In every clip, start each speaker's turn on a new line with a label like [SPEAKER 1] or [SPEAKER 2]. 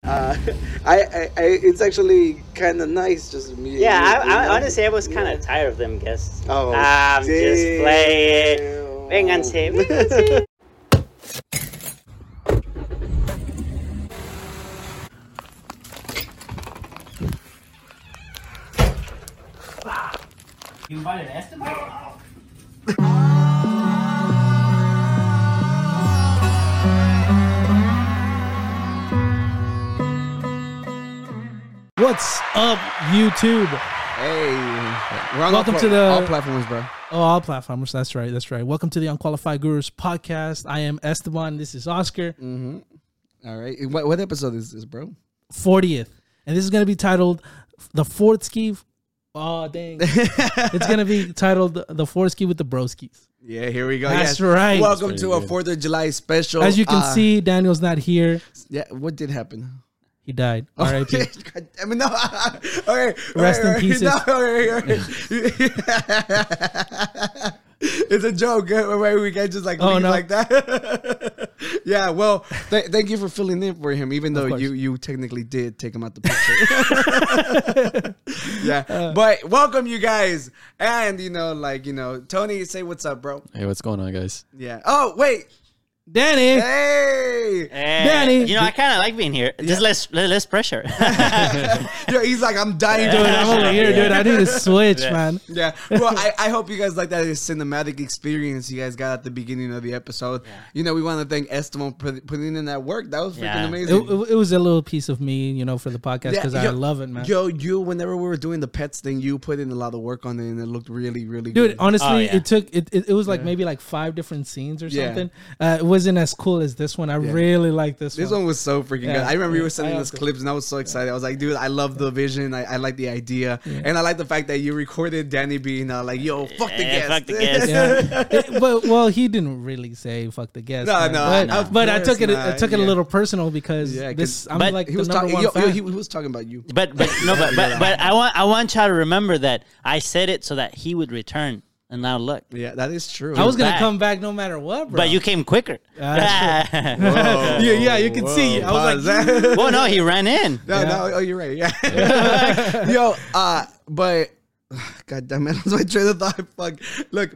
[SPEAKER 1] uh, I, I, I, it's actually kind of nice just me. and
[SPEAKER 2] Yeah,
[SPEAKER 1] you, you
[SPEAKER 2] I, I,
[SPEAKER 1] know?
[SPEAKER 2] honestly, I was
[SPEAKER 1] Yeah.
[SPEAKER 2] kind of tired of them guests.
[SPEAKER 1] Oh,
[SPEAKER 2] I'm just
[SPEAKER 1] damn.
[SPEAKER 2] playing. Vénganse, vénganse.
[SPEAKER 3] You invited Esteban?
[SPEAKER 4] What's up, YouTube?
[SPEAKER 5] Hey, we're on
[SPEAKER 4] Welcome
[SPEAKER 5] all
[SPEAKER 4] to the-
[SPEAKER 5] all platforms, bro.
[SPEAKER 4] Oh, all platforms. That's right. That's right. Welcome to the Unqualified Gurus podcast. I am Esteban. This is Oscar.
[SPEAKER 5] Mm. All right, what, what episode is this, bro?
[SPEAKER 4] 40th. And this is going to be titled The Fourth Ski. Oh, dang. it's going to be titled The Fourth Ski with the Broskis.
[SPEAKER 5] Yeah, here we go.
[SPEAKER 4] That's right.
[SPEAKER 5] Welcome
[SPEAKER 1] That's
[SPEAKER 5] to
[SPEAKER 1] very
[SPEAKER 5] a
[SPEAKER 1] good.
[SPEAKER 5] Fourth of July special.
[SPEAKER 4] As you can
[SPEAKER 5] Uh,
[SPEAKER 4] see, Daniel's not here.
[SPEAKER 5] yeah, what did happen?
[SPEAKER 4] He died.
[SPEAKER 5] Oh,
[SPEAKER 4] R.I.P.
[SPEAKER 5] God damn it, no. all right, all right,
[SPEAKER 4] Rest in
[SPEAKER 5] all right,
[SPEAKER 4] pieces.
[SPEAKER 5] No, all right, all right. it's a joke. uh, Wait, we can't just like
[SPEAKER 4] Oh,
[SPEAKER 5] leave
[SPEAKER 4] no.
[SPEAKER 5] like that. yeah, well, th- thank you for filling in for him, even though
[SPEAKER 4] course.
[SPEAKER 5] you you technically did take him out the picture. yeah,
[SPEAKER 4] Uh.
[SPEAKER 5] but welcome you guys, and you know, like you know, Tony, say what's up, bro.
[SPEAKER 6] Hey, what's going on, guys?
[SPEAKER 5] Yeah. Oh wait,
[SPEAKER 4] Danny.
[SPEAKER 5] hey.
[SPEAKER 2] Eh,
[SPEAKER 4] Danny.
[SPEAKER 2] You know, I kind of like being here. Just less, le- less pressure.
[SPEAKER 5] Yo, he's like, I'm dying
[SPEAKER 4] Dude,
[SPEAKER 5] to.
[SPEAKER 4] I'm over here, dude. I need to switch, man.
[SPEAKER 5] Yeah. Well, I, I hope you guys like that cinematic experience you guys got at the beginning of the episode. You know, we want to thank Esteban for putting in that work. That was freaking
[SPEAKER 2] Yeah.
[SPEAKER 4] It,
[SPEAKER 5] amazing.
[SPEAKER 4] it, it was a little piece of me, you know, for the podcast
[SPEAKER 5] Yeah,
[SPEAKER 4] because I
[SPEAKER 5] yo-
[SPEAKER 4] love it, man.
[SPEAKER 5] Yo, you, whenever we were doing the pets thing, you put in a lot of work on it and it looked really, really
[SPEAKER 4] Dude,
[SPEAKER 5] good.
[SPEAKER 4] honestly,
[SPEAKER 2] Oh, yeah.
[SPEAKER 4] it took it, it. It was like maybe like five different scenes or
[SPEAKER 5] Yeah.
[SPEAKER 4] something. Uh, it wasn't as cool as this one. I really like this,
[SPEAKER 5] This
[SPEAKER 4] one.
[SPEAKER 5] one was so freaking
[SPEAKER 4] Yeah.
[SPEAKER 5] good. I remember you
[SPEAKER 4] Yeah.
[SPEAKER 5] were sending
[SPEAKER 4] I
[SPEAKER 5] us
[SPEAKER 4] also-
[SPEAKER 5] clips and I was so excited. I was like, dude, I love the vision. I, I like the idea. And I like the fact that you recorded Danny being uh, like, yo, fuck the
[SPEAKER 2] Eh,
[SPEAKER 5] guest.
[SPEAKER 2] fuck the guest.
[SPEAKER 4] yeah. It- but well, he didn't really say "fuck the guest."
[SPEAKER 5] No,
[SPEAKER 4] man.
[SPEAKER 5] no,
[SPEAKER 4] but,
[SPEAKER 5] no.
[SPEAKER 4] but I
[SPEAKER 5] Of
[SPEAKER 4] took it.
[SPEAKER 5] course
[SPEAKER 4] I took it
[SPEAKER 5] not,
[SPEAKER 4] a
[SPEAKER 5] yeah.
[SPEAKER 4] little personal because
[SPEAKER 5] Yeah, 'cause-
[SPEAKER 4] this. I'm
[SPEAKER 2] But
[SPEAKER 4] like
[SPEAKER 5] he
[SPEAKER 4] the
[SPEAKER 5] was
[SPEAKER 4] number
[SPEAKER 5] talking.
[SPEAKER 4] one
[SPEAKER 5] Yo, yo,
[SPEAKER 4] fan.
[SPEAKER 5] he was talking about you.
[SPEAKER 2] But but no but but, but I want I want y'all to remember that I said it so that he would return. And now look.
[SPEAKER 5] Yeah, that is true.
[SPEAKER 4] I was gonna
[SPEAKER 2] back.
[SPEAKER 4] come back no matter what, bro.
[SPEAKER 2] But you came quicker.
[SPEAKER 5] Ah,
[SPEAKER 4] yeah, yeah, you can see. I was like,
[SPEAKER 5] like,
[SPEAKER 2] well no, he ran in.
[SPEAKER 5] No,
[SPEAKER 4] Yeah.
[SPEAKER 5] no, oh, you're right. Yeah. Yo, uh, but God damn it, that's my train of thought. Fuck. Look,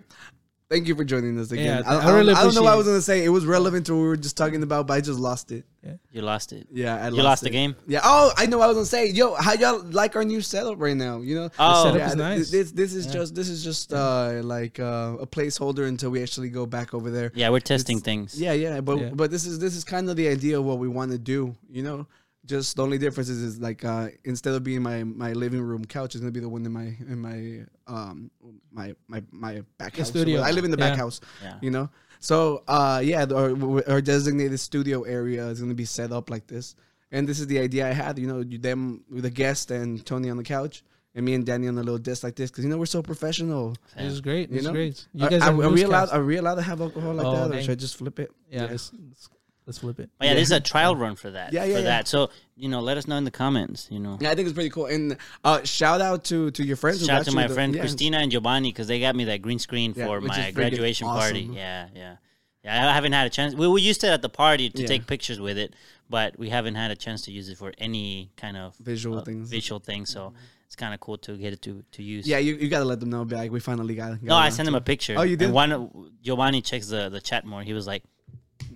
[SPEAKER 5] thank you for joining us again.
[SPEAKER 4] Yeah,
[SPEAKER 5] I,
[SPEAKER 4] I really
[SPEAKER 5] I don't know what I
[SPEAKER 4] appreciate
[SPEAKER 5] was
[SPEAKER 4] it.
[SPEAKER 5] gonna say. It was relevant to what we were just talking about, but I just lost it.
[SPEAKER 2] You lost it.
[SPEAKER 5] Yeah, I
[SPEAKER 2] You lost the
[SPEAKER 5] it.
[SPEAKER 2] game?
[SPEAKER 5] Yeah. Oh, I know. what I was gonna say, yo, how y'all like our new setup right now? You know,
[SPEAKER 2] Oh. The setup
[SPEAKER 5] yeah,
[SPEAKER 4] is
[SPEAKER 5] th- This
[SPEAKER 4] nice.
[SPEAKER 5] this is just this is just uh like uh, a placeholder until we actually go back over there.
[SPEAKER 2] Yeah, we're testing things.
[SPEAKER 5] Yeah, yeah, but
[SPEAKER 4] Yeah.
[SPEAKER 5] but this is this is kind of the idea of what we want to do. You know, just the only difference is, is like uh, instead of being my my living room couch, it's gonna be the one in my in my um my my my back house.
[SPEAKER 4] studio.
[SPEAKER 5] I live in the back
[SPEAKER 4] Yeah.
[SPEAKER 5] house.
[SPEAKER 2] Yeah.
[SPEAKER 5] You know, so uh yeah, the- our, our designated studio area is gonna be set up like this, and this is the idea I had. You know, you- them with the guest and Tony on the couch. And me and Danny on a little desk like this because you know we're so professional.
[SPEAKER 4] "This is great.
[SPEAKER 5] You
[SPEAKER 4] This is
[SPEAKER 5] know,
[SPEAKER 4] great." You
[SPEAKER 5] are,
[SPEAKER 4] guys
[SPEAKER 5] are,
[SPEAKER 4] are
[SPEAKER 5] are we allowed?
[SPEAKER 4] newscast.
[SPEAKER 5] Are we allowed to have alcohol like
[SPEAKER 4] Oh,
[SPEAKER 5] that, or
[SPEAKER 4] dang.
[SPEAKER 5] should I just flip it?
[SPEAKER 4] yeah, Let's, let's let's flip it.
[SPEAKER 2] But Oh, yeah, this is a trial run for that.
[SPEAKER 5] Yeah, yeah,
[SPEAKER 2] for
[SPEAKER 5] yeah.
[SPEAKER 2] that. So, you know, let us know in the comments, you know.
[SPEAKER 5] Yeah, I think it's pretty cool. And uh, shout out to to your friends. who
[SPEAKER 2] Shout out
[SPEAKER 5] got
[SPEAKER 2] to
[SPEAKER 5] you
[SPEAKER 2] my
[SPEAKER 5] the-
[SPEAKER 2] friend
[SPEAKER 5] yeah.
[SPEAKER 2] Christina and Giovanni because they got me that green screen
[SPEAKER 5] Yeah,
[SPEAKER 2] for
[SPEAKER 5] which is
[SPEAKER 2] my
[SPEAKER 5] friggin'
[SPEAKER 2] graduation party.
[SPEAKER 5] awesome.
[SPEAKER 2] Yeah, yeah, yeah. I haven't had a chance. We, we used it at the party to
[SPEAKER 5] Yeah.
[SPEAKER 2] take pictures with it, but we haven't had a chance to use it for any kind of uh,
[SPEAKER 5] Visual things.
[SPEAKER 2] Visual thing. So it's kind of cool to get it to to use.
[SPEAKER 5] Yeah, you, you gotta let them know. Be like, we finally got. got
[SPEAKER 2] No, I
[SPEAKER 5] around
[SPEAKER 2] sent
[SPEAKER 5] to
[SPEAKER 2] him a
[SPEAKER 5] it.
[SPEAKER 2] picture.
[SPEAKER 5] Oh, you did?
[SPEAKER 2] And one Giovanni checks the the chat more. He was like,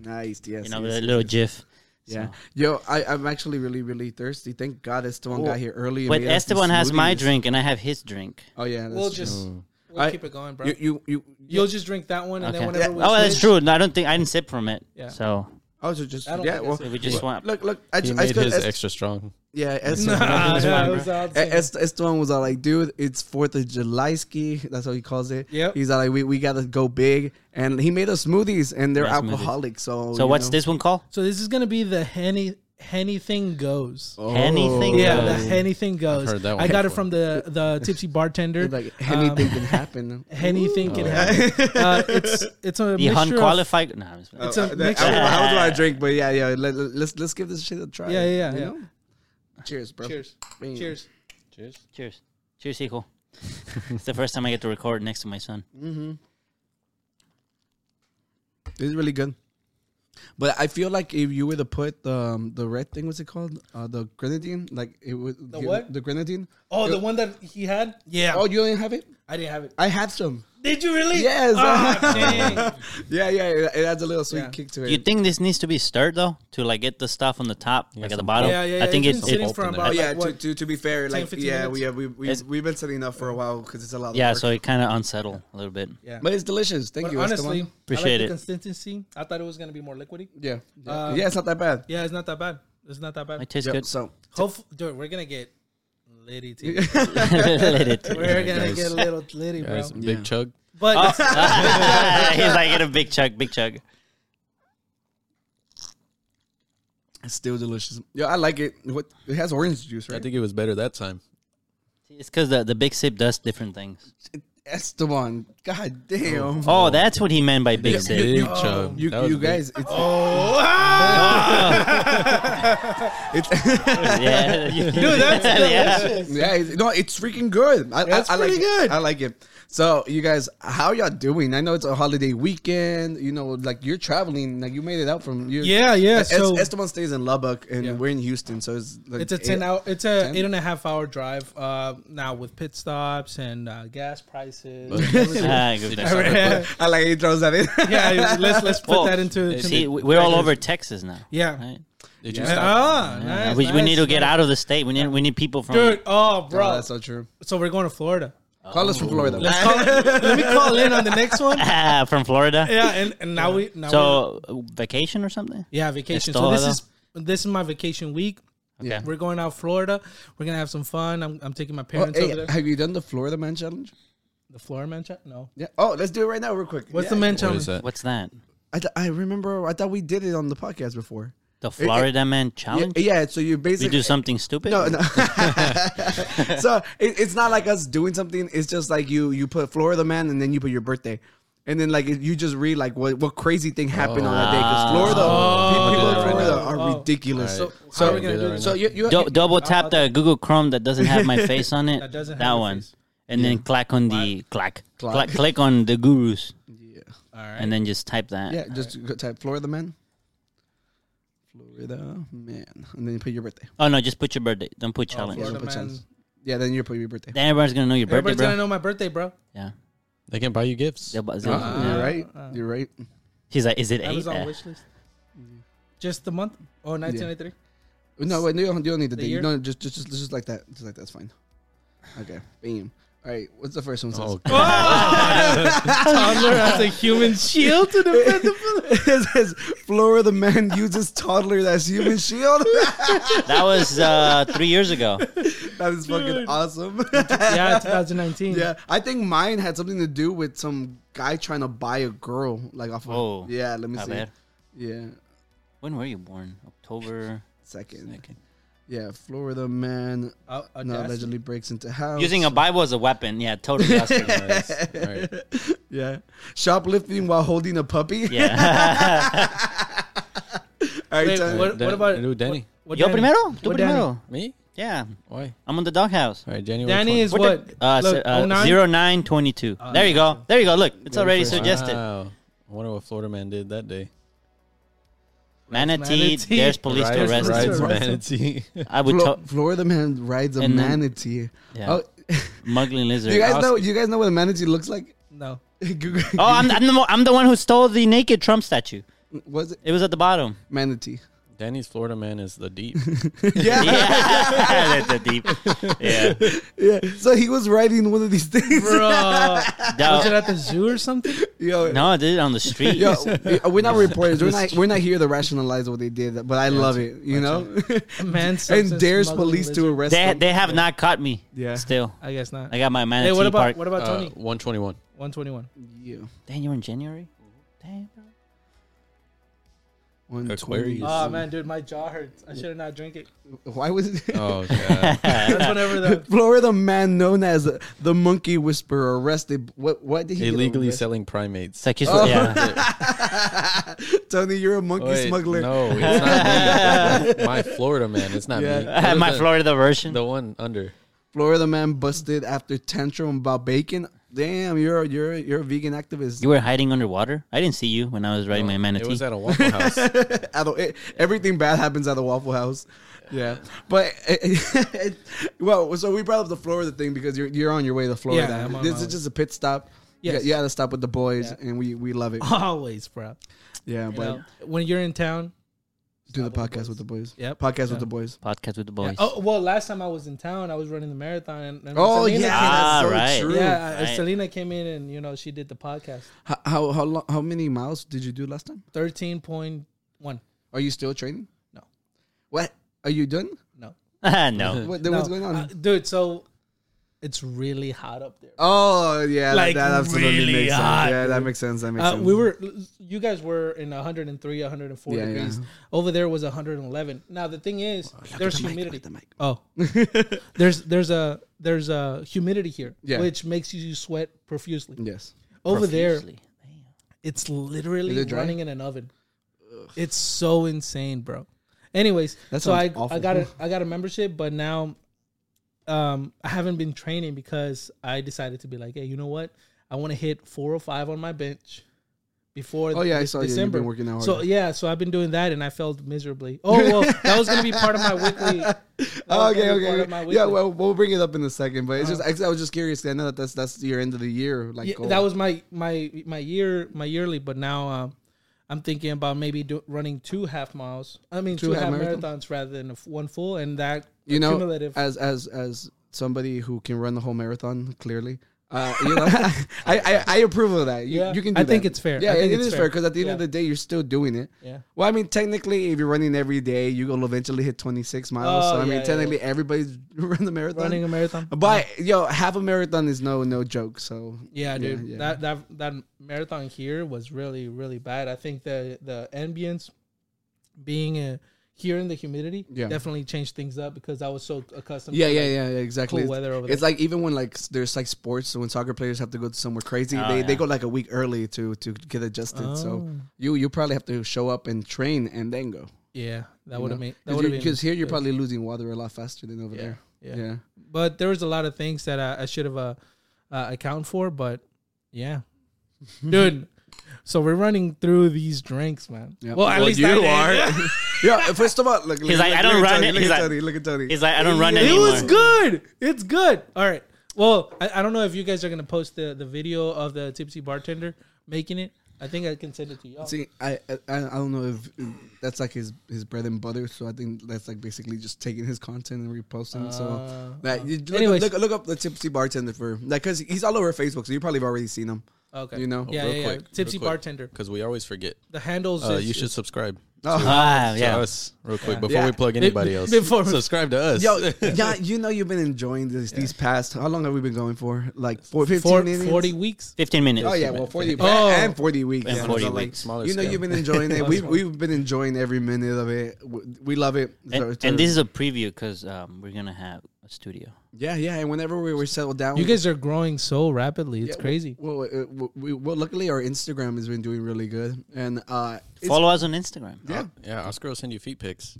[SPEAKER 5] Nice. Yes.
[SPEAKER 2] you know,
[SPEAKER 5] yes, yes,
[SPEAKER 2] the little
[SPEAKER 5] yes.
[SPEAKER 2] GIF.
[SPEAKER 5] Yeah.
[SPEAKER 2] So-
[SPEAKER 5] Yo, I, I'm actually really really thirsty. Thank God Esteban got here early. and
[SPEAKER 2] But
[SPEAKER 5] we had a few
[SPEAKER 2] Esteban has my
[SPEAKER 5] smoothies.
[SPEAKER 2] drink and I have his drink.
[SPEAKER 5] Oh yeah. That's
[SPEAKER 4] We'll
[SPEAKER 5] true.
[SPEAKER 4] just we'll
[SPEAKER 5] Alright.
[SPEAKER 4] keep it going, bro.
[SPEAKER 5] You, you you
[SPEAKER 4] You'll just drink that one, and
[SPEAKER 2] Okay.
[SPEAKER 4] then whenever we
[SPEAKER 2] oh, that's
[SPEAKER 4] switch-
[SPEAKER 2] true. No, I don't think I didn't sip from it.
[SPEAKER 4] Yeah.
[SPEAKER 2] So
[SPEAKER 5] also oh, just
[SPEAKER 4] I don't
[SPEAKER 5] yeah.
[SPEAKER 4] think I
[SPEAKER 5] Well,
[SPEAKER 4] said-
[SPEAKER 2] we just swap.
[SPEAKER 5] look look. I
[SPEAKER 6] He
[SPEAKER 5] just I
[SPEAKER 6] made
[SPEAKER 5] just
[SPEAKER 6] his
[SPEAKER 5] Est-
[SPEAKER 6] extra strong.
[SPEAKER 5] yeah. Esteban.
[SPEAKER 4] Nah, yeah, it
[SPEAKER 2] bro.
[SPEAKER 4] was all the
[SPEAKER 5] E-
[SPEAKER 4] same.
[SPEAKER 5] Est- Esteban was all like, dude, it's 4th of July ski. That's how he calls it.
[SPEAKER 4] Yep.
[SPEAKER 5] He's all like, we, we got to go big. And he made us smoothies, and they're
[SPEAKER 2] Yeah, smoothies.
[SPEAKER 5] alcoholic. So,
[SPEAKER 2] so
[SPEAKER 5] you
[SPEAKER 2] what's
[SPEAKER 5] know.
[SPEAKER 2] this one called?
[SPEAKER 4] So this is gonna be the henny anything goes.
[SPEAKER 5] Oh.
[SPEAKER 2] Anything. Uh,
[SPEAKER 4] Yeah,
[SPEAKER 2] goes.
[SPEAKER 4] the anything goes.
[SPEAKER 6] heard that
[SPEAKER 4] I
[SPEAKER 6] one
[SPEAKER 4] got it
[SPEAKER 6] before.
[SPEAKER 4] from the the tipsy bartender.
[SPEAKER 5] It's Like, anything can happen.
[SPEAKER 4] anything can happen. Uh, Um, it's it's a
[SPEAKER 2] The
[SPEAKER 4] mixture of,
[SPEAKER 2] unqualified. No, I'm just-
[SPEAKER 4] It's a
[SPEAKER 5] Uh,
[SPEAKER 4] mixture.
[SPEAKER 5] I, don't know how do I drink? But yeah, yeah. Let, let- let's let's give this shit a try.
[SPEAKER 4] Yeah, yeah, yeah,
[SPEAKER 5] you
[SPEAKER 4] yeah.
[SPEAKER 5] know? Cheers, bro.
[SPEAKER 4] Cheers.
[SPEAKER 5] Bam.
[SPEAKER 4] Cheers.
[SPEAKER 2] Cheers. Cheers, hijo. it's the first time I get to record next to my son.
[SPEAKER 5] This is really good. But I feel like if you were to put the um, the red thing, what's it called? Uh, the grenadine, like it would the
[SPEAKER 4] what?
[SPEAKER 5] The grenadine.
[SPEAKER 4] Oh, the one that he had? Yeah.
[SPEAKER 5] Oh, you didn't have it?
[SPEAKER 4] I didn't have it.
[SPEAKER 5] I had some.
[SPEAKER 4] Did you really?
[SPEAKER 5] Yes.
[SPEAKER 4] Ah, dang.
[SPEAKER 5] Yeah, yeah. It, it adds a little sweet
[SPEAKER 4] Yeah.
[SPEAKER 5] kick to
[SPEAKER 2] Do
[SPEAKER 5] it.
[SPEAKER 2] you think this needs to be stirred though to like get the stuff on the top, like at the bottom?
[SPEAKER 4] yeah, yeah,
[SPEAKER 2] I think
[SPEAKER 4] it's
[SPEAKER 2] it's,
[SPEAKER 4] been
[SPEAKER 2] it's
[SPEAKER 4] sitting for
[SPEAKER 5] Oh
[SPEAKER 4] about-
[SPEAKER 5] yeah.
[SPEAKER 4] Like,
[SPEAKER 5] to,
[SPEAKER 4] what,
[SPEAKER 5] to to be fair, like
[SPEAKER 4] 15
[SPEAKER 5] yeah,
[SPEAKER 4] minutes?
[SPEAKER 5] we have we we
[SPEAKER 2] It's-
[SPEAKER 5] we've been setting up for a while because it's a lot. Of
[SPEAKER 2] yeah.
[SPEAKER 5] work.
[SPEAKER 2] So it kind of unsettled a little bit.
[SPEAKER 4] Yeah.
[SPEAKER 5] But it's delicious. Thank
[SPEAKER 4] But
[SPEAKER 5] you. Esteban.
[SPEAKER 4] honestly, I
[SPEAKER 2] Appreciate
[SPEAKER 4] like the
[SPEAKER 2] it.
[SPEAKER 4] consistency. I thought it was going to be more liquidy.
[SPEAKER 5] Yeah. Yeah.
[SPEAKER 4] Um,
[SPEAKER 5] yeah, it's not that bad.
[SPEAKER 4] Yeah, it's not that bad. It's not that bad.
[SPEAKER 2] It tastes
[SPEAKER 5] Yep,
[SPEAKER 2] good.
[SPEAKER 5] So
[SPEAKER 4] Hopefully, dude, we're going to get litty too.
[SPEAKER 2] Let it-
[SPEAKER 4] We're going to
[SPEAKER 3] Guys.
[SPEAKER 4] get a little litty, bro.
[SPEAKER 3] Guys, big chug.
[SPEAKER 4] But
[SPEAKER 2] Oh, he's like get a big chug, big chug.
[SPEAKER 5] it's still delicious. Yeah, I like it. What it has orange juice, right?
[SPEAKER 3] I think it was better that time.
[SPEAKER 2] It's because the, the big sip does different things.
[SPEAKER 5] Esteban. God damn.
[SPEAKER 2] Oh, that's what he meant by big sip.
[SPEAKER 3] Big chug.
[SPEAKER 5] You,
[SPEAKER 3] That was
[SPEAKER 5] you
[SPEAKER 3] big.
[SPEAKER 5] guys, it's,
[SPEAKER 2] yeah,
[SPEAKER 4] dude, that's
[SPEAKER 2] yeah.
[SPEAKER 4] delicious.
[SPEAKER 5] yeah, it's, no, it's freaking good. I,
[SPEAKER 4] That's
[SPEAKER 5] I, I like
[SPEAKER 4] pretty
[SPEAKER 5] it.
[SPEAKER 4] good.
[SPEAKER 5] I like it. So, you guys, how y'all doing? I know it's a holiday weekend. You know, like you're traveling. Like you made it out from you.
[SPEAKER 4] Yeah, yeah.
[SPEAKER 5] Es-
[SPEAKER 4] So
[SPEAKER 5] Esteban stays in Lubbock, and
[SPEAKER 4] Yeah.
[SPEAKER 5] we're in Houston, so it's like
[SPEAKER 4] it's a
[SPEAKER 5] eight-
[SPEAKER 4] ten hour. It's a
[SPEAKER 5] 10?
[SPEAKER 4] eight and a half hour drive. Uh, now with pit stops and uh, gas prices.
[SPEAKER 2] Ah, good
[SPEAKER 3] Did you
[SPEAKER 2] there.
[SPEAKER 3] stop at-
[SPEAKER 5] I like he throws that in.
[SPEAKER 4] yeah, let's let's put
[SPEAKER 2] Well,
[SPEAKER 4] that into. into
[SPEAKER 2] Oh, eh, See,
[SPEAKER 4] the-
[SPEAKER 2] we- we're all over Texas now.
[SPEAKER 4] Yeah.
[SPEAKER 2] right?
[SPEAKER 3] Did you stop?
[SPEAKER 4] Ah,
[SPEAKER 2] Yeah,
[SPEAKER 4] nice,
[SPEAKER 2] we, we
[SPEAKER 4] nice,
[SPEAKER 2] need to get
[SPEAKER 4] nice.
[SPEAKER 2] out of the state. We need we need people from.
[SPEAKER 4] dude. Oh,
[SPEAKER 5] Bro,
[SPEAKER 4] bro.
[SPEAKER 5] that's so true.
[SPEAKER 4] so we're going to Florida.
[SPEAKER 5] Call us from Florida.
[SPEAKER 4] Let's call, let me call in on the next one.
[SPEAKER 2] Ah, from Florida.
[SPEAKER 4] Yeah, and, and now we now we,
[SPEAKER 2] So uh, vacation or something?
[SPEAKER 4] yeah vacation. So
[SPEAKER 2] Estola.
[SPEAKER 4] this is this is my vacation week.
[SPEAKER 2] Okay.
[SPEAKER 4] We're going out Florida. We're gonna have some fun. I'm, I'm taking my
[SPEAKER 5] Oh,
[SPEAKER 4] parents
[SPEAKER 5] hey,
[SPEAKER 4] over there.
[SPEAKER 5] have you done the Florida Man Challenge?
[SPEAKER 4] The Florida man chat? No.
[SPEAKER 5] Yeah. Oh, let's do it right now, real quick.
[SPEAKER 4] What's
[SPEAKER 5] Yeah.
[SPEAKER 4] the man
[SPEAKER 3] What is
[SPEAKER 4] challenge?
[SPEAKER 3] that?
[SPEAKER 2] What's that?
[SPEAKER 5] I, th- I remember. I thought we did it on the podcast before.
[SPEAKER 2] The Florida Man
[SPEAKER 5] Yeah,
[SPEAKER 2] Challenge?
[SPEAKER 5] yeah. So you
[SPEAKER 2] We
[SPEAKER 5] basically
[SPEAKER 2] do something stupid?
[SPEAKER 5] No, no. so it, it's not like us doing something. It's just like you you put Florida man and then you put your birthday. And then like it- you just read like what what crazy thing happened on that day because Florida
[SPEAKER 3] Oh.
[SPEAKER 5] people
[SPEAKER 3] I'll do
[SPEAKER 5] in
[SPEAKER 3] that right
[SPEAKER 5] Florida
[SPEAKER 4] now.
[SPEAKER 5] are
[SPEAKER 4] Oh.
[SPEAKER 5] ridiculous.
[SPEAKER 3] All right.
[SPEAKER 5] So
[SPEAKER 4] How are we
[SPEAKER 3] I'll
[SPEAKER 4] gonna
[SPEAKER 3] do
[SPEAKER 4] do
[SPEAKER 3] that
[SPEAKER 4] this?
[SPEAKER 5] so you, you
[SPEAKER 2] Do- double tap the Google Chrome that doesn't have my face on it.
[SPEAKER 4] That doesn't have
[SPEAKER 2] that
[SPEAKER 4] your
[SPEAKER 2] one.
[SPEAKER 4] face.
[SPEAKER 2] And then click on the clack.
[SPEAKER 5] Clack.
[SPEAKER 2] Clack. Click on the gurus
[SPEAKER 5] yeah,
[SPEAKER 4] All right.
[SPEAKER 2] and then just type that.
[SPEAKER 5] yeah just go type Florida man, Florida man, and then you put your birthday.
[SPEAKER 2] Oh, no, just put your birthday. Don't put challenge.
[SPEAKER 4] Florida
[SPEAKER 5] Put
[SPEAKER 4] man.
[SPEAKER 5] challenge. Yeah, then you put your birthday.
[SPEAKER 2] then everyone's going to know your birthday,
[SPEAKER 4] Everybody's
[SPEAKER 2] bro.
[SPEAKER 4] gonna know my birthday, bro.
[SPEAKER 2] Yeah.
[SPEAKER 3] They can buy you gifts.
[SPEAKER 2] They'll bu-
[SPEAKER 5] Uh,
[SPEAKER 2] they'll- yeah.
[SPEAKER 5] you're right. You're right.
[SPEAKER 2] He's like, is it eight?
[SPEAKER 4] Amazon
[SPEAKER 2] Eh.
[SPEAKER 4] wish list. Just the month? Oh, 1993?
[SPEAKER 5] No, wait, no, you don't, you don't need the,
[SPEAKER 4] The
[SPEAKER 5] date.
[SPEAKER 4] year?
[SPEAKER 5] You don't just, just just just like that. Just like that's fine. Okay. Bam. All right. What's the first one? says?
[SPEAKER 3] Oh, God.
[SPEAKER 4] Toddler has a human shield to defend the
[SPEAKER 5] it says Florida man uses toddler as human shield.
[SPEAKER 2] That was uh, three years ago.
[SPEAKER 5] that is fucking awesome.
[SPEAKER 4] Yeah, 2019.
[SPEAKER 5] yeah, I think mine had something to do with some guy trying to buy a girl like off.
[SPEAKER 2] Whoa.
[SPEAKER 5] Of, yeah, let me
[SPEAKER 2] Not
[SPEAKER 5] see.
[SPEAKER 2] Oh. bad.
[SPEAKER 5] Yeah,
[SPEAKER 2] When were you born? October.
[SPEAKER 5] second.
[SPEAKER 2] second.
[SPEAKER 5] Yeah, Florida man
[SPEAKER 4] Uh,
[SPEAKER 5] no,
[SPEAKER 4] audacity.
[SPEAKER 5] allegedly breaks into house
[SPEAKER 2] Using a Bible as a weapon. Yeah, totally. That's what it was.
[SPEAKER 3] All right.
[SPEAKER 5] yeah shoplifting while holding a puppy.
[SPEAKER 2] Yeah.
[SPEAKER 5] All right,
[SPEAKER 4] Wait,
[SPEAKER 5] Tony.
[SPEAKER 4] What-
[SPEAKER 3] Dan-
[SPEAKER 4] what about-
[SPEAKER 3] Ooh, Danny?
[SPEAKER 4] What
[SPEAKER 2] Yo
[SPEAKER 4] Danny?
[SPEAKER 2] primero. Tú
[SPEAKER 4] What Danny?
[SPEAKER 2] primero.
[SPEAKER 3] Me?
[SPEAKER 2] Yeah.
[SPEAKER 3] Why?
[SPEAKER 2] I'm on the doghouse.
[SPEAKER 3] All right, January.
[SPEAKER 4] Danny is what?
[SPEAKER 2] the- uh,
[SPEAKER 4] Look,
[SPEAKER 2] se- uh,
[SPEAKER 4] 09?
[SPEAKER 2] 0922. there you go. There you go. Look, it's already
[SPEAKER 6] Ah,
[SPEAKER 5] first.
[SPEAKER 2] suggested.
[SPEAKER 3] Wow. I wonder what Florida man did that day.
[SPEAKER 2] Manatee,
[SPEAKER 4] Manatee.
[SPEAKER 2] there's police to
[SPEAKER 3] rides,
[SPEAKER 2] arrest.
[SPEAKER 3] rides
[SPEAKER 4] him.
[SPEAKER 3] manatee.
[SPEAKER 2] I would
[SPEAKER 5] Flo-
[SPEAKER 2] to-
[SPEAKER 5] Florida man rides a
[SPEAKER 2] And then-
[SPEAKER 5] manatee.
[SPEAKER 2] Yeah.
[SPEAKER 5] Oh,
[SPEAKER 2] muggling lizard.
[SPEAKER 5] do you guys
[SPEAKER 2] I'll-
[SPEAKER 5] know? You guys know what a manatee looks like?
[SPEAKER 4] No.
[SPEAKER 5] Google-
[SPEAKER 2] Oh, I'm, I'm, the, mo- I'm the one who stole the naked Trump statue.
[SPEAKER 5] was it
[SPEAKER 2] It was at the bottom.
[SPEAKER 5] manatee?
[SPEAKER 3] Danny's Florida man is the deep.
[SPEAKER 5] Yeah,
[SPEAKER 2] Yeah, that's a deep. Yeah,
[SPEAKER 5] yeah. So he was riding one of these things.
[SPEAKER 4] Bro. Was it
[SPEAKER 2] That-
[SPEAKER 4] at the zoo or something?
[SPEAKER 5] Yo,
[SPEAKER 2] no, I did it on the street.
[SPEAKER 5] yo, we're not reporters. We're not. We're not here to rationalize what they did, but I love it. You know,
[SPEAKER 4] A Man
[SPEAKER 5] and
[SPEAKER 4] substance
[SPEAKER 5] dares
[SPEAKER 4] smuggling
[SPEAKER 5] police to
[SPEAKER 4] lizard.
[SPEAKER 5] arrest
[SPEAKER 2] they
[SPEAKER 5] him.
[SPEAKER 2] they have not caught me.
[SPEAKER 5] Yeah.
[SPEAKER 2] still,
[SPEAKER 4] I guess not.
[SPEAKER 2] I got my manatee
[SPEAKER 4] Hey, what about
[SPEAKER 2] park.
[SPEAKER 4] what about
[SPEAKER 3] Uh,
[SPEAKER 4] Tony?
[SPEAKER 3] 121.
[SPEAKER 4] 121.
[SPEAKER 5] Yeah.
[SPEAKER 2] Damn, you're in January. Damn. bro.
[SPEAKER 5] One
[SPEAKER 3] Aquarius.
[SPEAKER 5] twenty.
[SPEAKER 4] Oh man, dude, my jaw hurts. I should have not drank it.
[SPEAKER 5] Why was it?
[SPEAKER 3] Oh, God.
[SPEAKER 4] That's whenever the
[SPEAKER 5] Florida man known as the Monkey Whisperer arrested. What? What did he get
[SPEAKER 3] Illegally
[SPEAKER 5] arrested?
[SPEAKER 3] selling primates.
[SPEAKER 2] It's like he's yeah.
[SPEAKER 5] Tony, you're a monkey
[SPEAKER 3] Wait,
[SPEAKER 5] smuggler.
[SPEAKER 3] No, it's not me. my Florida man. It's not
[SPEAKER 5] Yeah.
[SPEAKER 3] me.
[SPEAKER 2] I had my
[SPEAKER 3] The-
[SPEAKER 2] Florida version.
[SPEAKER 3] The one under.
[SPEAKER 5] Florida man busted after tantrum about bacon. Damn, you're you're you're a vegan activist.
[SPEAKER 2] You were hiding underwater. I didn't see you when I was riding my manatee.
[SPEAKER 3] Oh, It was at a Waffle House.
[SPEAKER 5] At the- eh, everything bad happens at the Waffle House. Yeah, but eh, eh, well, so we brought up the Florida thing because you're you're on your way to Florida.
[SPEAKER 4] I'm on
[SPEAKER 5] this
[SPEAKER 4] my
[SPEAKER 5] is
[SPEAKER 4] way.
[SPEAKER 5] just a pit stop. Yeah,
[SPEAKER 4] Yes.
[SPEAKER 5] you got to stop with the boys,
[SPEAKER 4] Yeah.
[SPEAKER 5] and we we love it.
[SPEAKER 4] Always, bro.
[SPEAKER 5] Yeah,
[SPEAKER 4] You
[SPEAKER 5] but
[SPEAKER 4] know, when you're in town.
[SPEAKER 5] do the
[SPEAKER 4] stop with the
[SPEAKER 5] podcast
[SPEAKER 4] boys.
[SPEAKER 5] with the boys.
[SPEAKER 4] Yep.
[SPEAKER 5] podcast
[SPEAKER 4] Yeah.
[SPEAKER 5] with the boys.
[SPEAKER 2] Podcast with the boys.
[SPEAKER 4] Oh well, last time I was in town, I was running the marathon. And, and
[SPEAKER 5] Oh
[SPEAKER 4] Selena
[SPEAKER 5] yeah, that's
[SPEAKER 2] Ah,
[SPEAKER 5] so
[SPEAKER 2] right.
[SPEAKER 5] true.
[SPEAKER 4] came, yeah. uh,
[SPEAKER 2] Right.
[SPEAKER 4] Selena came in and you know she did the podcast.
[SPEAKER 5] How how how, long, how many miles did you do last time?
[SPEAKER 4] Thirteen point one.
[SPEAKER 5] Are you still training?
[SPEAKER 4] No.
[SPEAKER 5] What are you done?
[SPEAKER 4] No,
[SPEAKER 2] no.
[SPEAKER 5] What, then
[SPEAKER 4] No.
[SPEAKER 5] What's going on?
[SPEAKER 4] Uh, dude? So it's really hot up there.
[SPEAKER 5] oh yeah,
[SPEAKER 4] Like,
[SPEAKER 5] that, that absolutely
[SPEAKER 4] really
[SPEAKER 5] makes
[SPEAKER 4] hot,
[SPEAKER 5] sense. Yeah, that makes sense. That makes
[SPEAKER 4] Uh,
[SPEAKER 5] sense.
[SPEAKER 4] we were, you guys were in 103, 104
[SPEAKER 5] Yeah,
[SPEAKER 4] degrees.
[SPEAKER 5] yeah.
[SPEAKER 4] Over there was 111. Now the thing is, there's humidity.
[SPEAKER 5] the mic.
[SPEAKER 4] oh, there's there's a there's a humidity here,
[SPEAKER 5] Yeah.
[SPEAKER 4] which makes you sweat profusely.
[SPEAKER 5] Yes.
[SPEAKER 4] Over there,
[SPEAKER 2] Profusely.
[SPEAKER 4] it's literally
[SPEAKER 5] Is it dry?
[SPEAKER 4] running in an oven. It's so insane, bro. Anyways,
[SPEAKER 5] That
[SPEAKER 4] so I
[SPEAKER 5] sounds awful.
[SPEAKER 4] I got a I got a membership, but now um I haven't been training because I decided to be like, hey, you know what? I want to hit four or five on my bench before.
[SPEAKER 5] Oh yeah, I
[SPEAKER 4] De-
[SPEAKER 5] saw you. You've been working out.
[SPEAKER 4] So
[SPEAKER 5] hard.
[SPEAKER 4] yeah, so I've been doing that, and I failed miserably. Oh well, that was gonna be part of my weekly. that was gonna be
[SPEAKER 5] Oh, okay,
[SPEAKER 4] part
[SPEAKER 5] okay.
[SPEAKER 4] of my
[SPEAKER 5] okay. Yeah,
[SPEAKER 4] weekly-
[SPEAKER 5] well, we'll bring it up in a second. But it's just I was just curious. 'cause I know that that's that's your end of the year. Like
[SPEAKER 4] Yeah,
[SPEAKER 5] goal.
[SPEAKER 4] that was my my my year my yearly but now um i'm thinking about maybe do, running two half miles i mean two,
[SPEAKER 5] Two
[SPEAKER 4] half,
[SPEAKER 5] half
[SPEAKER 4] marathons rather than a f- one full and that
[SPEAKER 5] you know
[SPEAKER 4] cumulative
[SPEAKER 5] as as as somebody who can run the whole marathon clearly. Uh, you know, I, I I approve of that. You,
[SPEAKER 4] Yeah.
[SPEAKER 5] you can. Do
[SPEAKER 4] I think
[SPEAKER 5] that.
[SPEAKER 4] it's fair.
[SPEAKER 5] Yeah,
[SPEAKER 4] I think
[SPEAKER 5] it
[SPEAKER 4] it's
[SPEAKER 5] is fair
[SPEAKER 4] fair.
[SPEAKER 5] because at the end of
[SPEAKER 4] Yeah.
[SPEAKER 5] the day, you're still doing it.
[SPEAKER 4] yeah
[SPEAKER 5] Well, I mean, technically, if you're running every day, you will eventually hit 26 miles.
[SPEAKER 4] Oh,
[SPEAKER 5] so I
[SPEAKER 4] yeah,
[SPEAKER 5] mean,
[SPEAKER 4] yeah,
[SPEAKER 5] technically, everybody's run the marathon.
[SPEAKER 4] running a marathon
[SPEAKER 5] but yo, half a marathon is no no joke. So
[SPEAKER 4] yeah dude
[SPEAKER 5] yeah.
[SPEAKER 4] that that that marathon here was really really bad i think the the ambience being uh, here in the humidity
[SPEAKER 5] Yeah.
[SPEAKER 4] definitely changed things up because i was so accustomed
[SPEAKER 5] Yeah,
[SPEAKER 4] to
[SPEAKER 5] yeah,
[SPEAKER 4] like,
[SPEAKER 5] yeah, yeah, exactly.
[SPEAKER 4] cool
[SPEAKER 5] It's-
[SPEAKER 4] weather over
[SPEAKER 5] It's
[SPEAKER 4] there.
[SPEAKER 5] like even when like s- there's like sports, so when soccer players have to go to somewhere crazy,
[SPEAKER 2] Oh,
[SPEAKER 5] they,
[SPEAKER 2] yeah.
[SPEAKER 5] they go like a week early to to get adjusted. So
[SPEAKER 4] Oh.
[SPEAKER 5] you you probably have to show up and train and then go.
[SPEAKER 4] yeah that would have made that would have been
[SPEAKER 5] because here you're
[SPEAKER 4] good.
[SPEAKER 5] probably losing water a lot faster than over there.
[SPEAKER 4] yeah.
[SPEAKER 5] Yeah,
[SPEAKER 4] but there was a lot of things that I, I should have uh, uh, account for. But yeah, dude. So we're running through these drinks, man.
[SPEAKER 5] Yeah.
[SPEAKER 4] Well, at
[SPEAKER 5] Well,
[SPEAKER 4] least
[SPEAKER 5] you
[SPEAKER 4] I did.
[SPEAKER 5] are. yeah. First of all, look, look,
[SPEAKER 2] He's like,
[SPEAKER 5] look,
[SPEAKER 2] "I don't
[SPEAKER 5] look
[SPEAKER 2] run
[SPEAKER 5] At Tony,
[SPEAKER 2] it."
[SPEAKER 5] look
[SPEAKER 2] He's
[SPEAKER 5] at
[SPEAKER 2] like-
[SPEAKER 5] Tony. Look at Tony.
[SPEAKER 2] He's like, I don't run
[SPEAKER 4] it
[SPEAKER 2] anymore.
[SPEAKER 4] was good. It's good. All right. Well, I, I don't know if you guys are gonna post the, the video of the tipsy bartender making it. I think I can send it to y'all.
[SPEAKER 5] See, I, I I don't know if that's like his his bread and butter. So I think that's like basically just taking his content and reposting. so that you look,
[SPEAKER 4] Uh, Anyways.
[SPEAKER 5] look look up the tipsy bartender for like because he's all over Facebook. So you probably have already seen him.
[SPEAKER 4] okay.
[SPEAKER 5] you know,
[SPEAKER 4] Yeah,
[SPEAKER 3] real
[SPEAKER 4] yeah, yeah.
[SPEAKER 3] quick, real
[SPEAKER 4] Tipsy
[SPEAKER 3] quick.
[SPEAKER 4] bartender.
[SPEAKER 3] Because we always forget.
[SPEAKER 4] The handles.
[SPEAKER 3] Uh,
[SPEAKER 4] is-
[SPEAKER 3] you should subscribe.
[SPEAKER 2] Ah,
[SPEAKER 3] to
[SPEAKER 2] yeah.
[SPEAKER 3] us real quick before
[SPEAKER 5] Yeah.
[SPEAKER 3] we plug anybody else.
[SPEAKER 4] before-
[SPEAKER 3] subscribe to us.
[SPEAKER 5] Yo, yeah, you know you've been enjoying this, these past. How long have we been going for? Like four, 15
[SPEAKER 4] Four,
[SPEAKER 5] innings?
[SPEAKER 4] 40 weeks.
[SPEAKER 2] Fifteen minutes.
[SPEAKER 5] Oh yeah, well, forty
[SPEAKER 4] Oh.
[SPEAKER 5] and forty weeks.
[SPEAKER 2] And
[SPEAKER 5] Yeah,
[SPEAKER 2] 40
[SPEAKER 5] so, like,
[SPEAKER 2] weeks.
[SPEAKER 3] Smaller
[SPEAKER 5] You know,
[SPEAKER 3] scale.
[SPEAKER 5] you've been enjoying it. We've we've been enjoying every minute of it. We, we love it. So-
[SPEAKER 2] And,
[SPEAKER 5] so-
[SPEAKER 2] and this is a preview because um, we're gonna have a studio.
[SPEAKER 5] yeah, yeah. And whenever we were settled down,
[SPEAKER 4] You guys are growing so rapidly. It's
[SPEAKER 5] Yeah,
[SPEAKER 4] crazy.
[SPEAKER 5] Well, uh, w- we, well, luckily our Instagram has been doing really good, and uh, it's-
[SPEAKER 2] Follow us on Instagram.
[SPEAKER 5] yeah,
[SPEAKER 3] yeah, Oscar will send you feet pics.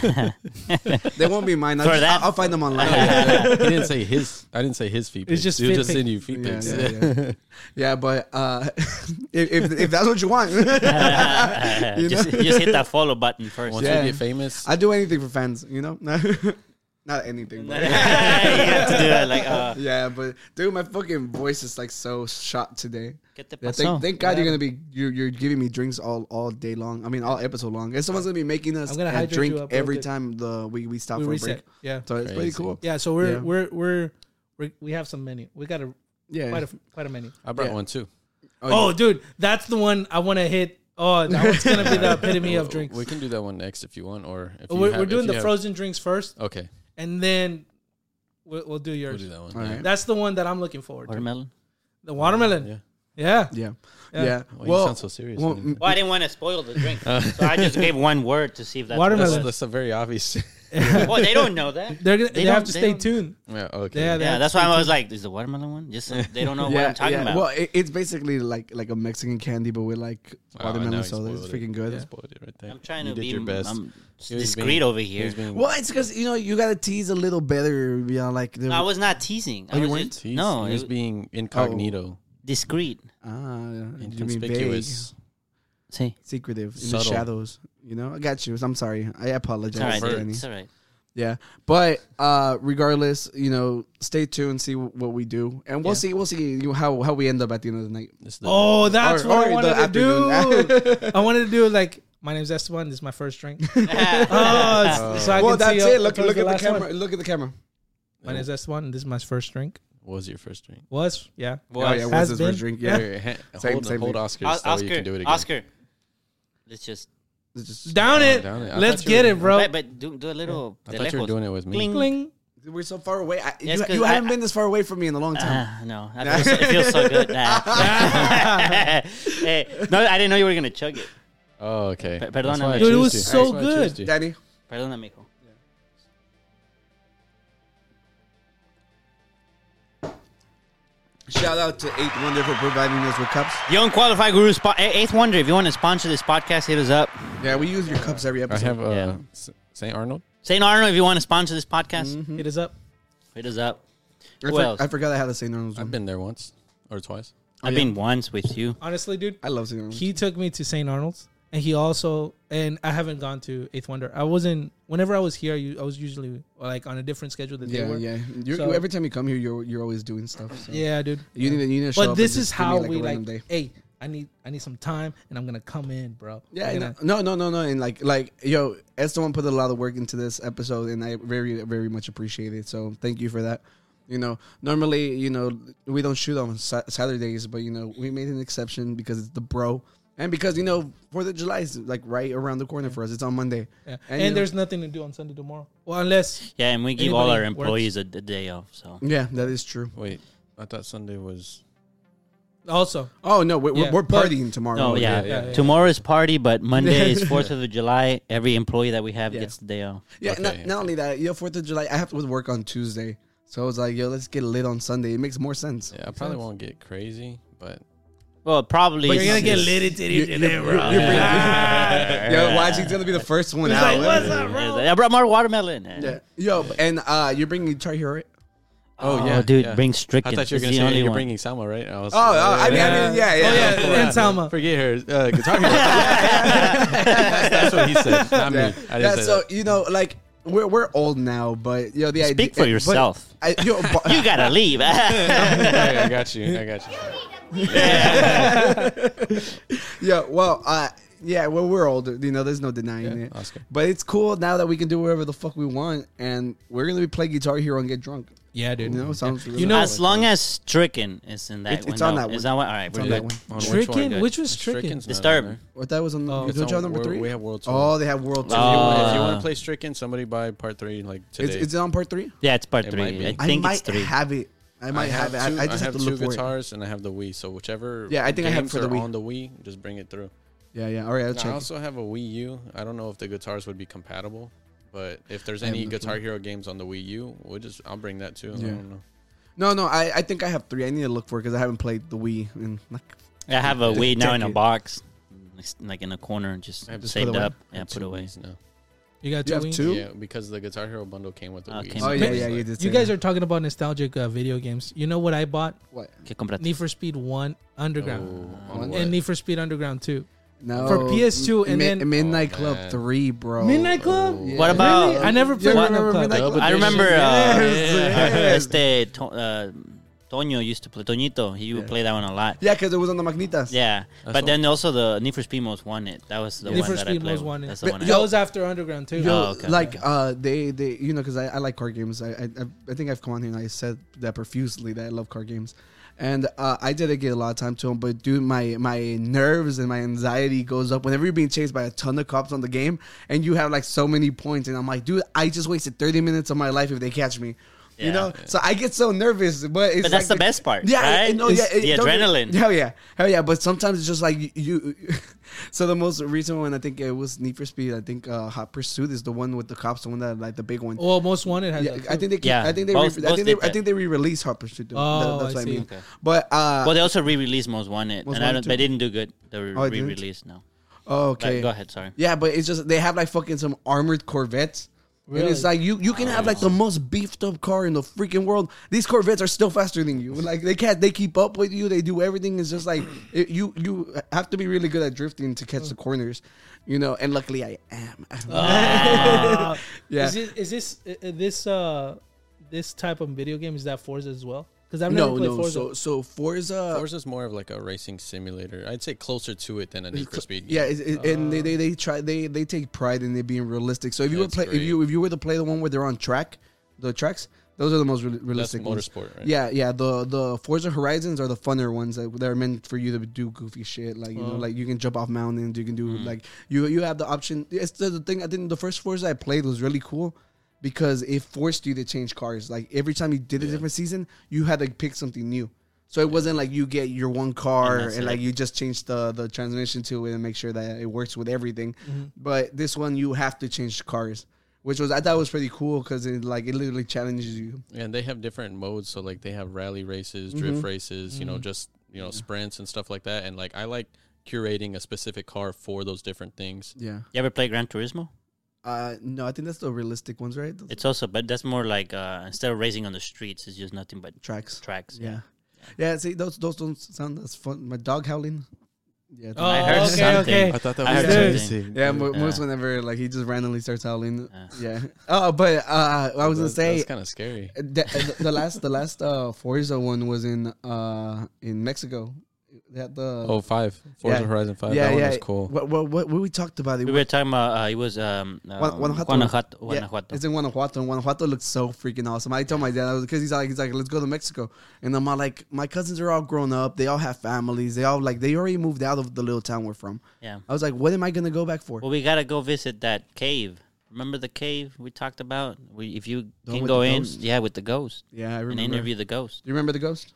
[SPEAKER 5] they won't be mine. I'll,
[SPEAKER 2] For
[SPEAKER 5] just-
[SPEAKER 2] that-
[SPEAKER 5] I'll, I'll find them online.
[SPEAKER 3] he didn't say his. I didn't say his feet pics.
[SPEAKER 4] It's just
[SPEAKER 3] He'll
[SPEAKER 4] feet
[SPEAKER 3] just
[SPEAKER 4] pic.
[SPEAKER 3] send you feet
[SPEAKER 5] Yeah,
[SPEAKER 3] pics.
[SPEAKER 5] yeah, yeah. yeah, but uh, if, if if that's what you want,
[SPEAKER 2] just, just hit that follow button first.
[SPEAKER 3] Once
[SPEAKER 5] Yeah.
[SPEAKER 3] we get famous,
[SPEAKER 5] I do anything for fans. You know, not anything.
[SPEAKER 2] you
[SPEAKER 5] But,
[SPEAKER 2] have to do that. Like, uh,
[SPEAKER 5] yeah, but dude, my fucking voice is like so shot today.
[SPEAKER 2] get the
[SPEAKER 5] Yeah,
[SPEAKER 2] paso.
[SPEAKER 5] thank, thank God you're gonna be you're, you're giving me drinks all all day long. I mean, all episode long. And someone's gonna be making us
[SPEAKER 4] I'm gonna
[SPEAKER 5] a
[SPEAKER 4] hydrate
[SPEAKER 5] drink
[SPEAKER 4] you up real
[SPEAKER 5] every
[SPEAKER 4] quick.
[SPEAKER 5] time the we, we stop
[SPEAKER 4] We
[SPEAKER 5] for a
[SPEAKER 4] reset.
[SPEAKER 5] break.
[SPEAKER 4] Yeah.
[SPEAKER 5] So it's pretty
[SPEAKER 3] Crazy.
[SPEAKER 5] cool.
[SPEAKER 4] Yeah, so we're
[SPEAKER 5] Yeah.
[SPEAKER 4] we're we're we're we have some menu. We got a
[SPEAKER 5] Yeah.
[SPEAKER 4] quite a quite a menu.
[SPEAKER 3] I brought
[SPEAKER 5] yeah.
[SPEAKER 3] one too.
[SPEAKER 5] Oh,
[SPEAKER 4] Oh, dude, that's the one I want to hit. Oh, that one's gonna be the epitome of drinks.
[SPEAKER 3] We can do that one next if you want, or if you
[SPEAKER 4] We're,
[SPEAKER 3] have-
[SPEAKER 4] we're
[SPEAKER 3] if
[SPEAKER 4] doing
[SPEAKER 3] you
[SPEAKER 4] the
[SPEAKER 3] have-
[SPEAKER 4] frozen drinks first,
[SPEAKER 3] Okay,
[SPEAKER 4] and then we'll, we'll do
[SPEAKER 3] we'll
[SPEAKER 4] yours.
[SPEAKER 3] do that one.
[SPEAKER 5] All
[SPEAKER 3] yeah.
[SPEAKER 5] right.
[SPEAKER 4] That's the one that I'm looking forward to.
[SPEAKER 2] Watermelon.
[SPEAKER 4] The watermelon.
[SPEAKER 3] Yeah.
[SPEAKER 4] Yeah.
[SPEAKER 5] Yeah.
[SPEAKER 4] Yeah.
[SPEAKER 5] Yeah.
[SPEAKER 3] Well, you sound so serious,
[SPEAKER 5] well,
[SPEAKER 3] man.
[SPEAKER 5] mm,
[SPEAKER 2] Well, I didn't want to spoil the drink, so I just gave one word to see if that.
[SPEAKER 4] Watermelon.
[SPEAKER 3] That's, that's a very obvious.
[SPEAKER 2] Well, they don't know that.
[SPEAKER 4] They're gonna. They,
[SPEAKER 2] They
[SPEAKER 4] have
[SPEAKER 2] don't-
[SPEAKER 4] to
[SPEAKER 2] they
[SPEAKER 4] stay
[SPEAKER 2] don't-
[SPEAKER 4] tuned.
[SPEAKER 6] Yeah, okay.
[SPEAKER 4] Yeah, they
[SPEAKER 2] Yeah,
[SPEAKER 4] have
[SPEAKER 2] that's
[SPEAKER 4] to
[SPEAKER 2] why
[SPEAKER 4] stay
[SPEAKER 2] I was
[SPEAKER 4] tuned.
[SPEAKER 2] like, "Is the watermelon one?" Just so they don't know what I'm talking
[SPEAKER 5] yeah.
[SPEAKER 2] about.
[SPEAKER 5] Well, it, it's basically like like a Mexican candy, but with like
[SPEAKER 6] Wow, now
[SPEAKER 5] watermelon
[SPEAKER 6] Oh, you
[SPEAKER 5] soda. It's
[SPEAKER 6] spoiled it.
[SPEAKER 5] freaking good.
[SPEAKER 6] You spoiled it right there.
[SPEAKER 2] I'm trying
[SPEAKER 6] you
[SPEAKER 2] to
[SPEAKER 6] did
[SPEAKER 2] be
[SPEAKER 6] your best.
[SPEAKER 2] I'm
[SPEAKER 6] He was
[SPEAKER 2] discreet
[SPEAKER 6] being-
[SPEAKER 2] over
[SPEAKER 6] he
[SPEAKER 2] here.
[SPEAKER 6] was being-
[SPEAKER 5] Well, it's because you know you gotta tease a little better. You know, like the,
[SPEAKER 2] I was not teasing. I
[SPEAKER 5] Oh, you
[SPEAKER 2] was
[SPEAKER 5] weren't?
[SPEAKER 2] just-
[SPEAKER 6] Jeez,
[SPEAKER 2] no,
[SPEAKER 6] he
[SPEAKER 2] it
[SPEAKER 6] was
[SPEAKER 2] was
[SPEAKER 6] being incognito,
[SPEAKER 2] discreet.
[SPEAKER 5] ah, you mean vague.
[SPEAKER 6] inconspicuous.
[SPEAKER 2] See,
[SPEAKER 5] secretive in the
[SPEAKER 6] Subtle.
[SPEAKER 5] shadows. You know, I got you. I'm sorry. I
[SPEAKER 2] it's
[SPEAKER 5] apologize.
[SPEAKER 2] all right.
[SPEAKER 5] for
[SPEAKER 2] dude.
[SPEAKER 5] any-
[SPEAKER 2] It's all right.
[SPEAKER 5] Yeah, but uh, regardless, you know, stay tuned, see wh- what we do, and we'll
[SPEAKER 4] Yeah.
[SPEAKER 5] see. We'll see you how how we end up at the end of the night.
[SPEAKER 6] It's the-
[SPEAKER 4] Oh, that's
[SPEAKER 5] Or-
[SPEAKER 4] what
[SPEAKER 5] or
[SPEAKER 4] I wanted
[SPEAKER 5] the
[SPEAKER 4] to do.
[SPEAKER 5] afternoon. Oh.
[SPEAKER 4] I wanted to do like my name's Esteban. This is my first drink. oh, so I
[SPEAKER 5] Oh. well,
[SPEAKER 4] can see
[SPEAKER 5] that's
[SPEAKER 4] up
[SPEAKER 5] it. Look,
[SPEAKER 4] towards
[SPEAKER 5] look at the
[SPEAKER 4] last one.
[SPEAKER 5] camera. Look at the camera.
[SPEAKER 4] My name's Esteban. This is my first drink.
[SPEAKER 6] What was your first drink?
[SPEAKER 4] Was yeah.
[SPEAKER 5] oh yeah, what's
[SPEAKER 4] Has
[SPEAKER 5] this we're
[SPEAKER 4] been.
[SPEAKER 5] drinking? Yeah,
[SPEAKER 6] Wait, wait, ha-
[SPEAKER 5] Same-
[SPEAKER 6] hold,
[SPEAKER 5] same
[SPEAKER 6] hold
[SPEAKER 5] thing.
[SPEAKER 6] Oscar,
[SPEAKER 2] Os-
[SPEAKER 6] so you
[SPEAKER 2] Oscar,
[SPEAKER 6] can do it again.
[SPEAKER 2] Oscar. Let's just.
[SPEAKER 5] It's just-
[SPEAKER 4] Down
[SPEAKER 6] Oh,
[SPEAKER 4] it.
[SPEAKER 6] down it. I
[SPEAKER 4] Let's
[SPEAKER 6] thought you
[SPEAKER 4] get
[SPEAKER 6] were-
[SPEAKER 4] it, bro.
[SPEAKER 2] But, but do, do a little.
[SPEAKER 6] I
[SPEAKER 2] de
[SPEAKER 6] thought you were
[SPEAKER 2] lejos.
[SPEAKER 6] doing it with me.
[SPEAKER 2] Cling.
[SPEAKER 4] Cling.
[SPEAKER 5] we're so far away. I,
[SPEAKER 2] Yes,
[SPEAKER 5] you
[SPEAKER 2] 'cause
[SPEAKER 5] you
[SPEAKER 2] I-
[SPEAKER 5] haven't been this far away from me in a long time.
[SPEAKER 2] Ah, no, I feel so, it feels so good. Ah. hey, no, I didn't know you were gonna chug it.
[SPEAKER 6] Oh, okay.
[SPEAKER 2] Pe-
[SPEAKER 6] That's
[SPEAKER 2] perdóname.
[SPEAKER 6] why I
[SPEAKER 4] Dude, it
[SPEAKER 6] choose
[SPEAKER 4] was
[SPEAKER 6] you. That's
[SPEAKER 4] so
[SPEAKER 6] why I choose
[SPEAKER 4] good.
[SPEAKER 6] you.
[SPEAKER 5] Danny,
[SPEAKER 2] Perdona, mijo.
[SPEAKER 5] shout out to Eight Wonder for providing us with cups.
[SPEAKER 2] The Unqualified Guru spo- Eh, Eighth Wonder. If you want to sponsor this podcast, hit us up.
[SPEAKER 5] Yeah, we use your cups every
[SPEAKER 6] I
[SPEAKER 5] episode.
[SPEAKER 6] have uh,
[SPEAKER 2] Yeah.
[SPEAKER 6] S- St. Arnold.
[SPEAKER 2] Saint Arnold. If you want to sponsor this podcast,
[SPEAKER 6] Mm-hmm.
[SPEAKER 4] It is up.
[SPEAKER 2] hit us up.
[SPEAKER 5] I,
[SPEAKER 2] who else?
[SPEAKER 5] I forgot I had the St. Arnold's one.
[SPEAKER 6] I've been there once or twice.
[SPEAKER 2] I've been once with you.
[SPEAKER 4] Honestly, dude,
[SPEAKER 5] I love St. Arnold's.
[SPEAKER 4] he took me to St. Arnold's, and he also and I haven't gone to Eighth Wonder. I wasn't. Whenever I was here, you- I was usually like on a different schedule than
[SPEAKER 5] yeah,
[SPEAKER 4] they were.
[SPEAKER 5] yeah. You're,
[SPEAKER 4] So-
[SPEAKER 5] every time you come here, you're you're always doing stuff. So.
[SPEAKER 4] Yeah, dude.
[SPEAKER 5] You need to, you need to show up
[SPEAKER 4] But
[SPEAKER 5] and
[SPEAKER 4] this is
[SPEAKER 5] just give me,
[SPEAKER 4] how
[SPEAKER 5] like, a
[SPEAKER 4] we like.
[SPEAKER 5] random day.
[SPEAKER 4] Hey, I need I need some time, and I'm gonna come in, bro.
[SPEAKER 5] Yeah,
[SPEAKER 4] I'm
[SPEAKER 5] and,
[SPEAKER 4] gonna-
[SPEAKER 5] uh, no, no, no, no, and like, like, yo, Esteban put a lot of work into this episode, and I very, very much appreciate it. So thank you for that. You know, normally, you know, we don't shoot on Sa- Saturdays, but you know, we made an exception because it's the bro, and because you know, Fourth of July is like right around the corner for us. It's on Monday,
[SPEAKER 4] yeah.
[SPEAKER 5] and,
[SPEAKER 4] And,
[SPEAKER 5] you know-
[SPEAKER 4] there's nothing to do on Sunday tomorrow. Well, unless
[SPEAKER 2] Yeah, and we give all our
[SPEAKER 4] Anybody works?
[SPEAKER 2] employees a, a day off. So
[SPEAKER 5] yeah, that is true.
[SPEAKER 6] Wait, I thought Sunday was.
[SPEAKER 4] also
[SPEAKER 5] Oh no, we're,
[SPEAKER 4] Yeah,
[SPEAKER 5] we're
[SPEAKER 4] but-
[SPEAKER 5] partying tomorrow.
[SPEAKER 2] No,
[SPEAKER 6] Oh, yeah,
[SPEAKER 2] yeah.
[SPEAKER 6] yeah, yeah.
[SPEAKER 2] Tomorrow's party, but Monday is Fourth of July. Every employee that we have
[SPEAKER 5] Yeah.
[SPEAKER 2] gets the day off.
[SPEAKER 5] Yeah,
[SPEAKER 6] Okay,
[SPEAKER 5] not,
[SPEAKER 6] yeah.
[SPEAKER 5] not only that, yo, Fourth of July, I have to work on Tuesday, so I was like, yo, let's get lit on Sunday. It makes more sense.
[SPEAKER 6] Yeah, I probably won't get crazy, but
[SPEAKER 2] Well, probably.
[SPEAKER 4] But you're
[SPEAKER 2] it's-
[SPEAKER 4] gonna get
[SPEAKER 2] it's-
[SPEAKER 4] lit into the internet, bro.
[SPEAKER 5] You're pretty- yo, YG's gonna be the first one out.
[SPEAKER 2] I brought more watermelon.
[SPEAKER 5] Yeah. Yo, and uh, you're bringing Guitar Hero. Right?
[SPEAKER 6] oh,
[SPEAKER 2] Oh,
[SPEAKER 6] yeah,
[SPEAKER 2] dude,
[SPEAKER 6] yeah.
[SPEAKER 2] bring Stricken.
[SPEAKER 6] I thought you were
[SPEAKER 2] It's
[SPEAKER 6] gonna
[SPEAKER 2] the
[SPEAKER 6] say
[SPEAKER 2] only
[SPEAKER 6] you're
[SPEAKER 2] one.
[SPEAKER 6] bringing Salma, right? I was,
[SPEAKER 5] Oh, oh, I mean, I mean, yeah, yeah.
[SPEAKER 4] Oh, yeah, and Salma.
[SPEAKER 6] forget her. Uh, guitar Hero. that's, that's what he said, not me. I didn't
[SPEAKER 5] yeah,
[SPEAKER 6] say
[SPEAKER 5] so
[SPEAKER 6] that.
[SPEAKER 5] you know, like we're we're old now, but yo, the idea.
[SPEAKER 2] Speak for
[SPEAKER 5] but
[SPEAKER 2] yourself.
[SPEAKER 5] I, yo, but-
[SPEAKER 2] You gotta leave.
[SPEAKER 6] Hey, I got you. I got you.
[SPEAKER 5] Yeah, well, uh, yeah, well, we're older. You know, there's no denying it.
[SPEAKER 6] Oscar.
[SPEAKER 5] But it's cool now that we can do whatever the fuck we want, and we're gonna be playing Guitar Hero and get drunk.
[SPEAKER 4] Yeah,
[SPEAKER 5] You
[SPEAKER 4] dude.
[SPEAKER 5] know, sounds really
[SPEAKER 4] You know-
[SPEAKER 2] as long as Stricken is in that
[SPEAKER 5] It's-
[SPEAKER 2] one.
[SPEAKER 5] it's on
[SPEAKER 2] no,
[SPEAKER 5] that
[SPEAKER 2] Is
[SPEAKER 5] one.
[SPEAKER 2] that one? All right, we're
[SPEAKER 5] on
[SPEAKER 2] good.
[SPEAKER 5] that one.
[SPEAKER 6] On
[SPEAKER 4] Stricken?
[SPEAKER 6] one guys?
[SPEAKER 4] Which was Stricken?
[SPEAKER 6] Stricken's not
[SPEAKER 2] Disturbed.
[SPEAKER 6] on there.
[SPEAKER 5] what that was on?
[SPEAKER 4] Oh.
[SPEAKER 5] the
[SPEAKER 4] It's
[SPEAKER 5] don't you have
[SPEAKER 6] on-
[SPEAKER 5] number
[SPEAKER 6] we're-
[SPEAKER 5] three?
[SPEAKER 6] We have World Tour.
[SPEAKER 5] Oh, they have World Tour.
[SPEAKER 2] Oh.
[SPEAKER 6] If you- if you
[SPEAKER 2] Uh,
[SPEAKER 6] want to play Stricken, somebody buy part three like
[SPEAKER 5] It's,
[SPEAKER 6] today.
[SPEAKER 5] it's on part three.
[SPEAKER 2] Yeah, it's part
[SPEAKER 6] It might
[SPEAKER 2] three.
[SPEAKER 6] be.
[SPEAKER 2] I
[SPEAKER 5] I
[SPEAKER 2] think
[SPEAKER 5] might
[SPEAKER 2] it's three.
[SPEAKER 5] have it. I might have, it.
[SPEAKER 6] two-
[SPEAKER 5] I, I just have, to
[SPEAKER 6] two
[SPEAKER 5] look for it.
[SPEAKER 6] guitars and I have the Wii. So whichever
[SPEAKER 5] Yeah, I think I have it
[SPEAKER 6] games
[SPEAKER 5] for the
[SPEAKER 6] are
[SPEAKER 5] Wii.
[SPEAKER 6] on the Wii, just bring it through.
[SPEAKER 5] Yeah, yeah. All right, I'll
[SPEAKER 6] Now,
[SPEAKER 5] check.
[SPEAKER 6] I
[SPEAKER 5] it.
[SPEAKER 6] also have a Wii U. I don't know if the guitars would be compatible, but if there's
[SPEAKER 5] I have
[SPEAKER 6] any
[SPEAKER 5] no
[SPEAKER 6] Guitar
[SPEAKER 5] clue.
[SPEAKER 6] Hero games on the Wii U, we'll just I'll bring that too.
[SPEAKER 5] Yeah.
[SPEAKER 6] I don't know.
[SPEAKER 5] No, no, I, I think I have three. I need to look for it because I haven't played the Wii in like
[SPEAKER 2] I have a weed now in a
[SPEAKER 5] Decade.
[SPEAKER 2] box, like in a corner, just
[SPEAKER 6] I have to
[SPEAKER 5] put
[SPEAKER 2] saved
[SPEAKER 5] away.
[SPEAKER 2] up.
[SPEAKER 6] I
[SPEAKER 2] Yeah,
[SPEAKER 6] have
[SPEAKER 2] put
[SPEAKER 6] two
[SPEAKER 2] away.
[SPEAKER 6] Wiis now.
[SPEAKER 4] You got
[SPEAKER 5] You
[SPEAKER 4] two
[SPEAKER 5] have
[SPEAKER 4] wings?
[SPEAKER 5] two?
[SPEAKER 6] Yeah, because the Guitar Hero bundle came with the
[SPEAKER 2] Oh,
[SPEAKER 6] Wii.
[SPEAKER 2] came
[SPEAKER 6] so
[SPEAKER 5] Oh
[SPEAKER 2] with
[SPEAKER 5] yeah,
[SPEAKER 6] it's
[SPEAKER 5] yeah,
[SPEAKER 6] like-
[SPEAKER 5] you did. say
[SPEAKER 4] You guys
[SPEAKER 5] that.
[SPEAKER 4] are talking about nostalgic uh, video games. You know what I bought?
[SPEAKER 5] what?
[SPEAKER 2] Que compraste?
[SPEAKER 4] Need for Speed One Underground
[SPEAKER 6] Oh,
[SPEAKER 5] And
[SPEAKER 6] on
[SPEAKER 4] and
[SPEAKER 6] what?
[SPEAKER 4] Need for Speed Underground Two.
[SPEAKER 5] No,
[SPEAKER 4] For PS2 and then-
[SPEAKER 5] Midnight
[SPEAKER 6] Oh,
[SPEAKER 5] Club
[SPEAKER 6] man.
[SPEAKER 5] Three, bro.
[SPEAKER 4] Midnight Club.
[SPEAKER 6] Oh, yeah.
[SPEAKER 2] What about?
[SPEAKER 4] Really? I never
[SPEAKER 5] You
[SPEAKER 4] played
[SPEAKER 5] remember
[SPEAKER 4] Midnight Club.
[SPEAKER 5] Midnight
[SPEAKER 6] Double
[SPEAKER 5] Club?
[SPEAKER 2] I remember uh,
[SPEAKER 5] Yes,
[SPEAKER 2] este to, uh, Toño used to play Toñito. He would play that one a lot.
[SPEAKER 5] Yeah, because it was on the Magnitas.
[SPEAKER 2] Yeah,
[SPEAKER 6] That's
[SPEAKER 2] but then also the Need for Speed Most Wanted. That was the
[SPEAKER 4] Need
[SPEAKER 2] one
[SPEAKER 4] for
[SPEAKER 2] that I
[SPEAKER 4] Speed
[SPEAKER 2] played.
[SPEAKER 4] Most Wanted.
[SPEAKER 2] That's the one. I-
[SPEAKER 4] That was after Underground too.
[SPEAKER 5] Yo,
[SPEAKER 2] Oh, okay.
[SPEAKER 5] like uh, they they you know because I, I like card games. I, I I think I've come on here and I said that profusely that I love card games, and uh, I dedicate a lot of time to them. But dude, my my nerves and my anxiety goes up whenever you're being chased by a ton of cops on the game, and you have like so many points, and I'm like, dude, I just wasted 30 minutes of my life if they catch me. You know, so I get so nervous, but it's
[SPEAKER 2] But that's
[SPEAKER 5] like
[SPEAKER 2] the best part,
[SPEAKER 5] Yeah,
[SPEAKER 2] right?
[SPEAKER 5] it- no,
[SPEAKER 2] It's
[SPEAKER 5] yeah, it-
[SPEAKER 2] the
[SPEAKER 5] don't get-
[SPEAKER 2] adrenaline.
[SPEAKER 5] Hell yeah, hell yeah. But sometimes it's just like you. so the most recent one, I think it was Need for Speed. I think uh, Hot Pursuit is the one with the cops, the one that like the big one.
[SPEAKER 4] Well, most Oh, wanted has.
[SPEAKER 5] Yeah,
[SPEAKER 4] that
[SPEAKER 5] I
[SPEAKER 4] too.
[SPEAKER 5] think they. Keep,
[SPEAKER 2] Yeah,
[SPEAKER 5] I think they.
[SPEAKER 2] both-
[SPEAKER 5] re- I
[SPEAKER 2] both
[SPEAKER 5] think they.
[SPEAKER 2] did
[SPEAKER 5] I
[SPEAKER 2] that.
[SPEAKER 5] think they re-release Hot Pursuit. though.
[SPEAKER 4] Oh,
[SPEAKER 5] that's
[SPEAKER 4] I
[SPEAKER 5] what I
[SPEAKER 4] see.
[SPEAKER 5] mean.
[SPEAKER 4] Okay.
[SPEAKER 5] But uh,
[SPEAKER 2] Well, they also re-released Most Wanted,
[SPEAKER 5] Most
[SPEAKER 2] and I
[SPEAKER 5] Wanted
[SPEAKER 2] don't,
[SPEAKER 5] too.
[SPEAKER 2] they didn't do good. The
[SPEAKER 5] Oh, it didn't?
[SPEAKER 2] re-release, no.
[SPEAKER 5] oh,
[SPEAKER 2] But
[SPEAKER 5] okay.
[SPEAKER 2] go ahead, sorry.
[SPEAKER 5] Yeah, but it's just they have like fucking some armored Corvettes. And it's like you you can have like the most beefed up car in the freaking world. These Corvettes are still faster than you. Like they can't they keep up with you. They do everything. It's just like it, you you have to be really good at drifting to catch the corners, you know. And luckily I am.
[SPEAKER 4] Ah.
[SPEAKER 5] Yeah.
[SPEAKER 4] Is, it, is this uh, uh, this uh this type of video game is that Forza as well? Because I've never
[SPEAKER 5] no
[SPEAKER 4] played
[SPEAKER 5] no.
[SPEAKER 4] Forza.
[SPEAKER 5] So so Forza.
[SPEAKER 6] Forza's more of like a racing simulator. I'd say closer to it than a Need for Speed.
[SPEAKER 5] Yeah, it's, it, and they,
[SPEAKER 4] Ah.
[SPEAKER 5] they they try they they take pride in it being realistic. So if you were
[SPEAKER 6] That's
[SPEAKER 5] play if
[SPEAKER 6] great.
[SPEAKER 5] you if you were to play the one where they're on track, the tracks, those are the most re- realistic ones.
[SPEAKER 6] motorsport, right?
[SPEAKER 5] Yeah, yeah. The the Forza Horizons are the funner ones that, that are meant for you to do goofy shit. Like
[SPEAKER 2] Oh.
[SPEAKER 5] you know, like you can jump off mountains. You can do
[SPEAKER 2] Mm-hmm.
[SPEAKER 5] like you you have the option. It's the, the thing. I think the first Forza I played was really cool. Because it forced you to change cars. Like every time you did a different season, you had to pick something new. So it wasn't like you get your one car
[SPEAKER 2] And
[SPEAKER 5] and,
[SPEAKER 2] that's
[SPEAKER 5] like
[SPEAKER 2] it.
[SPEAKER 5] you just change the the transmission to it and make sure that it works with everything.
[SPEAKER 2] Mm-hmm.
[SPEAKER 5] But this one you have to change cars, which was I thought was pretty cool because it like it literally challenges you.
[SPEAKER 6] and they have different modes so like they have rally races drift
[SPEAKER 5] Mm-hmm.
[SPEAKER 6] races you know just you know sprints and stuff like that and like i like curating a specific car for those different things
[SPEAKER 5] Yeah.
[SPEAKER 2] You ever play Gran Turismo?
[SPEAKER 5] Uh, no, I think that's the realistic ones, right? Those
[SPEAKER 2] It's also, but that's more like uh, instead of racing on the streets, it's just nothing but
[SPEAKER 5] tracks.
[SPEAKER 2] tracks.
[SPEAKER 5] Yeah. Yeah. See, those those don't sound as fun. My dog howling. Yeah.
[SPEAKER 4] oh,
[SPEAKER 2] I heard
[SPEAKER 4] okay,
[SPEAKER 2] something.
[SPEAKER 4] okay.
[SPEAKER 2] I
[SPEAKER 6] thought
[SPEAKER 2] I was heard something.
[SPEAKER 5] Yeah, mo-
[SPEAKER 2] Yeah.
[SPEAKER 5] most whenever like he just randomly starts howling.
[SPEAKER 2] Yeah.
[SPEAKER 5] Yeah. Oh, but uh, I was gonna say uh,
[SPEAKER 6] that's kind of scary
[SPEAKER 5] the, the last the last uh Forza one was in uh in Mexico. That the
[SPEAKER 6] oh five forza
[SPEAKER 5] Yeah.
[SPEAKER 6] horizon five that one was cool
[SPEAKER 5] What what what, what we talked about it.
[SPEAKER 2] We were talking about uh, it was um, uh,
[SPEAKER 5] Guan- Guanajuato.
[SPEAKER 2] Guanajuato.
[SPEAKER 5] Yeah,
[SPEAKER 2] Guanajuato.
[SPEAKER 5] it's in Guanajuato, and Guanajuato looks so freaking awesome. I told my dad because he's like, he's like, let's go to Mexico, and I'm all like, my cousins are all grown up, they all have families, they all like, they already moved out of the little town we're from.
[SPEAKER 2] Yeah.
[SPEAKER 5] I was like, what am I gonna go back for?
[SPEAKER 2] Well, we gotta go visit that cave. Remember the cave we talked about? We, if you
[SPEAKER 5] The one
[SPEAKER 2] can
[SPEAKER 5] with
[SPEAKER 2] go
[SPEAKER 5] the
[SPEAKER 2] in,
[SPEAKER 5] ghost?
[SPEAKER 2] yeah, with the ghost
[SPEAKER 5] yeah, I
[SPEAKER 2] and
[SPEAKER 5] remember.
[SPEAKER 2] interview the ghost.
[SPEAKER 5] Do you remember the ghost?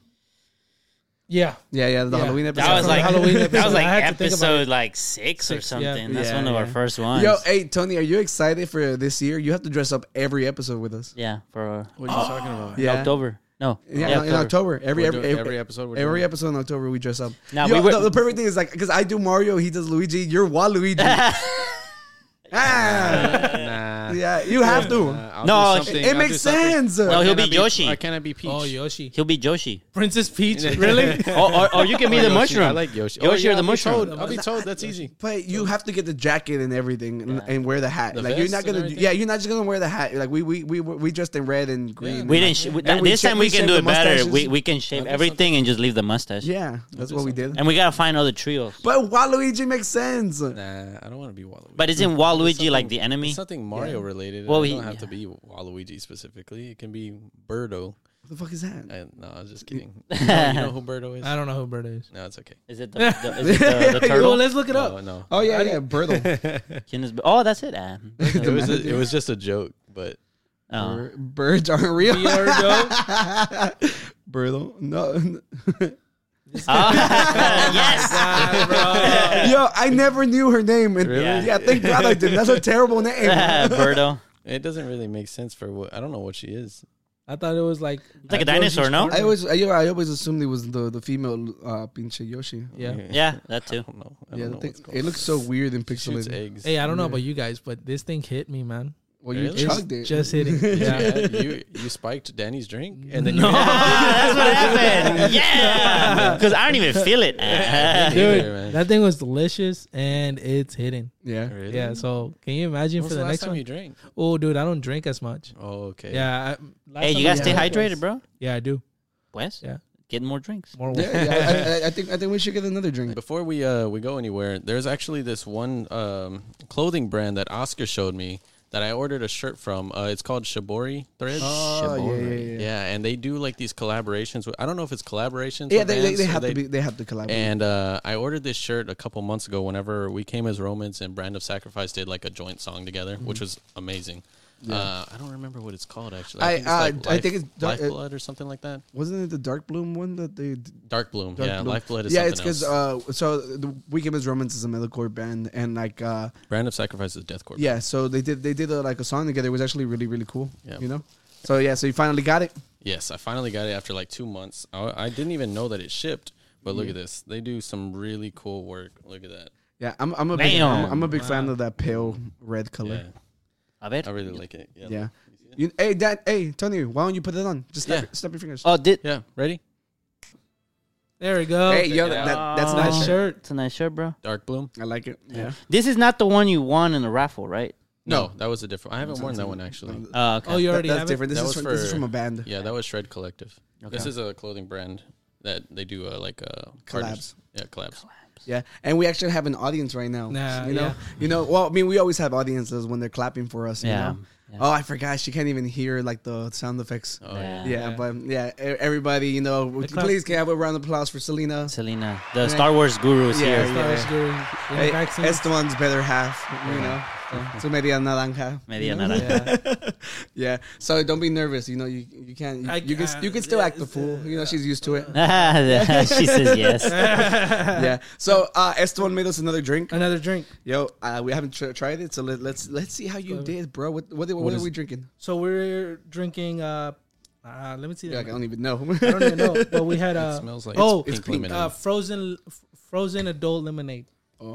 [SPEAKER 4] Yeah.
[SPEAKER 5] Yeah, yeah, the
[SPEAKER 4] Yeah.
[SPEAKER 5] Halloween episode.
[SPEAKER 2] That was like
[SPEAKER 4] Halloween
[SPEAKER 2] That
[SPEAKER 4] episode.
[SPEAKER 2] was like
[SPEAKER 4] I had to think about
[SPEAKER 2] episode like six, or
[SPEAKER 4] Six, yeah.
[SPEAKER 2] something. That's
[SPEAKER 5] Yeah,
[SPEAKER 2] one of our
[SPEAKER 5] yeah.
[SPEAKER 2] first ones.
[SPEAKER 5] Yo, eh, hey Tony, are you excited for this year? You have to dress up every episode with us.
[SPEAKER 2] yeah, for
[SPEAKER 6] what are you talking about
[SPEAKER 5] Yeah,
[SPEAKER 2] October. No,
[SPEAKER 5] Yeah,
[SPEAKER 2] yeah,
[SPEAKER 5] in October. Every
[SPEAKER 6] We're
[SPEAKER 5] every,
[SPEAKER 6] doing-
[SPEAKER 5] every
[SPEAKER 6] every episode
[SPEAKER 5] episode.
[SPEAKER 6] we're
[SPEAKER 5] Every
[SPEAKER 6] doing-
[SPEAKER 5] episode in October we dress up.
[SPEAKER 2] Now,
[SPEAKER 5] Yo,
[SPEAKER 2] we were-
[SPEAKER 5] the, the perfect thing is like because I do Mario, he does Luigi. You're Waluigi. ah,
[SPEAKER 6] nah
[SPEAKER 5] yeah, you have to.
[SPEAKER 6] I'll
[SPEAKER 2] No,
[SPEAKER 6] do
[SPEAKER 2] it-
[SPEAKER 6] something-
[SPEAKER 5] it
[SPEAKER 6] I'll do
[SPEAKER 5] makes
[SPEAKER 6] something.
[SPEAKER 5] sense.
[SPEAKER 6] Why
[SPEAKER 2] No, he'll
[SPEAKER 6] can't I
[SPEAKER 2] be Yoshi.
[SPEAKER 6] Why can't I be Peach?
[SPEAKER 4] Oh, Yoshi.
[SPEAKER 2] He'll be Joshi.
[SPEAKER 4] Princess Peach. really?
[SPEAKER 2] or, or, or Oh, you can be the
[SPEAKER 6] Yoshi.
[SPEAKER 2] mushroom.
[SPEAKER 6] I like Yoshi.
[SPEAKER 2] Yoshi Oh, or
[SPEAKER 6] I'll
[SPEAKER 2] the
[SPEAKER 6] be
[SPEAKER 2] mushroom.
[SPEAKER 6] told. I'll be told that's easy.
[SPEAKER 5] But you have to get the jacket and everything, and, and wear the hat.
[SPEAKER 6] The
[SPEAKER 5] like you're
[SPEAKER 6] vest
[SPEAKER 5] not
[SPEAKER 6] and
[SPEAKER 5] gonna, do,
[SPEAKER 6] everything?
[SPEAKER 5] yeah, you're not just gonna wear the hat. Like we we we we dressed in red and green. and
[SPEAKER 2] We
[SPEAKER 5] like-
[SPEAKER 2] didn't. Sh- we,
[SPEAKER 5] And we
[SPEAKER 2] this
[SPEAKER 5] shaved-
[SPEAKER 2] time
[SPEAKER 5] we
[SPEAKER 2] we can
[SPEAKER 5] shaved
[SPEAKER 2] do
[SPEAKER 5] the
[SPEAKER 2] it better.
[SPEAKER 5] mustaches.
[SPEAKER 2] We we can shave everything and just leave the mustache.
[SPEAKER 5] Yeah, that's what we did.
[SPEAKER 2] And we gotta find other trios. But,
[SPEAKER 5] But Waluigi makes sense.
[SPEAKER 6] Nah, I don't want to be Waluigi.
[SPEAKER 2] isn't Waluigi like
[SPEAKER 6] something-
[SPEAKER 2] the enemy?
[SPEAKER 6] It's nothing Mario related.
[SPEAKER 2] Well,
[SPEAKER 6] Well, it
[SPEAKER 2] he-
[SPEAKER 6] don't have to be Waluigi specifically. It can be Birdo.
[SPEAKER 5] What the fuck is that?
[SPEAKER 6] I, no, I was just kidding. You know, you know who Birdo is?
[SPEAKER 4] I don't know who Bird is.
[SPEAKER 6] No, it's okay.
[SPEAKER 2] Is it the, the, is it the, the
[SPEAKER 4] Well,
[SPEAKER 2] turtle?
[SPEAKER 4] let's look it up.
[SPEAKER 6] No, no.
[SPEAKER 5] Oh yeah, yeah, Birdo,
[SPEAKER 2] Can this be- oh, that's it. Ah,
[SPEAKER 6] It was a, it was just a joke, but
[SPEAKER 2] oh.
[SPEAKER 5] Bir- birds aren't real.
[SPEAKER 4] Birdo.
[SPEAKER 5] Birdo, no.
[SPEAKER 2] Oh, yes.
[SPEAKER 5] Yo, I never knew her name. And
[SPEAKER 2] Really?
[SPEAKER 5] Yeah, thank God I did. That's a terrible name.
[SPEAKER 2] Birdo.
[SPEAKER 6] it doesn't really make sense for what I don't know what she is.
[SPEAKER 4] I thought it was like
[SPEAKER 2] like a dinosaur, no?
[SPEAKER 5] I always, I, yeah, I always assumed it was the the female uh, pinche Yoshi.
[SPEAKER 4] Yeah.
[SPEAKER 2] Yeah, that too.
[SPEAKER 6] I don't know. I
[SPEAKER 5] Yeah,
[SPEAKER 6] don't
[SPEAKER 5] the
[SPEAKER 6] know
[SPEAKER 5] thing,
[SPEAKER 6] what's going
[SPEAKER 5] it looks so weird and
[SPEAKER 6] on. Shoots
[SPEAKER 5] pixelated.
[SPEAKER 6] eggs.
[SPEAKER 4] Hey, I don't know about you guys, but this thing hit me, man.
[SPEAKER 5] Well, you
[SPEAKER 6] Really?
[SPEAKER 5] chugged it.
[SPEAKER 4] Just hitting. Yeah.
[SPEAKER 6] Yeah, you you spiked Danny's drink and then
[SPEAKER 4] No.
[SPEAKER 6] you
[SPEAKER 2] Ah, that's what happened. Yeah, because I don't even feel it. Ah.
[SPEAKER 4] Dude,
[SPEAKER 6] Either, man.
[SPEAKER 4] that thing was delicious and it's hidden.
[SPEAKER 5] yeah.
[SPEAKER 6] really?
[SPEAKER 4] Yeah, so can you imagine
[SPEAKER 6] When was
[SPEAKER 4] for
[SPEAKER 6] the
[SPEAKER 4] the,
[SPEAKER 6] last
[SPEAKER 4] next
[SPEAKER 6] time
[SPEAKER 4] one?
[SPEAKER 6] you drank?
[SPEAKER 4] oh, dude, I don't drink as much.
[SPEAKER 6] Oh, okay.
[SPEAKER 4] Yeah. I, last
[SPEAKER 2] hey,
[SPEAKER 4] time
[SPEAKER 2] you
[SPEAKER 4] I
[SPEAKER 2] gotta stay
[SPEAKER 4] drank was-
[SPEAKER 2] hydrated, bro.
[SPEAKER 4] Yeah, I do.
[SPEAKER 2] Wes,
[SPEAKER 4] Yeah.
[SPEAKER 2] get more drinks.
[SPEAKER 4] More
[SPEAKER 5] Yeah, yeah, I, I, I think I think we should get another drink.
[SPEAKER 6] Before we uh we go anywhere, there's actually this one um clothing brand that Oscar showed me that I ordered a shirt from. Uh, it's called Shibori Threads.
[SPEAKER 5] Oh, yeah, yeah, yeah.
[SPEAKER 6] Yeah, and they do like these collaborations. With, I don't know if it's collaborations.
[SPEAKER 5] Yeah,
[SPEAKER 6] with
[SPEAKER 5] they, they,
[SPEAKER 6] bands,
[SPEAKER 5] they
[SPEAKER 6] so
[SPEAKER 5] have to be. They have to collaborate.
[SPEAKER 6] And uh, I ordered this shirt a couple
[SPEAKER 5] Mm-hmm.
[SPEAKER 6] months ago. Whenever we came as Romans and Brand of Sacrifice did like a joint song together, which was amazing.
[SPEAKER 3] Uh, I don't remember what it's called actually.
[SPEAKER 5] I-
[SPEAKER 3] it's like
[SPEAKER 5] uh, I think it's dark-
[SPEAKER 3] Lifeblood or something like that.
[SPEAKER 5] Wasn't it the Dark Bloom one that they? d-
[SPEAKER 3] Dark Bloom.
[SPEAKER 5] Dark
[SPEAKER 3] yeah,
[SPEAKER 5] Bloom?
[SPEAKER 3] Lifeblood is
[SPEAKER 5] yeah, it's
[SPEAKER 3] something else.
[SPEAKER 5] because uh, so the Weekend is Romance is a metalcore band, and like uh,
[SPEAKER 3] Brand of Sacrifice is Deathcore.
[SPEAKER 5] yeah, so they did they did a, like a song together. It was actually really really cool.
[SPEAKER 3] Yeah.
[SPEAKER 5] you know. So yeah, so you finally got it.
[SPEAKER 3] Yes, I finally got it after like two months. I, I didn't even know that it shipped, but look at this. They do some really cool work. Look at that.
[SPEAKER 5] Yeah, I'm I'm a big, I'm,
[SPEAKER 2] Damn.
[SPEAKER 5] I'm a big fan of that pale red color.
[SPEAKER 3] Yeah,
[SPEAKER 2] A ver.
[SPEAKER 3] I really like it. Yeah.
[SPEAKER 5] Yeah. You, hey, that hey, Tony, why don't you put it on? Just snap,
[SPEAKER 3] Yeah.
[SPEAKER 5] snap your fingers.
[SPEAKER 2] Oh, did
[SPEAKER 3] Yeah, ready?
[SPEAKER 4] There we go.
[SPEAKER 5] hey,
[SPEAKER 3] check
[SPEAKER 5] yo,
[SPEAKER 3] it
[SPEAKER 5] that, that, that's a
[SPEAKER 4] nice
[SPEAKER 5] nice shirt.
[SPEAKER 4] shirt.
[SPEAKER 2] it's a nice shirt, bro.
[SPEAKER 3] Dark Bloom?
[SPEAKER 5] I like it. Yeah.
[SPEAKER 2] This is not the one you won in the raffle, right?
[SPEAKER 3] No, that was a different. I haven't worn that one actually.
[SPEAKER 2] Oh, okay.
[SPEAKER 4] Oh, you
[SPEAKER 5] That-
[SPEAKER 4] already
[SPEAKER 5] that's
[SPEAKER 4] have
[SPEAKER 5] different.
[SPEAKER 3] That
[SPEAKER 5] This is,
[SPEAKER 3] was
[SPEAKER 5] from, this is
[SPEAKER 3] for-
[SPEAKER 5] from a band.
[SPEAKER 3] Yeah, that was Shred Collective. This
[SPEAKER 2] Okay.
[SPEAKER 3] is a clothing brand that they do uh, like uh,
[SPEAKER 5] Collabs.
[SPEAKER 3] partners- Yeah, collabs.
[SPEAKER 5] Yeah, and we actually have an audience right now.
[SPEAKER 4] Nah,
[SPEAKER 5] you know,
[SPEAKER 4] yeah.
[SPEAKER 5] you know. Well, I mean, we always have audiences when they're clapping for us.
[SPEAKER 2] Yeah,
[SPEAKER 5] You know? Oh, I forgot. She can't even hear like the sound effects.
[SPEAKER 3] Oh yeah.
[SPEAKER 5] yeah,
[SPEAKER 4] Yeah.
[SPEAKER 5] but yeah, e- everybody, you know, would you
[SPEAKER 4] clap-
[SPEAKER 5] please can I have a round of applause for Selena.
[SPEAKER 2] Selena, the Star Wars guru is
[SPEAKER 5] Yeah,
[SPEAKER 2] here.
[SPEAKER 5] yeah.
[SPEAKER 4] Stars doing- doing
[SPEAKER 5] Hey,
[SPEAKER 4] vaccines.
[SPEAKER 5] Esteban's better half. You
[SPEAKER 4] Uh-huh.
[SPEAKER 5] know, so media naranja. you
[SPEAKER 2] Media
[SPEAKER 5] know?
[SPEAKER 2] naranja.
[SPEAKER 5] Yeah. So don't be nervous. You know, you you can you,
[SPEAKER 4] I
[SPEAKER 5] you can
[SPEAKER 4] can't.
[SPEAKER 5] you can still act the
[SPEAKER 4] Yes.
[SPEAKER 5] fool. You know, she's used to it.
[SPEAKER 4] Uh-huh.
[SPEAKER 2] she says yes.
[SPEAKER 5] yeah. So uh, Esteban made us another drink.
[SPEAKER 4] Another drink.
[SPEAKER 5] Yo, uh, we haven't tr- tried it, so let, let's let's see how you did, bro. What what, what, are
[SPEAKER 3] is-
[SPEAKER 5] we drinking?
[SPEAKER 4] So we're drinking. Uh, uh let me see.
[SPEAKER 5] Yeah, I
[SPEAKER 4] That.
[SPEAKER 5] don't even know.
[SPEAKER 4] I don't even know. But we had uh,
[SPEAKER 3] smells like
[SPEAKER 4] oh,
[SPEAKER 3] pink
[SPEAKER 5] it's pink.
[SPEAKER 3] lemonade.
[SPEAKER 4] uh, frozen, f- frozen adult lemonade.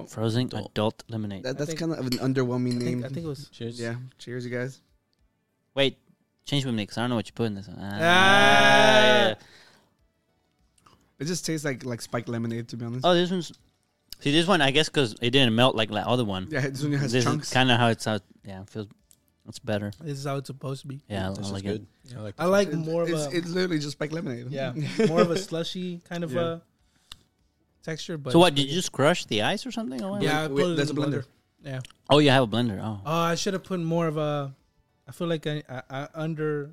[SPEAKER 2] Frozen adult lemonade.
[SPEAKER 5] Oh, that, that's
[SPEAKER 4] think-
[SPEAKER 5] kind of an underwhelming
[SPEAKER 4] I
[SPEAKER 5] name.
[SPEAKER 4] think, I think it was.
[SPEAKER 3] Cheers.
[SPEAKER 5] yeah. Cheers, you guys.
[SPEAKER 2] Wait, change with me because I don't know what you put in this one. Ah,
[SPEAKER 4] Ah.
[SPEAKER 2] yeah.
[SPEAKER 5] It just tastes like like spiked lemonade, to be honest.
[SPEAKER 2] Oh, this one's. See, this one, I guess, because it didn't melt like the other one.
[SPEAKER 5] Yeah, this one has
[SPEAKER 2] this
[SPEAKER 5] chunks.
[SPEAKER 2] is kind of how it's out. Yeah, it feels. It's better.
[SPEAKER 4] This is how it's supposed to be.
[SPEAKER 2] Yeah, I
[SPEAKER 3] This is
[SPEAKER 2] like it.
[SPEAKER 3] good. I like
[SPEAKER 4] I like more of
[SPEAKER 5] it's,
[SPEAKER 4] a
[SPEAKER 5] it's literally just spiked lemonade.
[SPEAKER 4] yeah, more of a slushy kind of
[SPEAKER 5] Yeah.
[SPEAKER 4] uh texture. But
[SPEAKER 2] So what? Did you just crush the ice or something? Or what?
[SPEAKER 4] Yeah, I
[SPEAKER 5] Wait,
[SPEAKER 4] put it in
[SPEAKER 5] there's
[SPEAKER 4] the
[SPEAKER 5] a blender.
[SPEAKER 4] blender. Yeah.
[SPEAKER 2] Oh, you have a blender. Oh,
[SPEAKER 4] Oh, I should have put more of a. I feel like I, I, I under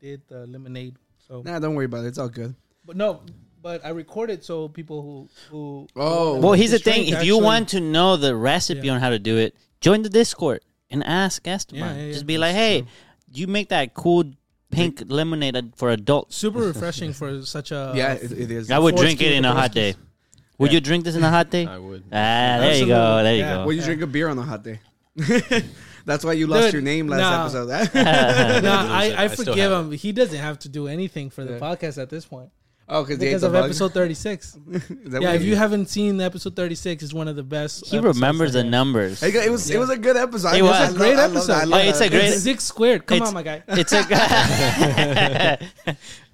[SPEAKER 4] did the lemonade. So,
[SPEAKER 5] Nah, don't worry about it. It's all good.
[SPEAKER 4] but no, but I recorded so people who who.
[SPEAKER 5] Oh.
[SPEAKER 2] Well, here's the
[SPEAKER 4] This
[SPEAKER 2] thing.
[SPEAKER 4] drink
[SPEAKER 2] If you
[SPEAKER 4] actually-
[SPEAKER 2] want to know the recipe
[SPEAKER 4] Yeah.
[SPEAKER 2] on how to do it, join the Discord and ask Esteban.
[SPEAKER 4] Yeah, yeah, yeah,
[SPEAKER 2] Just be like, hey, you make that cool pink lemonade ad- for adults.
[SPEAKER 4] super refreshing for such a
[SPEAKER 5] yeah, it, it is.
[SPEAKER 2] I would
[SPEAKER 4] Four
[SPEAKER 2] drink it
[SPEAKER 4] scoop
[SPEAKER 2] in a
[SPEAKER 4] of
[SPEAKER 2] hot day. Would you drink this in a hot day?
[SPEAKER 3] I would.
[SPEAKER 2] Ah, there you go.
[SPEAKER 4] Absolutely.
[SPEAKER 2] There you
[SPEAKER 4] Yeah.
[SPEAKER 2] go.
[SPEAKER 5] Well, you drink a beer on a hot day. That's why you lost
[SPEAKER 4] Dude,
[SPEAKER 5] your name
[SPEAKER 4] nah.
[SPEAKER 5] last episode.
[SPEAKER 4] no, I,
[SPEAKER 3] it.
[SPEAKER 4] I,
[SPEAKER 3] I still
[SPEAKER 4] forgive
[SPEAKER 3] have
[SPEAKER 4] him. He doesn't have to do anything for the
[SPEAKER 5] Yeah.
[SPEAKER 4] podcast at this point
[SPEAKER 5] oh, because
[SPEAKER 4] because of episode 36. yeah, if you haven't seen episode 36, it's one of the best.
[SPEAKER 2] He
[SPEAKER 4] episodes
[SPEAKER 2] remembers
[SPEAKER 4] that
[SPEAKER 2] the
[SPEAKER 4] I-
[SPEAKER 2] numbers.
[SPEAKER 5] It was it was a good episode. I
[SPEAKER 2] It
[SPEAKER 5] love-
[SPEAKER 2] was.
[SPEAKER 5] I
[SPEAKER 2] It's a
[SPEAKER 5] love-
[SPEAKER 4] great
[SPEAKER 5] I love that. I
[SPEAKER 4] episode.
[SPEAKER 5] love
[SPEAKER 2] Oh, it's
[SPEAKER 5] that.
[SPEAKER 2] a great-
[SPEAKER 4] It's six squared. Come
[SPEAKER 2] It's-
[SPEAKER 4] on, my guy.
[SPEAKER 2] It's a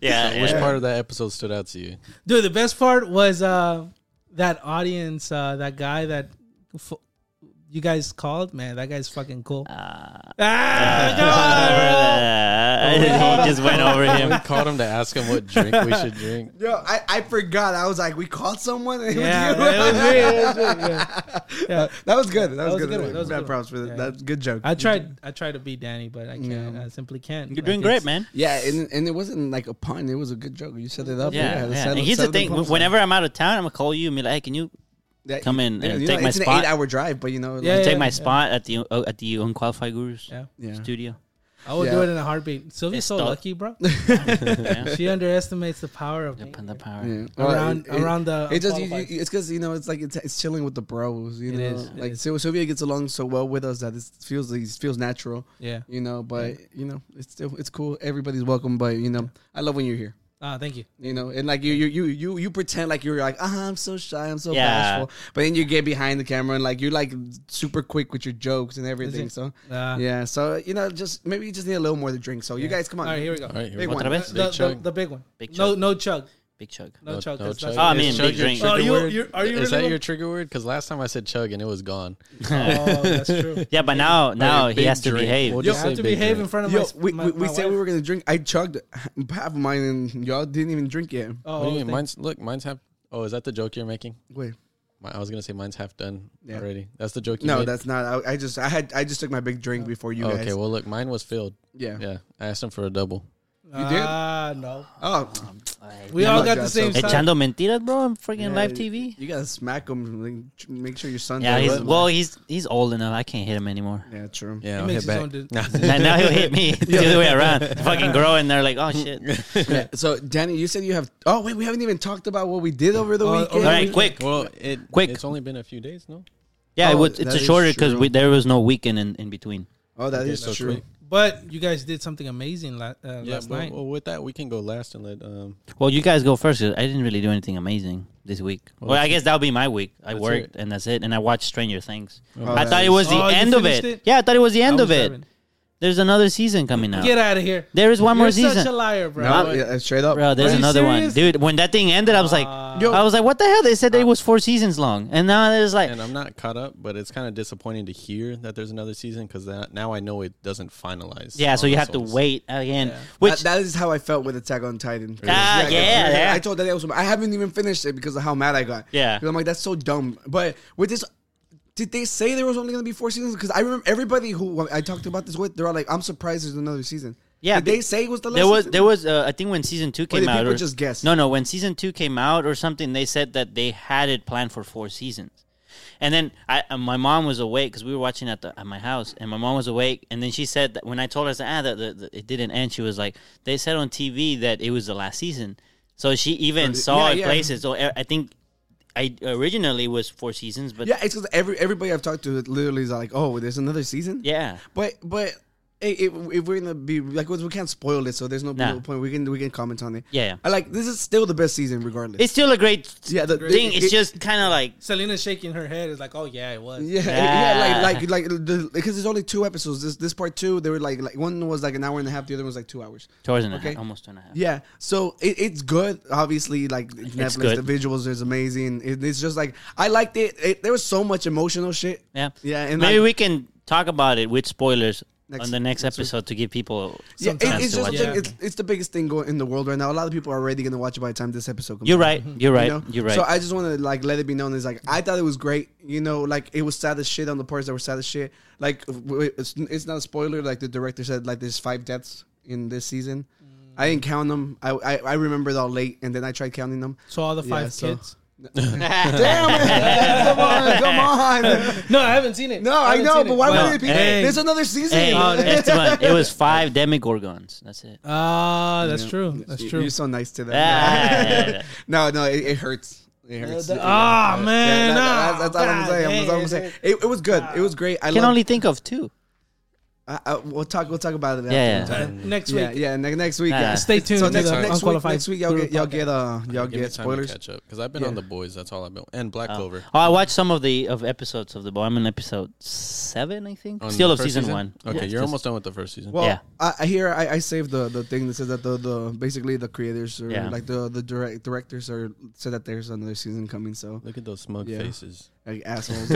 [SPEAKER 2] yeah.
[SPEAKER 3] Which
[SPEAKER 2] yeah.
[SPEAKER 3] part of that episode stood out to you?
[SPEAKER 4] Dude, the best part was uh, that audience, uh, that guy that f- you guys called. Man, that guy's fucking cool.
[SPEAKER 2] Uh,
[SPEAKER 4] Ah,
[SPEAKER 2] he just went over him.
[SPEAKER 3] We called him to ask him what drink we should drink.
[SPEAKER 5] Yo, I, I forgot. I was like, we called someone. and it
[SPEAKER 4] no!
[SPEAKER 5] was
[SPEAKER 4] yeah,
[SPEAKER 5] you.
[SPEAKER 4] it was great. It was great, yeah.
[SPEAKER 5] Uh, that was good. That, was,
[SPEAKER 4] was a
[SPEAKER 5] good.
[SPEAKER 4] good one. That was a
[SPEAKER 5] Bad
[SPEAKER 4] good
[SPEAKER 5] props for that.
[SPEAKER 4] Yeah.
[SPEAKER 5] That's good joke.
[SPEAKER 4] I tried. I tried to be Danny, but I can't. I simply can't.
[SPEAKER 2] You're doing great, man.
[SPEAKER 5] Yeah, and, and it wasn't like a pun. It was a good joke. You set it up.
[SPEAKER 2] Yeah,
[SPEAKER 5] the
[SPEAKER 2] yeah.
[SPEAKER 5] setup-
[SPEAKER 2] And here's the
[SPEAKER 5] setup
[SPEAKER 2] thing:
[SPEAKER 5] prompts.
[SPEAKER 2] whenever I'm out of town, I'm gonna call you and be like, "Hey, can you
[SPEAKER 5] Yeah,
[SPEAKER 2] come in
[SPEAKER 5] you
[SPEAKER 2] and
[SPEAKER 5] know,
[SPEAKER 2] take my
[SPEAKER 5] it's
[SPEAKER 2] spot.
[SPEAKER 5] an eight-hour drive, but you know,
[SPEAKER 4] Yeah,
[SPEAKER 5] like,
[SPEAKER 2] take my spot at the uh, at the Unqualified Gurus
[SPEAKER 4] Yeah,
[SPEAKER 5] yeah.
[SPEAKER 2] studio?"
[SPEAKER 4] I will do
[SPEAKER 5] Yeah.
[SPEAKER 4] it in a heartbeat. Sylvia's so
[SPEAKER 2] Stop.
[SPEAKER 4] lucky, bro.
[SPEAKER 2] Yeah.
[SPEAKER 4] She underestimates the power of me.
[SPEAKER 2] Put the power.
[SPEAKER 5] Yeah.
[SPEAKER 4] Around-
[SPEAKER 5] Well,
[SPEAKER 4] around the
[SPEAKER 5] It just you,
[SPEAKER 4] qualifiers.
[SPEAKER 5] you, it's because you know it's like it's, it's chilling with the bros. You
[SPEAKER 4] It
[SPEAKER 5] know,
[SPEAKER 4] is, it
[SPEAKER 5] like
[SPEAKER 4] is.
[SPEAKER 5] Syl- Sylvia gets along so well with us that it feels it feels natural.
[SPEAKER 4] Yeah.
[SPEAKER 5] You know, but you know it's still it's cool. Everybody's welcome, but you know I love when you're here.
[SPEAKER 4] Ah, thank you.
[SPEAKER 5] You know, and like you, you, you, you, you pretend like you're like, ah, I'm so shy, I'm so
[SPEAKER 2] Yeah.
[SPEAKER 5] bashful, but then you get behind the camera and like you're like super quick with your jokes and everything.
[SPEAKER 4] it?
[SPEAKER 5] So
[SPEAKER 4] Ah.
[SPEAKER 5] yeah, so you know, just maybe you just need a little more to drink. So you guys, come on,
[SPEAKER 4] All right, here we go.
[SPEAKER 3] All right, here we
[SPEAKER 5] big
[SPEAKER 3] go.
[SPEAKER 5] one.
[SPEAKER 2] Otra vez?
[SPEAKER 4] The, the,
[SPEAKER 3] chug.
[SPEAKER 4] the big one.
[SPEAKER 2] Big
[SPEAKER 4] no,
[SPEAKER 2] chug.
[SPEAKER 4] no chug.
[SPEAKER 2] Big chug.
[SPEAKER 4] No, chug. that's
[SPEAKER 3] chug.
[SPEAKER 4] not-
[SPEAKER 2] Oh, I mean,
[SPEAKER 3] Is chug
[SPEAKER 2] big
[SPEAKER 3] your
[SPEAKER 2] drink.
[SPEAKER 3] trigger
[SPEAKER 4] Oh, you-
[SPEAKER 3] word?
[SPEAKER 4] you're- are you
[SPEAKER 3] Is
[SPEAKER 4] really
[SPEAKER 3] that
[SPEAKER 4] the-
[SPEAKER 3] your trigger word? Because last time I said chug and it was gone.
[SPEAKER 4] Oh, that's true.
[SPEAKER 2] Yeah, but now now he
[SPEAKER 3] big
[SPEAKER 2] has to
[SPEAKER 3] drink.
[SPEAKER 2] behave.
[SPEAKER 3] We'll
[SPEAKER 4] You
[SPEAKER 3] Just
[SPEAKER 4] have
[SPEAKER 3] say
[SPEAKER 4] to
[SPEAKER 3] big
[SPEAKER 4] behave
[SPEAKER 3] drink.
[SPEAKER 4] in front of
[SPEAKER 5] Yo,
[SPEAKER 4] my. s-
[SPEAKER 5] we,
[SPEAKER 4] my,
[SPEAKER 5] we, we
[SPEAKER 4] my
[SPEAKER 5] said
[SPEAKER 4] wife.
[SPEAKER 5] we were gonna drink. I chugged half of mine and y'all didn't even drink yet.
[SPEAKER 4] Oh,
[SPEAKER 3] what do you mean?
[SPEAKER 4] thank-
[SPEAKER 3] Mine's look. Mine's half. Oh, is that the joke you're making?
[SPEAKER 5] Wait,
[SPEAKER 3] My, I was gonna say mine's half done
[SPEAKER 5] Yeah.
[SPEAKER 3] already. That's the joke. You
[SPEAKER 5] no,
[SPEAKER 3] made?
[SPEAKER 5] that's not. I, I just, I had, I just took my big drink before you
[SPEAKER 3] Oh,
[SPEAKER 5] guys.
[SPEAKER 3] okay. Well, look, mine was filled.
[SPEAKER 5] yeah,
[SPEAKER 3] Yeah, I asked him for a double.
[SPEAKER 5] You did?
[SPEAKER 4] Ah, no.
[SPEAKER 5] Oh,
[SPEAKER 4] We
[SPEAKER 5] Yeah,
[SPEAKER 4] all
[SPEAKER 5] look,
[SPEAKER 4] got the
[SPEAKER 5] that's
[SPEAKER 4] same
[SPEAKER 5] so-
[SPEAKER 4] side.
[SPEAKER 2] Echando mentiras, bro, on freaking
[SPEAKER 5] yeah,
[SPEAKER 2] live TV.
[SPEAKER 5] You gotta smack him. Like, tr- make sure your son.
[SPEAKER 2] Yeah,
[SPEAKER 5] does
[SPEAKER 2] he's
[SPEAKER 5] it.
[SPEAKER 2] well, he's he's old enough. I can't hit him anymore.
[SPEAKER 5] yeah, true.
[SPEAKER 3] Yeah,
[SPEAKER 4] He
[SPEAKER 3] I'll
[SPEAKER 4] makes his own
[SPEAKER 3] hit
[SPEAKER 4] de-
[SPEAKER 3] back.
[SPEAKER 2] now, now he'll hit me the other way around. Fucking grow, and they're like, oh shit.
[SPEAKER 5] So, Danny, you said you have. Oh wait, we haven't even talked about what we did over the
[SPEAKER 4] Oh,
[SPEAKER 5] weekend.
[SPEAKER 4] oh,
[SPEAKER 2] All right, quick.
[SPEAKER 3] well, it
[SPEAKER 2] Quick.
[SPEAKER 3] It's only been a few days, no?
[SPEAKER 2] Yeah,
[SPEAKER 5] Oh,
[SPEAKER 2] it was,
[SPEAKER 5] that
[SPEAKER 2] it's a
[SPEAKER 5] is
[SPEAKER 2] shorter because
[SPEAKER 5] true.
[SPEAKER 2] there was no weekend in, in between.
[SPEAKER 5] Oh, that is
[SPEAKER 3] so
[SPEAKER 5] true.
[SPEAKER 3] quick.
[SPEAKER 4] But you guys did something amazing la- uh,
[SPEAKER 3] Yeah.
[SPEAKER 4] last
[SPEAKER 3] Well,
[SPEAKER 4] night.
[SPEAKER 3] well, with that, we can go last and let um.
[SPEAKER 2] Well, you guys go first. 'cause I didn't really do anything amazing this week. Well, I guess that'll be my week. I
[SPEAKER 3] That's
[SPEAKER 2] worked and that's it. And I watched Stranger Things. I
[SPEAKER 5] that
[SPEAKER 2] thought it
[SPEAKER 5] is-
[SPEAKER 2] was the
[SPEAKER 4] Oh, you
[SPEAKER 2] end of
[SPEAKER 4] finished
[SPEAKER 2] it.
[SPEAKER 4] it?
[SPEAKER 2] Yeah, I thought it was the end
[SPEAKER 4] I
[SPEAKER 2] of
[SPEAKER 4] was
[SPEAKER 2] it.
[SPEAKER 4] seven.
[SPEAKER 2] There's another season coming out.
[SPEAKER 4] Get out of here.
[SPEAKER 2] There is one more
[SPEAKER 4] You're
[SPEAKER 2] season.
[SPEAKER 4] such a liar, bro.
[SPEAKER 5] No, yeah, straight up.
[SPEAKER 2] Bro, there's
[SPEAKER 4] Are you
[SPEAKER 2] another
[SPEAKER 4] serious? Uh,
[SPEAKER 2] one, dude. When that thing ended, I was like,
[SPEAKER 4] Yo.
[SPEAKER 2] I was like, what the hell? They said that it was four seasons long, and now there's like,
[SPEAKER 3] And I'm not caught up, but it's kind of disappointing to hear that there's another season because now I know it doesn't finalize.
[SPEAKER 2] yeah. So
[SPEAKER 3] on
[SPEAKER 2] you
[SPEAKER 3] its
[SPEAKER 2] have to
[SPEAKER 3] own.
[SPEAKER 2] wait again.
[SPEAKER 5] That-
[SPEAKER 2] Which
[SPEAKER 5] that is how I felt with Attack on Titan.
[SPEAKER 2] Ah, yeah, yeah.
[SPEAKER 5] I told that was. I haven't even finished it because of how mad I got.
[SPEAKER 2] Yeah.
[SPEAKER 5] 'Cause I'm like, that's so dumb. But with this, did they say there was only going to be four seasons? Because I remember everybody who I talked about this with, they're all like, I'm surprised there's another season.
[SPEAKER 2] Yeah,
[SPEAKER 5] did they
[SPEAKER 2] be-
[SPEAKER 5] say it was the last?
[SPEAKER 2] there was
[SPEAKER 5] season?
[SPEAKER 2] there was uh, I think when season two came
[SPEAKER 5] did
[SPEAKER 2] out,
[SPEAKER 5] people
[SPEAKER 2] or-
[SPEAKER 5] just guess?
[SPEAKER 2] No, no, when season two came out or something, they said that they had it planned for four seasons. And then I, uh, my mom was awake because we were watching at the at my house, and my mom was awake. And then she said that when I told her, I said, ah, that the, the, it didn't end. She was like, they said on TV that it was the last season, so she even saw
[SPEAKER 5] yeah,
[SPEAKER 2] it
[SPEAKER 5] yeah.
[SPEAKER 2] places. So uh, I I think I originally was four seasons, but
[SPEAKER 5] Yeah, it's because every everybody I've talked to literally is like, oh, there's another season.
[SPEAKER 2] yeah.
[SPEAKER 5] But but it, it, if we're gonna be like we can't spoil it, so there's no
[SPEAKER 2] Nah.
[SPEAKER 5] no point. We can we can comment on it.
[SPEAKER 2] Yeah, yeah.
[SPEAKER 5] I like this is still the best season regardless.
[SPEAKER 2] It's still a great
[SPEAKER 5] Yeah, the-
[SPEAKER 2] thing.
[SPEAKER 5] it-
[SPEAKER 2] it's just kind of like
[SPEAKER 4] Selena's shaking her head. Is like, oh yeah, it was.
[SPEAKER 5] yeah,
[SPEAKER 2] Yeah.
[SPEAKER 5] yeah, like like like because there's only two episodes. This this part two, they were like like one was like an hour and a half, the other one was like two hours.
[SPEAKER 2] towards and a
[SPEAKER 5] Okay.
[SPEAKER 2] half, almost two and a half.
[SPEAKER 5] Yeah, so it, it's good. Obviously, like Netflix,
[SPEAKER 2] good.
[SPEAKER 5] the visuals is amazing. It, it's just like I liked it. it. There was so much emotional shit.
[SPEAKER 2] Yeah.
[SPEAKER 5] Yeah, and
[SPEAKER 2] maybe
[SPEAKER 5] like-
[SPEAKER 2] we can talk about it with spoilers
[SPEAKER 5] Next-
[SPEAKER 2] on the next, episode to give people
[SPEAKER 5] Yeah,
[SPEAKER 2] some
[SPEAKER 5] it-
[SPEAKER 2] chance
[SPEAKER 5] it's
[SPEAKER 2] to
[SPEAKER 5] just
[SPEAKER 2] watch
[SPEAKER 5] the
[SPEAKER 2] it.
[SPEAKER 5] thing- it's, it's the biggest thing going in the world right now. A lot of people are already gonna watch it by the time this episode comes. out.
[SPEAKER 2] You're right. You're right.
[SPEAKER 5] You
[SPEAKER 2] You
[SPEAKER 5] know?
[SPEAKER 2] are right.
[SPEAKER 5] So I just want to like let it be known is like I thought it was great. You know, like it was sad as shit on the parts that were sad as shit. Like w- w- it's, it's not a spoiler. Like the director said, like there's five deaths in this season. I didn't count them. I I, I remembered all late, and then I tried counting them.
[SPEAKER 4] So all the
[SPEAKER 5] Yeah,
[SPEAKER 4] five
[SPEAKER 5] so-
[SPEAKER 4] kids.
[SPEAKER 5] Damn it! come on, come on.
[SPEAKER 4] No, I haven't seen it.
[SPEAKER 5] No, I
[SPEAKER 4] haven't
[SPEAKER 5] know,
[SPEAKER 4] seen
[SPEAKER 5] but
[SPEAKER 4] it.
[SPEAKER 5] why
[SPEAKER 2] Well,
[SPEAKER 5] would it be?
[SPEAKER 2] hey.
[SPEAKER 5] There's another season.
[SPEAKER 2] hey, oh, Esteban, it was five demigorgons. That's it.
[SPEAKER 4] Ah, that's
[SPEAKER 5] Yeah.
[SPEAKER 4] true. That's
[SPEAKER 5] You-
[SPEAKER 4] true.
[SPEAKER 5] You're so nice to them.
[SPEAKER 2] Ah.
[SPEAKER 5] no, no, it, it hurts. It hurts.
[SPEAKER 4] Ah man,
[SPEAKER 5] Yeah, that-
[SPEAKER 4] ah,
[SPEAKER 5] that's, that's all I'm
[SPEAKER 4] God
[SPEAKER 5] saying. That's all I'm
[SPEAKER 4] damn.
[SPEAKER 5] saying. It, it was good. It was great. I
[SPEAKER 2] I can
[SPEAKER 5] love-
[SPEAKER 2] only think of two.
[SPEAKER 5] I, I, we'll talk. We'll talk about it.
[SPEAKER 2] Yeah,
[SPEAKER 5] after.
[SPEAKER 2] yeah.
[SPEAKER 4] Next week.
[SPEAKER 5] yeah, yeah. Ne- next week.
[SPEAKER 2] Nah.
[SPEAKER 5] Yeah.
[SPEAKER 4] Stay tuned
[SPEAKER 5] So
[SPEAKER 4] to
[SPEAKER 5] next,
[SPEAKER 4] the
[SPEAKER 5] next week,
[SPEAKER 4] Unqualified
[SPEAKER 5] next week, y'all
[SPEAKER 4] Brew
[SPEAKER 5] get, y'all
[SPEAKER 4] podcast.
[SPEAKER 5] get, uh, y'all
[SPEAKER 3] Give me
[SPEAKER 5] get
[SPEAKER 3] time to
[SPEAKER 5] spoilers.
[SPEAKER 3] catch up because I've been on the
[SPEAKER 5] Yeah.
[SPEAKER 3] boys. That's all I've been and Black Clover.
[SPEAKER 2] Oh, I watched some of the of episodes of the Boy. I'm on episode seven, I think.
[SPEAKER 3] On
[SPEAKER 2] Still
[SPEAKER 3] the
[SPEAKER 2] of
[SPEAKER 3] first
[SPEAKER 2] season, one.
[SPEAKER 3] Okay,
[SPEAKER 2] Yeah.
[SPEAKER 3] you're
[SPEAKER 2] Just-
[SPEAKER 3] almost done with the first season.
[SPEAKER 5] Well,
[SPEAKER 2] Yeah.
[SPEAKER 5] I, I hear I, I saved the, the thing that says that the, the basically the creators or
[SPEAKER 2] Yeah.
[SPEAKER 5] like the the direct directors are said that there's another season coming. So
[SPEAKER 3] Look at those smug
[SPEAKER 5] Yeah.
[SPEAKER 3] faces.
[SPEAKER 5] like assholes.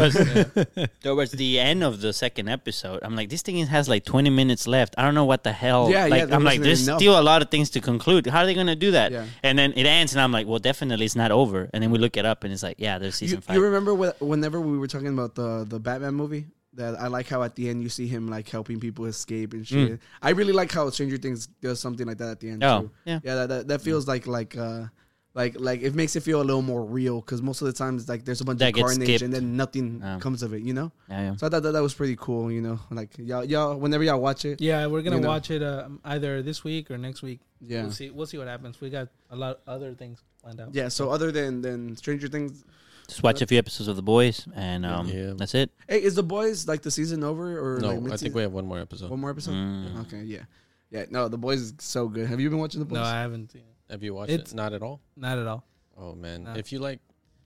[SPEAKER 2] towards the end of the second episode, I'm like, this thing has like 20 minutes left. I don't know what the hell.
[SPEAKER 5] Yeah, yeah,
[SPEAKER 2] like,
[SPEAKER 5] there
[SPEAKER 2] I'm like,
[SPEAKER 5] wasn't
[SPEAKER 2] there's
[SPEAKER 5] enough.
[SPEAKER 2] still a lot of things to conclude. How are they gonna do that?
[SPEAKER 5] Yeah.
[SPEAKER 2] And then it ends, and I'm like, well, definitely it's not over. And then we look it up, and it's like, yeah, there's season
[SPEAKER 5] you,
[SPEAKER 2] five.
[SPEAKER 5] you remember when, whenever we were talking about the the Batman movie that I like how at the end you see him like helping people escape and shit. I really like how Stranger Things does something like that at the end.
[SPEAKER 2] Oh,
[SPEAKER 5] too.
[SPEAKER 2] yeah.
[SPEAKER 5] yeah. That that, that feels like like. uh like, like it makes it feel a little more real because most of the times, like, there's a bunch
[SPEAKER 2] That
[SPEAKER 5] of
[SPEAKER 2] gets
[SPEAKER 5] carnage
[SPEAKER 2] skipped.
[SPEAKER 5] and then nothing
[SPEAKER 2] Yeah.
[SPEAKER 5] comes of it, you know.
[SPEAKER 2] Yeah, yeah.
[SPEAKER 5] So I thought that, that was pretty cool, you know. Like y'all, y'all, whenever y'all watch it,
[SPEAKER 4] Yeah, we're gonna
[SPEAKER 5] You know.
[SPEAKER 4] watch it uh, either this week or next week.
[SPEAKER 5] Yeah.
[SPEAKER 4] we'll see. We'll see what happens. We got a lot other things planned out.
[SPEAKER 5] yeah. So other than than Stranger Things,
[SPEAKER 2] Just watch a few episodes of The Boys, and um,
[SPEAKER 3] Yeah.
[SPEAKER 2] that's it.
[SPEAKER 5] hey, is the boys like the season over or
[SPEAKER 3] No,
[SPEAKER 5] like,
[SPEAKER 3] I
[SPEAKER 5] mid-season?
[SPEAKER 3] think we have one more episode.
[SPEAKER 5] One more episode?
[SPEAKER 3] Mm.
[SPEAKER 5] Okay, yeah. Yeah, no, The Boys is so good. Have you been watching The Boys?
[SPEAKER 4] No, I haven't seen it.
[SPEAKER 3] Have you watched
[SPEAKER 4] It's-
[SPEAKER 3] it? Not at all.
[SPEAKER 4] Not at all.
[SPEAKER 3] Oh man,
[SPEAKER 4] No.
[SPEAKER 3] if you like,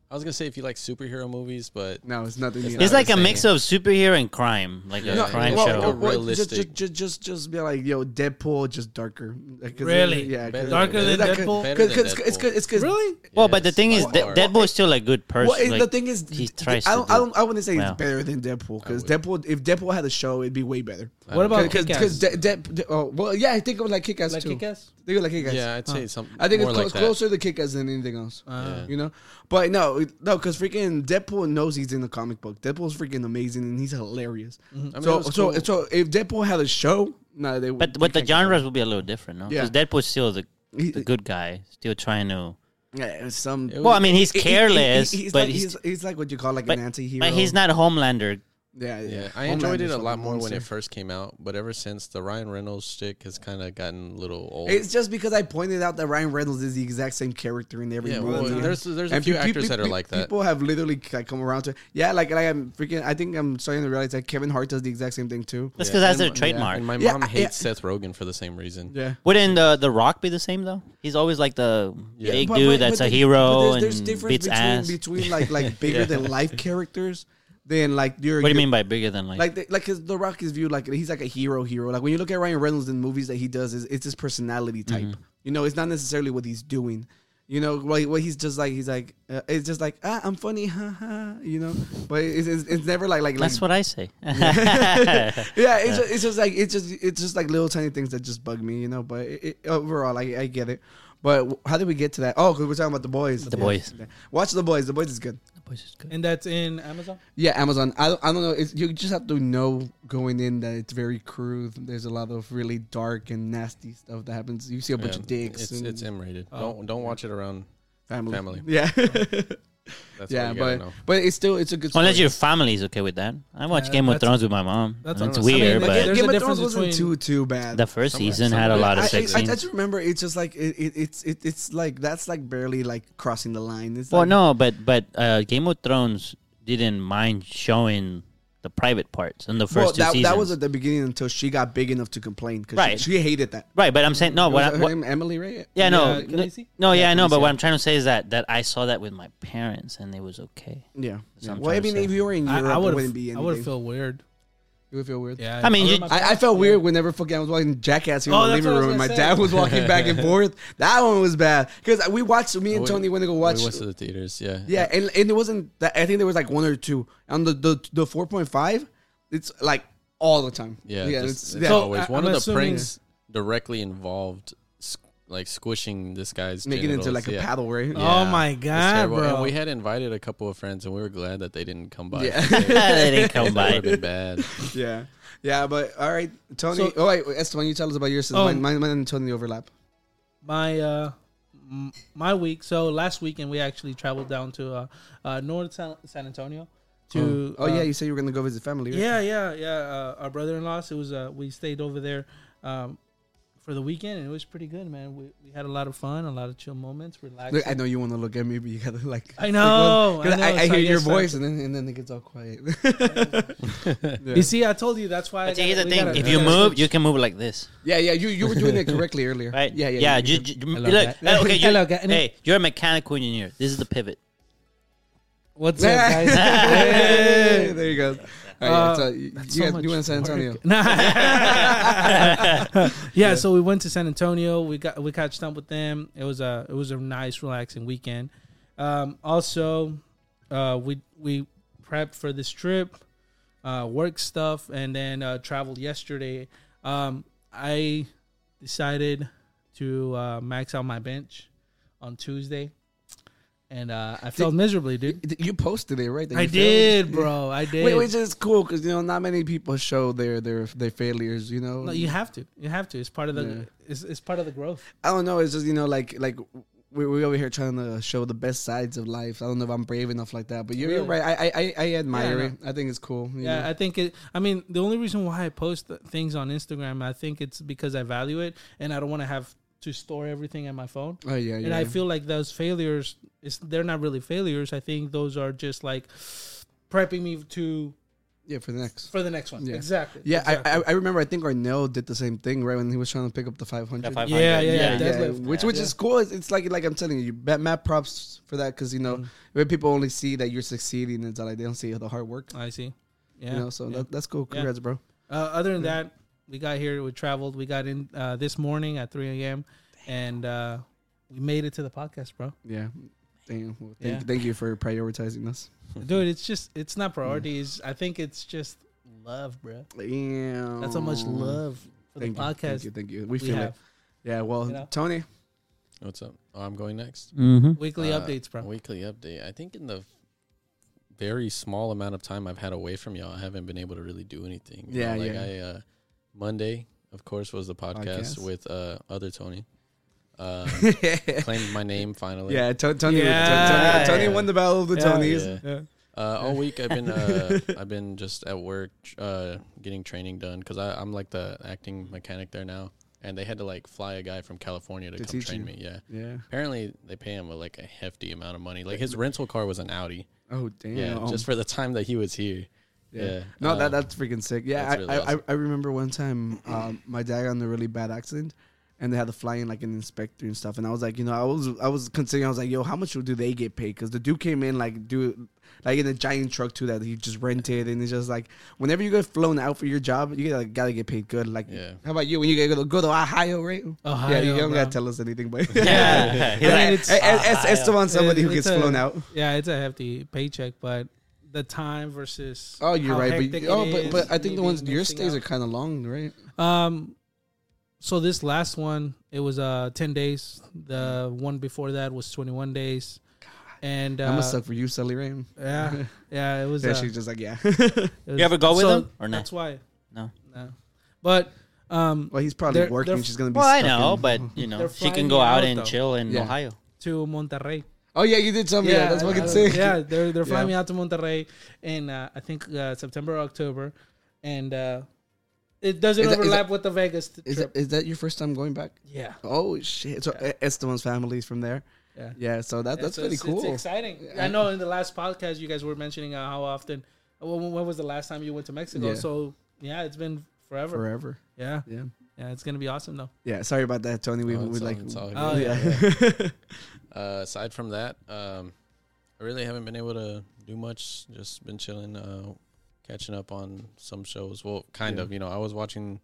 [SPEAKER 3] I was gonna say if you like superhero movies, but
[SPEAKER 5] No, it's nothing.
[SPEAKER 3] It's
[SPEAKER 5] new.
[SPEAKER 3] not
[SPEAKER 2] It's like a
[SPEAKER 3] the
[SPEAKER 2] mix of superhero and crime, like a
[SPEAKER 3] Yeah.
[SPEAKER 5] No,
[SPEAKER 2] crime
[SPEAKER 5] well,
[SPEAKER 2] show.
[SPEAKER 5] well, well,
[SPEAKER 3] Realistic.
[SPEAKER 5] Just, just, just, just be like, yo, Deadpool, just darker. Like, 'cause-
[SPEAKER 4] Really?
[SPEAKER 5] Yeah. 'cause-
[SPEAKER 4] Darker than
[SPEAKER 5] that- 'cause-
[SPEAKER 4] Deadpool?
[SPEAKER 3] Better
[SPEAKER 5] Cause,
[SPEAKER 3] than
[SPEAKER 5] 'cause- it's 'cause- it's 'cause-
[SPEAKER 4] Really?
[SPEAKER 2] well, but the thing
[SPEAKER 3] Yes,
[SPEAKER 2] is,
[SPEAKER 3] by
[SPEAKER 2] De-
[SPEAKER 3] far.
[SPEAKER 2] Deadpool's still a good person.
[SPEAKER 5] Well, it-
[SPEAKER 2] like,
[SPEAKER 5] the thing is,
[SPEAKER 2] he tries
[SPEAKER 5] I
[SPEAKER 2] to
[SPEAKER 5] don't,
[SPEAKER 2] do-
[SPEAKER 5] I don't, I wouldn't say
[SPEAKER 2] Wow.
[SPEAKER 5] it's better than Deadpool because
[SPEAKER 3] would.
[SPEAKER 5] Deadpool, if Deadpool had a show, it'd be way better.
[SPEAKER 4] What about
[SPEAKER 5] Because, because,
[SPEAKER 4] Kick-Ass?
[SPEAKER 5] De- De- De- oh, well, yeah, I think it was like Kick Ass
[SPEAKER 4] Like
[SPEAKER 5] too.
[SPEAKER 4] Kick-Ass?
[SPEAKER 5] I think it was like Kick Ass.
[SPEAKER 3] yeah, I'd say something.
[SPEAKER 5] I think it's
[SPEAKER 3] more
[SPEAKER 5] clo-
[SPEAKER 3] like that.
[SPEAKER 5] closer to Kick Ass than anything else.
[SPEAKER 4] Uh,
[SPEAKER 3] Yeah.
[SPEAKER 5] You know, but no, it- no, because freaking Deadpool knows he's in the comic book. Deadpool's freaking amazing and he's hilarious.
[SPEAKER 3] Mm-hmm. I mean, it
[SPEAKER 5] so,
[SPEAKER 3] was
[SPEAKER 5] so,
[SPEAKER 3] cool.
[SPEAKER 5] so if Deadpool had a show, No, they.
[SPEAKER 2] But
[SPEAKER 5] they
[SPEAKER 2] but the
[SPEAKER 5] can't-
[SPEAKER 2] genres will be a little different, no? Because
[SPEAKER 5] Yeah.
[SPEAKER 2] Deadpool's still the,
[SPEAKER 5] He-
[SPEAKER 2] the good guy, still trying to.
[SPEAKER 5] Yeah, some.
[SPEAKER 3] It
[SPEAKER 2] Well, I mean, he's
[SPEAKER 5] he- he- he-
[SPEAKER 2] careless,
[SPEAKER 5] he's
[SPEAKER 2] but
[SPEAKER 5] like,
[SPEAKER 2] he's,
[SPEAKER 5] he's, he's like what you call like
[SPEAKER 2] but,
[SPEAKER 5] an anti-hero.
[SPEAKER 2] but he's not Homelander.
[SPEAKER 5] Yeah, yeah.
[SPEAKER 3] Yeah, I
[SPEAKER 5] Homeland
[SPEAKER 3] enjoyed it
[SPEAKER 5] is
[SPEAKER 3] a
[SPEAKER 5] fucking
[SPEAKER 3] lot more when it
[SPEAKER 5] monster.
[SPEAKER 3] first came out, but ever since the Ryan Reynolds shtick has kind of gotten a little old.
[SPEAKER 5] It's just because I pointed out that Ryan Reynolds is the exact same character in every
[SPEAKER 3] yeah,
[SPEAKER 5] movie.
[SPEAKER 3] well,
[SPEAKER 5] Yeah.
[SPEAKER 3] there's there's a
[SPEAKER 5] And
[SPEAKER 3] few
[SPEAKER 5] pe- pe-
[SPEAKER 3] actors
[SPEAKER 5] pe-
[SPEAKER 3] that are
[SPEAKER 5] pe-
[SPEAKER 3] like that.
[SPEAKER 5] People have literally like come around to yeah, like like I'm freaking. I think I'm starting to realize that Kevin Hart does the exact same thing too.
[SPEAKER 2] That's
[SPEAKER 3] Yeah.
[SPEAKER 2] because that's
[SPEAKER 5] And-
[SPEAKER 2] their
[SPEAKER 5] yeah,
[SPEAKER 2] trademark.
[SPEAKER 3] And my
[SPEAKER 5] Yeah,
[SPEAKER 3] mom
[SPEAKER 5] I-
[SPEAKER 3] hates
[SPEAKER 5] yeah.
[SPEAKER 3] Seth Rogen for the same reason.
[SPEAKER 5] Yeah.
[SPEAKER 2] Wouldn't the the Rock be the same though? He's always like the
[SPEAKER 3] Yeah.
[SPEAKER 2] big
[SPEAKER 5] But-
[SPEAKER 2] dude
[SPEAKER 5] but-
[SPEAKER 2] that's
[SPEAKER 5] but
[SPEAKER 2] a
[SPEAKER 5] there-
[SPEAKER 2] hero
[SPEAKER 5] but
[SPEAKER 2] and
[SPEAKER 5] difference
[SPEAKER 2] beats
[SPEAKER 5] between,
[SPEAKER 2] ass.
[SPEAKER 5] between like like bigger than life characters than like your.
[SPEAKER 2] what do you
[SPEAKER 5] your-
[SPEAKER 2] mean by bigger than like?
[SPEAKER 5] Like the, like his, the Rock is viewed like he's like a hero hero. Like when you look at Ryan Reynolds in movies that he does, is it's his personality type.
[SPEAKER 2] Mm-hmm.
[SPEAKER 5] You know, it's not necessarily what he's doing. You know, like what he's just like he's like uh, it's just like ah, I'm funny, ha ha. You know, but it's, it's, it's never like like like,
[SPEAKER 2] that's what I say.
[SPEAKER 5] yeah, it's just, it's just like it's just it's just like little tiny things that just bug me, you know. But it, it, overall, I, I get it. But w- how did we get to that? Oh, because we're talking about the boys.
[SPEAKER 2] The Boys.
[SPEAKER 5] Watch the boys. The boys is good.
[SPEAKER 4] and that's in Amazon.
[SPEAKER 5] Yeah, Amazon. I don't, I don't know. It's, you just have to know going in that it's very crude. There's a lot of really dark and nasty stuff that happens. You see a bunch
[SPEAKER 3] Yeah,
[SPEAKER 5] of dicks.
[SPEAKER 3] It's
[SPEAKER 5] and Oh.
[SPEAKER 3] it's M rated. don't don't watch it around.
[SPEAKER 5] family.
[SPEAKER 3] family.
[SPEAKER 5] Yeah,
[SPEAKER 3] That's yeah,
[SPEAKER 5] yeah,
[SPEAKER 3] what you gotta
[SPEAKER 5] but
[SPEAKER 3] know.
[SPEAKER 5] but it's still it's a good.
[SPEAKER 2] Unless
[SPEAKER 5] story.
[SPEAKER 2] your family's okay with that. I watched
[SPEAKER 4] Yeah,
[SPEAKER 2] Game of
[SPEAKER 4] that's-
[SPEAKER 2] Thrones with my mom.
[SPEAKER 4] that's
[SPEAKER 2] That's, it's
[SPEAKER 4] what I'm saying. I
[SPEAKER 2] weird,
[SPEAKER 4] mean,
[SPEAKER 2] but
[SPEAKER 4] there's
[SPEAKER 5] Game
[SPEAKER 4] a
[SPEAKER 5] of
[SPEAKER 4] difference
[SPEAKER 5] Thrones wasn't
[SPEAKER 4] between-
[SPEAKER 5] too too bad.
[SPEAKER 2] the first
[SPEAKER 3] Some-
[SPEAKER 2] season
[SPEAKER 3] some-
[SPEAKER 2] had a lot
[SPEAKER 5] I,
[SPEAKER 2] of
[SPEAKER 5] I-
[SPEAKER 2] sex
[SPEAKER 5] I,
[SPEAKER 2] scenes.
[SPEAKER 5] just remember it's just like it, it, it's it, it's like that's like barely like crossing the line. It's
[SPEAKER 2] well,
[SPEAKER 5] like,
[SPEAKER 2] no, but but uh, Game of Thrones didn't mind showing the private parts in the first
[SPEAKER 5] well,
[SPEAKER 2] two
[SPEAKER 5] that,
[SPEAKER 2] seasons.
[SPEAKER 5] that was at the beginning until she got big enough to complain because
[SPEAKER 2] Right.
[SPEAKER 5] she, hated that.
[SPEAKER 2] right, but I'm saying no. What,
[SPEAKER 5] Was
[SPEAKER 2] I,
[SPEAKER 5] her
[SPEAKER 2] what
[SPEAKER 5] name Emily Ray?
[SPEAKER 2] yeah, no,
[SPEAKER 4] Yeah,
[SPEAKER 2] no,
[SPEAKER 4] Khaleesi?
[SPEAKER 2] no, yeah, I know. But
[SPEAKER 5] Khaleesi,
[SPEAKER 2] what
[SPEAKER 5] yeah.
[SPEAKER 2] I'm trying to say is that that I saw that with my parents and it was okay.
[SPEAKER 5] Yeah.
[SPEAKER 2] So I'm
[SPEAKER 5] Well, I
[SPEAKER 2] trying to
[SPEAKER 5] mean,
[SPEAKER 2] say.
[SPEAKER 5] if you were in
[SPEAKER 4] I,
[SPEAKER 5] Europe,
[SPEAKER 4] I
[SPEAKER 5] it
[SPEAKER 4] would
[SPEAKER 5] wouldn't be anything.
[SPEAKER 4] I would feel weird.
[SPEAKER 5] You would feel weird.
[SPEAKER 4] Yeah,
[SPEAKER 2] I mean, you-
[SPEAKER 4] remember-
[SPEAKER 5] I, I felt weird whenever fucking I was watching Jackass here
[SPEAKER 4] Oh,
[SPEAKER 5] in the
[SPEAKER 4] that's
[SPEAKER 5] living
[SPEAKER 4] what I was
[SPEAKER 5] room, and my
[SPEAKER 4] gonna say.
[SPEAKER 5] dad was walking back and forth. That one was bad because we watched.
[SPEAKER 4] Oh,
[SPEAKER 5] Me and
[SPEAKER 3] We-
[SPEAKER 5] Tony went to go
[SPEAKER 3] we
[SPEAKER 5] watch.
[SPEAKER 3] went to the theaters. Yeah,
[SPEAKER 5] Yeah, and, and it wasn't. That, I think there was like one or two on the the, the four point five. It's like all the time.
[SPEAKER 3] yeah.
[SPEAKER 5] yeah.
[SPEAKER 3] just-
[SPEAKER 5] it's-
[SPEAKER 3] it's
[SPEAKER 5] yeah.
[SPEAKER 4] So,
[SPEAKER 3] always
[SPEAKER 4] I-
[SPEAKER 3] one
[SPEAKER 4] I'm
[SPEAKER 3] of the
[SPEAKER 4] assuming-
[SPEAKER 3] pranks directly involved, s- like squishing this guy's
[SPEAKER 5] making it into
[SPEAKER 3] genitals.
[SPEAKER 5] like a Ah,
[SPEAKER 3] yeah.
[SPEAKER 5] paddle, right?
[SPEAKER 4] Oh
[SPEAKER 3] Yeah,
[SPEAKER 4] my
[SPEAKER 3] it's
[SPEAKER 4] god,
[SPEAKER 3] terrible.
[SPEAKER 4] bro!
[SPEAKER 3] And we had invited a couple of friends, and we were glad that they didn't come by.
[SPEAKER 5] Yeah.
[SPEAKER 2] they didn't come
[SPEAKER 3] that would
[SPEAKER 2] by.
[SPEAKER 3] have been bad.
[SPEAKER 5] Yeah, yeah, but all right, Tony.
[SPEAKER 4] So-
[SPEAKER 5] oh wait, Esteban, you tell us about yours. since
[SPEAKER 4] Oh.
[SPEAKER 5] mine, mine, mine and Tony overlap.
[SPEAKER 4] my uh m- my week so last weekend we actually traveled down to uh, uh north san, san antonio to
[SPEAKER 5] oh
[SPEAKER 4] uh,
[SPEAKER 5] yeah, you said you were gonna go visit family. right?
[SPEAKER 4] yeah yeah yeah uh, our brother-in-law's it was uh we stayed over there um for the weekend and it was pretty good man we, we had a lot of fun a lot of chill moments relaxed
[SPEAKER 5] Look, I know you want to look at me, but you gotta like.
[SPEAKER 4] I know,
[SPEAKER 5] Because
[SPEAKER 4] I know,
[SPEAKER 5] I, I
[SPEAKER 4] so I
[SPEAKER 5] hear your
[SPEAKER 4] guess so.
[SPEAKER 5] voice, and then and then it gets all quiet.
[SPEAKER 4] you see i told you that's why I
[SPEAKER 2] But here's
[SPEAKER 4] gotta-
[SPEAKER 2] the
[SPEAKER 4] we
[SPEAKER 2] thing:
[SPEAKER 4] gotta-
[SPEAKER 2] if
[SPEAKER 4] we
[SPEAKER 2] you
[SPEAKER 4] gotta
[SPEAKER 2] move,
[SPEAKER 4] switch.
[SPEAKER 2] you can move like this,
[SPEAKER 5] yeah, yeah, you you were doing it correctly earlier.
[SPEAKER 2] right?
[SPEAKER 5] Yeah, yeah,
[SPEAKER 2] yeah.
[SPEAKER 5] you-
[SPEAKER 2] ju-
[SPEAKER 5] you-
[SPEAKER 2] ju-
[SPEAKER 4] Hello,
[SPEAKER 2] look,
[SPEAKER 4] guy.
[SPEAKER 2] okay,
[SPEAKER 4] Hello,
[SPEAKER 2] you're,
[SPEAKER 4] guy.
[SPEAKER 2] hey, you're a mechanical engineer. This is the pivot.
[SPEAKER 4] what's up guys
[SPEAKER 5] Hey, there you go. All right, yeah,
[SPEAKER 4] Uh,
[SPEAKER 5] so you, you,
[SPEAKER 4] so
[SPEAKER 5] guys-
[SPEAKER 4] much
[SPEAKER 5] you went to San Antonio.
[SPEAKER 4] yeah, so we went to San Antonio. We got we catched up with them. It was a it was a nice, relaxing weekend. Um, also, uh, we we prepped for this trip, uh, work stuff, and then uh, traveled yesterday. Um, I decided to uh, max out my bench on Tuesday, and uh, I failed miserably, dude.
[SPEAKER 5] You posted it, right? that
[SPEAKER 4] I
[SPEAKER 5] you failed?
[SPEAKER 4] did, bro. I did.
[SPEAKER 5] Wait, which is cool because you know not many people show their their their failures. You know,
[SPEAKER 4] No, you have to. You have to. It's part of the.
[SPEAKER 5] Yeah.
[SPEAKER 4] It's, it's part of the growth.
[SPEAKER 5] I don't know. It's just you know, like like we we over here trying to show the best sides of life. I don't know if I'm brave enough like that, but you're, you're
[SPEAKER 4] Really?
[SPEAKER 5] right. I I, I- I admire
[SPEAKER 4] Yeah, I
[SPEAKER 5] it. I think it's cool. you
[SPEAKER 4] Yeah,
[SPEAKER 5] know.
[SPEAKER 4] I think it. I mean, the only reason why I post th- things on Instagram, I think it's because I value it, and I don't want to have to store everything on my phone.
[SPEAKER 5] oh yeah, yeah.
[SPEAKER 4] And I
[SPEAKER 5] yeah.
[SPEAKER 4] feel like those failures, is they're not really failures. I think those are just like prepping me to
[SPEAKER 5] yeah for the next.
[SPEAKER 4] for the next one.
[SPEAKER 5] Yeah.
[SPEAKER 4] Exactly.
[SPEAKER 5] Yeah,
[SPEAKER 4] exactly.
[SPEAKER 5] I, I I remember. I think Arnell did the same thing right when he was trying to pick up the 500.
[SPEAKER 2] The 500.
[SPEAKER 4] yeah, yeah, yeah,
[SPEAKER 2] Yeah,
[SPEAKER 5] Yeah,
[SPEAKER 4] deadlift.
[SPEAKER 5] which which is cool. It's, it's like like I'm telling you, you, bat- mad props for that because you know
[SPEAKER 4] Mm-hmm.
[SPEAKER 5] when people only see that you're succeeding, it's like they don't see the hard work.
[SPEAKER 4] I see. Yeah.
[SPEAKER 5] you know, so
[SPEAKER 4] yeah.
[SPEAKER 5] that, that's cool. Congrats, bro.
[SPEAKER 4] Uh, other than that, we got here. We traveled. We got in uh, this morning at 3 a.m. and uh, we made it to the podcast, bro.
[SPEAKER 5] Yeah. Damn. Well, thank,
[SPEAKER 4] Yeah.
[SPEAKER 5] thank you for prioritizing us.
[SPEAKER 4] dude it's just it's not priorities i think it's just love bro
[SPEAKER 5] Damn.
[SPEAKER 4] that's how much love for
[SPEAKER 5] Oh. Thank
[SPEAKER 4] the
[SPEAKER 5] you,
[SPEAKER 4] podcast
[SPEAKER 5] Thank you. Thank you. We
[SPEAKER 4] we
[SPEAKER 5] feel
[SPEAKER 4] have
[SPEAKER 5] it. Yeah. Well,
[SPEAKER 4] You know?
[SPEAKER 5] Tony.
[SPEAKER 3] What's up? Oh, I'm going next.
[SPEAKER 2] Mm-hmm.
[SPEAKER 4] weekly
[SPEAKER 3] Uh,
[SPEAKER 4] updates bro
[SPEAKER 3] Weekly update. I think in the very small amount of time I've had away from y'all, I haven't been able to really do anything. You
[SPEAKER 5] Yeah,
[SPEAKER 3] know, like
[SPEAKER 5] yeah.
[SPEAKER 3] I uh, Monday
[SPEAKER 6] of course, was the podcast
[SPEAKER 5] Podcast.
[SPEAKER 6] with uh, other Tony. Uh, claimed my name finally.
[SPEAKER 5] yeah, to- Tony,
[SPEAKER 4] Yeah.
[SPEAKER 5] Tony, Tony won the battle of the
[SPEAKER 4] Yeah.
[SPEAKER 5] Tonys.
[SPEAKER 6] Yeah.
[SPEAKER 4] Yeah.
[SPEAKER 6] Uh, all week I've been uh, I've been just at work uh, getting training done because I'm like the acting mechanic there now, and they had to like fly a guy from California to,
[SPEAKER 5] To
[SPEAKER 6] come
[SPEAKER 5] teach
[SPEAKER 6] train
[SPEAKER 5] you.
[SPEAKER 6] me. Yeah.
[SPEAKER 5] Yeah.
[SPEAKER 6] Apparently they pay him with like a hefty amount of money. Like his rental car was an Audi.
[SPEAKER 5] Oh damn.
[SPEAKER 6] Yeah. Just for the time that he was here. Yeah.
[SPEAKER 5] No, that
[SPEAKER 6] Um,
[SPEAKER 5] Uh, that's freaking sick. Yeah,
[SPEAKER 6] that's
[SPEAKER 5] I,
[SPEAKER 6] really
[SPEAKER 5] I,
[SPEAKER 6] awesome.
[SPEAKER 5] I I remember one time um, my dad got in a really bad accident, and they had to fly in like an inspector and stuff. And I was like, you know, I was I was considering, I was like, yo, how much do they get paid? Because the dude came in like dude, like in a giant truck too that he just rented, and it's just like whenever you get flown out for your job, you gotta, gotta get paid good. Like,
[SPEAKER 6] Yeah.
[SPEAKER 5] how about you when you gotta go to Ohio, right? yeah, you
[SPEAKER 4] Ohio,
[SPEAKER 5] don't
[SPEAKER 4] bro.
[SPEAKER 5] gotta tell us anything, but
[SPEAKER 2] Yeah. He's
[SPEAKER 4] I mean,
[SPEAKER 2] like,
[SPEAKER 4] it's-
[SPEAKER 5] Hey, it's, it's the one somebody who gets
[SPEAKER 4] It's a-
[SPEAKER 5] flown out.
[SPEAKER 4] Yeah, it's a hefty paycheck, but the time versus
[SPEAKER 5] Oh, you're
[SPEAKER 4] how
[SPEAKER 5] right. But
[SPEAKER 4] hectic
[SPEAKER 5] oh,
[SPEAKER 4] it
[SPEAKER 5] but,
[SPEAKER 4] is,
[SPEAKER 5] but I think
[SPEAKER 4] maybe
[SPEAKER 5] the ones your
[SPEAKER 4] mixing
[SPEAKER 5] stays
[SPEAKER 4] up.
[SPEAKER 5] are kind of long, right?
[SPEAKER 4] Um, so this last one, it was uh ten days. The one before that was twenty one days, and
[SPEAKER 5] That
[SPEAKER 4] uh,
[SPEAKER 5] must suck for you, Sully Ram.
[SPEAKER 4] yeah, yeah, it was.
[SPEAKER 5] Yeah,
[SPEAKER 4] uh,
[SPEAKER 5] she's just like, yeah.
[SPEAKER 4] it was-
[SPEAKER 2] You ever go with
[SPEAKER 4] so
[SPEAKER 2] them or not?
[SPEAKER 4] That's why.
[SPEAKER 2] No.
[SPEAKER 4] no, but um,
[SPEAKER 5] well, he's probably
[SPEAKER 4] They're-
[SPEAKER 5] working.
[SPEAKER 4] they're-
[SPEAKER 5] She's gonna be.
[SPEAKER 2] Well, I
[SPEAKER 5] stuck
[SPEAKER 2] know,
[SPEAKER 5] in-
[SPEAKER 2] but you
[SPEAKER 4] They're
[SPEAKER 2] know, she
[SPEAKER 4] flying
[SPEAKER 2] can go
[SPEAKER 4] me
[SPEAKER 2] out
[SPEAKER 4] out,
[SPEAKER 2] and
[SPEAKER 4] though.
[SPEAKER 2] chill in
[SPEAKER 5] Yeah.
[SPEAKER 2] Ohio.
[SPEAKER 4] to Monterrey.
[SPEAKER 5] Oh yeah, you did something. Yeah, that's
[SPEAKER 4] I-
[SPEAKER 5] fucking
[SPEAKER 4] I-
[SPEAKER 5] sick.
[SPEAKER 4] Yeah, they're they're flying
[SPEAKER 5] Yeah.
[SPEAKER 4] me out to Monterrey in uh, I think uh, September or October, and uh, it doesn't
[SPEAKER 5] Is that- is
[SPEAKER 4] overlap with the Vegas t-
[SPEAKER 5] Is
[SPEAKER 4] trip.
[SPEAKER 5] that, is that your first time going back?
[SPEAKER 4] yeah,
[SPEAKER 5] Oh shit! So
[SPEAKER 4] Yeah.
[SPEAKER 5] yeah. Esteban's family's from there.
[SPEAKER 4] yeah.
[SPEAKER 5] Yeah, so that that's
[SPEAKER 4] so
[SPEAKER 5] pretty
[SPEAKER 4] it's, it's
[SPEAKER 5] cool.
[SPEAKER 4] exciting.
[SPEAKER 5] Yeah.
[SPEAKER 4] I know in the last podcast you guys were mentioning uh, how often. When, when was the last time you went to Mexico?
[SPEAKER 5] Yeah.
[SPEAKER 4] So yeah, it's been forever.
[SPEAKER 5] Forever.
[SPEAKER 4] Yeah,
[SPEAKER 5] Yeah.
[SPEAKER 4] yeah, it's gonna be awesome though.
[SPEAKER 5] Yeah. Sorry about that, Tony. We
[SPEAKER 6] Oh,
[SPEAKER 5] we
[SPEAKER 6] it's all-
[SPEAKER 5] like.
[SPEAKER 6] it's all
[SPEAKER 4] Oh,
[SPEAKER 6] good.
[SPEAKER 4] yeah.
[SPEAKER 6] Uh, aside from that, um, I really haven't been able to do much. Just been chilling, uh, catching up on some shows. Well, kind
[SPEAKER 5] Yeah.
[SPEAKER 6] of. You know, I was watching,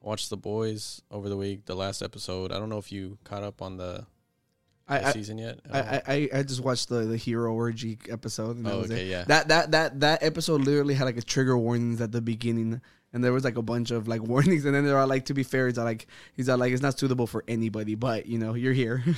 [SPEAKER 6] watched the boys over the week. The last episode. I don't know if you caught up on the,
[SPEAKER 5] I,
[SPEAKER 6] the
[SPEAKER 5] I,
[SPEAKER 6] season yet.
[SPEAKER 5] I, I I I just watched the the hero orgy episode. And that
[SPEAKER 6] oh,
[SPEAKER 5] was it.
[SPEAKER 6] okay, yeah.
[SPEAKER 5] That that that that episode literally had like a trigger warnings at the beginning, and there was like a bunch of like warnings, and then they're all like, "To be fair, it's all like he's all like it's not suitable for anybody, but you know you're here."
[SPEAKER 6] yeah.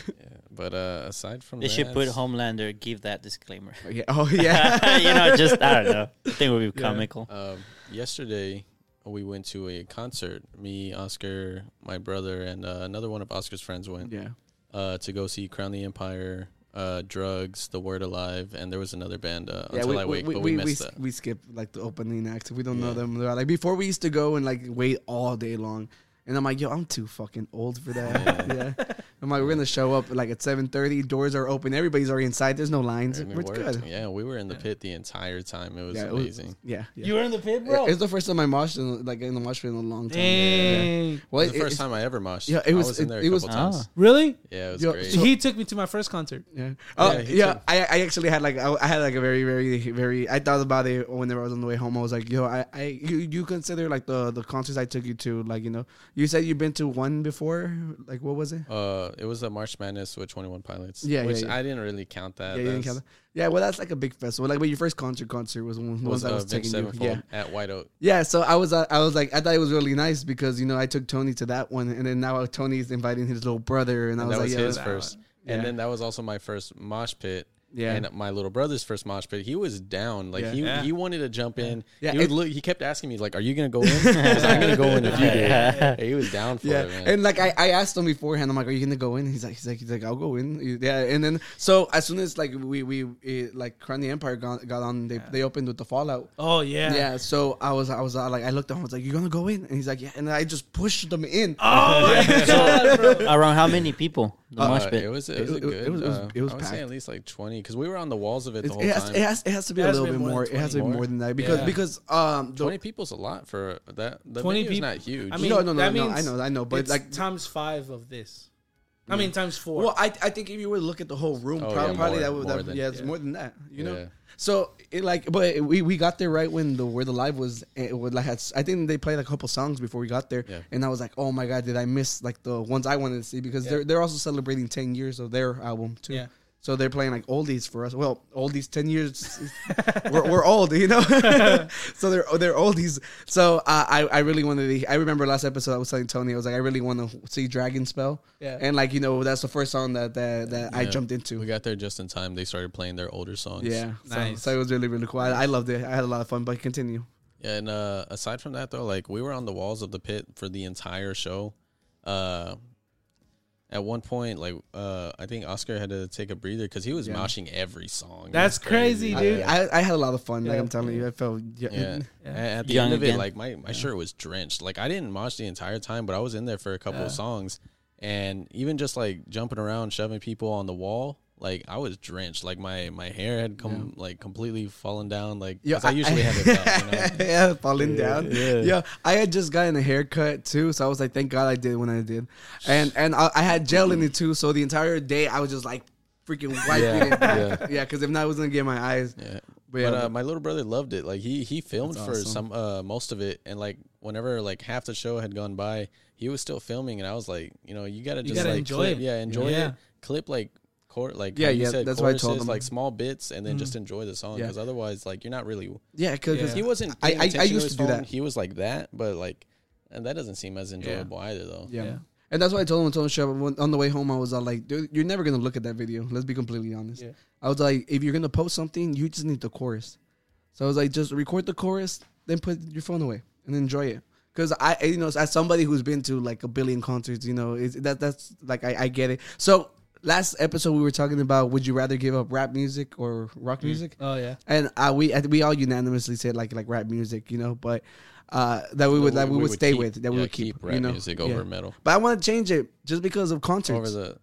[SPEAKER 6] But uh, aside from
[SPEAKER 2] They
[SPEAKER 6] that,
[SPEAKER 2] should put Homelander. Give that disclaimer.
[SPEAKER 5] yeah. Oh yeah.
[SPEAKER 2] you know, just I don't know. I think it would be comical.
[SPEAKER 6] Um, yesterday we went to a concert. Me, Oscar, my brother, and uh, another one of Oscar's friends went.
[SPEAKER 5] yeah.
[SPEAKER 6] uh, to go see Crown the Empire, uh, Drugs, The Word Alive, and there was another band, uh, Until I Wake, but we, missed
[SPEAKER 5] s-
[SPEAKER 6] that.
[SPEAKER 5] we skip like the opening acts. We don't know
[SPEAKER 6] Yeah.
[SPEAKER 5] them. They're like before we used to go and like wait all day long. And I'm like, yo, I'm too fucking old for that. yeah. I'm like, we're gonna show up like at 7:30. Doors are open. Everybody's already inside. There's no lines.
[SPEAKER 6] And we
[SPEAKER 5] We're
[SPEAKER 6] worked.
[SPEAKER 5] good.
[SPEAKER 6] Yeah, we were in the pit the entire time. It was
[SPEAKER 5] Yeah, it was-
[SPEAKER 6] amazing.
[SPEAKER 5] Yeah. yeah.
[SPEAKER 4] You were in the pit, bro.
[SPEAKER 5] it's the first time I moshed in, like in the mosh pit in a long time.
[SPEAKER 4] Dang,
[SPEAKER 5] Well,
[SPEAKER 6] it was the
[SPEAKER 5] it-
[SPEAKER 6] first
[SPEAKER 5] it's-
[SPEAKER 6] time I ever moshed.
[SPEAKER 5] Yeah, it was-
[SPEAKER 6] I was in there a
[SPEAKER 5] it- it was-
[SPEAKER 6] couple
[SPEAKER 4] Ah.
[SPEAKER 6] times.
[SPEAKER 4] really?
[SPEAKER 6] Yeah, it was
[SPEAKER 5] Yo,
[SPEAKER 6] great.
[SPEAKER 5] So-
[SPEAKER 4] he took me to my first concert.
[SPEAKER 5] Yeah. Oh,
[SPEAKER 6] Yeah,
[SPEAKER 5] yeah.
[SPEAKER 6] he took-
[SPEAKER 5] I, I actually had like I, I had like a very very very. I thought about it whenever I was on the way home. I was like, yo, I, I you, you consider like the the concerts I took you to like you know you said you've been to one before. Like what was it?
[SPEAKER 6] uh, it was the March Madness with Twenty One Pilots.
[SPEAKER 5] Yeah, yeah,
[SPEAKER 6] which
[SPEAKER 5] yeah.
[SPEAKER 6] I didn't really count
[SPEAKER 5] yeah, you
[SPEAKER 6] that.
[SPEAKER 5] didn't
[SPEAKER 6] That's-
[SPEAKER 5] count that. Yeah, well, that's like a big festival. Like, but your first concert concert was one the
[SPEAKER 6] Was,
[SPEAKER 5] ones I
[SPEAKER 6] uh,
[SPEAKER 5] was
[SPEAKER 6] Vince
[SPEAKER 5] taking you.
[SPEAKER 6] Sevenfold
[SPEAKER 5] Yeah,
[SPEAKER 6] at White Oak.
[SPEAKER 5] yeah. So I was, uh, I was like, I thought it was really nice because you know I took Tony to that one, and then now Tony's inviting his little brother, and, I
[SPEAKER 6] And
[SPEAKER 5] was
[SPEAKER 6] that
[SPEAKER 5] like,
[SPEAKER 6] was
[SPEAKER 5] yeah,
[SPEAKER 6] his
[SPEAKER 5] that-
[SPEAKER 6] first.
[SPEAKER 5] Yeah.
[SPEAKER 6] And then that was also my first mosh pit.
[SPEAKER 5] Yeah.
[SPEAKER 6] And my little brother's first mosh pit. He was down. Like
[SPEAKER 5] Yeah.
[SPEAKER 6] he
[SPEAKER 4] Yeah.
[SPEAKER 6] he wanted to jump in.
[SPEAKER 5] Yeah,
[SPEAKER 6] He would
[SPEAKER 5] it-
[SPEAKER 6] look, he kept asking me like, "Are you gonna go in? 'Cause I'm gonna go in if you do."
[SPEAKER 2] Yeah.
[SPEAKER 6] He was down for
[SPEAKER 5] Yeah,
[SPEAKER 6] it, man.
[SPEAKER 5] and like I, I asked him beforehand. I'm like, "Are you gonna go in?" He's like, "He's like, he's like, I'll go in." Yeah, and then so as soon as like we we it, like Crown the Empire got, got on, they, they opened with the Fallout.
[SPEAKER 4] Oh
[SPEAKER 5] Yeah.
[SPEAKER 4] yeah.
[SPEAKER 5] so I was I was uh, like I looked at him. I was like, "You gonna go in?" And he's like, "Yeah." And I just pushed them in.
[SPEAKER 4] Oh my god, bro.
[SPEAKER 2] Around how many people? The
[SPEAKER 5] Uh,
[SPEAKER 2] mosh
[SPEAKER 6] Uh,
[SPEAKER 2] pit.
[SPEAKER 6] it was it was a
[SPEAKER 5] It- it-
[SPEAKER 6] good.
[SPEAKER 5] it was- it was-
[SPEAKER 6] uh,
[SPEAKER 5] it was
[SPEAKER 6] I would say
[SPEAKER 5] packed.
[SPEAKER 6] at least like twenty because we were on the walls of it the
[SPEAKER 5] It's-
[SPEAKER 6] whole
[SPEAKER 5] It has,
[SPEAKER 6] time.
[SPEAKER 5] it has it has to be
[SPEAKER 4] It
[SPEAKER 5] a
[SPEAKER 4] has to
[SPEAKER 5] little
[SPEAKER 4] be
[SPEAKER 5] bit
[SPEAKER 4] more than
[SPEAKER 5] more. It has to be
[SPEAKER 6] 20.
[SPEAKER 5] more than that because
[SPEAKER 4] Yeah.
[SPEAKER 5] because um the,
[SPEAKER 6] twenty people's a lot for that. The
[SPEAKER 4] 20
[SPEAKER 6] 20 venue's
[SPEAKER 4] people-
[SPEAKER 6] not huge.
[SPEAKER 4] I mean,
[SPEAKER 5] no no no
[SPEAKER 4] that
[SPEAKER 5] no
[SPEAKER 4] means
[SPEAKER 5] I know I know but
[SPEAKER 4] it's
[SPEAKER 5] like
[SPEAKER 4] times five of this. I mean, times four.
[SPEAKER 5] well I I think if you were to look at the whole room
[SPEAKER 6] Oh, yeah,
[SPEAKER 5] probably, probably
[SPEAKER 6] more-
[SPEAKER 5] that would
[SPEAKER 6] more
[SPEAKER 5] that,
[SPEAKER 6] than-
[SPEAKER 5] yeah it's
[SPEAKER 4] yeah.
[SPEAKER 5] more than that you know
[SPEAKER 6] Yeah.
[SPEAKER 5] so it like but we, we got there right when the where the live was it would like had, I think they played like a couple songs before we got there
[SPEAKER 6] Yeah.
[SPEAKER 5] and I was like oh my god did I miss like the ones I wanted to see because they're they're also celebrating ten years of their album too
[SPEAKER 4] Yeah.
[SPEAKER 5] so they're playing like oldies for us. Well, oldies, ten years, we're, we're old, you know. so they're they're oldies. So uh, I I really wanted to. I remember last episode I was telling Tony I was like I really want to see Dragon Spell.
[SPEAKER 4] Yeah.
[SPEAKER 5] And like you know that's the first song that that, that I
[SPEAKER 6] Yeah.
[SPEAKER 5] jumped into.
[SPEAKER 6] we got there just in time. They started playing their older songs.
[SPEAKER 5] yeah. So,
[SPEAKER 4] Nice.
[SPEAKER 5] so it was really really cool. I, I loved it. I had a lot of fun. But continue.
[SPEAKER 6] And uh, aside from that, though, like we were on the walls of the pit for the entire show. Uh, at one point, like uh, I think Oscar had to take a breather because he was
[SPEAKER 5] Yeah.
[SPEAKER 6] moshing every song. It
[SPEAKER 4] That's
[SPEAKER 6] was
[SPEAKER 4] crazy, dude.
[SPEAKER 6] Yeah.
[SPEAKER 5] I, I had a lot of fun. Like
[SPEAKER 4] Yeah.
[SPEAKER 5] I'm telling you, I felt yeah.
[SPEAKER 6] Yeah. A- At the
[SPEAKER 2] Young
[SPEAKER 6] end of
[SPEAKER 2] again.
[SPEAKER 6] it, like my, my shirt was drenched. Like I didn't mosh the entire time, but I was in there for a couple of songs. And even just like jumping around, shoving people on the wall, like I was drenched. Like my my hair had come like completely fallen down. Like 'cause I, usually have it done, you know?
[SPEAKER 5] yeah, falling down. Yeah. I had just gotten a haircut too, so I was like, thank God I did when I did, and and I, I had gel in it too, so the entire day I was just like freaking wiping
[SPEAKER 6] Yeah,
[SPEAKER 5] it back.
[SPEAKER 6] yeah.
[SPEAKER 5] Yeah, because if not, I was gonna get my eyes.
[SPEAKER 6] Yeah.
[SPEAKER 5] But
[SPEAKER 6] But,
[SPEAKER 5] yeah,
[SPEAKER 6] uh, my little brother loved it. Like he he filmed
[SPEAKER 5] That's
[SPEAKER 6] for
[SPEAKER 5] awesome.
[SPEAKER 6] some uh most of it, and like whenever like half the show had gone by, he was still filming, and I was like, you know, you gotta just
[SPEAKER 4] gotta
[SPEAKER 6] like
[SPEAKER 4] enjoy
[SPEAKER 6] clip,
[SPEAKER 4] it.
[SPEAKER 6] yeah, enjoy
[SPEAKER 4] Yeah.
[SPEAKER 6] it, clip like court like
[SPEAKER 5] Yeah,
[SPEAKER 6] how you
[SPEAKER 5] yeah,
[SPEAKER 6] said,
[SPEAKER 5] that's what I told
[SPEAKER 6] choruses,
[SPEAKER 5] him. Mm.
[SPEAKER 6] like small bits, and then just enjoy the song
[SPEAKER 5] Yeah.
[SPEAKER 6] because otherwise like you're not really
[SPEAKER 5] yeah, because
[SPEAKER 4] Yeah.
[SPEAKER 6] he wasn't.
[SPEAKER 5] I-
[SPEAKER 6] paying
[SPEAKER 5] I- I
[SPEAKER 6] attention
[SPEAKER 5] used
[SPEAKER 6] his
[SPEAKER 5] to do
[SPEAKER 6] phone.
[SPEAKER 5] that.
[SPEAKER 6] He was like that, but like, and that doesn't seem as enjoyable either though.
[SPEAKER 5] Yeah.
[SPEAKER 4] Yeah.
[SPEAKER 5] And that's why I told him, I told him, Shep, when- on the way home, I was all like, dude, you're never going to look at that video. Let's be completely honest.
[SPEAKER 4] Yeah.
[SPEAKER 5] I was like, if you're going to post something, you just need the chorus. So I was like, just record the chorus, then put your phone away and enjoy it. Because I, you know, as somebody who's been to like a billion concerts, you know, it's, that that's like, I, I get it. So last episode, we were talking about would you rather give up rap music or rock music?
[SPEAKER 4] Oh yeah.
[SPEAKER 5] and Mm. uh, we I think we all unanimously said like like rap music, you know, but uh, that we would that we, would stay
[SPEAKER 6] keep-
[SPEAKER 5] with that we
[SPEAKER 6] yeah,
[SPEAKER 5] would keep,
[SPEAKER 6] rap
[SPEAKER 5] you know,
[SPEAKER 6] music over
[SPEAKER 5] Yeah.
[SPEAKER 6] metal
[SPEAKER 5] But I want to change it just because of concerts.
[SPEAKER 6] over the.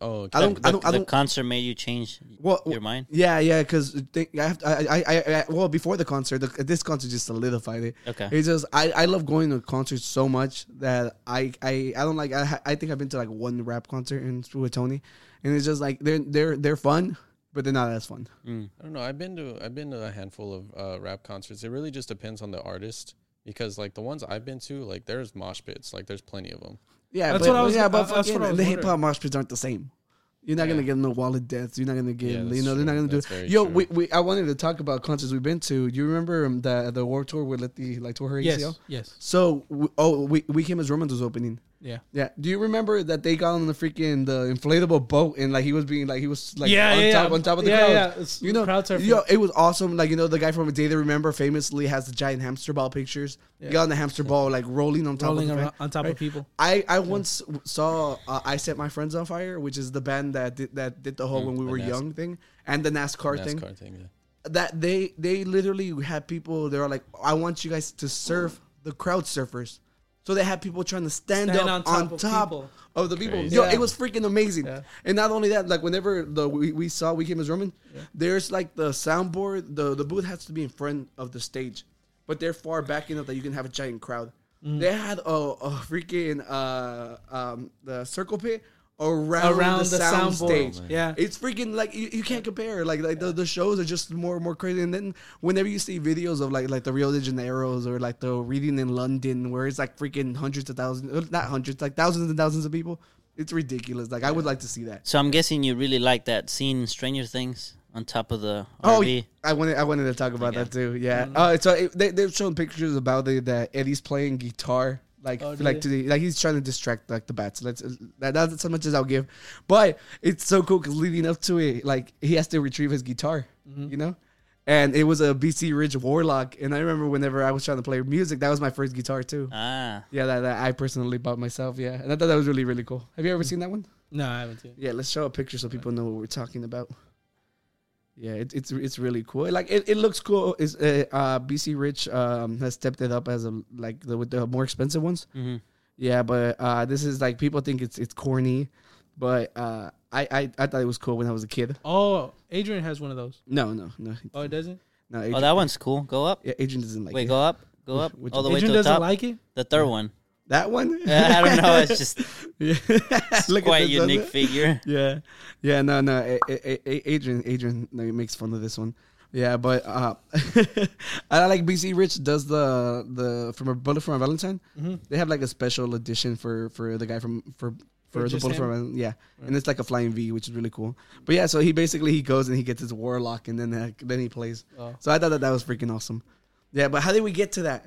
[SPEAKER 6] Oh, okay.
[SPEAKER 5] I don't, I
[SPEAKER 2] The-
[SPEAKER 5] don't, I
[SPEAKER 2] the
[SPEAKER 5] don't.
[SPEAKER 2] concert made you change
[SPEAKER 5] Well,
[SPEAKER 2] your mind.
[SPEAKER 5] Yeah, yeah, because I have to, I, I, I, I, well, before the concert, the, this concert just solidified it.
[SPEAKER 2] Okay.
[SPEAKER 5] It's just I, I love going to concerts so much that I, I, I don't like. I, ha- I think I've been to like one rap concert in with Tony, and it's just like they're they're they're fun, but they're not as fun.
[SPEAKER 6] I don't know. I've been to I've been to a handful of uh, rap concerts. It really just depends on the artist because like the ones I've been to, like there's mosh pits, like there's plenty of them.
[SPEAKER 5] Yeah,
[SPEAKER 4] That's
[SPEAKER 5] but,
[SPEAKER 4] what I was-
[SPEAKER 5] yeah,
[SPEAKER 4] uh,
[SPEAKER 5] but
[SPEAKER 4] that's what I
[SPEAKER 5] fucking
[SPEAKER 4] was
[SPEAKER 5] the
[SPEAKER 4] wondering.
[SPEAKER 5] hip hop mosh pits aren't the same. You're not gonna get no wall of death. You're not gonna get
[SPEAKER 6] Yeah,
[SPEAKER 5] you
[SPEAKER 6] that's
[SPEAKER 5] know they're not
[SPEAKER 6] true.
[SPEAKER 5] gonna
[SPEAKER 6] That's
[SPEAKER 5] do.
[SPEAKER 6] very
[SPEAKER 5] Yo,
[SPEAKER 6] true.
[SPEAKER 5] we, we I wanted to talk about concerts we've been to. Do you remember um, the the war tour with Letty like tore her ACL?
[SPEAKER 4] Yes. Yes.
[SPEAKER 5] So w oh we we came as Romans was opening.
[SPEAKER 4] Yeah.
[SPEAKER 5] Yeah. Do you remember that they got on the freaking the inflatable boat and like he was being like he was like
[SPEAKER 4] Yeah,
[SPEAKER 5] on
[SPEAKER 4] yeah,
[SPEAKER 5] top
[SPEAKER 4] yeah.
[SPEAKER 5] on top of the
[SPEAKER 4] Yeah,
[SPEAKER 5] crowd.
[SPEAKER 4] yeah. It's
[SPEAKER 5] You know,
[SPEAKER 4] crowd surfing.
[SPEAKER 5] yo, it was awesome. Like you know, the guy from A Day They Remember famously has the giant hamster ball pictures. He got on the hamster ball like rolling on top
[SPEAKER 4] Rolling
[SPEAKER 5] of the
[SPEAKER 4] around
[SPEAKER 5] fan.
[SPEAKER 4] on top of people.
[SPEAKER 5] I, I once w- saw uh, I Set My Friends on Fire, which is the band that did, that did the whole when we
[SPEAKER 6] the
[SPEAKER 5] were
[SPEAKER 6] NAS-
[SPEAKER 5] young thing and the NASCAR, thing.
[SPEAKER 6] NASCAR thing. yeah.
[SPEAKER 5] That they they literally had people. They were like, I want you guys to surf the crowd surfers. So they had people trying to stand,
[SPEAKER 4] Stand
[SPEAKER 5] up
[SPEAKER 4] on top
[SPEAKER 5] on
[SPEAKER 4] of
[SPEAKER 5] top
[SPEAKER 4] people.
[SPEAKER 5] of the people.
[SPEAKER 6] Crazy.
[SPEAKER 5] Yo,
[SPEAKER 4] Yeah.
[SPEAKER 5] it was freaking amazing.
[SPEAKER 4] Yeah.
[SPEAKER 5] And not only that, like whenever the we, we saw We Came as Roman, there's like the soundboard. The the booth has to be in front of the stage, but they're far back enough that you can have a giant crowd.
[SPEAKER 4] Mm.
[SPEAKER 5] They had a, a freaking uh um the circle pit. Around,
[SPEAKER 4] Around
[SPEAKER 5] the,
[SPEAKER 4] the
[SPEAKER 5] sound
[SPEAKER 4] soundboard.
[SPEAKER 5] stage,
[SPEAKER 4] Oh, man. Yeah.
[SPEAKER 5] it's freaking like you, you can't compare. Like, like the, the shows are just more and more crazy. And then whenever you see videos of like like the Rio de Janeiro's or like the reading in London, where it's like freaking hundreds of thousands, uh, not hundreds, like thousands and thousands of people, it's ridiculous. Like I would like to see that.
[SPEAKER 2] So I'm guessing you really like that scene in Stranger Things on top of the
[SPEAKER 5] Oh,
[SPEAKER 2] RV.
[SPEAKER 5] I wanted I wanted to talk about that too. Yeah. Uh, so it, they they've shown pictures about the, that Eddie's playing guitar. Like,
[SPEAKER 4] Oh, did
[SPEAKER 5] like
[SPEAKER 4] they?
[SPEAKER 5] to the, like he's trying to distract like the bats. Let's that, that's as much as I'll give, but it's so cool because leading up to it, like he has to retrieve his guitar, you know, and it was a BC Ridge Warlock, and I remember whenever I was trying to play music, that was my first guitar too.
[SPEAKER 2] Ah,
[SPEAKER 5] yeah, that, that I personally bought myself. Yeah, and I thought that was really really cool. Have you ever seen that one?
[SPEAKER 4] No, I haven't seen. it.
[SPEAKER 5] Yeah, let's show a picture so people know what we're talking about. Yeah, it, it's it's really cool. Like it, it looks cool. Is uh, uh, BC Rich um, has stepped it up as a like the with the more expensive ones.
[SPEAKER 2] mhm.
[SPEAKER 5] Yeah, but uh, this is like people think it's it's corny, but uh, I, I I thought it was cool when I was a kid.
[SPEAKER 4] Oh, Adrian has one of those.
[SPEAKER 5] No, no, no,
[SPEAKER 4] Oh, it doesn't.
[SPEAKER 5] no.
[SPEAKER 2] oh,
[SPEAKER 5] Adrian,
[SPEAKER 2] that one's cool. Go up.
[SPEAKER 5] yeah, Adrian doesn't like
[SPEAKER 2] Wait,
[SPEAKER 5] it.
[SPEAKER 2] go up. Go up
[SPEAKER 5] which
[SPEAKER 2] all the way
[SPEAKER 4] Adrian
[SPEAKER 2] to the
[SPEAKER 4] doesn't
[SPEAKER 2] top.
[SPEAKER 4] like it.
[SPEAKER 2] the third one.
[SPEAKER 5] that one.
[SPEAKER 2] I don't know. It's just
[SPEAKER 5] Yeah. Look at
[SPEAKER 2] quite a
[SPEAKER 5] this one.
[SPEAKER 2] unique figure.
[SPEAKER 5] yeah, yeah, no, no. A- A- A- Adrian, Adrian no, he makes fun of this one. Yeah, but uh, I like BC Rich does the the from a bullet from a Valentine.
[SPEAKER 4] Mm-hmm.
[SPEAKER 5] They have like a special edition for for the guy from for.
[SPEAKER 4] For
[SPEAKER 5] For the
[SPEAKER 4] just
[SPEAKER 5] bullet
[SPEAKER 4] him?
[SPEAKER 5] from, a Valentine. yeah, and it's like a flying V, which is really cool. But yeah, so he basically he goes and he gets his warlock, and then uh, then he plays.
[SPEAKER 4] Oh.
[SPEAKER 5] So I thought that that was freaking awesome. Yeah, but how did we get to that?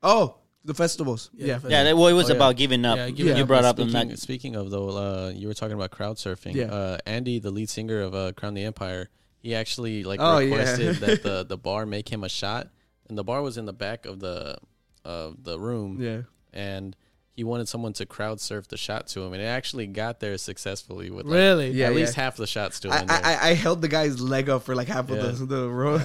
[SPEAKER 5] Oh, the festivals.
[SPEAKER 4] Yeah,
[SPEAKER 5] Yeah,
[SPEAKER 4] the
[SPEAKER 2] Yeah, that, well, it was
[SPEAKER 6] Oh, yeah.
[SPEAKER 2] about giving up.
[SPEAKER 4] Yeah,
[SPEAKER 5] giving
[SPEAKER 2] you
[SPEAKER 5] up.
[SPEAKER 2] brought up
[SPEAKER 6] speaking,
[SPEAKER 2] the nut.
[SPEAKER 6] speaking of though, uh, you were talking about crowd surfing.
[SPEAKER 5] Yeah.
[SPEAKER 6] Uh, Andy, the lead singer of uh, Crown the Empire, he actually like
[SPEAKER 5] Oh, yeah.
[SPEAKER 6] requested that the the bar make him a shot. and the bar was in the back of the of the room.
[SPEAKER 5] Yeah.
[SPEAKER 6] and he wanted someone to crowd surf the shot to him, and it actually got there successfully with like,
[SPEAKER 4] Really?
[SPEAKER 5] Yeah,
[SPEAKER 6] at least
[SPEAKER 5] yeah.
[SPEAKER 6] half the shots still
[SPEAKER 5] I,
[SPEAKER 6] in there.
[SPEAKER 5] I, I- I held the guy's leg up for like half
[SPEAKER 6] Yeah.
[SPEAKER 5] of the, the road.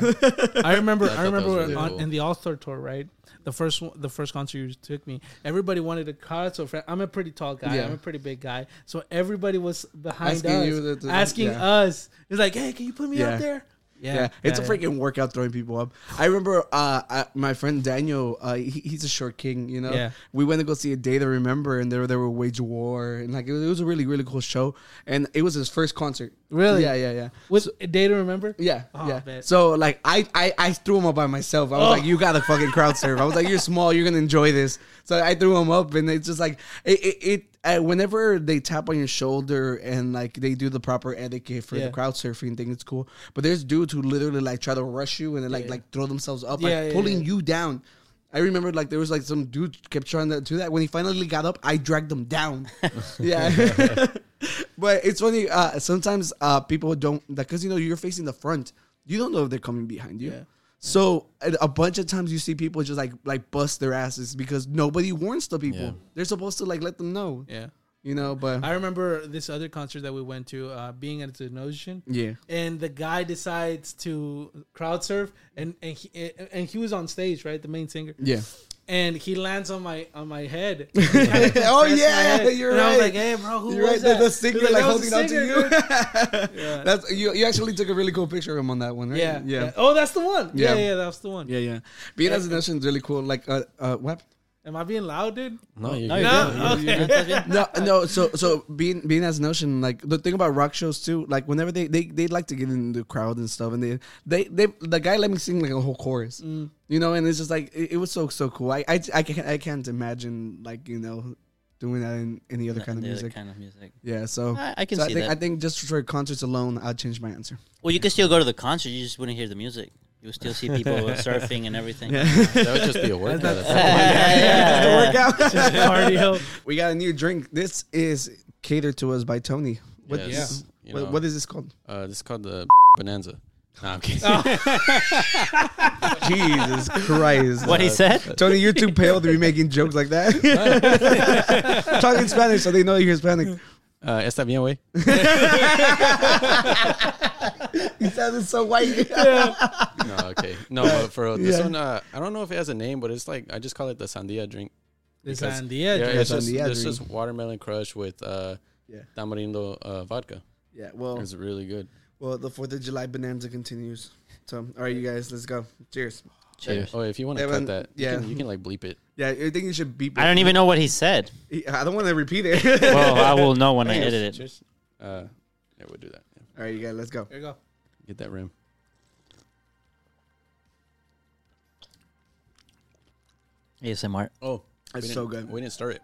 [SPEAKER 4] I remember.
[SPEAKER 6] I
[SPEAKER 4] I
[SPEAKER 6] thought that
[SPEAKER 4] remember
[SPEAKER 6] was really
[SPEAKER 4] on,
[SPEAKER 6] cool.
[SPEAKER 4] in the All Star tour, right? The first one, the first concert you took me. Everybody wanted a cut. So fr- I'm a pretty tall guy.
[SPEAKER 5] Yeah.
[SPEAKER 4] I'm a pretty big guy. So everybody was behind
[SPEAKER 5] Asking
[SPEAKER 4] us,
[SPEAKER 5] you to- to-
[SPEAKER 4] asking
[SPEAKER 5] yeah.
[SPEAKER 4] us. It's like, hey, can you put me
[SPEAKER 5] Yeah.
[SPEAKER 4] up there?
[SPEAKER 5] Yeah, it's a
[SPEAKER 4] yeah.
[SPEAKER 5] freaking workout throwing people up. I remember uh, I, my friend Daniel. Uh, he, he's a short king, you know.
[SPEAKER 4] Yeah.
[SPEAKER 5] We went to go see a day to remember, and there there were wage war, and like it was, it was a really really cool show, and it was his first concert.
[SPEAKER 4] Really?
[SPEAKER 5] Yeah, yeah, yeah.
[SPEAKER 4] With day to remember.
[SPEAKER 5] Yeah,
[SPEAKER 4] Oh,
[SPEAKER 5] yeah.
[SPEAKER 4] man.
[SPEAKER 5] So like I, I I threw him up by myself. I was like, you gotta fucking crowd surf. I was like, you're small, you're gonna enjoy this. So I threw him up, and it's just like it. it, it uh, whenever they tap on your shoulder and like they do the proper etiquette for
[SPEAKER 4] Yeah.
[SPEAKER 5] the crowd surfing thing, it's cool. But there's dudes who literally like try to rush you and then, like
[SPEAKER 4] Yeah.
[SPEAKER 5] like throw themselves up,
[SPEAKER 4] Yeah,
[SPEAKER 5] like
[SPEAKER 4] yeah,
[SPEAKER 5] pulling
[SPEAKER 4] yeah.
[SPEAKER 5] you down. I remember like there was like some dude kept trying to do that. When he finally got up, I dragged him down. yeah. But it's funny. Uh, sometimes uh, people don't because you know you're facing the front. You don't know if they're coming behind you. So a a bunch of times you see people just like like bust their asses because nobody warns the people.
[SPEAKER 6] Yeah.
[SPEAKER 5] They're supposed to like let them know.
[SPEAKER 4] Yeah.
[SPEAKER 5] You know, but
[SPEAKER 4] I remember this other concert that we went to, uh, being at the Notion.
[SPEAKER 5] Yeah.
[SPEAKER 4] And the guy decides to crowd surf, and and he and he was on stage, right? The main singer.
[SPEAKER 5] yeah,
[SPEAKER 4] and he lands on my on my head.
[SPEAKER 5] Oh, yeah, you're
[SPEAKER 4] and I was
[SPEAKER 5] right.
[SPEAKER 4] like, "Hey, bro, who
[SPEAKER 5] you're right.
[SPEAKER 4] was
[SPEAKER 5] The,
[SPEAKER 4] that?"
[SPEAKER 5] the singer
[SPEAKER 4] He's
[SPEAKER 5] like,
[SPEAKER 4] "That
[SPEAKER 5] holding
[SPEAKER 4] was the
[SPEAKER 5] on to
[SPEAKER 4] singer,
[SPEAKER 5] you.
[SPEAKER 4] dude." Yeah.
[SPEAKER 5] That's you. You actually took a really cool picture of him on that one, right?
[SPEAKER 4] yeah,
[SPEAKER 5] yeah,
[SPEAKER 4] Oh, that's the one. Yeah,
[SPEAKER 5] Yeah.
[SPEAKER 4] yeah, that's the one.
[SPEAKER 5] yeah, yeah. Being as a nation is really cool. Like, uh, uh, what?
[SPEAKER 4] Am I being loud, dude?
[SPEAKER 6] no, you're
[SPEAKER 2] No, you're
[SPEAKER 6] good.
[SPEAKER 4] No,
[SPEAKER 2] good. You're good. You're good.
[SPEAKER 5] no, no. So, so being being as notion, like the thing about rock shows too, like whenever they they they like to get in the crowd and stuff, and they they they the guy let me sing like a whole chorus,
[SPEAKER 2] Mm.
[SPEAKER 5] you know, and it's just like it, it was so so cool. I I I can't I can't imagine like you know doing that in any other kind of
[SPEAKER 2] The other
[SPEAKER 5] music.
[SPEAKER 2] kind of music.
[SPEAKER 5] Yeah, so
[SPEAKER 2] I- I can
[SPEAKER 5] so
[SPEAKER 2] see
[SPEAKER 5] I think, I
[SPEAKER 2] that.
[SPEAKER 5] think just for concerts alone, I'd change my answer.
[SPEAKER 2] Well, you could still go to the concert. You just wouldn't hear the music. You would still see people surfing and everything.
[SPEAKER 6] That would just be a workout. at that point.
[SPEAKER 2] Yeah, yeah, yeah.
[SPEAKER 4] Cardio.
[SPEAKER 5] we got a new drink. This is catered to us by Tony. What,
[SPEAKER 6] Yes, you know.
[SPEAKER 5] what, what is this called?
[SPEAKER 6] Uh, this is called the Bonanza. Nah, I'm kidding.
[SPEAKER 5] Oh. Jesus Christ!
[SPEAKER 2] What he said?
[SPEAKER 5] Tony, you're too pale to be making jokes like that. Talk in Spanish so they know you're Hispanic.
[SPEAKER 6] Uh, está bien, way.
[SPEAKER 5] You sounded so white.
[SPEAKER 6] No, okay. No, but for real, this
[SPEAKER 5] Yeah.
[SPEAKER 6] one, uh, I don't know if it has a name, but it's like I just call it the Sandia drink.
[SPEAKER 4] This
[SPEAKER 6] Because-
[SPEAKER 4] and
[SPEAKER 6] Yeah,
[SPEAKER 4] the edge.
[SPEAKER 6] it's just,
[SPEAKER 5] Sandia
[SPEAKER 6] it's
[SPEAKER 5] drink.
[SPEAKER 6] just watermelon crush with uh,
[SPEAKER 5] Yeah. Oh.
[SPEAKER 6] tamarindo uh, vodka.
[SPEAKER 5] yeah, well,
[SPEAKER 6] It's really good.
[SPEAKER 5] well, the Fourth of July bonanza continues. So, all right, you guys, let's go. Cheers.
[SPEAKER 2] Cheers.
[SPEAKER 6] Oh, if you want to
[SPEAKER 5] Evan,
[SPEAKER 6] cut that,
[SPEAKER 5] yeah.
[SPEAKER 6] you, can, you can like bleep it.
[SPEAKER 5] Yeah, I think you should beep.
[SPEAKER 2] I don't even know what he said.
[SPEAKER 5] even. I don't want to repeat it.
[SPEAKER 2] Well, I will know when I
[SPEAKER 6] Yes,
[SPEAKER 2] edit it.
[SPEAKER 6] cheers. Uh, yeah, we'll do that. Yeah.
[SPEAKER 5] all right, you guys, let's go.
[SPEAKER 4] There you go.
[SPEAKER 6] Get that rim.
[SPEAKER 2] ASMR.
[SPEAKER 6] Oh, we
[SPEAKER 5] It's
[SPEAKER 6] didn't-
[SPEAKER 5] so good.
[SPEAKER 6] We didn't start it.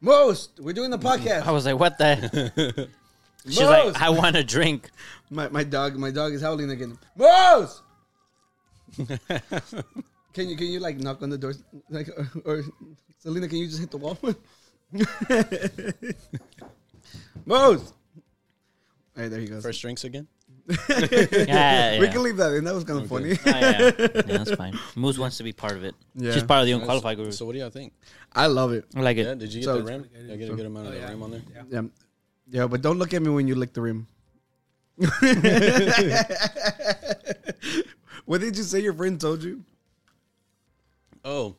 [SPEAKER 5] Most, we're doing the podcast.
[SPEAKER 2] I was like, what the? Oh, She's like,
[SPEAKER 5] Most.
[SPEAKER 2] I want a drink.
[SPEAKER 5] My, my dog, my dog is howling again. Most. can you can you like knock on the door like or, or Selena? Can you just hit the wall? Most. All right, there he goes.
[SPEAKER 6] First drinks again.
[SPEAKER 2] Yeah, yeah.
[SPEAKER 5] We can leave that in. That was kind of funny.
[SPEAKER 2] Oh, yeah. yeah, that's fine. Moose wants to be part of it.
[SPEAKER 5] Yeah.
[SPEAKER 2] She's part of the unqualified group.
[SPEAKER 6] So what do y'all think?
[SPEAKER 5] I love it.
[SPEAKER 2] I like it.
[SPEAKER 6] Yeah, did you get
[SPEAKER 5] So-
[SPEAKER 6] the rim? Did I get a good amount of the rim on there.
[SPEAKER 5] Oh, Yeah. yeah, but don't look at me when you lick the rim. what did you say your friend told you?
[SPEAKER 6] Oh,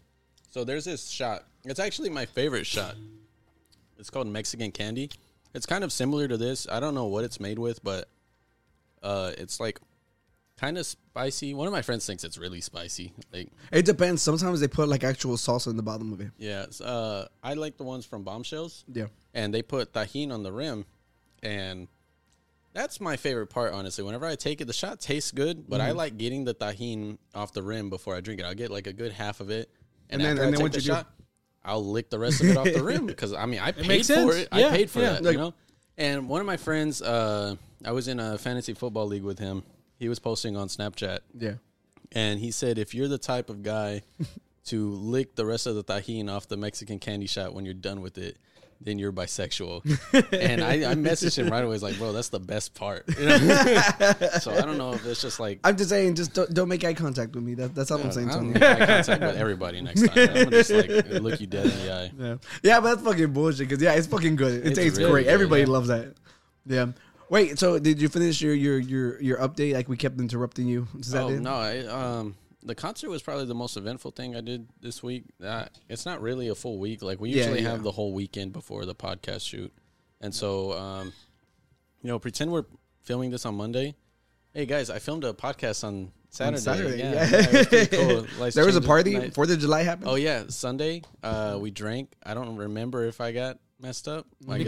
[SPEAKER 6] so there's this shot. It's actually my favorite shot. It's called Mexican candy. It's kind of similar to this. I don't know what it's made with, but uh, it's like kind of spicy. One of my friends thinks it's really spicy. Like,
[SPEAKER 5] It depends. Sometimes they put like actual salsa in the bottom of it.
[SPEAKER 6] yeah, it's, uh, I like the ones from Bombshells.
[SPEAKER 5] Yeah.
[SPEAKER 6] and they put tahine on the rim, and that's my favorite part. Honestly, whenever I take it, the shot tastes good, but I
[SPEAKER 5] Mm-hmm.
[SPEAKER 6] like getting the tahine off the rim before I drink it. I'll get like a good half of it,
[SPEAKER 5] And
[SPEAKER 6] and,
[SPEAKER 5] then-
[SPEAKER 6] after
[SPEAKER 5] and
[SPEAKER 6] I
[SPEAKER 5] then
[SPEAKER 6] take
[SPEAKER 5] what
[SPEAKER 6] the
[SPEAKER 5] you do-
[SPEAKER 6] shot, I'll lick the rest of it off the rim because I mean I paid
[SPEAKER 4] makes
[SPEAKER 6] for
[SPEAKER 4] sense.
[SPEAKER 6] it.
[SPEAKER 4] Yeah,
[SPEAKER 6] I paid for
[SPEAKER 4] yeah.
[SPEAKER 6] that,
[SPEAKER 5] Like-
[SPEAKER 6] you know. And one of my friends, uh, I was in a fantasy football league with him. He was posting on Snapchat
[SPEAKER 5] Yeah.
[SPEAKER 6] and he said if you're the type of guy to lick the rest of the tahine off the Mexican candy shot when you're done with it, then you're bisexual. and I, I messaged him right away. I was like, bro, that's the best part. You know? so I don't know if it's just like
[SPEAKER 5] I'm just saying, just don't, don't make eye contact with me. That, that's all I'm saying,
[SPEAKER 6] I don't
[SPEAKER 5] Tony.
[SPEAKER 6] make eye contact with everybody next time. I'm gonna just like look you dead in the eye.
[SPEAKER 5] Yeah. yeah, but that's fucking bullshit. Cause yeah, it's fucking good. It
[SPEAKER 6] It's
[SPEAKER 5] tastes
[SPEAKER 6] really
[SPEAKER 5] great.
[SPEAKER 6] good,
[SPEAKER 5] Everybody
[SPEAKER 6] yeah.
[SPEAKER 5] loves that. Yeah. Wait. So did you finish your your your your update? Like we kept interrupting you. Is that
[SPEAKER 6] oh
[SPEAKER 5] it?
[SPEAKER 6] no, I, um, the concert was probably the most eventful thing I did this week. Uh, it's not really a full week. Like we
[SPEAKER 5] Yeah,
[SPEAKER 6] usually
[SPEAKER 5] yeah.
[SPEAKER 6] have the whole weekend before the podcast shoot, and so um, you know, pretend we're filming this on Monday. Hey guys, I filmed a podcast on Saturday.
[SPEAKER 5] Saturday, yeah.
[SPEAKER 6] Yeah, yeah. it was pretty cool. Lights
[SPEAKER 5] There was a
[SPEAKER 6] changed
[SPEAKER 5] party.
[SPEAKER 6] overnight.
[SPEAKER 5] Fourth of July happened.
[SPEAKER 6] Oh yeah, Sunday. Uh, we drank. I don't remember if I got messed up I guess-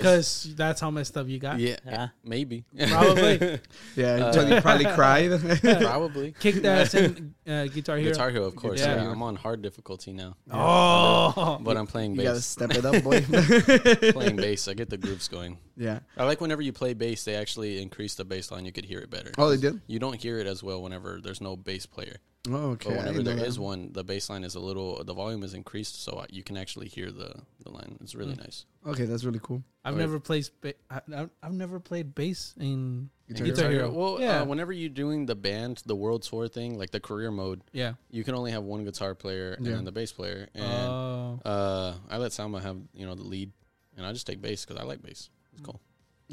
[SPEAKER 4] because that's how messed up you got.
[SPEAKER 6] yeah,
[SPEAKER 2] Yeah.
[SPEAKER 6] maybe,
[SPEAKER 4] Probably
[SPEAKER 5] yeah.
[SPEAKER 6] uh,
[SPEAKER 5] Tony probably cried.
[SPEAKER 6] probably.
[SPEAKER 4] kicked ass in uh, Guitar Hero.
[SPEAKER 6] Guitar Hero, of course.
[SPEAKER 4] Guitar
[SPEAKER 6] Yeah,
[SPEAKER 4] Hero.
[SPEAKER 6] I'm on hard difficulty now,
[SPEAKER 4] Oh,
[SPEAKER 6] but I'm playing
[SPEAKER 5] you gotta
[SPEAKER 6] bass.
[SPEAKER 5] step it up, boy.
[SPEAKER 6] playing bass, I get the grooves going.
[SPEAKER 5] yeah.
[SPEAKER 6] I like whenever you play bass, they actually increase the bass line. You could hear it better.
[SPEAKER 5] Oh, they did.
[SPEAKER 6] You don't hear it as well whenever there's no bass player.
[SPEAKER 5] Oh, okay.
[SPEAKER 6] But
[SPEAKER 5] I
[SPEAKER 6] whenever
[SPEAKER 5] didn't know
[SPEAKER 6] there
[SPEAKER 5] that.
[SPEAKER 6] is one, the bass line is a little, the volume is increased, so you can actually hear the, the line. It's
[SPEAKER 5] Hmm.
[SPEAKER 6] really nice.
[SPEAKER 5] Okay, that's really cool.
[SPEAKER 4] I've
[SPEAKER 6] Wait.
[SPEAKER 4] never played. Ba- I, I've- I've never played bass in
[SPEAKER 5] Guitar
[SPEAKER 4] Guitar,
[SPEAKER 5] Hero.
[SPEAKER 4] Hero.
[SPEAKER 6] Well,
[SPEAKER 4] yeah,
[SPEAKER 6] uh, whenever you're doing the band, the world tour thing, like the career mode,
[SPEAKER 4] yeah.
[SPEAKER 6] you can only have one guitar player and
[SPEAKER 5] Yeah.
[SPEAKER 6] then the bass player. And
[SPEAKER 4] Oh,
[SPEAKER 6] uh, I let Salma have you know the lead, and I just take bass because I like bass. It's cool.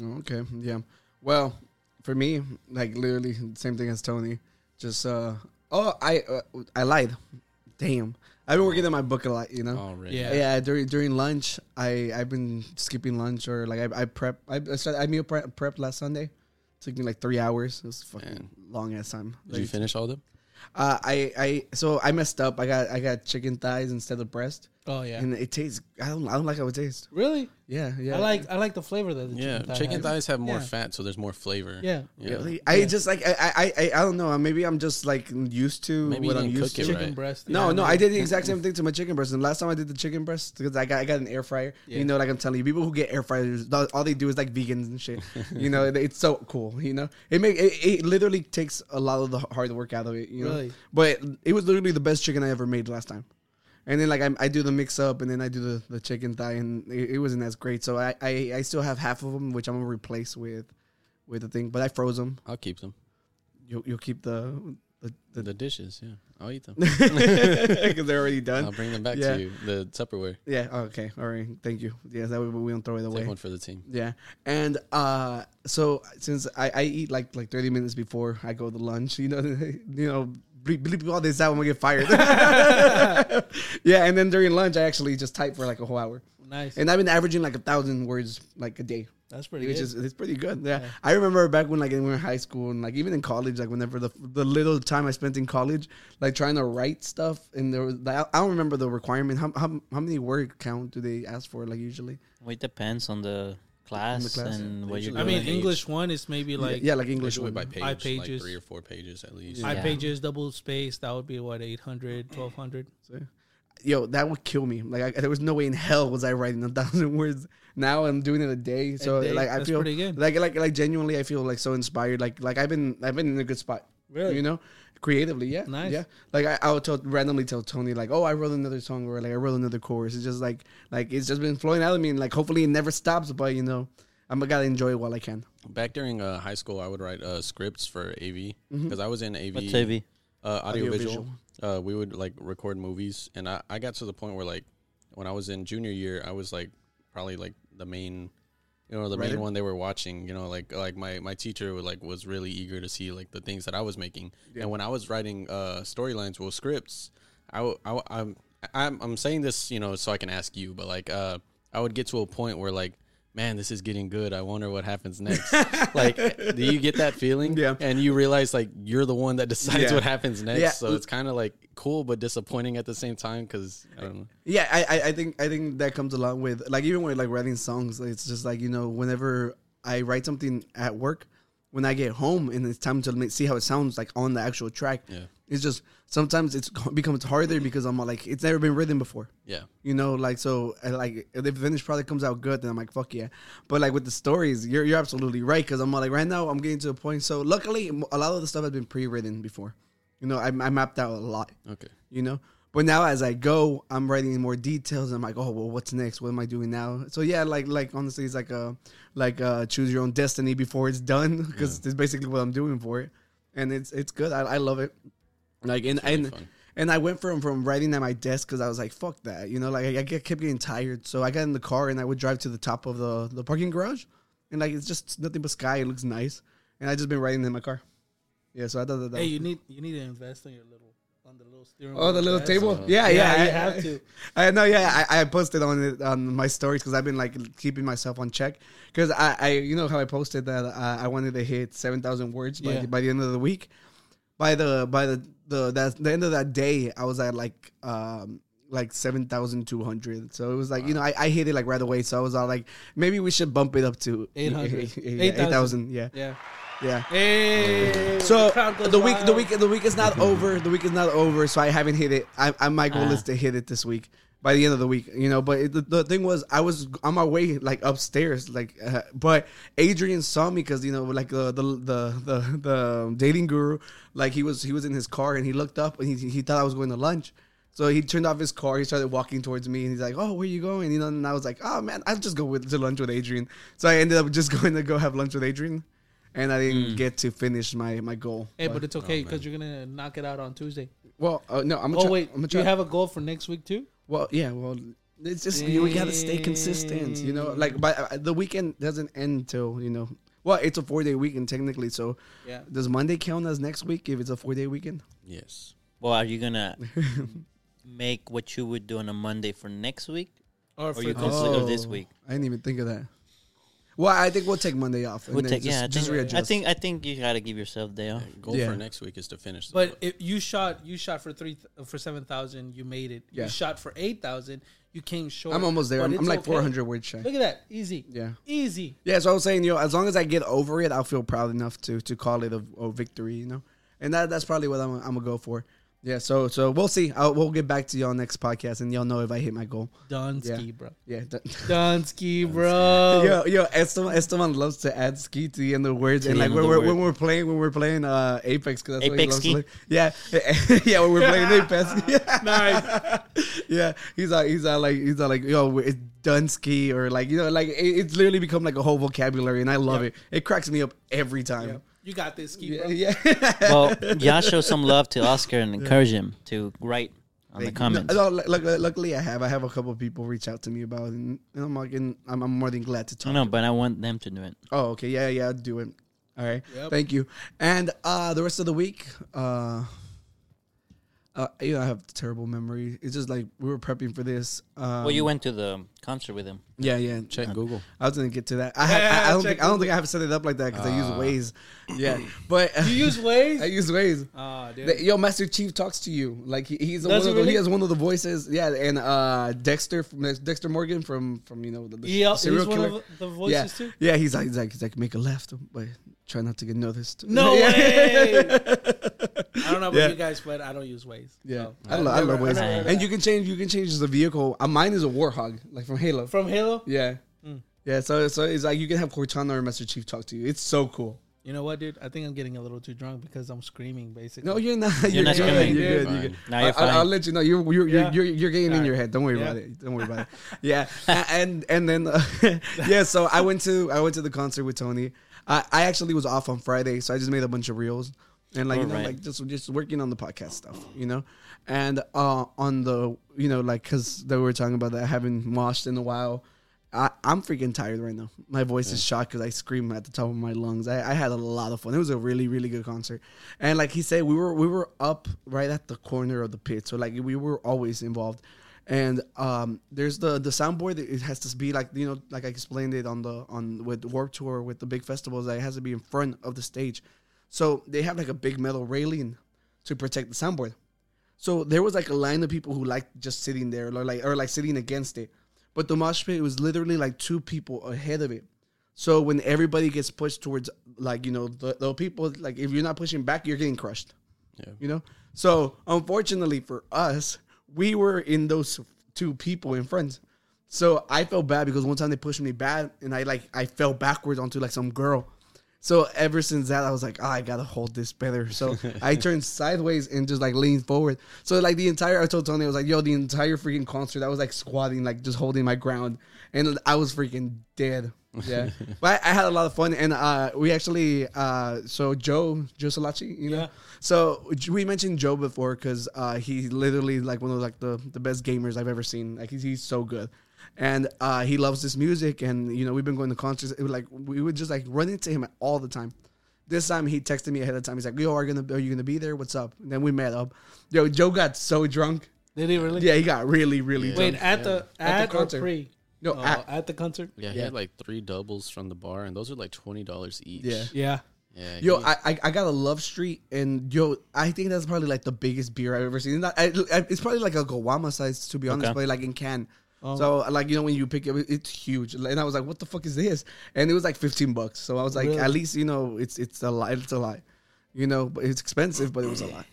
[SPEAKER 5] Oh, Okay, yeah. Well, for me, like literally same thing as Tony. Just uh oh, I uh, I lied. Damn, I've been working on my book a lot, you know.
[SPEAKER 6] Oh, really?
[SPEAKER 4] Yeah.
[SPEAKER 5] Yeah. during during lunch, I I've been skipping lunch or like I I prep I I started I meal prep, prepped last Sunday. took me like three hours. It was fucking
[SPEAKER 6] Man.
[SPEAKER 5] long ass time.
[SPEAKER 6] Did you
[SPEAKER 5] Like,
[SPEAKER 6] finish all of them?
[SPEAKER 5] uh, I I so I messed up. I got I got chicken thighs instead of breast,
[SPEAKER 4] oh yeah.
[SPEAKER 5] and it tastes. I don't I don't like how it tastes.
[SPEAKER 4] Really?
[SPEAKER 5] Yeah, yeah.
[SPEAKER 4] I like I like the flavor that the
[SPEAKER 6] Yeah,
[SPEAKER 4] chicken thigh
[SPEAKER 6] chicken
[SPEAKER 4] has.
[SPEAKER 6] thighs have more
[SPEAKER 4] Yeah.
[SPEAKER 6] fat, so there's more flavor.
[SPEAKER 4] Yeah.
[SPEAKER 5] Really? I just like I I, I I don't know. Maybe I'm just like used to
[SPEAKER 6] Maybe
[SPEAKER 5] what
[SPEAKER 6] you
[SPEAKER 5] I'm
[SPEAKER 6] didn't
[SPEAKER 5] used
[SPEAKER 6] cook it
[SPEAKER 5] to.
[SPEAKER 4] Chicken
[SPEAKER 6] right.
[SPEAKER 4] breast.
[SPEAKER 5] No,
[SPEAKER 4] yeah,
[SPEAKER 5] no,
[SPEAKER 4] maybe.
[SPEAKER 5] I did the exact same thing to my chicken breast. And last time I did the chicken breast because I got I got an air fryer. You know, like I'm telling you, people who get air fryers, th- all they do is like vegans and shit. you know, it- it's so cool. You know, it make it, it literally takes a lot of the hard work out of it. You know,
[SPEAKER 4] Really?
[SPEAKER 5] but it was literally the best chicken I ever made last time. And then like I, I do the mix up, and then I do the, the chicken thigh, and it, it wasn't as great. So I, I I still have half of them, which I'm gonna replace with with the thing. But I froze them.
[SPEAKER 6] I'll keep them.
[SPEAKER 5] You'll you'll keep the the,
[SPEAKER 6] The,
[SPEAKER 5] the
[SPEAKER 6] dishes, yeah. I'll eat them.
[SPEAKER 5] because they're already done.
[SPEAKER 6] I'll bring them back
[SPEAKER 5] Yeah.
[SPEAKER 6] to you. The Tupperware.
[SPEAKER 5] Yeah. oh, okay. All right. Thank you. Yeah. That way we don't throw it
[SPEAKER 6] Take
[SPEAKER 5] away.
[SPEAKER 6] one for the team.
[SPEAKER 5] Yeah. And uh, so since I, I eat like like thirty minutes before I go to lunch, you know, you know, bleep, bleep all this out, I'm gonna get fired. yeah. And then during lunch, I actually just type for like a whole hour,
[SPEAKER 4] Nice.
[SPEAKER 5] and I've been averaging like a thousand words like a day.
[SPEAKER 4] That's pretty
[SPEAKER 5] which
[SPEAKER 4] good.
[SPEAKER 5] is it's pretty good. Yeah. I remember back when like we were in high school and like even in college, like whenever the the little time I spent in college, like trying to write stuff, and there was like, I don't remember the requirement. How, how how many word count do they ask for? Like usually,
[SPEAKER 2] It depends on the class,
[SPEAKER 5] class,
[SPEAKER 2] and
[SPEAKER 5] yeah.
[SPEAKER 2] what you're
[SPEAKER 5] Usually.
[SPEAKER 4] I
[SPEAKER 2] doing.
[SPEAKER 4] mean,
[SPEAKER 6] Age.
[SPEAKER 4] English one is maybe like
[SPEAKER 5] yeah, like
[SPEAKER 6] They
[SPEAKER 5] English
[SPEAKER 6] do it
[SPEAKER 5] one.
[SPEAKER 6] by
[SPEAKER 5] By
[SPEAKER 6] page,
[SPEAKER 4] Five
[SPEAKER 6] like
[SPEAKER 4] pages.
[SPEAKER 6] three or four pages at least.
[SPEAKER 4] five
[SPEAKER 2] Yeah.
[SPEAKER 4] pages, double space. That would be what 800, 1200.
[SPEAKER 5] Yo, that would kill me. Like I, there was no way in hell was I writing a thousand words. Now I'm doing it a day, so
[SPEAKER 4] day?
[SPEAKER 5] like I
[SPEAKER 4] That's
[SPEAKER 5] feel
[SPEAKER 4] pretty good.
[SPEAKER 5] like like like genuinely, I feel like so inspired. Like like I've been I've been in a good spot.
[SPEAKER 4] Really?
[SPEAKER 5] You know, creatively, yeah,
[SPEAKER 4] Nice.
[SPEAKER 5] yeah. Like I, I would tell, randomly tell Tony like, oh, I wrote another song or like I wrote another chorus. It's just like like it's just been flowing out of me, and like hopefully it never stops. But you know, I'm gonna gotta enjoy it while I can.
[SPEAKER 6] Back during uh, high school, I would write uh, scripts for AV
[SPEAKER 5] Mm-hmm.
[SPEAKER 6] because I was in AV.
[SPEAKER 2] What's AV?
[SPEAKER 6] Uh, audio visual.
[SPEAKER 5] Audiovisual.
[SPEAKER 6] Uh, we would like record movies, and I, I got to the point where like when I was in junior year, I was like probably like the main, you know, the
[SPEAKER 5] Writer?
[SPEAKER 6] main one they were watching. You know, like like my my teacher was like was really eager to see like the things that I was making, and when I was writing uh storylines, well scripts, I w- I w- I'm I'm I'm saying this you know so I can ask you, but like uh I would get to a point where like. Man, this is getting good. I wonder what happens next. like, do you get that feeling?
[SPEAKER 5] Yeah.
[SPEAKER 6] And you realize like you're the one that decides
[SPEAKER 5] Yeah.
[SPEAKER 6] what happens next.
[SPEAKER 5] Yeah.
[SPEAKER 6] So it's kind of like cool but disappointing at the same time because I don't know.
[SPEAKER 5] Yeah, I, I I think I think that comes along with like even when like writing songs, it's just like you know whenever I write something at work, when I get home and it's time to ma- see how it sounds like on the actual track,
[SPEAKER 6] Yeah.
[SPEAKER 5] it's just sometimes it's becomes harder because I'm like it's never been written before.
[SPEAKER 6] Yeah.
[SPEAKER 5] You know, like so, I like if the finished product comes out good, then I'm like, fuck yeah. But like with the stories, you're you're absolutely right because I'm like right now I'm getting to a point. So luckily, a lot of the stuff has been pre-written before. You know, I, I mapped out a lot.
[SPEAKER 6] Okay.
[SPEAKER 5] You know, But now as I go, I'm writing more details. I'm like, oh well, what's next? What am I doing now? So yeah, like like honestly, it's like a like uh choose your own destiny before it's done because it's basically what I'm doing for it, and it's it's good. I, I love it. Like and and.
[SPEAKER 3] fun.
[SPEAKER 5] And I went from from writing at my desk because I was like, "Fuck that," you know. Like I, I get- kept getting tired, so I got in the car and I would drive to the top of the the parking garage, and like it's just nothing but sky. It looks nice, and I just been writing in my car. Yeah, so I thought that. that
[SPEAKER 4] Hey,
[SPEAKER 5] was-
[SPEAKER 4] you need you need to invest on your little on the little steering.
[SPEAKER 5] Oh, the
[SPEAKER 4] wheel
[SPEAKER 5] little
[SPEAKER 4] desk.
[SPEAKER 5] table. Yeah,
[SPEAKER 4] Yeah,
[SPEAKER 5] yeah,
[SPEAKER 4] you
[SPEAKER 5] I,
[SPEAKER 4] have to.
[SPEAKER 5] I know. Yeah, I, I posted on it on my stories because I've been like keeping myself on check because I, I, you know how I posted that uh, I wanted to hit seven thousand words by,
[SPEAKER 4] Yeah.
[SPEAKER 5] by the end of the week. By the by the the that the end of that day, I was at like um like seven thousand two hundred. So it was like you know I, I hit it like right away. So I was all like maybe we should bump it up to
[SPEAKER 4] 800.
[SPEAKER 5] eight thousand. Yeah,
[SPEAKER 4] Yeah.
[SPEAKER 5] yeah.
[SPEAKER 4] Hey.
[SPEAKER 5] So
[SPEAKER 4] crowd goes
[SPEAKER 5] the week, the
[SPEAKER 4] wild.
[SPEAKER 5] week, the week is not over. The week is not over. So I haven't hit it. I, I my goal
[SPEAKER 2] Ah.
[SPEAKER 5] is to hit it this week by the end of the week. You know, but it, the, the thing was, I was on my way like upstairs, like, uh, but Adrian saw me because you know, like the the the the, the dating guru, like he was he was in his car and he looked up and he he thought I was going to lunch. So he turned off his car. He started walking towards me, and he's like, "Oh, where you going?" You know, and I was like, "Oh man, I'll just go with, to lunch with Adrian." So I ended up just going to go have lunch with Adrian, and I didn't get to finish my my goal.
[SPEAKER 4] Hey, but it's
[SPEAKER 5] Oh,
[SPEAKER 4] okay because you're gonna knock it out on Tuesday.
[SPEAKER 5] well, uh, no, I'm gonna.
[SPEAKER 4] Oh
[SPEAKER 5] try-
[SPEAKER 4] wait,
[SPEAKER 5] I'm gonna
[SPEAKER 4] do
[SPEAKER 5] try.
[SPEAKER 4] you have a goal for next week too?
[SPEAKER 5] well, yeah, well, it's just you, we gotta stay consistent. You know, like but uh, the weekend doesn't end till you know. Well, it's a four day weekend technically. So
[SPEAKER 4] Yeah.
[SPEAKER 5] does Monday count as next week if it's a four day weekend?
[SPEAKER 3] Yes.
[SPEAKER 2] Well, are you gonna make what you would do on a Monday for next week,
[SPEAKER 4] Or
[SPEAKER 2] or
[SPEAKER 5] Oh,
[SPEAKER 4] for
[SPEAKER 2] you
[SPEAKER 4] this
[SPEAKER 2] complete or
[SPEAKER 4] Oh.
[SPEAKER 2] this week?
[SPEAKER 5] I didn't even think of that. Well, I think we'll take Monday off. and
[SPEAKER 2] We'll
[SPEAKER 5] then
[SPEAKER 2] take,
[SPEAKER 5] just,
[SPEAKER 2] yeah, I
[SPEAKER 5] just
[SPEAKER 2] think, I
[SPEAKER 5] readjust.
[SPEAKER 2] think I think you gotta give yourself a day off.
[SPEAKER 3] Goal
[SPEAKER 5] Yeah.
[SPEAKER 3] for next week is to finish. The
[SPEAKER 4] But
[SPEAKER 3] book.
[SPEAKER 4] if you shot, you shot for three th- for seven thousand. You made it.
[SPEAKER 5] Yeah.
[SPEAKER 4] You shot for eight thousand. You came short.
[SPEAKER 5] I'm almost there.
[SPEAKER 4] But
[SPEAKER 5] I'm, I'm
[SPEAKER 4] it's
[SPEAKER 5] like
[SPEAKER 4] okay.
[SPEAKER 5] 400 words shy.
[SPEAKER 4] Look at that, easy.
[SPEAKER 5] Yeah.
[SPEAKER 4] easy.
[SPEAKER 5] Yeah, so I was saying, you know, as long as I get over it, I'll feel proud enough to to call it a, a victory, you know, and that that's probably what I'm I'm gonna go for. Yeah, so so we'll see. I'll, we'll get back to y'all next podcast, and y'all know if I hit my goal.
[SPEAKER 4] Dunsky,
[SPEAKER 5] Yeah.
[SPEAKER 4] bro.
[SPEAKER 5] Yeah. that-
[SPEAKER 4] Dunsky, bro.
[SPEAKER 2] Um,
[SPEAKER 5] Yo, yo, Esteban, Esteban loves to add ski to the end of words, and
[SPEAKER 2] the
[SPEAKER 5] like
[SPEAKER 2] end
[SPEAKER 5] when
[SPEAKER 2] of
[SPEAKER 5] we're
[SPEAKER 2] the
[SPEAKER 5] when
[SPEAKER 2] word.
[SPEAKER 5] we're playing when we're playing uh Apex, because that's what he
[SPEAKER 2] Apex
[SPEAKER 5] loves
[SPEAKER 2] ski?
[SPEAKER 5] to play. Yeah, yeah, when we're playing Apex, yeah,
[SPEAKER 4] Nice.
[SPEAKER 5] yeah. He's like he's all like he's all like yo, we- it's done ski or like you know like it, it's literally become like a whole vocabulary, and I love it. It cracks me up every time.
[SPEAKER 4] Yep. You got this, ski, bro.
[SPEAKER 5] Yeah.
[SPEAKER 2] Well, y'all show some love to Oscar and encourage him to write on the comments.
[SPEAKER 5] No, no, lu- lu- luckily, I have. I have a couple of people reach out to me about, it, and I'm like, and I'm, I'm more than glad to talk.
[SPEAKER 2] No, no, but I want them to do it.
[SPEAKER 5] Oh, okay. Yeah, yeah. I'll do it. All right.
[SPEAKER 4] Yep.
[SPEAKER 5] Thank you. And uh, the rest of the week, uh, uh, you know, I have terrible memory. It's just like we were prepping for this. Um,
[SPEAKER 2] Well, you went to the concert with him.
[SPEAKER 5] Yeah, yeah.
[SPEAKER 3] check
[SPEAKER 2] Uh-huh.
[SPEAKER 3] Google.
[SPEAKER 5] I was gonna get to that. I, had, I, I don't
[SPEAKER 4] check
[SPEAKER 5] think I don't think I have set it up like that because I use
[SPEAKER 2] Uh.
[SPEAKER 5] Waze. Yeah, but
[SPEAKER 4] You use
[SPEAKER 5] I
[SPEAKER 4] Waze?
[SPEAKER 5] use Waze.
[SPEAKER 4] Ah, dude.
[SPEAKER 5] That- Yo, Master Chief talks to you. Like he, he's one
[SPEAKER 4] Does
[SPEAKER 5] of
[SPEAKER 4] he
[SPEAKER 5] the, he
[SPEAKER 4] really?
[SPEAKER 5] has one of the voices. Yeah, and uh, Dexter from Dexter Morgan from from you know the, the
[SPEAKER 4] Yeah, he's
[SPEAKER 5] serial
[SPEAKER 4] one
[SPEAKER 5] killer.
[SPEAKER 4] of the voices
[SPEAKER 5] yeah.
[SPEAKER 4] too.
[SPEAKER 5] Yeah, he's like he's like he's like make a left, but try not to get noticed.
[SPEAKER 4] No
[SPEAKER 5] yeah.
[SPEAKER 4] way. I don't know about
[SPEAKER 5] Yeah.
[SPEAKER 4] you guys, but I don't use Waze.
[SPEAKER 5] Yeah,
[SPEAKER 4] So,
[SPEAKER 5] I love I
[SPEAKER 4] Oh, never-
[SPEAKER 5] love Waze.
[SPEAKER 4] never heard of
[SPEAKER 5] And
[SPEAKER 4] that.
[SPEAKER 5] you can change you can change the vehicle. Uh, mine is a Warhog, like from Halo.
[SPEAKER 4] from Halo.
[SPEAKER 5] yeah.
[SPEAKER 4] Mm.
[SPEAKER 5] Yeah, so so it's like you can have Cortana or Master Chief talk to you. It's so cool.
[SPEAKER 4] You know what, dude? I think I'm getting a little too drunk because I'm screaming. Basically,
[SPEAKER 5] No, you're not. You're,
[SPEAKER 2] not
[SPEAKER 5] good.
[SPEAKER 2] screaming.
[SPEAKER 5] You're good.
[SPEAKER 3] Fine.
[SPEAKER 5] You're good.
[SPEAKER 2] Now you're
[SPEAKER 5] I,
[SPEAKER 2] fine.
[SPEAKER 5] will let you know. You're you're
[SPEAKER 4] Yeah.
[SPEAKER 5] you're, you're getting in
[SPEAKER 4] Alright.
[SPEAKER 5] your head. Don't worry
[SPEAKER 4] Yeah.
[SPEAKER 5] about it. Don't worry about it. Yeah, A- and and then uh, yeah. So I went to I went to the concert with Tony. I, I actually was off on Friday, so I just made a bunch of reels and like you know
[SPEAKER 2] Alright.
[SPEAKER 5] like just just working on the podcast stuff, you know, and uh on the you know like because that we were talking about that I haven't washed in a while. I, I'm freaking tired right now. My voice is shot because I scream at the top of my lungs. I, I had a lot of fun. It was a really, really good concert. And like he said, we were we were up right at the corner of the pit, so like we were always involved. And um, there's the the soundboard. It has to be like you know, like I explained it on the on with Warp Tour with the big festivals. That it has to be in front of the stage. So they have like a big metal railing to protect the soundboard. So there was like a line of people who liked just sitting there, or like or like sitting against it. But the mosh pit was literally like two people ahead of it. So when everybody gets pushed towards, like you know, the, the people, like if you're not pushing back, you're getting crushed.
[SPEAKER 3] Yeah.
[SPEAKER 5] You know. So unfortunately for us, we were in those two people in front. So I felt bad because one time they pushed me bad, and I like I fell backwards onto like some girl, So ever since that, I was like, oh, I gotta hold this better. So I turned sideways and just like leaned forward. So like the entire, I told Tony, I was like, yo, the entire freaking concert, I was like squatting, like just holding my ground, and I was freaking dead. Yeah, but I, I had a lot of fun, and uh, we actually, uh, so Joe, Joe Salachi, you know,
[SPEAKER 4] Yeah.
[SPEAKER 5] so J- we mentioned Joe before because uh, he's literally like one of like the, the best gamers I've ever seen. Like he's, he's so good, and uh, he loves this music. And you know we've been going to concerts. It was like we would just like run into him all the time. This time he texted me ahead of time. He's like, "Yo, are gonna are you gonna be there? What's up?" And then we met up. Yo, Joe got so drunk.
[SPEAKER 4] Did he really?
[SPEAKER 5] Yeah, he got really really
[SPEAKER 4] Wait,
[SPEAKER 5] drunk.
[SPEAKER 4] at the
[SPEAKER 5] At the
[SPEAKER 4] at, or
[SPEAKER 5] concert.
[SPEAKER 4] pre?
[SPEAKER 5] No,
[SPEAKER 4] Oh,
[SPEAKER 5] at-
[SPEAKER 4] at the concert.
[SPEAKER 6] Yeah, he had like three doubles from the bar, and those are like twenty dollars each.
[SPEAKER 5] Yeah.
[SPEAKER 4] Yeah.
[SPEAKER 6] yeah.
[SPEAKER 5] Yo,
[SPEAKER 6] he-
[SPEAKER 5] I, I I got a love street, and yo, I think that's probably like the biggest beer I've ever seen. It's, not- I, I- it's probably like a Gawama size, to be honest,
[SPEAKER 2] Okay.
[SPEAKER 5] but like in can.
[SPEAKER 4] Oh.
[SPEAKER 5] So like you know when you pick it, it's huge, and I was like, "What the fuck is this?" And it was like fifteen bucks. So I was like,
[SPEAKER 4] Really?
[SPEAKER 5] "At least you know it's it's a lot, it's a lot, you know, but it's expensive, but it was a lot."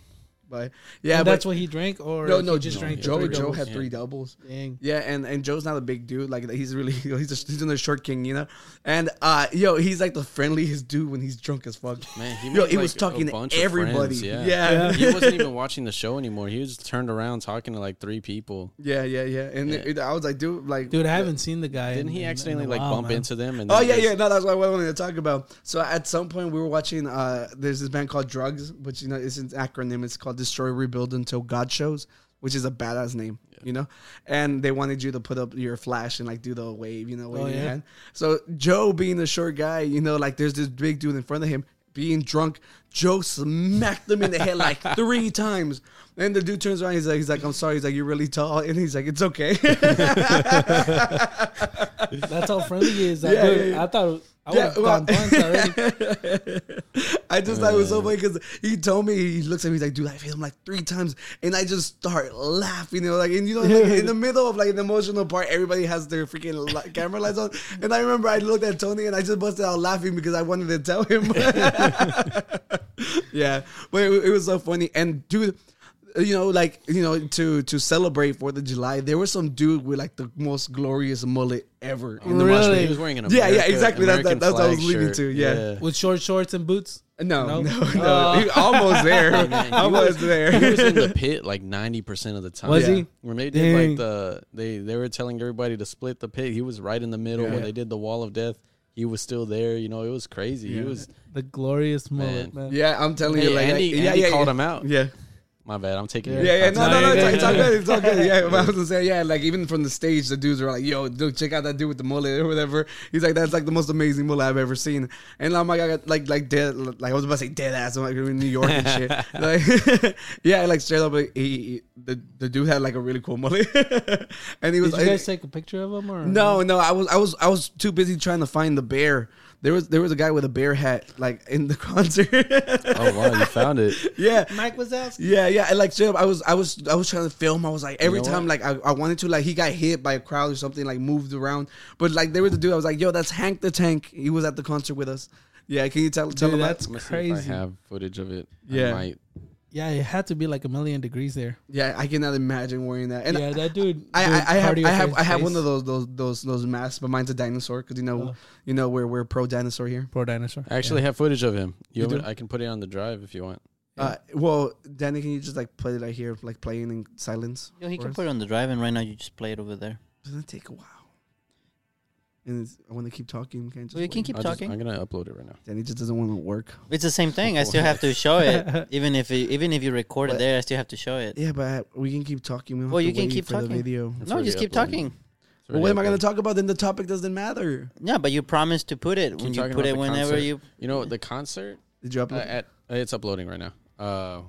[SPEAKER 5] But yeah,
[SPEAKER 4] And
[SPEAKER 5] but,
[SPEAKER 4] that's what he drank, or
[SPEAKER 5] no, no,
[SPEAKER 4] he just drank the
[SPEAKER 5] Joe.
[SPEAKER 4] three
[SPEAKER 5] Joe
[SPEAKER 4] doubles?
[SPEAKER 5] had three doubles.
[SPEAKER 4] Dang.
[SPEAKER 5] Yeah, and, and Joe's not a big dude. Like he's really he's just he's another short king, you know. And uh, yo, he's like the friendliest dude when he's drunk as fuck.
[SPEAKER 6] Man, he
[SPEAKER 5] yo,
[SPEAKER 6] made,
[SPEAKER 5] he was
[SPEAKER 6] like, a
[SPEAKER 5] talking to
[SPEAKER 6] bunch of
[SPEAKER 5] everybody.
[SPEAKER 6] friends,
[SPEAKER 5] yeah.
[SPEAKER 6] yeah.
[SPEAKER 5] Yeah.
[SPEAKER 6] he wasn't even watching the show anymore. He was turned around talking to like three people.
[SPEAKER 5] yeah, yeah, yeah. And it- I was like, dude, like,
[SPEAKER 4] Dude, I haven't seen the guy.
[SPEAKER 6] Didn't
[SPEAKER 4] in-
[SPEAKER 6] he
[SPEAKER 4] in- in a
[SPEAKER 6] accidentally like
[SPEAKER 4] while,
[SPEAKER 6] bump
[SPEAKER 4] man.
[SPEAKER 6] into them? And
[SPEAKER 5] Oh
[SPEAKER 6] then
[SPEAKER 5] yeah,
[SPEAKER 6] just-
[SPEAKER 5] yeah. No, that's what I wanted to talk about. So at some point we were watching. Uh, there's this band called Drugs, which you know is an acronym. It's called Destroy, Rebuild Until God Shows, which is a badass name, you know. And they wanted you to put up your flash and like do the wave, you know, wave
[SPEAKER 4] Oh,
[SPEAKER 5] your
[SPEAKER 4] yeah.
[SPEAKER 5] hand. So Joe, being a short guy, you know, like there's this big dude in front of him. Being drunk, Joe smacked him in the head like three times. And the dude turns around. He's like, he's like, I'm sorry. He's like, you're really tall. And he's like, it's okay.
[SPEAKER 4] That's how friendly he is.
[SPEAKER 5] Yeah,
[SPEAKER 4] I, dude,
[SPEAKER 5] yeah, yeah.
[SPEAKER 4] I thought I
[SPEAKER 5] Yeah,
[SPEAKER 4] would have
[SPEAKER 5] well-
[SPEAKER 4] gone once already.
[SPEAKER 5] I just thought it was so
[SPEAKER 6] Mm.
[SPEAKER 5] funny because he told me he looks at me he's like, dude, I've hit him like three times, and I just start laughing. You know, like, and you know, like, in the middle of like the emotional part, everybody has their freaking li- camera lights on, and I remember I looked at Tony and I just busted out laughing because I wanted to tell him. yeah, but it, it was so funny, and dude. You know, like you know, to to celebrate Fourth of July, there was some dude with like the most glorious mullet ever in the mosh
[SPEAKER 4] Really?
[SPEAKER 5] pit.
[SPEAKER 6] He was wearing an
[SPEAKER 5] Yeah, yeah,
[SPEAKER 6] America,
[SPEAKER 5] exactly. That's-
[SPEAKER 6] American
[SPEAKER 5] that's what I was
[SPEAKER 6] flag
[SPEAKER 5] leading
[SPEAKER 6] shirt.
[SPEAKER 5] to, yeah.
[SPEAKER 4] with short shorts and boots.
[SPEAKER 5] No, no,
[SPEAKER 4] No?
[SPEAKER 5] no.
[SPEAKER 4] Oh.
[SPEAKER 5] He almost there.
[SPEAKER 6] man, he
[SPEAKER 5] I was,
[SPEAKER 6] he was
[SPEAKER 5] there.
[SPEAKER 6] in the pit like ninety percent of the time.
[SPEAKER 4] Was he?
[SPEAKER 6] When they did
[SPEAKER 4] Dang.
[SPEAKER 6] like the they they were telling everybody to split the pit, he was right in the middle.
[SPEAKER 5] Yeah.
[SPEAKER 6] When they did the wall of death, he was still there. You know, it was crazy. He was
[SPEAKER 4] The glorious mullet, man.
[SPEAKER 5] yeah, I'm telling you,
[SPEAKER 6] Hey,
[SPEAKER 5] like,
[SPEAKER 6] Andy-
[SPEAKER 5] yeah,
[SPEAKER 6] Andy
[SPEAKER 5] yeah,
[SPEAKER 6] called
[SPEAKER 5] yeah.
[SPEAKER 6] him out.
[SPEAKER 5] Yeah,
[SPEAKER 6] my bad. I'm taking
[SPEAKER 5] yeah, yeah.
[SPEAKER 6] I'm
[SPEAKER 5] No,
[SPEAKER 6] sorry.
[SPEAKER 5] no, no. It's,
[SPEAKER 4] sorry.
[SPEAKER 5] it's all good. It's all good. Yeah, but I was gonna say, yeah, like even from the stage, the dudes were like, "Yo, dude, check out that dude with the mullet or whatever." He's like, "That's like the most amazing mullet I've ever seen." And I'm like, I got like, like dead, like I was about to say dead ass. I'm like in New York and shit. Like, yeah, like straight up, like, he, he- the the dude had like a really cool mullet, and he was.
[SPEAKER 4] Did you guys
[SPEAKER 5] it-
[SPEAKER 4] take a picture of him or
[SPEAKER 5] No, no, I was I was I was too busy trying to find the bear. There was there was a guy with a bear hat like in the concert.
[SPEAKER 6] Oh wow, you found it.
[SPEAKER 5] yeah.
[SPEAKER 4] Mike Wazowski.
[SPEAKER 5] Yeah, yeah, and, like straight up, I was, I was, I was trying to film. I was like, every
[SPEAKER 6] know
[SPEAKER 5] time, like, I, I wanted to, like, he got hit by a crowd or something, like, moved around. But like, there was a dude. I was like, yo, that's Hank the Tank. He was at the concert with us. Yeah, can you tell tell
[SPEAKER 4] Dude,
[SPEAKER 5] him
[SPEAKER 4] that's
[SPEAKER 5] that?
[SPEAKER 6] I'm gonna see if
[SPEAKER 4] crazy.
[SPEAKER 6] I have footage of it. I
[SPEAKER 5] Yeah.
[SPEAKER 6] might.
[SPEAKER 4] Yeah, it had to be like a million degrees there.
[SPEAKER 5] Yeah, I cannot imagine wearing that. And
[SPEAKER 4] yeah, that dude.
[SPEAKER 5] I,
[SPEAKER 4] dude,
[SPEAKER 5] I, I have
[SPEAKER 4] cardio
[SPEAKER 5] I have
[SPEAKER 4] face
[SPEAKER 5] I have one
[SPEAKER 4] face.
[SPEAKER 5] of those those those those masks, but mine's a dinosaur because you know
[SPEAKER 4] Oh.
[SPEAKER 5] you know we're we're pro dinosaur here.
[SPEAKER 4] poor dinosaur.
[SPEAKER 6] I actually have footage of him. You,
[SPEAKER 5] You
[SPEAKER 6] want me-
[SPEAKER 5] do?
[SPEAKER 6] I can put it on the drive if you want.
[SPEAKER 5] Uh, well, Danny, can you just like play it right here, like playing in silence?
[SPEAKER 2] Yo, he
[SPEAKER 5] for
[SPEAKER 2] can
[SPEAKER 5] us?
[SPEAKER 2] put it on the drive, and right now you just play it over there.
[SPEAKER 5] It's gonna take a while, and it's, I want to keep talking. Can't just
[SPEAKER 2] Well, you can
[SPEAKER 5] wait.
[SPEAKER 2] keep
[SPEAKER 6] I'll just-
[SPEAKER 2] talking.
[SPEAKER 6] I'm gonna upload it right now.
[SPEAKER 5] Danny just doesn't want to work.
[SPEAKER 2] It's the same thing. I still have to show it, even if it, even if you record it there, I still have to show it.
[SPEAKER 5] Yeah, but I- we can keep talking. We don't
[SPEAKER 2] Well,
[SPEAKER 5] have
[SPEAKER 2] you
[SPEAKER 5] to
[SPEAKER 2] can
[SPEAKER 5] wait
[SPEAKER 2] keep
[SPEAKER 5] for the
[SPEAKER 2] talking.
[SPEAKER 5] video.
[SPEAKER 6] It's
[SPEAKER 2] No,
[SPEAKER 6] already
[SPEAKER 2] just keep
[SPEAKER 6] uploaded.
[SPEAKER 2] talking.
[SPEAKER 6] It's
[SPEAKER 5] Well,
[SPEAKER 6] already
[SPEAKER 5] what am I gonna
[SPEAKER 6] uploaded.
[SPEAKER 5] talk about? Then the topic doesn't matter.
[SPEAKER 2] Yeah, but you promised to put it when you
[SPEAKER 6] talking
[SPEAKER 2] put
[SPEAKER 6] about
[SPEAKER 2] it
[SPEAKER 6] the
[SPEAKER 2] whenever
[SPEAKER 6] concert.
[SPEAKER 2] you.
[SPEAKER 6] You know the concert.
[SPEAKER 5] Did you
[SPEAKER 6] Uh,
[SPEAKER 5] upload?
[SPEAKER 6] at uh, it's uploading right now. Uh,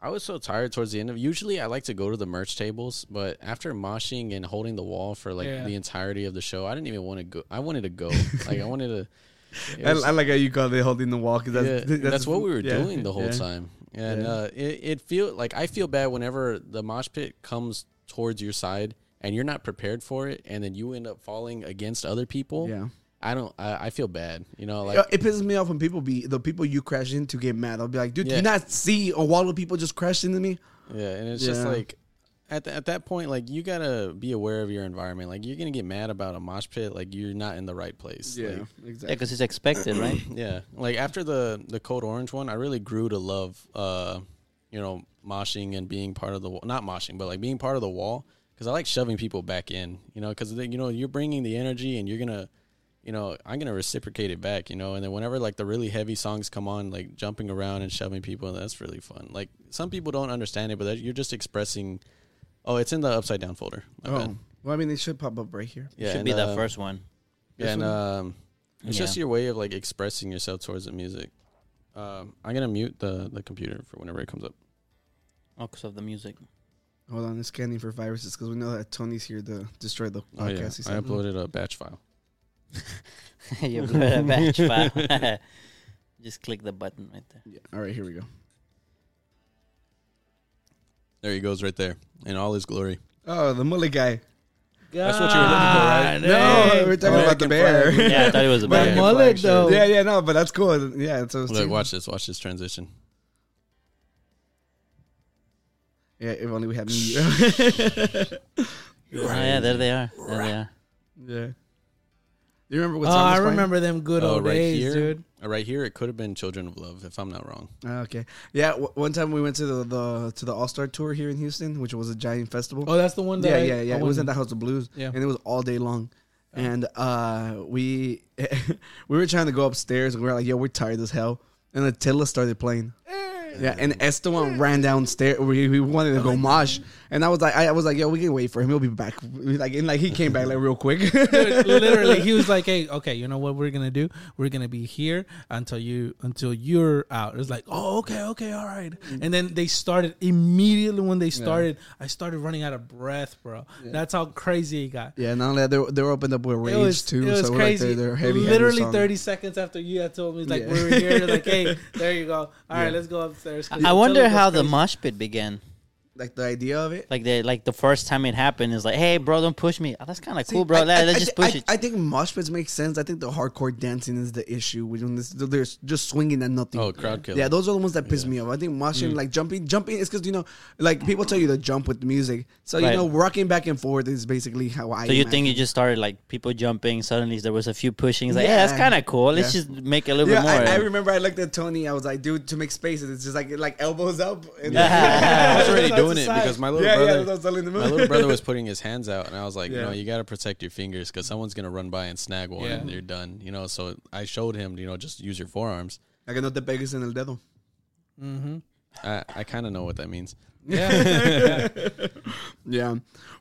[SPEAKER 6] I was so tired towards the end of. Usually, I like to go to the merch tables, but after moshing and holding the wall for like
[SPEAKER 4] Yeah.
[SPEAKER 6] the entirety of the show, I didn't even want to go. I wanted to go. like I wanted to. it
[SPEAKER 5] I,
[SPEAKER 6] was-
[SPEAKER 5] I like how you called it holding the wall because that's,
[SPEAKER 6] yeah,
[SPEAKER 5] that's
[SPEAKER 6] that's, what we were
[SPEAKER 5] yeah,
[SPEAKER 6] doing the whole
[SPEAKER 5] yeah.
[SPEAKER 6] time, and
[SPEAKER 5] Yeah.
[SPEAKER 6] uh, it it feel like I feel bad whenever the mosh pit comes towards your side and you're not prepared for it, and then you end up falling against other people.
[SPEAKER 5] Yeah.
[SPEAKER 6] I don't. I, I feel bad. You know, like
[SPEAKER 5] Uh, It pisses me off when people be the people you crash into get mad. I'll be like, dude, do
[SPEAKER 6] Yeah.
[SPEAKER 5] you not see a wall of people just crashed into me?
[SPEAKER 6] Yeah, and it's just
[SPEAKER 5] Yeah.
[SPEAKER 6] like, at, the, at that point, like you gotta be aware of your environment. Like you're gonna get mad about a mosh pit. Like you're not in the right place.
[SPEAKER 5] Yeah,
[SPEAKER 6] Like,
[SPEAKER 2] Yeah,
[SPEAKER 5] exactly.
[SPEAKER 2] because it's expected, right?
[SPEAKER 6] yeah. Like after the the cold orange one, I really grew to love, uh, you know, moshing and being part of the wall. Not moshing, but like being part of the wall because I like shoving people back in. You know, because you know you're bringing the energy and you're gonna, you know, I'm gonna reciprocate it back. You know, and then whenever like the really heavy songs come on, like jumping around and shoving people, that's really fun. Like some people don't understand it, but that, you're just expressing. Oh, it's in the upside down folder. My
[SPEAKER 5] Oh,
[SPEAKER 6] bad.
[SPEAKER 5] well, I mean, it should pop up right here.
[SPEAKER 6] yeah,
[SPEAKER 2] Should
[SPEAKER 6] and,
[SPEAKER 2] be the
[SPEAKER 6] uh,
[SPEAKER 2] first one.
[SPEAKER 6] yeah, and um, it's
[SPEAKER 2] Yeah.
[SPEAKER 6] just your way of like expressing yourself towards the music. Um, I'm gonna mute the the computer for whenever it comes up.
[SPEAKER 2] Oh, 'cause of the music.
[SPEAKER 5] Hold on, it's scanning for viruses because we know that Tony's here to destroy the podcast.
[SPEAKER 6] Oh yeah, I
[SPEAKER 5] he said.
[SPEAKER 6] uploaded a batch file.
[SPEAKER 2] you blew a batch file. Just click the button right there.
[SPEAKER 5] Yeah, All right, here we go.
[SPEAKER 6] There he goes, right there, in all his glory.
[SPEAKER 5] Oh, the mullet guy.
[SPEAKER 6] That's what you were looking for, right?
[SPEAKER 5] No, we're talking about the
[SPEAKER 6] American
[SPEAKER 5] bear.
[SPEAKER 6] flag.
[SPEAKER 2] Yeah, I thought it was a
[SPEAKER 5] But
[SPEAKER 2] bad.
[SPEAKER 4] mullet,
[SPEAKER 5] flag shirt.
[SPEAKER 4] though.
[SPEAKER 5] Yeah, yeah, no, but that's cool. Yeah, so it's
[SPEAKER 6] Look, watch this. Watch this transition.
[SPEAKER 5] Yeah, if only we had me.
[SPEAKER 2] Oh, yeah, there they are. There they are.
[SPEAKER 5] yeah. Do you remember what
[SPEAKER 4] Oh,
[SPEAKER 5] song
[SPEAKER 4] I
[SPEAKER 5] was playing?
[SPEAKER 4] remember them good
[SPEAKER 6] Oh,
[SPEAKER 4] old
[SPEAKER 6] right
[SPEAKER 4] days,
[SPEAKER 6] here,
[SPEAKER 4] dude.
[SPEAKER 6] Uh, right here, it could have been Children of Love, if I'm not wrong.
[SPEAKER 5] Ah, okay. Yeah, w- one time we went to the, the to the All Star Tour here in Houston, which was a giant festival.
[SPEAKER 4] Oh, that's the one that
[SPEAKER 5] yeah,
[SPEAKER 4] I-
[SPEAKER 5] yeah, yeah.
[SPEAKER 4] I
[SPEAKER 5] It was at
[SPEAKER 4] wasn't-
[SPEAKER 5] the House of Blues,
[SPEAKER 4] Yeah.
[SPEAKER 5] and it was all day long. And uh, we we were trying to go upstairs, and we were like, "Yo, we're tired as hell." And Attila started playing. Yeah, and Esteban ran downstairs. We, we wanted to go mosh, and I was like, I, I was like, "Yo, we can wait for him. He'll be back." We, like, and like he came back like real quick.
[SPEAKER 4] Dude, literally he was like hey okay you know what we're gonna do we're gonna be here until you until you're out it was like oh okay okay all right
[SPEAKER 6] Mm.
[SPEAKER 4] and then they started immediately when they started i started running out of breath bro that's how crazy it got
[SPEAKER 5] yeah, not only that, they're they're opened up with rage
[SPEAKER 4] it was,
[SPEAKER 5] too.
[SPEAKER 4] it was
[SPEAKER 5] so we're
[SPEAKER 4] crazy.
[SPEAKER 5] Like, they're, they're heavy, heavy
[SPEAKER 4] Literally
[SPEAKER 5] song.
[SPEAKER 4] 30 seconds after you had told me, like,
[SPEAKER 5] Yeah.
[SPEAKER 4] we were here. they're Like, hey, there you go. All right, let's go upstairs.
[SPEAKER 2] I wonder how the mosh pit began.
[SPEAKER 5] Like the idea of it.
[SPEAKER 2] Like the like the first time it happened is like, hey, bro, don't push me. Oh, that's kind of
[SPEAKER 5] See,
[SPEAKER 2] cool, bro.
[SPEAKER 5] I-
[SPEAKER 2] Let-
[SPEAKER 5] I-
[SPEAKER 2] Let's
[SPEAKER 5] I-
[SPEAKER 2] just push
[SPEAKER 5] I,
[SPEAKER 2] it.
[SPEAKER 5] I think mosh pits make sense. I think the hardcore dancing is the issue. When this, they're just swinging at nothing.
[SPEAKER 6] Oh, crowd killer.
[SPEAKER 5] Yeah, those are the ones that piss me off. I think moshing, like jumping, jumping is because you know, like people tell you to jump with music. So you
[SPEAKER 2] Right.
[SPEAKER 5] know, rocking back and forth is basically how I.
[SPEAKER 2] so you
[SPEAKER 5] imagine.
[SPEAKER 2] think you just started like people jumping? Suddenly there was a few pushings. Like, yeah, that's
[SPEAKER 5] Yeah.
[SPEAKER 2] kind of cool. Let's
[SPEAKER 5] Yeah.
[SPEAKER 2] just make a little
[SPEAKER 5] Yeah,
[SPEAKER 2] bit more.
[SPEAKER 5] I, I remember I looked at Tony. I was like, dude, to make spaces, it's just like like elbows up. And
[SPEAKER 6] I was already
[SPEAKER 5] That's
[SPEAKER 6] doing
[SPEAKER 5] the
[SPEAKER 6] it
[SPEAKER 5] side.
[SPEAKER 6] because my little
[SPEAKER 5] Yeah, yeah,
[SPEAKER 6] brother,
[SPEAKER 5] that's all in the
[SPEAKER 6] my
[SPEAKER 5] movie.
[SPEAKER 6] little brother was putting his hands out, and I was like,
[SPEAKER 5] Yeah.
[SPEAKER 6] no, you got to protect your fingers because someone's gonna run by and snag one,
[SPEAKER 4] Yeah.
[SPEAKER 6] and you're done. You know, so I showed him, you know, just use your forearms.
[SPEAKER 5] Like no te pegues en el dedo.
[SPEAKER 6] I, I kind of know what that means.
[SPEAKER 5] Yeah.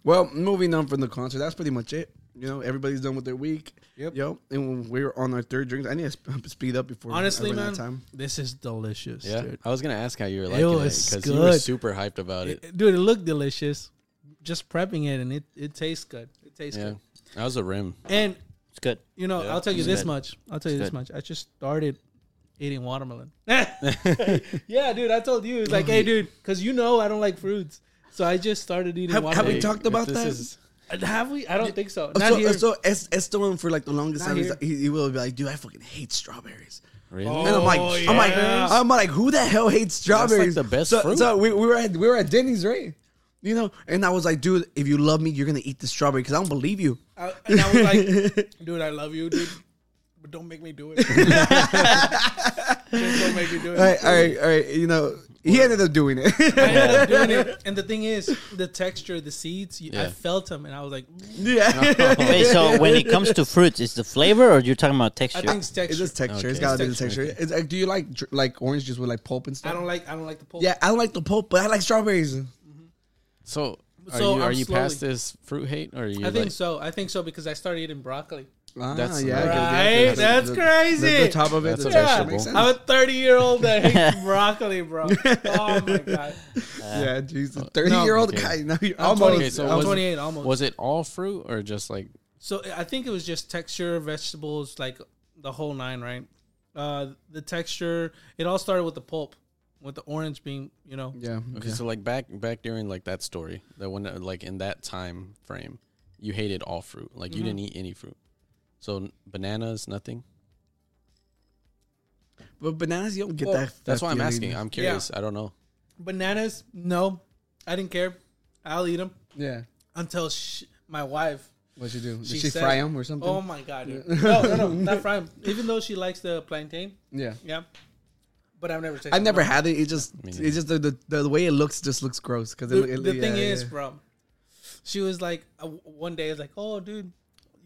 [SPEAKER 5] Well, moving on from the concert, that's pretty much it. You know, everybody's done with their week. Yep. Yo, and we're on our third drinks. I need to sp- speed up before I
[SPEAKER 4] Honestly,
[SPEAKER 5] run out
[SPEAKER 4] man,
[SPEAKER 5] of time.
[SPEAKER 4] this is delicious,
[SPEAKER 6] Yeah,
[SPEAKER 4] dude.
[SPEAKER 6] I was gonna ask how you were liking it
[SPEAKER 4] was
[SPEAKER 6] because you were
[SPEAKER 4] good.
[SPEAKER 6] super hyped about it.
[SPEAKER 4] It- dude, it looked delicious. Just prepping it, and it, it tastes good. It tastes
[SPEAKER 6] Yeah,
[SPEAKER 4] good.
[SPEAKER 6] that was a rim.
[SPEAKER 4] And
[SPEAKER 2] it's good.
[SPEAKER 4] You know,
[SPEAKER 6] Yeah,
[SPEAKER 4] I'll tell you
[SPEAKER 6] it's
[SPEAKER 4] this
[SPEAKER 6] good.
[SPEAKER 4] much. I'll tell you
[SPEAKER 2] It's
[SPEAKER 4] this much. I just started eating watermelon. yeah, dude, I told you. It's like, hey, dude, because you know I don't like fruits. So I just started eating
[SPEAKER 5] Have- have
[SPEAKER 4] watermelon.
[SPEAKER 5] we talked about that?
[SPEAKER 6] is-
[SPEAKER 4] Have we? I don't think so.
[SPEAKER 5] Oh,
[SPEAKER 4] Not
[SPEAKER 5] so,
[SPEAKER 4] here.
[SPEAKER 5] so Es- Esteban for like the longest
[SPEAKER 4] Not
[SPEAKER 5] time, he's
[SPEAKER 4] here. Oh,
[SPEAKER 5] like, he, he will be like, "Dude, I fucking hate strawberries."
[SPEAKER 6] Really?
[SPEAKER 5] and I'm like, I'm like,
[SPEAKER 4] yeah.
[SPEAKER 5] I'm like, who the hell hates
[SPEAKER 6] like
[SPEAKER 5] strawberries?
[SPEAKER 6] the best
[SPEAKER 5] So,
[SPEAKER 6] fruit.
[SPEAKER 5] so we, we were at we were at Denny's, right? You know, and I was like, "Dude, if you love me, you're gonna eat the strawberry because I don't believe you."
[SPEAKER 4] I, and I was like, dude, I love you, dude. But don't make me do it. just don't make me do it.
[SPEAKER 5] All right, all right, all right. You know, he ended up doing it.
[SPEAKER 4] I ended up doing it. And the thing is, the texture, the seeds, you I
[SPEAKER 6] Yeah.
[SPEAKER 4] felt them and I was like,
[SPEAKER 5] yeah,
[SPEAKER 2] Wait, so when it comes to fruits, it's the flavor or you're talking about texture?
[SPEAKER 4] I think it's texture.
[SPEAKER 5] it's just texture. It's
[SPEAKER 6] Okay.
[SPEAKER 5] gotta be the
[SPEAKER 6] It's texture,
[SPEAKER 5] texture. It's like, do you like dr- like orange juice with like pulp and stuff?
[SPEAKER 4] I don't like I don't like the pulp.
[SPEAKER 5] Yeah, I don't like the pulp, but I like strawberries.
[SPEAKER 6] So, are
[SPEAKER 4] So
[SPEAKER 6] you are
[SPEAKER 4] I'm
[SPEAKER 6] you past
[SPEAKER 4] slowly-
[SPEAKER 6] this fruit hate, or are you?
[SPEAKER 4] I think
[SPEAKER 6] like,
[SPEAKER 4] so. I think so because I started eating broccoli.
[SPEAKER 6] That's-
[SPEAKER 5] Ah, I guess,
[SPEAKER 4] Right? That's crazy.
[SPEAKER 5] The, the top of it,
[SPEAKER 6] That's
[SPEAKER 5] the
[SPEAKER 6] a
[SPEAKER 5] texture
[SPEAKER 6] vegetable.
[SPEAKER 5] makes sense.
[SPEAKER 4] I'm a 30 year old that hates broccoli, bro. Oh my god.
[SPEAKER 5] yeah, Jesus, thirty-year-old
[SPEAKER 6] Uh, okay.
[SPEAKER 5] guy. Now you're
[SPEAKER 4] I'm,
[SPEAKER 5] almost.
[SPEAKER 4] 20
[SPEAKER 6] Okay, so
[SPEAKER 4] I'm
[SPEAKER 6] was-
[SPEAKER 4] 28 almost.
[SPEAKER 6] Was it all fruit or just like?
[SPEAKER 4] so I think it was just texture, vegetables, like the whole nine, right? Uh, the texture. It all started with the pulp, with the orange being, you know.
[SPEAKER 5] Yeah.
[SPEAKER 6] Okay, so like back back during like that story, that one uh, like in that time frame, you hated all fruit. Like
[SPEAKER 4] Mm-hmm.
[SPEAKER 6] you didn't eat any fruit. So n- bananas, nothing.
[SPEAKER 5] But bananas, you don't get
[SPEAKER 4] Well,
[SPEAKER 5] that.
[SPEAKER 6] That's
[SPEAKER 5] that
[SPEAKER 6] why I'm
[SPEAKER 5] feeling.
[SPEAKER 6] asking. I'm curious. I don't know.
[SPEAKER 4] Bananas, no, I didn't care. I'll eat them
[SPEAKER 5] Yeah.
[SPEAKER 4] until sh my wife.
[SPEAKER 5] What'd you do? Did she,
[SPEAKER 4] She said-
[SPEAKER 5] fry them or something?
[SPEAKER 4] Oh my god! dude. No, no, no, not fry 'em. Even though she likes the plantain,
[SPEAKER 5] yeah.
[SPEAKER 4] yeah. But I've never tasted.
[SPEAKER 5] I've never
[SPEAKER 4] it.
[SPEAKER 5] had it. It just,
[SPEAKER 6] neither.
[SPEAKER 5] it just the, the, the way it looks just looks gross. Cause it,
[SPEAKER 4] The,
[SPEAKER 5] it-
[SPEAKER 4] the
[SPEAKER 5] yeah,
[SPEAKER 4] thing is,
[SPEAKER 5] yeah.
[SPEAKER 4] bro, she was like, uh, w- one day, I was like, oh, dude,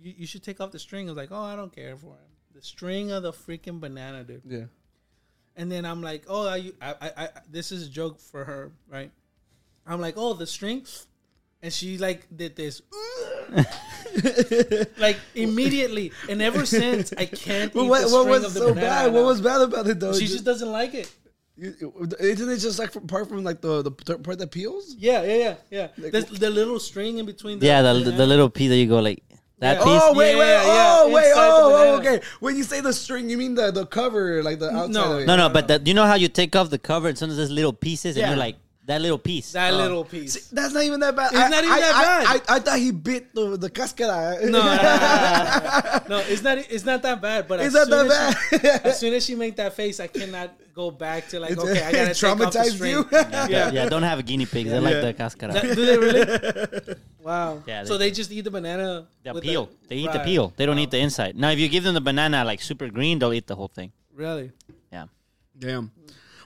[SPEAKER 4] you, you should take off the string. I was like, oh, I don't care for it. The string of the freaking banana, dude.
[SPEAKER 5] yeah,
[SPEAKER 4] And then I'm like, oh, I, I, I, I this is a joke for her, right? I'm like, oh, the string, and she like did this, like immediately. And ever since, I can't.
[SPEAKER 5] But
[SPEAKER 4] eat
[SPEAKER 5] what,
[SPEAKER 4] the
[SPEAKER 5] what
[SPEAKER 4] string of
[SPEAKER 5] was
[SPEAKER 4] the
[SPEAKER 5] so
[SPEAKER 4] banana
[SPEAKER 5] bad? What
[SPEAKER 4] now.
[SPEAKER 5] was bad about it though?
[SPEAKER 4] She just doesn't like it.
[SPEAKER 5] isn't it just like from- apart from like the the th- part that peels?
[SPEAKER 4] Yeah, yeah, yeah, yeah.
[SPEAKER 5] Like,
[SPEAKER 4] the, the little string in between.
[SPEAKER 2] Yeah, the, the,
[SPEAKER 4] banana.
[SPEAKER 2] little pea that you go like that
[SPEAKER 4] Yeah.
[SPEAKER 2] piece.
[SPEAKER 5] Oh wait, wait,
[SPEAKER 4] Yeah, yeah,
[SPEAKER 5] oh wait,
[SPEAKER 4] inside the
[SPEAKER 5] oh, oh,
[SPEAKER 4] banana.
[SPEAKER 5] okay. When you say the string, you mean the the cover, like the outside.
[SPEAKER 4] no.
[SPEAKER 5] of it.
[SPEAKER 2] no, no, but that you know how you take off the cover and sometimes there's little pieces,
[SPEAKER 4] Yeah.
[SPEAKER 2] and you're like that little piece.
[SPEAKER 4] That little piece.
[SPEAKER 5] That's not even that bad.
[SPEAKER 4] It's not even
[SPEAKER 5] I,
[SPEAKER 4] that
[SPEAKER 5] I-
[SPEAKER 4] bad.
[SPEAKER 5] I, I, thought he bit the the cascara.
[SPEAKER 4] No, no, no, no, no, no, it's not. It's not that bad. But
[SPEAKER 5] It's
[SPEAKER 4] as
[SPEAKER 5] not
[SPEAKER 4] soon
[SPEAKER 5] that
[SPEAKER 4] as
[SPEAKER 5] bad.
[SPEAKER 4] She, as soon as she make that face, I cannot go back to like
[SPEAKER 5] It's-
[SPEAKER 4] okay, I gotta
[SPEAKER 5] it
[SPEAKER 4] take off the
[SPEAKER 5] traumatized
[SPEAKER 4] string.
[SPEAKER 5] you?
[SPEAKER 4] Yeah.
[SPEAKER 2] yeah. don't have a guinea pig. They like the cascara.
[SPEAKER 4] That- do they really? Wow.
[SPEAKER 2] Yeah, they
[SPEAKER 4] so they just eat the banana.
[SPEAKER 2] the
[SPEAKER 4] with
[SPEAKER 2] peel. they eat the
[SPEAKER 4] Right.
[SPEAKER 2] peel. They don't
[SPEAKER 4] Wow.
[SPEAKER 2] eat the inside. Now, if you give them the banana like super green, they'll eat the whole thing.
[SPEAKER 4] Really?
[SPEAKER 2] Yeah.
[SPEAKER 5] Damn.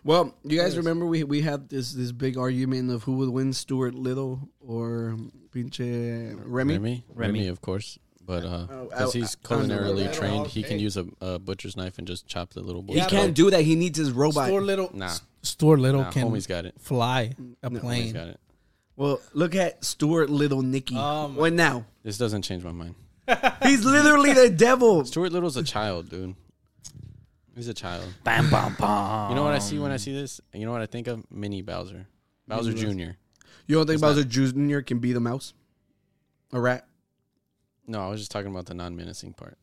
[SPEAKER 5] Well, you guys remember we we had this this big argument of who would win, Stuart Little or Pinche Remy?
[SPEAKER 2] Remy.
[SPEAKER 6] Remy, Remy, of course. But
[SPEAKER 5] Oh,
[SPEAKER 6] because
[SPEAKER 5] I-
[SPEAKER 6] he's
[SPEAKER 5] I- I don't know.
[SPEAKER 6] culinarily
[SPEAKER 4] Little
[SPEAKER 6] trained, he
[SPEAKER 4] all
[SPEAKER 6] can
[SPEAKER 4] day.
[SPEAKER 6] use a, a butcher's knife and just chop the little boy.
[SPEAKER 5] He
[SPEAKER 4] Yeah,
[SPEAKER 5] can't do that. He needs his robot.
[SPEAKER 4] Store little.
[SPEAKER 6] Nah,
[SPEAKER 4] Store little
[SPEAKER 6] nah, homie's got it.
[SPEAKER 4] fly a
[SPEAKER 6] Homie's got it.
[SPEAKER 5] Well, look at Stuart Little Nicky.
[SPEAKER 4] Oh, my-
[SPEAKER 5] what now?
[SPEAKER 6] This doesn't change my mind.
[SPEAKER 5] He's literally the devil.
[SPEAKER 6] Stuart Little's a child, dude. He's a child.
[SPEAKER 2] Bam, bam, bam.
[SPEAKER 6] You know what I see when I see this? You know what I think of? Mini Bowser, Bowser Jr.
[SPEAKER 5] You don't think
[SPEAKER 6] It's
[SPEAKER 5] Bowser Jr. can beat a mouse? A rat?
[SPEAKER 6] No, I was just talking about the non-menacing part,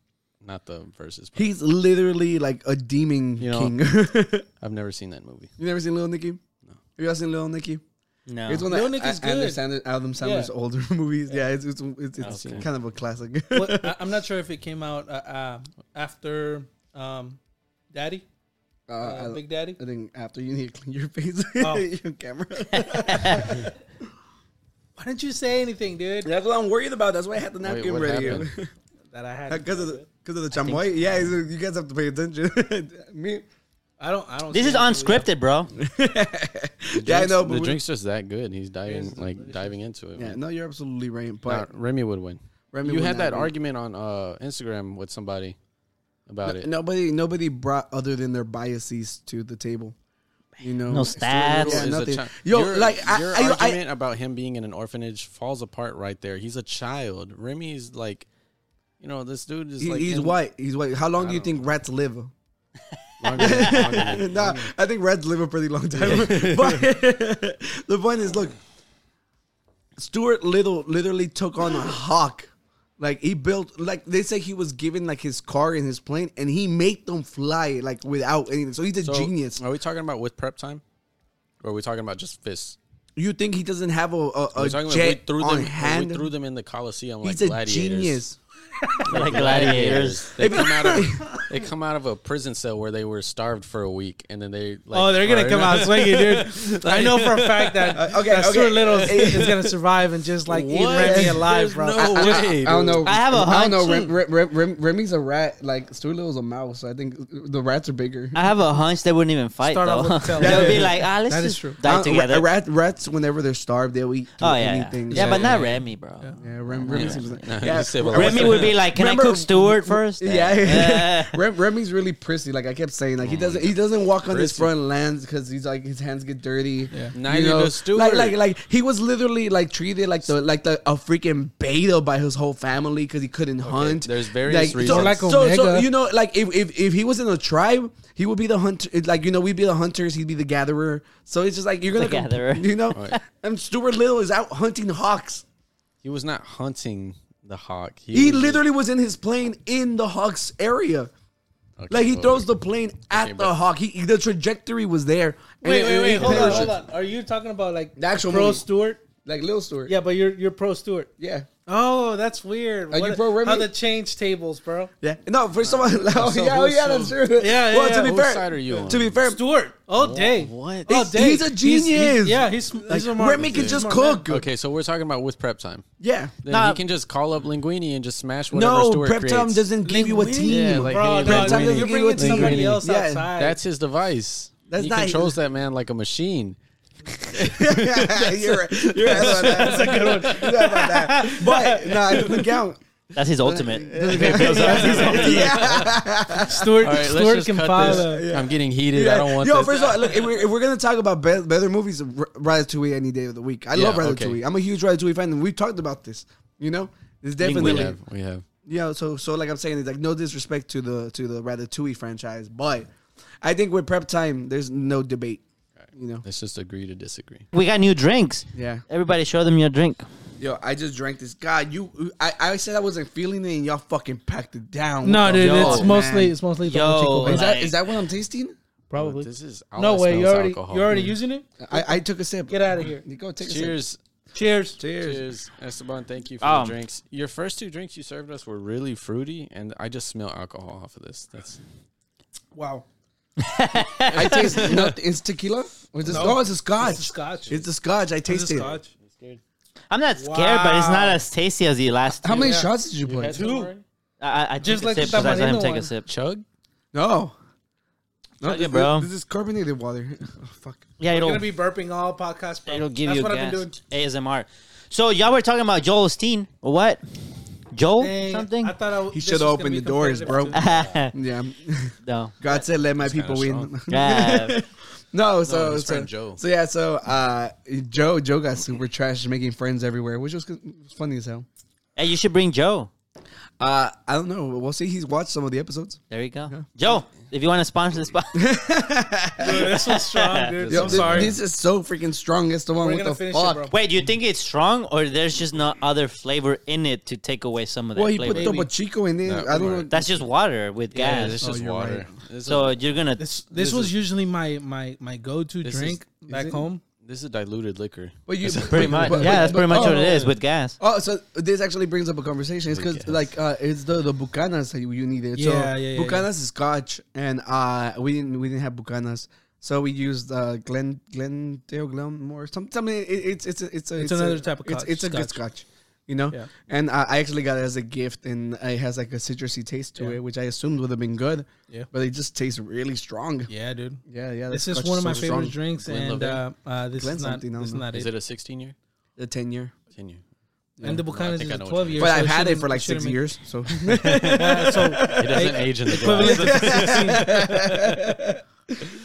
[SPEAKER 6] not the versus. Part.
[SPEAKER 5] He's literally like a demon
[SPEAKER 6] You know-
[SPEAKER 5] king. you
[SPEAKER 6] I've never seen that movie.
[SPEAKER 5] never seen Little Nicky? No. Have y'all seen Little Nicky?
[SPEAKER 2] No.
[SPEAKER 5] It's one
[SPEAKER 4] Little
[SPEAKER 5] of
[SPEAKER 4] Nicky's
[SPEAKER 5] Adam
[SPEAKER 4] good.
[SPEAKER 5] Sandler, Adam Sandler's
[SPEAKER 4] Yeah.
[SPEAKER 5] older movies. Yeah, it's it's, it's, it's
[SPEAKER 6] Okay.
[SPEAKER 5] kind of a classic.
[SPEAKER 4] What- I- I'm not sure if it came out uh, uh, after um, Daddy,
[SPEAKER 5] Uh,
[SPEAKER 4] uh,
[SPEAKER 5] I-
[SPEAKER 4] Big Daddy.
[SPEAKER 5] I think after you need to clean your face,
[SPEAKER 4] Oh.
[SPEAKER 5] your camera.
[SPEAKER 4] Why didn't you say anything, dude?
[SPEAKER 5] That's what I'm worried about. That's why I had the
[SPEAKER 6] Wait,
[SPEAKER 5] napkin
[SPEAKER 6] what
[SPEAKER 5] ready
[SPEAKER 6] happened?
[SPEAKER 4] That I had
[SPEAKER 5] because Uh, of the because of the chamoy. Yeah, it's- you guys have to pay attention. Me,
[SPEAKER 4] I don't. I don't.
[SPEAKER 2] this
[SPEAKER 4] see
[SPEAKER 2] is
[SPEAKER 4] it, dude.
[SPEAKER 2] unscripted, bro.
[SPEAKER 5] yeah, I know.
[SPEAKER 6] The
[SPEAKER 5] But we-
[SPEAKER 6] drink's just that good. He's diving, like diving into it.
[SPEAKER 5] yeah, no, you're absolutely right.
[SPEAKER 6] Nah,
[SPEAKER 5] But
[SPEAKER 6] Remy would win.
[SPEAKER 5] Remy
[SPEAKER 6] you
[SPEAKER 5] would
[SPEAKER 6] had
[SPEAKER 5] not
[SPEAKER 6] that
[SPEAKER 5] win.
[SPEAKER 6] argument on uh, Instagram with somebody about it.
[SPEAKER 5] Nobody, nobody brought other than their biases to the table. You know,
[SPEAKER 2] No
[SPEAKER 5] Stuart
[SPEAKER 2] stats.
[SPEAKER 5] Little
[SPEAKER 6] Little
[SPEAKER 5] is
[SPEAKER 6] is
[SPEAKER 5] nothing.
[SPEAKER 6] a chi-
[SPEAKER 5] Yo,
[SPEAKER 6] your,
[SPEAKER 5] like I,
[SPEAKER 6] your
[SPEAKER 5] I, I,
[SPEAKER 6] argument about him being in an orphanage falls apart right there. He's a child. Remy's like, you know, this dude is
[SPEAKER 5] he-
[SPEAKER 6] like
[SPEAKER 5] he's
[SPEAKER 6] in-
[SPEAKER 5] white. He's white. How long do you
[SPEAKER 6] don't
[SPEAKER 5] think rats live?
[SPEAKER 6] longer than- longer than-
[SPEAKER 5] nah, I think rats live a pretty long time. but the point is, look, Stuart Little literally took on a hawk. Like he built, like they say he was given like his car and his plane, and he made them fly like without anything. So he's a
[SPEAKER 6] So,
[SPEAKER 5] genius.
[SPEAKER 6] Are we talking about with prep time, or are we talking about just fists?
[SPEAKER 5] You think he doesn't have a a,
[SPEAKER 6] We're
[SPEAKER 5] a
[SPEAKER 6] talking
[SPEAKER 5] jet
[SPEAKER 6] about we threw
[SPEAKER 5] on
[SPEAKER 6] them,
[SPEAKER 5] hand?
[SPEAKER 6] We threw them in the Coliseum like
[SPEAKER 5] he's a
[SPEAKER 6] gladiators.
[SPEAKER 5] genius.
[SPEAKER 2] like gladiators.
[SPEAKER 6] They come out of they come out of a prison cell where they were starved for a week, and then they like,
[SPEAKER 4] oh, they're gonna
[SPEAKER 6] are-
[SPEAKER 4] come out swinging, dude. I know for a fact that,
[SPEAKER 5] okay,
[SPEAKER 4] that Stuart
[SPEAKER 5] okay.
[SPEAKER 4] Little is, is gonna survive and just like eat
[SPEAKER 6] What?
[SPEAKER 4] Remy alive,
[SPEAKER 6] There's
[SPEAKER 4] bro.
[SPEAKER 6] no
[SPEAKER 5] I- I-
[SPEAKER 6] way,
[SPEAKER 5] I, don't
[SPEAKER 6] dude.
[SPEAKER 5] know.
[SPEAKER 2] I have a
[SPEAKER 5] I don't know. Rem,
[SPEAKER 2] hunch.
[SPEAKER 5] Rem, Rem, Rem, Remy's a rat. Like Stuart Little's a mouse. I think the rats are bigger.
[SPEAKER 2] I have a hunch they wouldn't even fight
[SPEAKER 4] Start off
[SPEAKER 2] though.
[SPEAKER 4] with the tail.
[SPEAKER 2] They'll be like, ah, let's
[SPEAKER 4] That is
[SPEAKER 2] just
[SPEAKER 4] true.
[SPEAKER 2] die
[SPEAKER 5] Uh,
[SPEAKER 2] together.
[SPEAKER 5] ra- rat, rats, whenever they're starved, they'll eat
[SPEAKER 2] oh yeah, yeah.
[SPEAKER 5] anything.
[SPEAKER 2] yeah,
[SPEAKER 5] so-
[SPEAKER 2] but not Remy, bro.
[SPEAKER 5] Yeah, Rem, Remy seems like, yeah.
[SPEAKER 6] Civilized.
[SPEAKER 2] Remy would be like, "Can
[SPEAKER 5] Remember-
[SPEAKER 2] I cook Stewart first?
[SPEAKER 5] Yeah, Rem, Remy's really prissy. Like I kept saying, like he doesn't he doesn't walk on his
[SPEAKER 6] Prissy.
[SPEAKER 5] front lands because he's like his hands get dirty. Yeah,
[SPEAKER 6] Neither does Stuart.
[SPEAKER 5] Like like like he was literally like treated like the like the a freaking beta by his whole family because he couldn't hunt.
[SPEAKER 6] there's
[SPEAKER 5] like,
[SPEAKER 6] various reasons.
[SPEAKER 5] So,
[SPEAKER 4] Like
[SPEAKER 5] so, so
[SPEAKER 4] Omega.
[SPEAKER 5] you know, like if, if if he was in a tribe, he would be the hunter. it- Like you know, we'd be the hunters. He'd be the gatherer. So it's just like you're gonna
[SPEAKER 2] The
[SPEAKER 5] comp-
[SPEAKER 2] gatherer.
[SPEAKER 5] You know, and Stuart Little is out hunting hawks.
[SPEAKER 6] he was not hunting the hawk.
[SPEAKER 5] He
[SPEAKER 6] was just-
[SPEAKER 5] literally was in his plane in the Hawks area.
[SPEAKER 6] Okay,
[SPEAKER 5] Like he
[SPEAKER 6] well,
[SPEAKER 5] throws the plane at the
[SPEAKER 6] but-
[SPEAKER 5] Hawk. He, the trajectory was there. And
[SPEAKER 4] Wait,
[SPEAKER 5] it-
[SPEAKER 4] wait,
[SPEAKER 5] it-
[SPEAKER 4] wait.
[SPEAKER 5] it
[SPEAKER 4] Hold on,
[SPEAKER 5] perished.
[SPEAKER 4] hold on. Are you talking about like
[SPEAKER 5] The actual
[SPEAKER 4] pro
[SPEAKER 5] movie.
[SPEAKER 4] Stewart?
[SPEAKER 5] Like Lil Stewart.
[SPEAKER 4] Yeah, but you're you're pro Stewart.
[SPEAKER 5] Yeah.
[SPEAKER 4] Oh, that's weird.
[SPEAKER 5] Like,
[SPEAKER 4] What-
[SPEAKER 5] you programmed
[SPEAKER 4] how
[SPEAKER 5] it?
[SPEAKER 4] the change tables, bro.
[SPEAKER 5] Yeah. No, first of all, oh, yeah, oh,
[SPEAKER 6] who's-
[SPEAKER 5] yeah, that's true.
[SPEAKER 4] Yeah,
[SPEAKER 5] Well,
[SPEAKER 4] yeah,
[SPEAKER 5] to be
[SPEAKER 4] yeah.
[SPEAKER 5] fair,
[SPEAKER 6] Whose side are you on?
[SPEAKER 5] to be fair,
[SPEAKER 4] Stuart, all day.
[SPEAKER 6] what?
[SPEAKER 4] All
[SPEAKER 5] He's-
[SPEAKER 4] day.
[SPEAKER 5] he's a genius.
[SPEAKER 4] yeah, he's, he's
[SPEAKER 5] like,
[SPEAKER 4] smart.
[SPEAKER 5] Remy can just
[SPEAKER 4] Smart man.
[SPEAKER 5] cook.
[SPEAKER 6] Okay, so we're talking about with prep time.
[SPEAKER 5] Yeah.
[SPEAKER 6] Then
[SPEAKER 2] Nah.
[SPEAKER 6] he can just call up Linguini and just smash whatever
[SPEAKER 5] No,
[SPEAKER 6] Stuart
[SPEAKER 5] prep
[SPEAKER 6] creates.
[SPEAKER 5] time doesn't give you a
[SPEAKER 4] Linguini.
[SPEAKER 5] team.
[SPEAKER 6] Yeah, like,
[SPEAKER 4] Bro,
[SPEAKER 6] hey,
[SPEAKER 4] no,
[SPEAKER 6] Brad,
[SPEAKER 5] Brad,
[SPEAKER 4] you're
[SPEAKER 5] you
[SPEAKER 4] bringing
[SPEAKER 5] give it to
[SPEAKER 4] somebody
[SPEAKER 5] Linguini.
[SPEAKER 4] else
[SPEAKER 5] Yeah.
[SPEAKER 4] outside.
[SPEAKER 6] That's his device.
[SPEAKER 5] That's
[SPEAKER 6] he
[SPEAKER 5] not-
[SPEAKER 6] controls that man like a machine.
[SPEAKER 5] you're right. You're right about that. That's a good one. You're right about that. But no, it doesn't count.
[SPEAKER 2] That's his ultimate.
[SPEAKER 4] Stuart,
[SPEAKER 6] All right, let's
[SPEAKER 4] Stuart
[SPEAKER 6] just
[SPEAKER 4] can
[SPEAKER 6] cut
[SPEAKER 4] follow.
[SPEAKER 6] this. I'm getting heated. I don't want
[SPEAKER 5] Yo,
[SPEAKER 6] this.
[SPEAKER 5] first of all, look, if we're, if we're gonna talk about be- better movies, R- Ratatouille any day of the week. I love
[SPEAKER 6] Yeah,
[SPEAKER 5] Ratatouille.
[SPEAKER 6] okay.
[SPEAKER 5] I'm a huge Ratatouille fan, and we've talked about this. You know, it's definitely
[SPEAKER 6] we have, we have.
[SPEAKER 5] Yeah, so so like I'm saying, it's like no disrespect to the to the Ratatouille franchise, but I think with prep time, there's no debate. You know,
[SPEAKER 6] Let's just agree to disagree.
[SPEAKER 2] We got new drinks.
[SPEAKER 5] yeah.
[SPEAKER 2] Everybody, show them your drink.
[SPEAKER 5] Yo, I just drank this. God, you, I, I said I wasn't feeling it, and y'all fucking packed it down.
[SPEAKER 4] No,
[SPEAKER 5] What
[SPEAKER 4] dude,
[SPEAKER 5] the fuck,
[SPEAKER 4] it's
[SPEAKER 5] man?
[SPEAKER 4] mostly it's mostly the
[SPEAKER 2] Yo,
[SPEAKER 4] Chico
[SPEAKER 5] Is
[SPEAKER 4] Bean.
[SPEAKER 5] that is that what I'm tasting?
[SPEAKER 4] probably.
[SPEAKER 6] This is
[SPEAKER 4] no
[SPEAKER 6] all
[SPEAKER 4] way, you
[SPEAKER 6] smells
[SPEAKER 4] already
[SPEAKER 6] alcohol.
[SPEAKER 4] you already using it.
[SPEAKER 5] I, I took a sip.
[SPEAKER 4] Get out of here.
[SPEAKER 5] Go take a sip.
[SPEAKER 6] Cheers.
[SPEAKER 4] Cheers.
[SPEAKER 6] Cheers. Esteban, thank you for
[SPEAKER 2] Um,
[SPEAKER 6] the drinks. Your first two drinks you served us were really fruity, and I just smell alcohol off of this. That's
[SPEAKER 5] Wow. I taste no, it's tequila. Or is this, Oh, it's a scotch.
[SPEAKER 4] It's a scotch.
[SPEAKER 5] It's a scotch. I
[SPEAKER 4] This is
[SPEAKER 5] tasted. it.
[SPEAKER 4] scotch.
[SPEAKER 2] I'm not scared, but it's not
[SPEAKER 4] Wow.
[SPEAKER 2] as tasty as the last.
[SPEAKER 5] How
[SPEAKER 2] two.
[SPEAKER 5] many shots did you put?
[SPEAKER 4] Two.
[SPEAKER 2] I, I- I
[SPEAKER 4] Just
[SPEAKER 2] just
[SPEAKER 4] like
[SPEAKER 2] like
[SPEAKER 4] the
[SPEAKER 2] sip, 'cause I let him
[SPEAKER 4] Tamarino
[SPEAKER 2] take
[SPEAKER 4] one.
[SPEAKER 2] a sip.
[SPEAKER 6] chug.
[SPEAKER 5] No. No,
[SPEAKER 2] Chug
[SPEAKER 5] this,
[SPEAKER 2] it, bro.
[SPEAKER 5] this is carbonated water. Oh, fuck.
[SPEAKER 2] Yeah,
[SPEAKER 4] We're
[SPEAKER 2] it'll
[SPEAKER 4] gonna be burping all podcast. Bro.
[SPEAKER 2] it'll give
[SPEAKER 4] That's
[SPEAKER 2] you
[SPEAKER 4] what
[SPEAKER 2] gas.
[SPEAKER 4] I've been doing.
[SPEAKER 2] ASMR. So y'all were talking about Joel Osteen or what? Joel
[SPEAKER 4] Dang,
[SPEAKER 2] something?
[SPEAKER 4] I thought I,
[SPEAKER 5] He
[SPEAKER 4] this
[SPEAKER 5] should
[SPEAKER 4] was gonna
[SPEAKER 5] open
[SPEAKER 4] be
[SPEAKER 5] the doors, bro.
[SPEAKER 4] competitive,
[SPEAKER 5] Yeah.
[SPEAKER 2] no.
[SPEAKER 5] God said, "Let my people win."
[SPEAKER 6] strong.
[SPEAKER 2] Yeah.
[SPEAKER 5] no, so
[SPEAKER 6] his
[SPEAKER 5] so,
[SPEAKER 6] friend Joe.
[SPEAKER 5] so yeah, so uh, Joe Joe got super trash, making friends everywhere, which was good- was funny as hell.
[SPEAKER 2] hey, you should bring Joe.
[SPEAKER 5] Uh, I don't know. We'll see. He's watched some of the episodes.
[SPEAKER 2] There you go. Joe, if you want to sponsor this podcast.
[SPEAKER 4] dude. Dude, this was strong, dude.
[SPEAKER 5] Yo,
[SPEAKER 4] I'm
[SPEAKER 5] thi-
[SPEAKER 4] sorry.
[SPEAKER 5] This is so freaking strong. It's the one.
[SPEAKER 4] We're
[SPEAKER 5] what
[SPEAKER 4] gonna
[SPEAKER 5] the
[SPEAKER 4] finish
[SPEAKER 5] fuck?
[SPEAKER 4] it, bro.
[SPEAKER 2] Wait, do you think it's strong or there's just no other flavor in it to take away some of that
[SPEAKER 5] Well, he
[SPEAKER 2] flavor?
[SPEAKER 5] put Topo Chico in there.
[SPEAKER 6] No,
[SPEAKER 5] I don't know.
[SPEAKER 6] right.
[SPEAKER 2] That's just water with
[SPEAKER 6] Yeah,
[SPEAKER 2] gas.
[SPEAKER 6] this is
[SPEAKER 5] Oh, you're
[SPEAKER 6] water. This, is,
[SPEAKER 2] so you're gonna
[SPEAKER 4] This this was usually my my my go to
[SPEAKER 6] This is-
[SPEAKER 4] drink
[SPEAKER 5] is
[SPEAKER 4] back
[SPEAKER 5] it?
[SPEAKER 4] home.
[SPEAKER 6] this is diluted liquor.
[SPEAKER 5] But you
[SPEAKER 2] pretty much yeah, that's pretty much what it is with gas.
[SPEAKER 5] Oh, so this actually brings up a conversation. It's because
[SPEAKER 6] Yes.
[SPEAKER 5] like uh, it's the the bucanas that you, you needed. so
[SPEAKER 4] Yeah, yeah, yeah,
[SPEAKER 5] Bucanas is scotch, and uh, we didn't we didn't have bucanas, so we used uh, Glen Glendale Glenmore something. something it, it's it's a, it's a,
[SPEAKER 4] It's another type of
[SPEAKER 5] it's,
[SPEAKER 4] scotch-
[SPEAKER 5] it's a good
[SPEAKER 4] scotch.
[SPEAKER 5] scotch, you know.
[SPEAKER 4] Yeah.
[SPEAKER 5] And uh, I actually got it as a gift, and it has like a citrusy taste to
[SPEAKER 4] Yeah.
[SPEAKER 5] it, which I assumed would have been good.
[SPEAKER 4] Yeah.
[SPEAKER 5] but it just tastes really strong.
[SPEAKER 4] Yeah, dude.
[SPEAKER 5] Yeah, yeah.
[SPEAKER 4] This
[SPEAKER 5] that
[SPEAKER 4] is
[SPEAKER 5] scotch
[SPEAKER 4] one of my
[SPEAKER 5] so
[SPEAKER 4] favorite
[SPEAKER 5] strong.
[SPEAKER 4] drinks,
[SPEAKER 6] Glenn
[SPEAKER 4] and uh,
[SPEAKER 6] Levain?
[SPEAKER 4] uh, this
[SPEAKER 5] Glenn
[SPEAKER 4] is not
[SPEAKER 5] something, I
[SPEAKER 4] this is
[SPEAKER 5] don't know.
[SPEAKER 4] not
[SPEAKER 6] Is
[SPEAKER 4] it.
[SPEAKER 6] it a 16 year?
[SPEAKER 5] The ten year,
[SPEAKER 6] 10 year.
[SPEAKER 4] And the
[SPEAKER 6] No, I
[SPEAKER 4] Bucanas is
[SPEAKER 6] think I
[SPEAKER 4] a
[SPEAKER 6] know what
[SPEAKER 4] twelve
[SPEAKER 6] you
[SPEAKER 4] year.
[SPEAKER 5] but
[SPEAKER 4] so
[SPEAKER 5] I've had it
[SPEAKER 4] shouldn't-
[SPEAKER 5] for like
[SPEAKER 4] shouldn't
[SPEAKER 5] six
[SPEAKER 4] make-
[SPEAKER 5] years, so.
[SPEAKER 4] Yeah, so
[SPEAKER 6] It doesn't age in the glass.
[SPEAKER 4] equivalent to sixteen.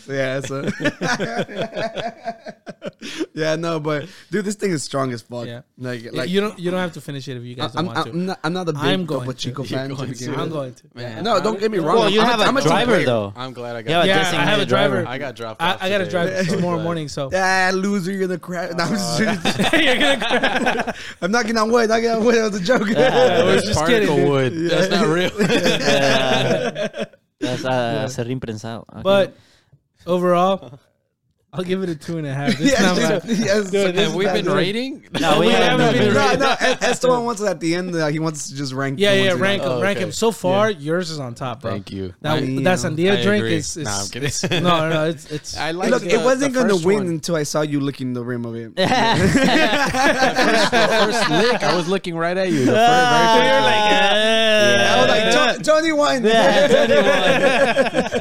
[SPEAKER 5] Yeah, so yeah, no, but dude, this thing is strong as fuck.
[SPEAKER 4] Yeah.
[SPEAKER 5] Like, like
[SPEAKER 4] you don't you don't have to finish it if you guys
[SPEAKER 5] I'm,
[SPEAKER 4] don't want to.
[SPEAKER 5] I'm, not, I'm not a big
[SPEAKER 4] I'm going
[SPEAKER 5] Topo
[SPEAKER 4] to.
[SPEAKER 5] Chico
[SPEAKER 6] You're
[SPEAKER 5] fan. to
[SPEAKER 6] going
[SPEAKER 5] begin
[SPEAKER 6] to.
[SPEAKER 5] with.
[SPEAKER 4] I'm going to.
[SPEAKER 6] Man,
[SPEAKER 5] No, don't get me wrong.
[SPEAKER 2] Well, you
[SPEAKER 5] I'm-
[SPEAKER 2] have
[SPEAKER 5] I'm
[SPEAKER 2] a
[SPEAKER 5] team
[SPEAKER 2] driver
[SPEAKER 5] player.
[SPEAKER 2] though.
[SPEAKER 6] I'm glad I got.
[SPEAKER 2] You have a
[SPEAKER 4] Yeah, I have
[SPEAKER 2] designated
[SPEAKER 4] a driver.
[SPEAKER 6] I got dropped.
[SPEAKER 4] I,
[SPEAKER 6] off
[SPEAKER 4] I gotta
[SPEAKER 6] today.
[SPEAKER 4] drive
[SPEAKER 6] So
[SPEAKER 4] tomorrow
[SPEAKER 6] glad.
[SPEAKER 4] morning, so
[SPEAKER 5] Ah, loser, you're gonna crash. No, I'm, just,
[SPEAKER 4] you're gonna. Cry.
[SPEAKER 5] I'm knocking on wood. Knocking on wood. That was a joke.
[SPEAKER 4] We're
[SPEAKER 6] That's
[SPEAKER 4] just
[SPEAKER 6] particle
[SPEAKER 4] kidding, dude.
[SPEAKER 6] wood. That's not real.
[SPEAKER 2] That's uh, serrín prensado. Okay.
[SPEAKER 4] But overall, I'll give it a two and a half. This
[SPEAKER 5] Yes,
[SPEAKER 4] not
[SPEAKER 5] yes,
[SPEAKER 4] bad.
[SPEAKER 5] yes.
[SPEAKER 4] Dude, this
[SPEAKER 6] Have
[SPEAKER 4] is
[SPEAKER 6] we
[SPEAKER 4] bad.
[SPEAKER 6] been rating?
[SPEAKER 2] no, we, haven't
[SPEAKER 4] haven't
[SPEAKER 2] been
[SPEAKER 4] been
[SPEAKER 5] no,
[SPEAKER 2] rated.
[SPEAKER 5] no. Es- Esteban wants it at the end. Uh, he wants to just rank.
[SPEAKER 4] Yeah,
[SPEAKER 5] the
[SPEAKER 4] yeah.
[SPEAKER 5] ones we
[SPEAKER 4] Rank
[SPEAKER 5] like.
[SPEAKER 4] them,
[SPEAKER 6] Oh,
[SPEAKER 4] rank
[SPEAKER 6] okay.
[SPEAKER 4] them. So far, yours is on top, bro.
[SPEAKER 6] Thank you.
[SPEAKER 4] That,
[SPEAKER 5] Mine-
[SPEAKER 4] that
[SPEAKER 6] I
[SPEAKER 4] sandía drink
[SPEAKER 6] agree.
[SPEAKER 4] is, is
[SPEAKER 6] Nah, I'm kidding.
[SPEAKER 4] no, no, no, it's it's
[SPEAKER 6] I like
[SPEAKER 5] Look,
[SPEAKER 6] the-
[SPEAKER 4] uh,
[SPEAKER 5] it wasn't
[SPEAKER 6] the
[SPEAKER 5] gonna
[SPEAKER 6] first
[SPEAKER 5] win
[SPEAKER 6] one.
[SPEAKER 5] until I saw you licking the rim of it.
[SPEAKER 6] First lick, I was looking right at you. The fir- very first lick.
[SPEAKER 5] I was like,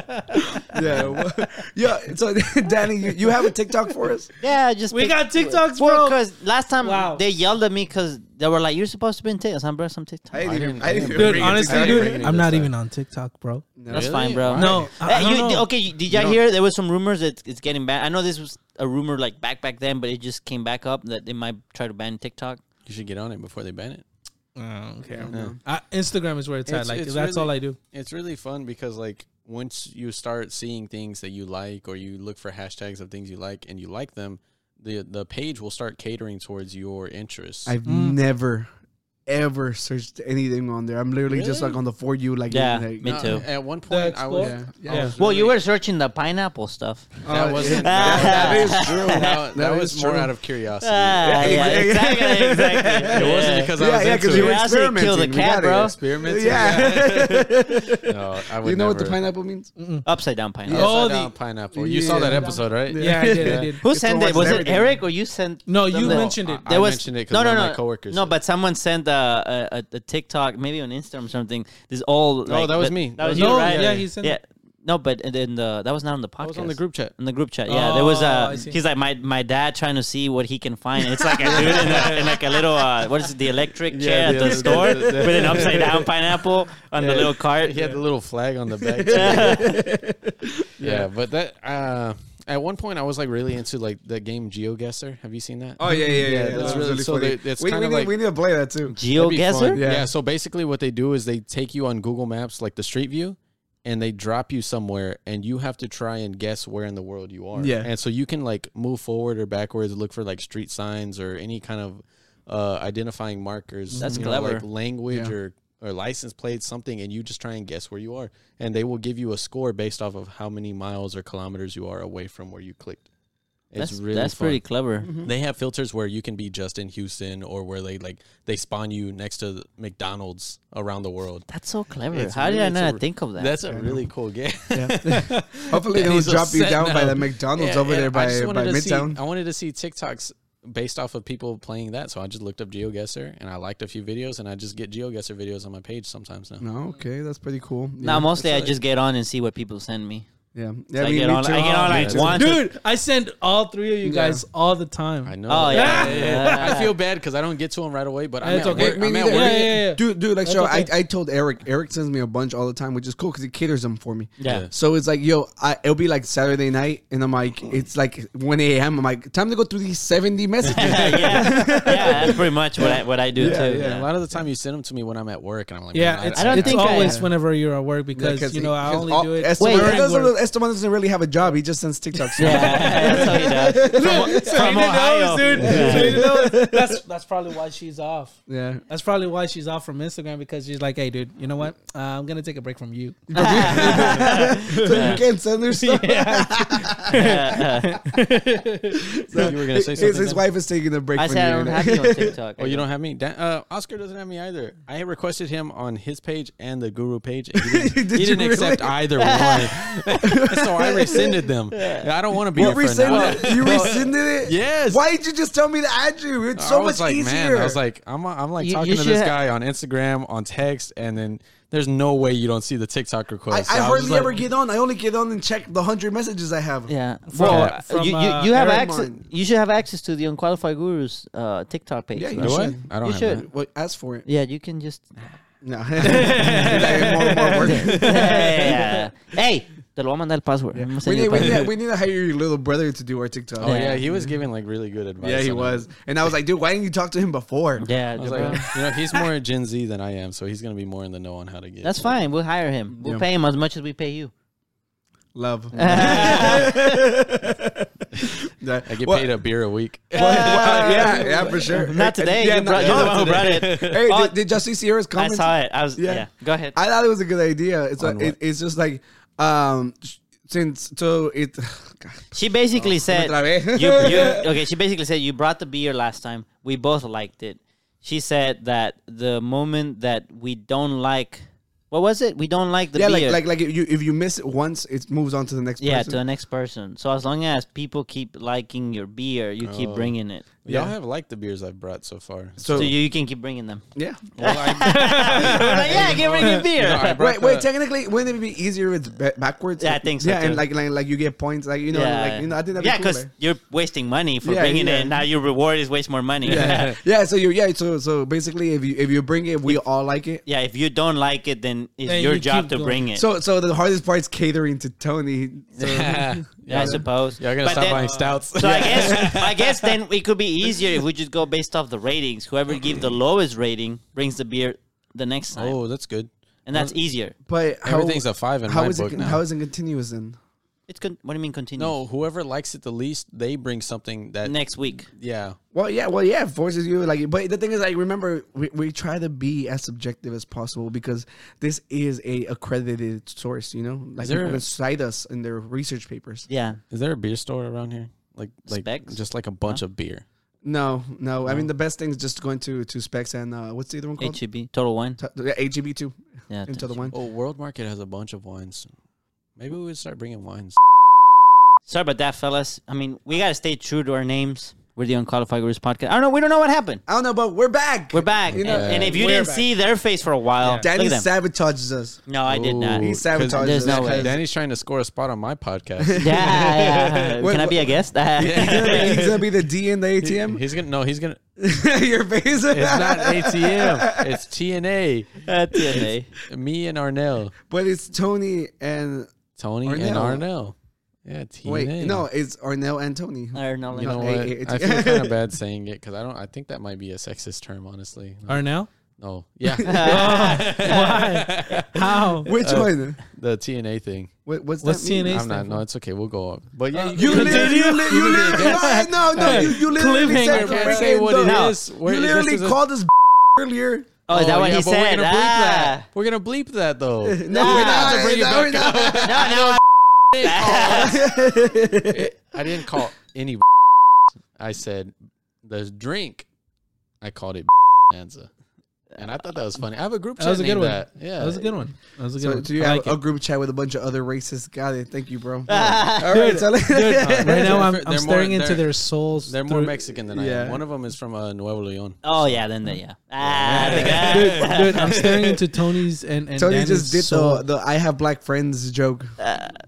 [SPEAKER 5] "Ton- Tony won. Yeah, well, yeah. So, Danny, you, you have a TikTok for us?
[SPEAKER 2] Yeah, just
[SPEAKER 4] we
[SPEAKER 2] pick-
[SPEAKER 4] got TikToks,
[SPEAKER 2] Well,
[SPEAKER 4] bro.
[SPEAKER 2] because last time
[SPEAKER 4] Wow.
[SPEAKER 2] they yelled at me because they were like, "You're supposed to be in TikTok." I'm bro, some TikTok.
[SPEAKER 5] I didn't. even-
[SPEAKER 6] didn't-
[SPEAKER 5] I didn't. even
[SPEAKER 4] Dude,
[SPEAKER 5] bring it
[SPEAKER 4] honestly,
[SPEAKER 5] together.
[SPEAKER 4] dude, I'm not even on TikTok, bro.
[SPEAKER 2] That's fine, bro.
[SPEAKER 4] No, I, I
[SPEAKER 2] Hey,
[SPEAKER 4] don't
[SPEAKER 2] you,
[SPEAKER 4] know.
[SPEAKER 2] okay, you- did y'all hear? There was some rumors that it's getting banned. I know this was a rumor like back back then, but it just came back up that they might try to ban TikTok.
[SPEAKER 6] You should get on it before they ban it.
[SPEAKER 4] I don't care. Oh, I, Instagram is where it's, at.
[SPEAKER 6] It's-
[SPEAKER 4] Like
[SPEAKER 6] it's
[SPEAKER 4] that's all
[SPEAKER 6] really-
[SPEAKER 4] I do.
[SPEAKER 6] It's really fun because like once you start seeing things that you like or you look for hashtags of things you like and you like them, the the page will start catering towards your interests.
[SPEAKER 5] I've never ever searched anything on there. I'm literally just
[SPEAKER 6] Really?
[SPEAKER 5] like on the for you, like
[SPEAKER 2] Yeah,
[SPEAKER 5] like, uh,
[SPEAKER 2] me
[SPEAKER 6] No,
[SPEAKER 2] too.
[SPEAKER 6] Uh, At one point, I was.
[SPEAKER 4] Explorer?
[SPEAKER 5] Yeah.
[SPEAKER 6] I
[SPEAKER 4] Yeah.
[SPEAKER 6] was
[SPEAKER 2] Well, you
[SPEAKER 6] really-
[SPEAKER 2] were searching the pineapple stuff.
[SPEAKER 5] Oh,
[SPEAKER 6] That wasn't.
[SPEAKER 2] yeah.
[SPEAKER 6] that is true. That, that
[SPEAKER 5] That
[SPEAKER 6] was
[SPEAKER 5] is
[SPEAKER 6] more
[SPEAKER 5] true.
[SPEAKER 6] out of curiosity.
[SPEAKER 2] Ah, yeah, exactly, exactly.
[SPEAKER 6] It wasn't
[SPEAKER 2] Yeah.
[SPEAKER 6] because I
[SPEAKER 5] yeah,
[SPEAKER 6] was
[SPEAKER 5] yeah, because
[SPEAKER 6] into
[SPEAKER 5] you
[SPEAKER 6] it.
[SPEAKER 5] were
[SPEAKER 2] Yeah, I say
[SPEAKER 5] experimenting.
[SPEAKER 2] kill the
[SPEAKER 5] We
[SPEAKER 2] cat,
[SPEAKER 5] got it.
[SPEAKER 2] bro.
[SPEAKER 6] Experimenting.
[SPEAKER 5] Yeah,
[SPEAKER 6] No, I would
[SPEAKER 5] you know what the
[SPEAKER 6] never-
[SPEAKER 5] pineapple means?
[SPEAKER 2] Upside down pineapple.
[SPEAKER 4] Yeah. Oh,
[SPEAKER 6] Oh,
[SPEAKER 4] the-
[SPEAKER 6] the pineapple. You saw
[SPEAKER 5] Yeah.
[SPEAKER 6] that episode, right?
[SPEAKER 4] Yeah, I did. I did.
[SPEAKER 2] Who
[SPEAKER 5] It's
[SPEAKER 2] sent
[SPEAKER 5] the
[SPEAKER 2] it?
[SPEAKER 5] ones
[SPEAKER 2] Was
[SPEAKER 5] that
[SPEAKER 2] it
[SPEAKER 5] everything.
[SPEAKER 2] Eric or you sent?
[SPEAKER 4] No, you
[SPEAKER 2] something?
[SPEAKER 4] mentioned it.
[SPEAKER 6] I mentioned it 'cause one of my coworkers
[SPEAKER 2] No,
[SPEAKER 6] said
[SPEAKER 2] but someone sent uh, a, a a TikTok, maybe on Instagram or something. This all.
[SPEAKER 6] No,
[SPEAKER 2] like,
[SPEAKER 6] Oh, that was
[SPEAKER 2] the-
[SPEAKER 6] me.
[SPEAKER 2] That was
[SPEAKER 6] No,
[SPEAKER 2] you, right?
[SPEAKER 4] yeah, he sent
[SPEAKER 2] Yeah. No, but in the- in the that was not on the podcast.
[SPEAKER 6] was on the group chat.
[SPEAKER 2] In the group chat, yeah, there was
[SPEAKER 4] Oh,
[SPEAKER 2] a.
[SPEAKER 4] I see.
[SPEAKER 2] He's like my my dad trying to see what he can find. It's like a dude in, a, in like a little uh, what is it? The electric chair
[SPEAKER 6] the-
[SPEAKER 2] at the,
[SPEAKER 6] the-
[SPEAKER 2] store
[SPEAKER 6] the- the-
[SPEAKER 2] with an upside down pineapple on the little cart.
[SPEAKER 6] He had the little flag on the back. yeah, but that uh, at one point I was like really into like the game GeoGuessr. Have you seen that?
[SPEAKER 5] Oh yeah, yeah, yeah.
[SPEAKER 6] that's
[SPEAKER 5] that was
[SPEAKER 6] really- so they- it's
[SPEAKER 5] we, we
[SPEAKER 6] kinda
[SPEAKER 5] need,
[SPEAKER 6] like-
[SPEAKER 5] we need to play that too.
[SPEAKER 6] That'd be fun.
[SPEAKER 2] GeoGuessr.
[SPEAKER 6] Yeah.
[SPEAKER 5] Yeah.
[SPEAKER 6] So basically, what they do is they take you on Google Maps, like the Street View, and they drop you somewhere, and you have to try and guess where in the world you are.
[SPEAKER 5] Yeah.
[SPEAKER 6] And so you can like move forward or backwards, look for like street signs or any kind of uh, identifying markers.
[SPEAKER 2] That's
[SPEAKER 6] you know, like
[SPEAKER 2] clever.
[SPEAKER 6] language or or license plate, something, and you just try and guess where you are, and they will give you a score based off of how many miles or kilometers you are away from where you clicked. It's
[SPEAKER 2] That's
[SPEAKER 6] really
[SPEAKER 2] that's
[SPEAKER 6] fun Mm-hmm.
[SPEAKER 2] pretty clever.
[SPEAKER 6] they have filters where you can be just in Houston or where they like they spawn you next to the McDonald's around the world.
[SPEAKER 2] That's so clever.
[SPEAKER 6] It's
[SPEAKER 2] How did
[SPEAKER 6] really-
[SPEAKER 2] I
[SPEAKER 6] it's
[SPEAKER 2] not
[SPEAKER 6] a-
[SPEAKER 2] think of that?
[SPEAKER 6] That's a really cool game.
[SPEAKER 5] Hopefully they
[SPEAKER 6] And
[SPEAKER 5] don't
[SPEAKER 6] he's
[SPEAKER 5] drop you
[SPEAKER 6] upset
[SPEAKER 5] down by
[SPEAKER 6] now.
[SPEAKER 5] the McDonald's
[SPEAKER 6] Yeah,
[SPEAKER 5] over
[SPEAKER 6] and
[SPEAKER 5] there
[SPEAKER 6] I
[SPEAKER 5] by,
[SPEAKER 6] just wanted
[SPEAKER 5] by
[SPEAKER 6] to see-
[SPEAKER 5] Midtown.
[SPEAKER 6] I wanted to see TikToks based off of people playing that, so I just looked up GeoGuessr and I liked a few videos, and I just get GeoGuessr videos on my page sometimes now.
[SPEAKER 5] No, okay, that's pretty cool.
[SPEAKER 2] no,
[SPEAKER 5] yeah.
[SPEAKER 2] mostly I just get on and see what people send me.
[SPEAKER 5] yeah,
[SPEAKER 2] So
[SPEAKER 5] yeah.
[SPEAKER 2] I,
[SPEAKER 5] me-
[SPEAKER 2] get
[SPEAKER 5] me
[SPEAKER 2] on,
[SPEAKER 5] too.
[SPEAKER 2] I get on
[SPEAKER 5] Me
[SPEAKER 2] like
[SPEAKER 5] too.
[SPEAKER 2] one. to-
[SPEAKER 4] Dude, I send all three of you
[SPEAKER 5] Yeah.
[SPEAKER 4] guys all the time.
[SPEAKER 6] I know.
[SPEAKER 2] Oh yeah, yeah, yeah.
[SPEAKER 6] I feel bad because I don't get to them right away, but I'm
[SPEAKER 4] It's
[SPEAKER 6] at
[SPEAKER 4] okay.
[SPEAKER 6] work.
[SPEAKER 5] Me
[SPEAKER 6] I'm at
[SPEAKER 5] neither.
[SPEAKER 6] work.
[SPEAKER 4] Yeah, yeah, yeah.
[SPEAKER 5] Dude, dude, like,
[SPEAKER 4] That's
[SPEAKER 5] so
[SPEAKER 4] okay.
[SPEAKER 5] I, I told Eric. Eric sends me a bunch all the time, which is cool because he caters them for me.
[SPEAKER 2] Yeah.
[SPEAKER 5] So it's like, yo, I, it'll be like Saturday night, and I'm like, it's like 1 a.m. I'm like, time to go through these 70 messages.
[SPEAKER 2] yeah, yeah, that's pretty much what I what I do too.
[SPEAKER 6] Yeah, a
[SPEAKER 2] Yeah.
[SPEAKER 6] lot of the time you send them to me when I'm at work, and I'm like,
[SPEAKER 4] yeah,
[SPEAKER 6] man,
[SPEAKER 4] it's,
[SPEAKER 2] I don't
[SPEAKER 4] it's
[SPEAKER 2] think I-
[SPEAKER 4] always whenever you're at work because you know I only do it.
[SPEAKER 5] Esteban,
[SPEAKER 2] Wait,
[SPEAKER 5] Wait, doesn't,
[SPEAKER 4] during work.
[SPEAKER 5] Esteban doesn't really have a job. He just sends TikToks.
[SPEAKER 2] Yeah, that's how he does. From, from Ohio,
[SPEAKER 4] dude. So you know, that's that's probably why she's off.
[SPEAKER 5] yeah.
[SPEAKER 4] That's probably why she's off from Instagram because she's like, "Hey, dude, you know what? Uh, I'm gonna take a break from you."
[SPEAKER 5] so you can't send her stuff.
[SPEAKER 6] you were gonna say
[SPEAKER 5] His-
[SPEAKER 6] something.
[SPEAKER 5] His,
[SPEAKER 6] then?
[SPEAKER 5] wife is taking a break.
[SPEAKER 2] I
[SPEAKER 5] from you,
[SPEAKER 2] said I don't
[SPEAKER 5] you know?
[SPEAKER 2] have you on TikTok.
[SPEAKER 6] Oh, you don't have me? Da- uh, Oscar doesn't have me either. I had requested him on his page and the Guru page. And he didn't,
[SPEAKER 5] Did
[SPEAKER 6] he
[SPEAKER 5] you
[SPEAKER 6] didn't accept
[SPEAKER 5] really?
[SPEAKER 6] either one. so I rescinded them. I don't want to be
[SPEAKER 5] You
[SPEAKER 6] your friend now.
[SPEAKER 5] rescinded, you rescinded it.
[SPEAKER 6] Yes.
[SPEAKER 5] Why did you just tell me to add you? It's so
[SPEAKER 6] I was
[SPEAKER 5] much
[SPEAKER 6] like,
[SPEAKER 5] easier.
[SPEAKER 6] man, I was like, I'm, I'm like
[SPEAKER 2] You-
[SPEAKER 6] talking
[SPEAKER 2] you
[SPEAKER 6] to this
[SPEAKER 2] should-
[SPEAKER 6] guy on Instagram, on text, and then there's no way you don't see the TikTok
[SPEAKER 5] I,
[SPEAKER 6] request.
[SPEAKER 5] I
[SPEAKER 6] So was
[SPEAKER 5] hardly
[SPEAKER 6] just like-
[SPEAKER 5] ever get on. I only get on and check the hundred messages I have.
[SPEAKER 2] Yeah,
[SPEAKER 4] Well,
[SPEAKER 2] well,
[SPEAKER 4] from,
[SPEAKER 2] you,
[SPEAKER 4] uh,
[SPEAKER 2] you, you have
[SPEAKER 5] Eric
[SPEAKER 2] access.
[SPEAKER 5] Martin.
[SPEAKER 2] You should have access to the Unqualified Gurus uh, TikTok page.
[SPEAKER 5] Yeah, you
[SPEAKER 2] right?
[SPEAKER 6] Do I?
[SPEAKER 5] should.
[SPEAKER 6] I don't
[SPEAKER 2] You
[SPEAKER 6] have
[SPEAKER 2] should.
[SPEAKER 6] that.
[SPEAKER 5] Well, ask for it.
[SPEAKER 2] Yeah, you can just.
[SPEAKER 5] No. Like, more- more work.
[SPEAKER 2] yeah. Hey, te lo voy a mandar el password. I'm gonna
[SPEAKER 5] We
[SPEAKER 2] send you
[SPEAKER 5] need,
[SPEAKER 2] the
[SPEAKER 5] we,
[SPEAKER 2] password.
[SPEAKER 5] need, we need to hire your little brother to do our TikTok.
[SPEAKER 6] Oh, yeah. He was giving like really good advice.
[SPEAKER 5] Yeah, he
[SPEAKER 6] on it.
[SPEAKER 5] was. And I was like, dude, why didn't you talk to him before?
[SPEAKER 2] Yeah,
[SPEAKER 6] I was
[SPEAKER 2] dude,
[SPEAKER 6] like,
[SPEAKER 2] bro.
[SPEAKER 6] you know, he's more Gen Z than I am, so he's going to be more in the know on how to get.
[SPEAKER 2] That's
[SPEAKER 6] to it.
[SPEAKER 2] fine. We'll hire him. We'll
[SPEAKER 5] Yeah.
[SPEAKER 2] pay him as much as we pay you.
[SPEAKER 5] Love.
[SPEAKER 6] I get paid a beer a week.
[SPEAKER 5] yeah, yeah, for sure.
[SPEAKER 2] Not today.
[SPEAKER 5] Yeah,
[SPEAKER 2] you brought, you're the one who brought it.
[SPEAKER 5] Hey,
[SPEAKER 2] Oh,
[SPEAKER 5] did, did y'all see Sierra's
[SPEAKER 2] I
[SPEAKER 5] comments?
[SPEAKER 2] saw it. I was. Yeah.
[SPEAKER 5] Yeah.
[SPEAKER 2] Go ahead.
[SPEAKER 5] I thought it was a good idea. It's
[SPEAKER 6] On
[SPEAKER 5] like, it,
[SPEAKER 6] what?
[SPEAKER 5] it's just like um sh- since so it God,
[SPEAKER 2] she basically said.
[SPEAKER 5] Oh, otra vez.
[SPEAKER 2] you, you, okay. She basically said you brought the beer last time. We both liked it. She said that the moment that we don't like, what was it? We don't like the
[SPEAKER 5] yeah,
[SPEAKER 2] beer.
[SPEAKER 5] like like like if you if you miss it once, it moves on to the next
[SPEAKER 2] yeah,
[SPEAKER 5] person.
[SPEAKER 2] to the next person. So as long as people keep liking your beer, you keep bringing it.
[SPEAKER 6] Y'all
[SPEAKER 5] Yeah.
[SPEAKER 6] have liked the beers I've brought so far.
[SPEAKER 5] Oh. so,
[SPEAKER 2] so you, you can keep bringing them.
[SPEAKER 5] yeah.
[SPEAKER 2] I'm like, yeah, keep bringing beer.
[SPEAKER 5] Wait, wait. Technically, wouldn't it be easier if it's ba- backwards?
[SPEAKER 2] Yeah, I think so,
[SPEAKER 5] Yeah,
[SPEAKER 2] too.
[SPEAKER 5] and like, like like you get points, like you know,
[SPEAKER 2] yeah,
[SPEAKER 5] like you know, I think that'd
[SPEAKER 2] yeah,
[SPEAKER 5] be
[SPEAKER 2] because
[SPEAKER 5] cooler.
[SPEAKER 2] you're wasting money for
[SPEAKER 5] Yeah,
[SPEAKER 2] bringing
[SPEAKER 5] yeah.
[SPEAKER 2] it. Now your reward is waste more money.
[SPEAKER 5] yeah, yeah. So you, yeah. So so basically, if you if you bring it, we all like it.
[SPEAKER 2] Yeah, if you don't like it, then it's
[SPEAKER 4] Then
[SPEAKER 2] your
[SPEAKER 4] you
[SPEAKER 2] job
[SPEAKER 4] keep
[SPEAKER 2] to
[SPEAKER 4] going.
[SPEAKER 2] bring it.
[SPEAKER 5] So so the hardest part is catering to Tony. So,
[SPEAKER 6] yeah,
[SPEAKER 2] yeah, I suppose.
[SPEAKER 6] Y'all gotta
[SPEAKER 2] But
[SPEAKER 6] stop
[SPEAKER 2] then-
[SPEAKER 6] buying stouts.
[SPEAKER 2] So I guess I guess then it could be easier if we just go based off the ratings. Whoever gives the lowest rating brings the beer the next time,
[SPEAKER 6] oh, that's good.
[SPEAKER 2] and that's easier.
[SPEAKER 5] but how,
[SPEAKER 6] Everything's a five in
[SPEAKER 5] how
[SPEAKER 6] my
[SPEAKER 5] is
[SPEAKER 6] book
[SPEAKER 5] it?
[SPEAKER 6] now.
[SPEAKER 5] How is it continuous then?
[SPEAKER 2] It's con- what do you mean continues?
[SPEAKER 6] No, whoever likes it the least, they bring something that.
[SPEAKER 2] next week.
[SPEAKER 6] Yeah,
[SPEAKER 5] Well, yeah, well, yeah, forces you like. But the thing is, like, remember, we, we try to be as subjective as possible because this is a accredited source. You know, like
[SPEAKER 6] there
[SPEAKER 5] people
[SPEAKER 6] a-
[SPEAKER 5] can cite us in their research papers.
[SPEAKER 2] Yeah,
[SPEAKER 6] is there a beer store around here? Like, like
[SPEAKER 2] Specs?
[SPEAKER 6] just like a bunch of beer.
[SPEAKER 5] No, no, I mean the best thing is just going to to specs and uh, what's the other one called? H-
[SPEAKER 2] HEB Total Wine.
[SPEAKER 5] yeah, HEB too.
[SPEAKER 2] Yeah,
[SPEAKER 5] Into the one.
[SPEAKER 6] Oh, World Market has a bunch of wines. Maybe we would start bringing wines.
[SPEAKER 2] Sorry about that, fellas. I mean, we gotta stay true to our names. We're the Unqualified Gurus podcast. I don't know. We don't know what happened.
[SPEAKER 5] I don't know, but we're back.
[SPEAKER 2] We're back,
[SPEAKER 5] You know-
[SPEAKER 2] and, and if you
[SPEAKER 5] We're
[SPEAKER 2] didn't
[SPEAKER 5] back.
[SPEAKER 2] see their face for a while,
[SPEAKER 5] Danny
[SPEAKER 2] look at them.
[SPEAKER 5] sabotages us.
[SPEAKER 2] No, I did not.
[SPEAKER 6] Ooh,
[SPEAKER 5] He
[SPEAKER 6] Oh, 'cause
[SPEAKER 5] sabotages
[SPEAKER 2] There's no
[SPEAKER 5] us.
[SPEAKER 2] way.
[SPEAKER 6] Danny's trying to score a spot on my podcast.
[SPEAKER 2] Yeah,
[SPEAKER 5] Wait,
[SPEAKER 2] can I
[SPEAKER 5] wh-
[SPEAKER 2] be a guest?
[SPEAKER 5] He's gonna be- he's gonna be the D in the ATM.
[SPEAKER 6] he's gonna no, he's gonna.
[SPEAKER 5] Your face.
[SPEAKER 6] It's not ATM. It's TNA.
[SPEAKER 2] At TNA.
[SPEAKER 6] Me and Arnell,
[SPEAKER 5] but it's Tony and
[SPEAKER 6] Tony and
[SPEAKER 5] Arnell.
[SPEAKER 6] Arnell. Yeah, TNA.
[SPEAKER 5] wait, no, it's Arnell and Tony.
[SPEAKER 2] Or no, like-
[SPEAKER 6] You know
[SPEAKER 5] No,
[SPEAKER 6] what?
[SPEAKER 5] A- A-
[SPEAKER 6] I feel kind of bad saying it because I don't. I think that might be a sexist term, honestly. No.
[SPEAKER 4] Arnell?
[SPEAKER 6] no. Yeah.
[SPEAKER 4] Why? How?
[SPEAKER 5] Which one?
[SPEAKER 6] the TNA thing.
[SPEAKER 5] What, what's
[SPEAKER 4] What's
[SPEAKER 5] that mean?
[SPEAKER 4] TNA?
[SPEAKER 6] I'm not. No, it's okay. We'll go up. But yeah,
[SPEAKER 5] You literally, you li- you literally,
[SPEAKER 4] Yes.
[SPEAKER 5] no, no, you, you literally
[SPEAKER 4] Cliffhanger.
[SPEAKER 5] said
[SPEAKER 4] I
[SPEAKER 6] can't
[SPEAKER 5] friggin'
[SPEAKER 6] say what it
[SPEAKER 5] the-
[SPEAKER 6] is.
[SPEAKER 5] You
[SPEAKER 6] We're- this
[SPEAKER 5] literally
[SPEAKER 6] is a-
[SPEAKER 5] called us earlier.
[SPEAKER 2] Oh, is that what
[SPEAKER 6] yeah,
[SPEAKER 2] he
[SPEAKER 6] but We're
[SPEAKER 2] said?
[SPEAKER 6] gonna bleep
[SPEAKER 2] Ah.
[SPEAKER 6] that. We're gonna bleep that though.
[SPEAKER 5] No, we're not.
[SPEAKER 6] bring it
[SPEAKER 5] No, we're
[SPEAKER 6] back
[SPEAKER 5] not.
[SPEAKER 2] No, no. Ah.
[SPEAKER 6] I didn't call any. I said the drink. I called it Anza. And I thought that was funny. I have a group chat
[SPEAKER 4] That was a good
[SPEAKER 6] named
[SPEAKER 4] one.
[SPEAKER 6] that. Yeah,
[SPEAKER 4] That was a good one. That was a
[SPEAKER 5] So,
[SPEAKER 4] good
[SPEAKER 5] do you
[SPEAKER 4] one. I
[SPEAKER 5] have
[SPEAKER 4] like
[SPEAKER 5] a
[SPEAKER 4] it.
[SPEAKER 5] group chat with a bunch of other racists? Got it. Thank you, bro.
[SPEAKER 2] Ah.
[SPEAKER 5] All right, so let-
[SPEAKER 4] Dude, Uh, right now I'm,
[SPEAKER 6] They're
[SPEAKER 4] I'm
[SPEAKER 6] more-
[SPEAKER 4] staring into
[SPEAKER 6] they're-
[SPEAKER 4] their souls.
[SPEAKER 6] They're more
[SPEAKER 4] through-
[SPEAKER 6] Mexican than I
[SPEAKER 5] Yeah.
[SPEAKER 6] am. One of them is from uh, Nuevo Leon.
[SPEAKER 2] Oh yeah, then they yeah. Ah, the guy.
[SPEAKER 4] Dude, dude, I'm staring into Tony's and, and
[SPEAKER 5] Tony
[SPEAKER 4] Danny's
[SPEAKER 5] just did
[SPEAKER 4] soul.
[SPEAKER 5] the, the I have black friends joke.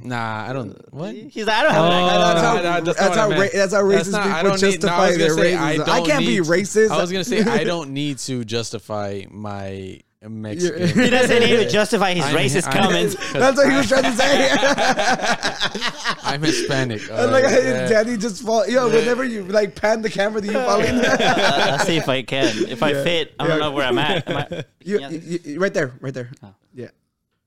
[SPEAKER 6] Nah, I don't. What?
[SPEAKER 2] He's like, I don't have
[SPEAKER 4] Oh.
[SPEAKER 2] that.
[SPEAKER 5] that's how
[SPEAKER 6] no, no, that's not
[SPEAKER 5] that's
[SPEAKER 6] what I
[SPEAKER 5] how ra-
[SPEAKER 6] meant.
[SPEAKER 5] that's how
[SPEAKER 6] That's
[SPEAKER 5] racist
[SPEAKER 6] not- I
[SPEAKER 5] people
[SPEAKER 6] don't need- no, I
[SPEAKER 5] justify
[SPEAKER 6] was
[SPEAKER 5] their
[SPEAKER 6] gonna say,
[SPEAKER 5] racism.
[SPEAKER 6] I
[SPEAKER 5] I, can't be
[SPEAKER 6] don't need-
[SPEAKER 5] racist.
[SPEAKER 6] I was gonna say I don't need to justify my
[SPEAKER 2] He
[SPEAKER 6] Mexican.
[SPEAKER 2] doesn't need to justify his
[SPEAKER 6] I'm-
[SPEAKER 2] racist
[SPEAKER 6] I'm-
[SPEAKER 2] comments.
[SPEAKER 5] That's what he was trying to say.
[SPEAKER 6] I'm Hispanic. all
[SPEAKER 5] And like
[SPEAKER 6] right, Oh, yeah.
[SPEAKER 5] Danny just fall. Yo, whenever you like pan the camera, that you fall in.
[SPEAKER 2] Uh, I'll see if I can. If I fit, I don't
[SPEAKER 5] Yeah.
[SPEAKER 2] know where I'm at. Am I-
[SPEAKER 5] you,
[SPEAKER 2] Yeah.
[SPEAKER 5] you- you- right there, right there. Yeah,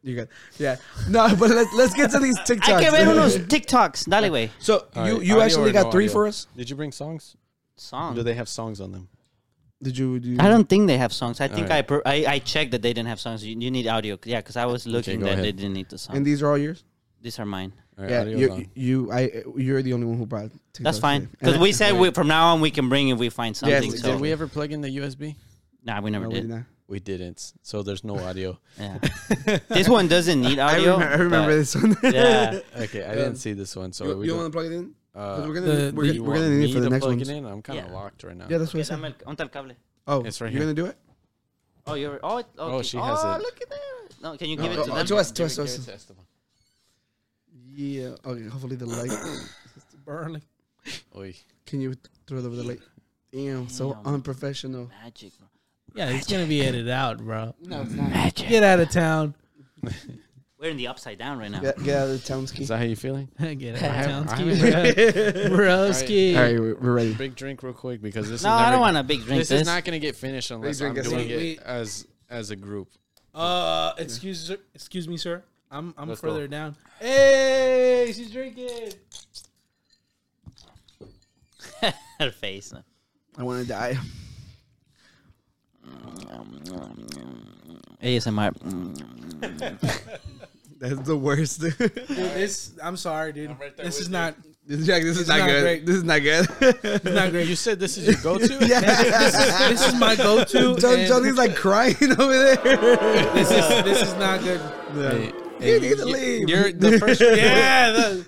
[SPEAKER 5] you good? Yeah. No, but let's let's get to these
[SPEAKER 2] Hay que ver unos
[SPEAKER 5] TikToks.
[SPEAKER 2] TikToks. Dale, güey.
[SPEAKER 5] so
[SPEAKER 6] All
[SPEAKER 5] you
[SPEAKER 6] right,
[SPEAKER 5] you
[SPEAKER 6] audio
[SPEAKER 5] actually
[SPEAKER 6] or
[SPEAKER 5] got
[SPEAKER 6] no
[SPEAKER 5] three
[SPEAKER 6] audio?
[SPEAKER 5] for us?
[SPEAKER 6] Did you bring songs? Do
[SPEAKER 2] Song.
[SPEAKER 6] they have songs on them?
[SPEAKER 5] Did you? Do you
[SPEAKER 2] I don't think they have songs. I think
[SPEAKER 6] right.
[SPEAKER 2] I, per- I I checked that they didn't have songs. You, you need audio. Yeah, because I was looking
[SPEAKER 6] go
[SPEAKER 2] that
[SPEAKER 6] ahead.
[SPEAKER 2] they didn't need the song.
[SPEAKER 5] And these are all yours.
[SPEAKER 2] These are mine.
[SPEAKER 6] All right,
[SPEAKER 5] Yeah,
[SPEAKER 6] audio's
[SPEAKER 5] you,
[SPEAKER 6] on.
[SPEAKER 5] you I you're the only one who brought. TikToks
[SPEAKER 2] That's fine.
[SPEAKER 5] today. And
[SPEAKER 2] Because
[SPEAKER 5] I-
[SPEAKER 2] we said we, from now on we can bring if we find something.
[SPEAKER 5] Yes,
[SPEAKER 2] so.
[SPEAKER 6] Did we ever plug in the USB?
[SPEAKER 2] Nah, we never
[SPEAKER 5] no, we
[SPEAKER 2] did.
[SPEAKER 5] did not.
[SPEAKER 6] We didn't. So there's no audio.
[SPEAKER 2] Yeah. this one doesn't need
[SPEAKER 5] I
[SPEAKER 2] audio.
[SPEAKER 5] remember, I remember this one.
[SPEAKER 2] but- Yeah.
[SPEAKER 6] Okay, I didn't see this one. So
[SPEAKER 5] you
[SPEAKER 6] we
[SPEAKER 5] you
[SPEAKER 6] do-
[SPEAKER 5] want to plug it in? 'Cause
[SPEAKER 6] uh,
[SPEAKER 5] we're gonna
[SPEAKER 4] the-
[SPEAKER 5] we're,
[SPEAKER 4] the-
[SPEAKER 5] gonna-
[SPEAKER 6] you
[SPEAKER 5] we're
[SPEAKER 6] want
[SPEAKER 5] gonna need
[SPEAKER 6] me
[SPEAKER 5] it for the
[SPEAKER 6] to
[SPEAKER 5] next
[SPEAKER 6] plug
[SPEAKER 5] one.
[SPEAKER 6] it in? I'm kind of
[SPEAKER 2] Yeah.
[SPEAKER 6] locked right now.
[SPEAKER 5] Yeah, that's what I said.
[SPEAKER 2] Dame el- unta el cable.
[SPEAKER 5] Oh,
[SPEAKER 6] It's right
[SPEAKER 5] you're
[SPEAKER 6] here.
[SPEAKER 5] gonna do it?
[SPEAKER 2] Oh, you're. Oh, it- okay.
[SPEAKER 6] Oh, she has
[SPEAKER 2] oh,
[SPEAKER 6] it.
[SPEAKER 2] look at that. No, can you give
[SPEAKER 5] No,
[SPEAKER 2] it
[SPEAKER 5] oh,
[SPEAKER 2] to
[SPEAKER 5] oh,
[SPEAKER 2] them?
[SPEAKER 5] to us, to us, to
[SPEAKER 6] Give it
[SPEAKER 5] us.
[SPEAKER 6] to Esteban.
[SPEAKER 5] Yeah. Okay. Hopefully the light.
[SPEAKER 4] Burling.
[SPEAKER 6] Oy.
[SPEAKER 5] Can you throw it over the light? Damn, so
[SPEAKER 2] Damn.
[SPEAKER 5] unprofessional.
[SPEAKER 2] Magic. bro.
[SPEAKER 4] Yeah, it's gonna be edited out, bro.
[SPEAKER 5] No, it's not.
[SPEAKER 2] Magic.
[SPEAKER 4] Get out of town.
[SPEAKER 2] We're in the upside down right now.
[SPEAKER 5] Get, get out of the town ski.
[SPEAKER 6] Is that how you feeling?
[SPEAKER 4] Get out of town,
[SPEAKER 6] I
[SPEAKER 4] ski, bro. Broski.
[SPEAKER 5] All right, we're, we're ready.
[SPEAKER 6] Big drink, real quick, because this.
[SPEAKER 2] No,
[SPEAKER 6] is never,
[SPEAKER 2] I don't want a big drink.
[SPEAKER 6] This is not gonna get finished unless I'm
[SPEAKER 5] drink us
[SPEAKER 6] doing
[SPEAKER 4] up. We-
[SPEAKER 6] it as as a group.
[SPEAKER 4] Uh, excuse, sir- excuse me, sir. I'm I'm
[SPEAKER 6] Let's
[SPEAKER 4] further
[SPEAKER 6] go.
[SPEAKER 4] down. Hey, she's drinking.
[SPEAKER 2] her face.
[SPEAKER 5] I want to die.
[SPEAKER 2] ASMR.
[SPEAKER 5] That's the worst. Dude,
[SPEAKER 4] Dude, this I'm sorry, dude. this is not
[SPEAKER 5] Jack, this is not,
[SPEAKER 4] not
[SPEAKER 5] good.
[SPEAKER 4] great.
[SPEAKER 5] This is not good.
[SPEAKER 4] this is not great.
[SPEAKER 6] You said this is your go-to.
[SPEAKER 4] this is my go-to.
[SPEAKER 5] John,
[SPEAKER 4] and
[SPEAKER 5] Johnny's like crying over there.
[SPEAKER 4] this is this is not good.
[SPEAKER 5] Yeah.
[SPEAKER 6] Hey,
[SPEAKER 5] You need to leave.
[SPEAKER 6] Uh, You're the first.
[SPEAKER 4] Yeah, that-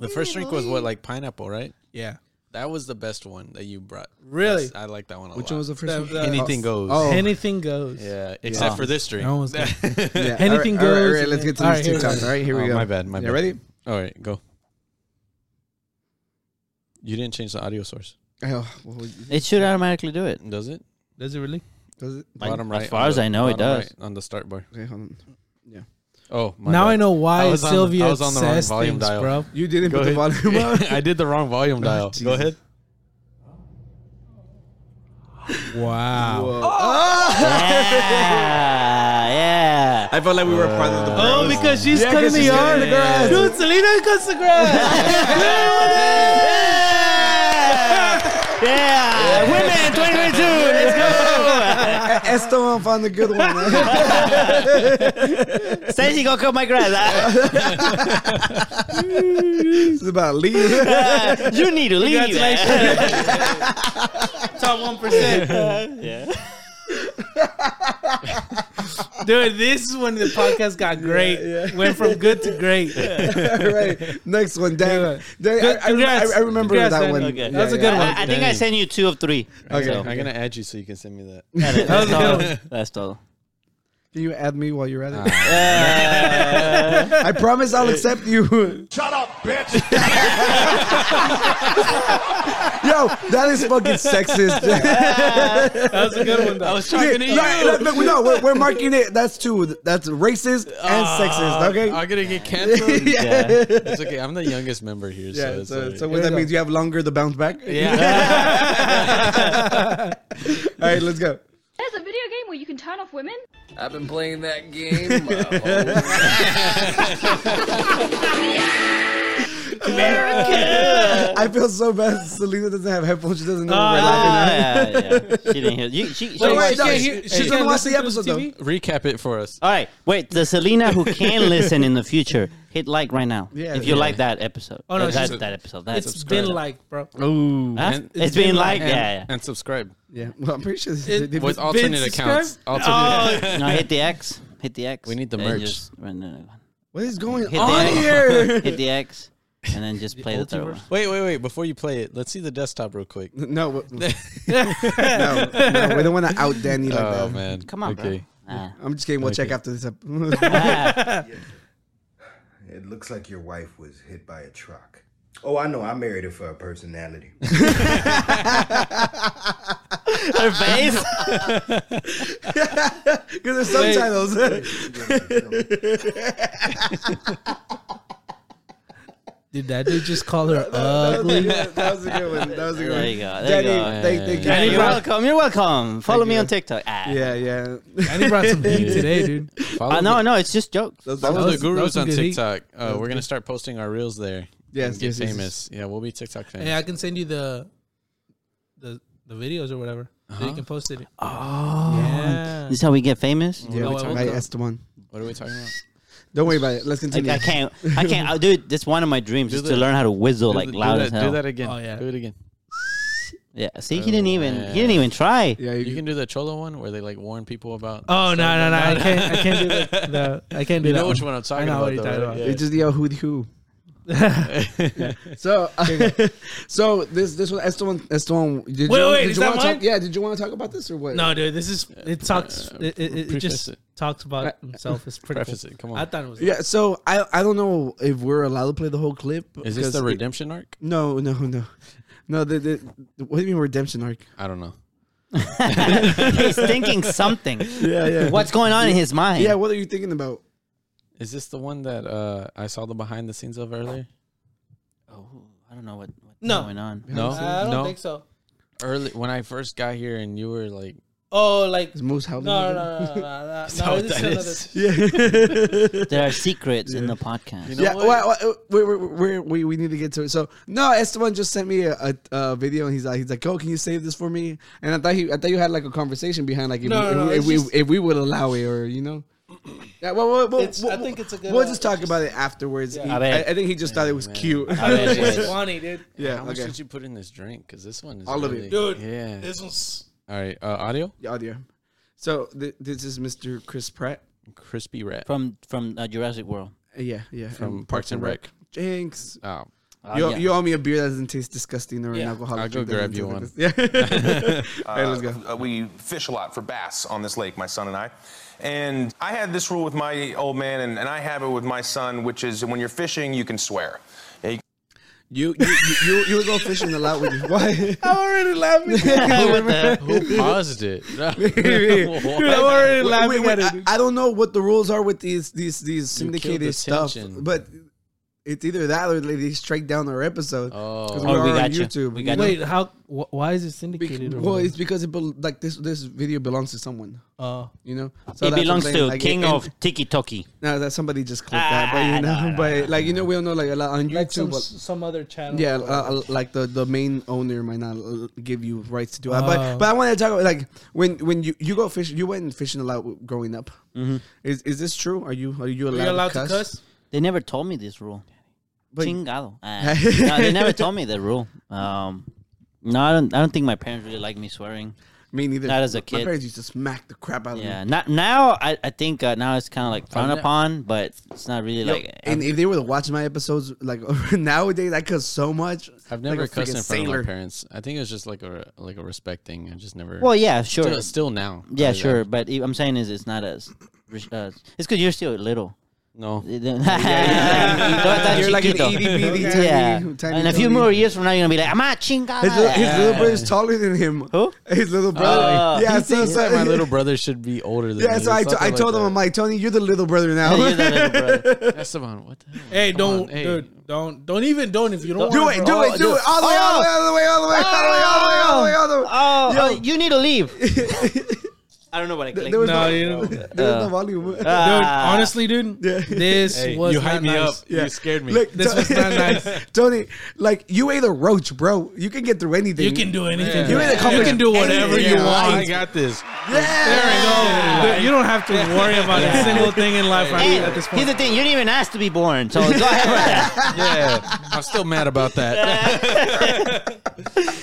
[SPEAKER 6] The first drink was what, like pineapple, right?
[SPEAKER 4] yeah.
[SPEAKER 6] That was the best one that you brought.
[SPEAKER 4] Really?
[SPEAKER 6] I like that one a
[SPEAKER 5] Which
[SPEAKER 6] lot.
[SPEAKER 5] one was the
[SPEAKER 4] The-
[SPEAKER 5] first
[SPEAKER 4] the-
[SPEAKER 5] one?
[SPEAKER 6] Anything goes.
[SPEAKER 5] Oh,
[SPEAKER 4] Anything goes.
[SPEAKER 6] yeah, except for this drink.
[SPEAKER 4] That one was good.
[SPEAKER 5] yeah.
[SPEAKER 4] anything
[SPEAKER 5] all right, all right, all
[SPEAKER 4] goes,
[SPEAKER 5] right, let's
[SPEAKER 4] man.
[SPEAKER 5] get to
[SPEAKER 4] All
[SPEAKER 5] these
[SPEAKER 4] right, here we go.
[SPEAKER 5] TikToks. All right, here we
[SPEAKER 6] Oh,
[SPEAKER 5] go.
[SPEAKER 6] My bad. My
[SPEAKER 5] You
[SPEAKER 6] bad.
[SPEAKER 5] ready?
[SPEAKER 6] All right, go. You didn't change the audio source,
[SPEAKER 5] Oh, what was-
[SPEAKER 2] It should automatically do it.
[SPEAKER 6] does it?
[SPEAKER 4] Does it really?
[SPEAKER 5] was it?
[SPEAKER 2] Like,
[SPEAKER 6] bottom
[SPEAKER 2] as
[SPEAKER 6] right.
[SPEAKER 2] far
[SPEAKER 6] on
[SPEAKER 2] as
[SPEAKER 6] the-
[SPEAKER 2] I know, it
[SPEAKER 6] bottom
[SPEAKER 2] does.
[SPEAKER 6] right on the start bar.
[SPEAKER 5] Okay, hold on.
[SPEAKER 6] Oh, my
[SPEAKER 4] now
[SPEAKER 6] bad.
[SPEAKER 4] I know
[SPEAKER 6] I
[SPEAKER 4] why
[SPEAKER 6] was on the-
[SPEAKER 4] Sylvia
[SPEAKER 6] I was on the wrong
[SPEAKER 4] says
[SPEAKER 6] volume
[SPEAKER 4] things,
[SPEAKER 6] dial.
[SPEAKER 4] bro.
[SPEAKER 5] You didn't
[SPEAKER 6] Go
[SPEAKER 5] put
[SPEAKER 6] ahead.
[SPEAKER 5] the volume up.
[SPEAKER 6] I did the wrong
[SPEAKER 2] Oh,
[SPEAKER 6] volume dial. Go
[SPEAKER 5] Jesus.
[SPEAKER 6] ahead.
[SPEAKER 4] Wow.
[SPEAKER 5] Oh,
[SPEAKER 2] Yeah, yeah.
[SPEAKER 6] I felt like we were part of the.
[SPEAKER 4] Oh, because she's cutting the yard. Dude, Selena cuts the grass.
[SPEAKER 2] Yeah, women 2022. Let's
[SPEAKER 5] E- Esteban found a good one. man.
[SPEAKER 2] go. Stacy, go cut my grass.
[SPEAKER 5] it's about leave.
[SPEAKER 2] you need to leave.
[SPEAKER 4] Congratulations. Top one percent.
[SPEAKER 2] yeah.
[SPEAKER 4] Dude, this is when the podcast got great. Went from good to great.
[SPEAKER 5] right. Next one, Dan. Dan
[SPEAKER 4] Good-
[SPEAKER 5] I, I,
[SPEAKER 4] congrats.
[SPEAKER 5] I remember
[SPEAKER 4] Congrats,
[SPEAKER 5] that
[SPEAKER 4] Dan.
[SPEAKER 5] one.
[SPEAKER 2] Okay.
[SPEAKER 4] That's a good
[SPEAKER 2] I,
[SPEAKER 4] one.
[SPEAKER 2] I think I sent you two of three.
[SPEAKER 5] Okay.
[SPEAKER 2] So,
[SPEAKER 3] I'm gonna add you so you can send me that.
[SPEAKER 2] that is-
[SPEAKER 4] That was
[SPEAKER 2] that's,
[SPEAKER 4] a
[SPEAKER 2] all.
[SPEAKER 4] good one.
[SPEAKER 2] that's all.
[SPEAKER 5] Can you add me while you're at it?
[SPEAKER 2] Uh,
[SPEAKER 5] I promise I'll accept you.
[SPEAKER 7] Shut up, bitch.
[SPEAKER 5] Yo, that is fucking sexist.
[SPEAKER 4] That was a good one, though. I was
[SPEAKER 5] Right, no, no, no, we're, we're marking it. That's two. That's racist and sexist. Okay.
[SPEAKER 6] I'm gonna get canceled.
[SPEAKER 2] Ah, yeah.
[SPEAKER 6] It's okay. I'm the youngest member here,
[SPEAKER 5] Yeah,
[SPEAKER 6] so it's
[SPEAKER 5] so,
[SPEAKER 6] like,
[SPEAKER 5] so what that means you have longer to bounce back. All right, let's go.
[SPEAKER 8] There's a video game where you can turn off women?
[SPEAKER 9] I've been playing that game. my whole life.
[SPEAKER 5] I feel so bad. Selena doesn't have headphones. She doesn't know what we're laughing at.
[SPEAKER 2] Ah, yeah, yeah. She didn't hear. You, she, she,
[SPEAKER 5] Wait,
[SPEAKER 4] Wait,
[SPEAKER 5] wait, no,
[SPEAKER 4] yeah,
[SPEAKER 5] she-
[SPEAKER 4] he-
[SPEAKER 5] she's
[SPEAKER 4] she
[SPEAKER 5] gonna
[SPEAKER 4] can't
[SPEAKER 5] watch the
[SPEAKER 4] listen
[SPEAKER 5] episode
[SPEAKER 4] to
[SPEAKER 5] though.
[SPEAKER 4] TV?
[SPEAKER 6] recap it for us.
[SPEAKER 2] all right, wait. The Selena who can listen in the future, hit like right now.
[SPEAKER 5] Yeah,
[SPEAKER 2] if you
[SPEAKER 5] yeah.
[SPEAKER 2] like that episode.
[SPEAKER 4] Oh, no,
[SPEAKER 2] Or
[SPEAKER 4] she
[SPEAKER 2] that,
[SPEAKER 4] said-
[SPEAKER 2] that episode. That
[SPEAKER 4] It's
[SPEAKER 2] episode.
[SPEAKER 4] been like, bro.
[SPEAKER 5] Ooh.
[SPEAKER 2] Huh?
[SPEAKER 6] And-
[SPEAKER 2] it's been like,
[SPEAKER 6] and,
[SPEAKER 2] yeah, yeah.
[SPEAKER 6] and subscribe
[SPEAKER 5] Yeah. Well, I'm pretty sure.
[SPEAKER 4] It-
[SPEAKER 5] they- they-
[SPEAKER 6] with alternate
[SPEAKER 4] subscribe?
[SPEAKER 6] accounts. Alternate.
[SPEAKER 2] No, hit the X. Hit the X.
[SPEAKER 6] We need the
[SPEAKER 2] and
[SPEAKER 6] merch.
[SPEAKER 2] just run the-
[SPEAKER 5] what is going
[SPEAKER 2] Hit
[SPEAKER 5] on
[SPEAKER 2] the X.
[SPEAKER 5] here?
[SPEAKER 2] Hit the X, and then just play the third one.
[SPEAKER 4] Oh.
[SPEAKER 6] Wait, wait, wait! Before you play it, let's see the desktop real quick.
[SPEAKER 5] No, w- no, no, we don't want to out Danny like
[SPEAKER 6] Oh
[SPEAKER 5] that.
[SPEAKER 6] man!
[SPEAKER 2] Come on,
[SPEAKER 6] Okay.
[SPEAKER 2] bro. Nah.
[SPEAKER 5] I'm just kidding. We'll check
[SPEAKER 6] Okay.
[SPEAKER 5] after this. ep-
[SPEAKER 7] It looks like your wife was hit by a truck. Oh, I know. I married her for her personality.
[SPEAKER 2] Her face.
[SPEAKER 5] Because there's subtitles.
[SPEAKER 4] Did that dude just call her ugly?
[SPEAKER 5] that was a good one. That was a good one.
[SPEAKER 2] There you go. There
[SPEAKER 5] Danny,
[SPEAKER 2] you go.
[SPEAKER 5] thank, thank you.
[SPEAKER 2] You're
[SPEAKER 4] Brown.
[SPEAKER 2] welcome. You're welcome. Follow
[SPEAKER 5] Thank
[SPEAKER 2] me
[SPEAKER 5] you.
[SPEAKER 2] on TikTok. Ah.
[SPEAKER 5] Yeah, yeah.
[SPEAKER 4] And he brought some heat today, dude.
[SPEAKER 6] Follow
[SPEAKER 2] Uh, no, no, it's just jokes.
[SPEAKER 5] Those-
[SPEAKER 6] Follow
[SPEAKER 5] those-
[SPEAKER 6] the
[SPEAKER 4] was- that was
[SPEAKER 6] gurus
[SPEAKER 4] some
[SPEAKER 6] on
[SPEAKER 4] good heat.
[SPEAKER 6] TikTok. Uh, we're gonna start posting our reels there.
[SPEAKER 5] Yes,
[SPEAKER 6] and get
[SPEAKER 5] yes, yes,
[SPEAKER 6] famous. Yeah, we'll be TikTok famous.
[SPEAKER 4] Hey, I can send you the the the videos or whatever. So you can post it.
[SPEAKER 2] Oh,
[SPEAKER 4] Yeah.
[SPEAKER 2] this is how we get famous.
[SPEAKER 5] yeah, we
[SPEAKER 4] No, I
[SPEAKER 5] talk-
[SPEAKER 4] woke
[SPEAKER 5] I
[SPEAKER 4] up.
[SPEAKER 5] asked the one.
[SPEAKER 6] What are we talking about?
[SPEAKER 5] Don't worry about it. Let's
[SPEAKER 2] I,
[SPEAKER 5] continue.
[SPEAKER 2] I can't. I can't. I, dude, that's one of my dreams is to
[SPEAKER 6] the-
[SPEAKER 2] learn how to whistle
[SPEAKER 6] Do
[SPEAKER 2] like
[SPEAKER 6] th- do
[SPEAKER 2] loud
[SPEAKER 6] that,
[SPEAKER 2] as hell.
[SPEAKER 6] Do that again.
[SPEAKER 4] Oh, yeah.
[SPEAKER 6] Do it again.
[SPEAKER 2] Yeah. See, he didn't even.
[SPEAKER 6] man.
[SPEAKER 2] He didn't even try.
[SPEAKER 5] Yeah,
[SPEAKER 6] You can do the Cholo one where they like warn people about.
[SPEAKER 4] Oh no no no! I can't I can't do that. No, I can't do
[SPEAKER 6] you
[SPEAKER 4] that.
[SPEAKER 6] know which
[SPEAKER 4] one.
[SPEAKER 6] one I'm talking
[SPEAKER 4] I know
[SPEAKER 6] about.
[SPEAKER 4] what you're
[SPEAKER 6] though,
[SPEAKER 4] talking
[SPEAKER 6] right?
[SPEAKER 4] about.
[SPEAKER 6] Yeah.
[SPEAKER 5] They just yell who the who. so, so this this one Esteban Esteban. Did
[SPEAKER 4] Wait,
[SPEAKER 5] you,
[SPEAKER 4] wait,
[SPEAKER 5] did
[SPEAKER 4] is
[SPEAKER 5] you
[SPEAKER 4] that
[SPEAKER 5] wanna
[SPEAKER 4] mine?
[SPEAKER 5] Talk, yeah, did you want to talk about this or what?
[SPEAKER 4] No, dude, this is it
[SPEAKER 6] Uh,
[SPEAKER 4] talks. It, it, it
[SPEAKER 6] preface
[SPEAKER 4] just
[SPEAKER 6] it.
[SPEAKER 4] talks about himself. It's pretty.
[SPEAKER 6] Preface
[SPEAKER 4] cool.
[SPEAKER 6] it, come on.
[SPEAKER 4] I thought it was.
[SPEAKER 5] Yeah, so I I don't know if we're allowed to play the whole clip.
[SPEAKER 6] Is this the
[SPEAKER 5] because it-
[SPEAKER 6] redemption arc?
[SPEAKER 5] No, no, no, no. The, the what do you mean redemption arc?
[SPEAKER 6] I don't know.
[SPEAKER 2] He's thinking something.
[SPEAKER 5] Yeah, yeah.
[SPEAKER 2] What's going on in his mind?
[SPEAKER 5] Yeah, what are you thinking about?
[SPEAKER 6] Is this the one that uh, I saw the behind the scenes of earlier?
[SPEAKER 2] Oh, I don't know what, what's
[SPEAKER 4] No.
[SPEAKER 2] going on.
[SPEAKER 6] No,
[SPEAKER 4] I don't
[SPEAKER 6] no.
[SPEAKER 4] think so.
[SPEAKER 6] Early when I first got here, and you were like,
[SPEAKER 4] Oh, like
[SPEAKER 5] Is
[SPEAKER 4] no
[SPEAKER 5] Moose howling?
[SPEAKER 4] no no
[SPEAKER 5] again?
[SPEAKER 4] no no no. no,
[SPEAKER 6] that
[SPEAKER 4] no
[SPEAKER 6] what
[SPEAKER 4] this
[SPEAKER 6] that
[SPEAKER 4] is another.
[SPEAKER 2] There are secrets in the podcast.
[SPEAKER 6] you know
[SPEAKER 5] Yeah,
[SPEAKER 6] what?
[SPEAKER 5] well, well, we, we, we, we, we need to get to it. So no, Esteban just sent me a, a, a video and he's like he's like, oh, can you save this for me? And I thought he I thought you had like a conversation behind like if,
[SPEAKER 4] No,
[SPEAKER 5] we,
[SPEAKER 4] no, no,
[SPEAKER 5] if,
[SPEAKER 4] it's
[SPEAKER 5] we,
[SPEAKER 4] just-
[SPEAKER 5] if we would allow it or you know. Yeah, well, well, well,
[SPEAKER 4] It's- I
[SPEAKER 5] well,
[SPEAKER 4] think it's a good,
[SPEAKER 5] We'll
[SPEAKER 4] uh,
[SPEAKER 5] just talk about it afterwards. He-
[SPEAKER 2] I
[SPEAKER 5] I,
[SPEAKER 2] bet.
[SPEAKER 5] I think he just thought it was cute.
[SPEAKER 2] bet.
[SPEAKER 4] It's just funny, dude.
[SPEAKER 5] yeah,
[SPEAKER 6] How much
[SPEAKER 5] okay.
[SPEAKER 6] did you put in this drink? Because this one is
[SPEAKER 5] All of it.
[SPEAKER 6] really,
[SPEAKER 4] Dude,
[SPEAKER 6] Yeah.
[SPEAKER 4] This one's
[SPEAKER 6] All right. Uh, audio.
[SPEAKER 5] The audio. So th- this is Mr. Chris Pratt.
[SPEAKER 6] Crispy rat.
[SPEAKER 2] From from uh, Jurassic World.
[SPEAKER 5] Uh, yeah, yeah.
[SPEAKER 6] From Parks and Rec.
[SPEAKER 5] Jinx.
[SPEAKER 6] Oh,
[SPEAKER 2] Oh,
[SPEAKER 5] you,
[SPEAKER 2] yeah.
[SPEAKER 5] you owe me a beer that doesn't taste disgusting or an
[SPEAKER 4] Yeah.
[SPEAKER 5] alcoholic.
[SPEAKER 6] I'll go
[SPEAKER 5] drink that
[SPEAKER 6] grab
[SPEAKER 5] doesn't
[SPEAKER 6] you
[SPEAKER 5] taste like this. Yeah. All right, let's go.
[SPEAKER 10] Uh, we fish a lot for bass on this lake, my son and I. And I had this rule with my old man, and, and I have it with my son, which is when you're fishing, you can swear.
[SPEAKER 5] You you you, you, you would go fishing a lot with you. Why?
[SPEAKER 4] I'm already laughing.
[SPEAKER 2] What the-
[SPEAKER 6] who paused it?
[SPEAKER 4] Dude, I'm already laughing
[SPEAKER 5] Wait, wait,
[SPEAKER 4] at it.
[SPEAKER 5] I, I don't know what the rules are with these these these
[SPEAKER 6] You killed
[SPEAKER 5] syndicated
[SPEAKER 6] the
[SPEAKER 5] stuff,
[SPEAKER 6] tension.
[SPEAKER 5] but It's either that or they strike down our episode.
[SPEAKER 6] Oh.
[SPEAKER 5] 'Cause
[SPEAKER 2] Oh,
[SPEAKER 5] we're
[SPEAKER 2] we
[SPEAKER 5] on
[SPEAKER 2] got you.
[SPEAKER 5] YouTube.
[SPEAKER 2] We got you.
[SPEAKER 4] Wait, how? Wh- why is it
[SPEAKER 5] Bec-
[SPEAKER 4] syndicated? or
[SPEAKER 5] well,
[SPEAKER 4] what?
[SPEAKER 5] it's because it bel like this. This video belongs to someone,
[SPEAKER 4] Uh,
[SPEAKER 5] you know. So that's what
[SPEAKER 2] it
[SPEAKER 5] I'm
[SPEAKER 2] belongs
[SPEAKER 5] saying,
[SPEAKER 2] to
[SPEAKER 5] like,
[SPEAKER 2] King
[SPEAKER 5] it-
[SPEAKER 2] of Tiki Toki.
[SPEAKER 5] No, that somebody just clicked that, but you
[SPEAKER 2] Ah,
[SPEAKER 5] know,
[SPEAKER 2] no, no,
[SPEAKER 5] but like you know, we don't know like a lot on
[SPEAKER 4] like
[SPEAKER 5] YouTube.
[SPEAKER 4] some
[SPEAKER 5] but-
[SPEAKER 4] some other channel.
[SPEAKER 5] yeah, uh,
[SPEAKER 4] or
[SPEAKER 5] uh,
[SPEAKER 4] whatever.
[SPEAKER 5] like the, the main owner might not uh, give you rights to do that. But
[SPEAKER 4] Oh.
[SPEAKER 5] but I want to talk about like when when you, you go fish, you went fishing a lot w- growing up.
[SPEAKER 2] Mm-hmm.
[SPEAKER 5] Is is this true? Are you are you
[SPEAKER 4] Are
[SPEAKER 5] allowed,
[SPEAKER 4] you allowed to cuss?
[SPEAKER 2] They never told me this rule.
[SPEAKER 5] But-
[SPEAKER 2] Chingado. Ah. no, they never told me the rule. Um, no, I don't. I don't think my parents really like me swearing.
[SPEAKER 5] Me neither.
[SPEAKER 2] Not as a
[SPEAKER 5] My
[SPEAKER 2] kid.
[SPEAKER 5] parents used to smack the crap out of
[SPEAKER 2] Yeah,
[SPEAKER 5] me.
[SPEAKER 2] not now. I, I think uh, now it's kind of like frowned
[SPEAKER 6] ne-
[SPEAKER 2] upon, but it's not really like.
[SPEAKER 5] And if they were to watch my episodes, like nowadays, I cuss so much.
[SPEAKER 6] I've
[SPEAKER 5] like
[SPEAKER 6] never
[SPEAKER 5] a
[SPEAKER 6] cussed
[SPEAKER 5] freaking
[SPEAKER 6] in front
[SPEAKER 5] sailor.
[SPEAKER 6] of my parents. I think it's just like a like a respect thing. I just never.
[SPEAKER 2] well, yeah, sure.
[SPEAKER 6] still, still now.
[SPEAKER 2] yeah,
[SPEAKER 6] I- I-
[SPEAKER 2] sure. But i- I'm saying is it's not as. res- Uh, it's because you're still little.
[SPEAKER 6] No.
[SPEAKER 2] Don't touch
[SPEAKER 5] You're like an
[SPEAKER 2] chiquito.
[SPEAKER 5] itty bitty
[SPEAKER 2] Yeah.
[SPEAKER 5] tiny,
[SPEAKER 2] yeah.
[SPEAKER 5] tiny.
[SPEAKER 2] and a
[SPEAKER 5] Tony.
[SPEAKER 2] few more years from now, you're gonna be like, I'm a chingada.
[SPEAKER 5] His, little, his little brother's taller than him.
[SPEAKER 2] Who?
[SPEAKER 5] His little brother.
[SPEAKER 2] Oh.
[SPEAKER 5] yeah,
[SPEAKER 2] He
[SPEAKER 5] so,
[SPEAKER 6] He
[SPEAKER 5] so
[SPEAKER 6] said my little brother should be older than
[SPEAKER 5] Yeah,
[SPEAKER 6] me
[SPEAKER 5] so
[SPEAKER 6] or
[SPEAKER 5] I, t- I
[SPEAKER 6] something
[SPEAKER 5] told
[SPEAKER 6] like
[SPEAKER 5] him, I'm like, Tony, you're the little brother now.
[SPEAKER 2] You're the little brother.
[SPEAKER 6] that. Esteban, what the hell?
[SPEAKER 4] Hey,
[SPEAKER 6] Come
[SPEAKER 4] don't,
[SPEAKER 6] on, hey.
[SPEAKER 4] dude, don't, don't even, don't if you don't.
[SPEAKER 5] Do
[SPEAKER 4] wanna,
[SPEAKER 5] it, do
[SPEAKER 4] bro.
[SPEAKER 5] it, do it. All the way, all the way, all the way, all the way, all the way, all the way, all the way, all the way.
[SPEAKER 2] Oh,
[SPEAKER 5] Yo.
[SPEAKER 2] oh, you need to leave. I don't know what I clicked.
[SPEAKER 5] There was
[SPEAKER 4] No,
[SPEAKER 5] no,
[SPEAKER 4] you uh, know,
[SPEAKER 5] there was no volume.
[SPEAKER 4] dude.
[SPEAKER 2] Ah.
[SPEAKER 4] Honestly, dude,
[SPEAKER 5] Yeah.
[SPEAKER 4] this was
[SPEAKER 6] you
[SPEAKER 4] not
[SPEAKER 6] hyped me
[SPEAKER 4] nice.
[SPEAKER 6] up. You scared me.
[SPEAKER 5] Look,
[SPEAKER 4] This
[SPEAKER 5] To-
[SPEAKER 4] was not nice.
[SPEAKER 5] Tony, like, you ate a roach, bro. You can get through anything.
[SPEAKER 4] You can do anything.
[SPEAKER 5] You
[SPEAKER 4] bro.
[SPEAKER 5] made a comment.
[SPEAKER 4] You can do whatever
[SPEAKER 5] Anything in
[SPEAKER 4] you want.
[SPEAKER 5] life.
[SPEAKER 6] I got this.
[SPEAKER 5] Yeah.
[SPEAKER 4] Dude, you don't have to worry about a single thing in life right
[SPEAKER 2] Hey,
[SPEAKER 4] at this
[SPEAKER 2] here's
[SPEAKER 4] point.
[SPEAKER 2] the thing: you didn't even ask to be born, so go ahead with that.
[SPEAKER 6] Yeah, I'm still mad about that.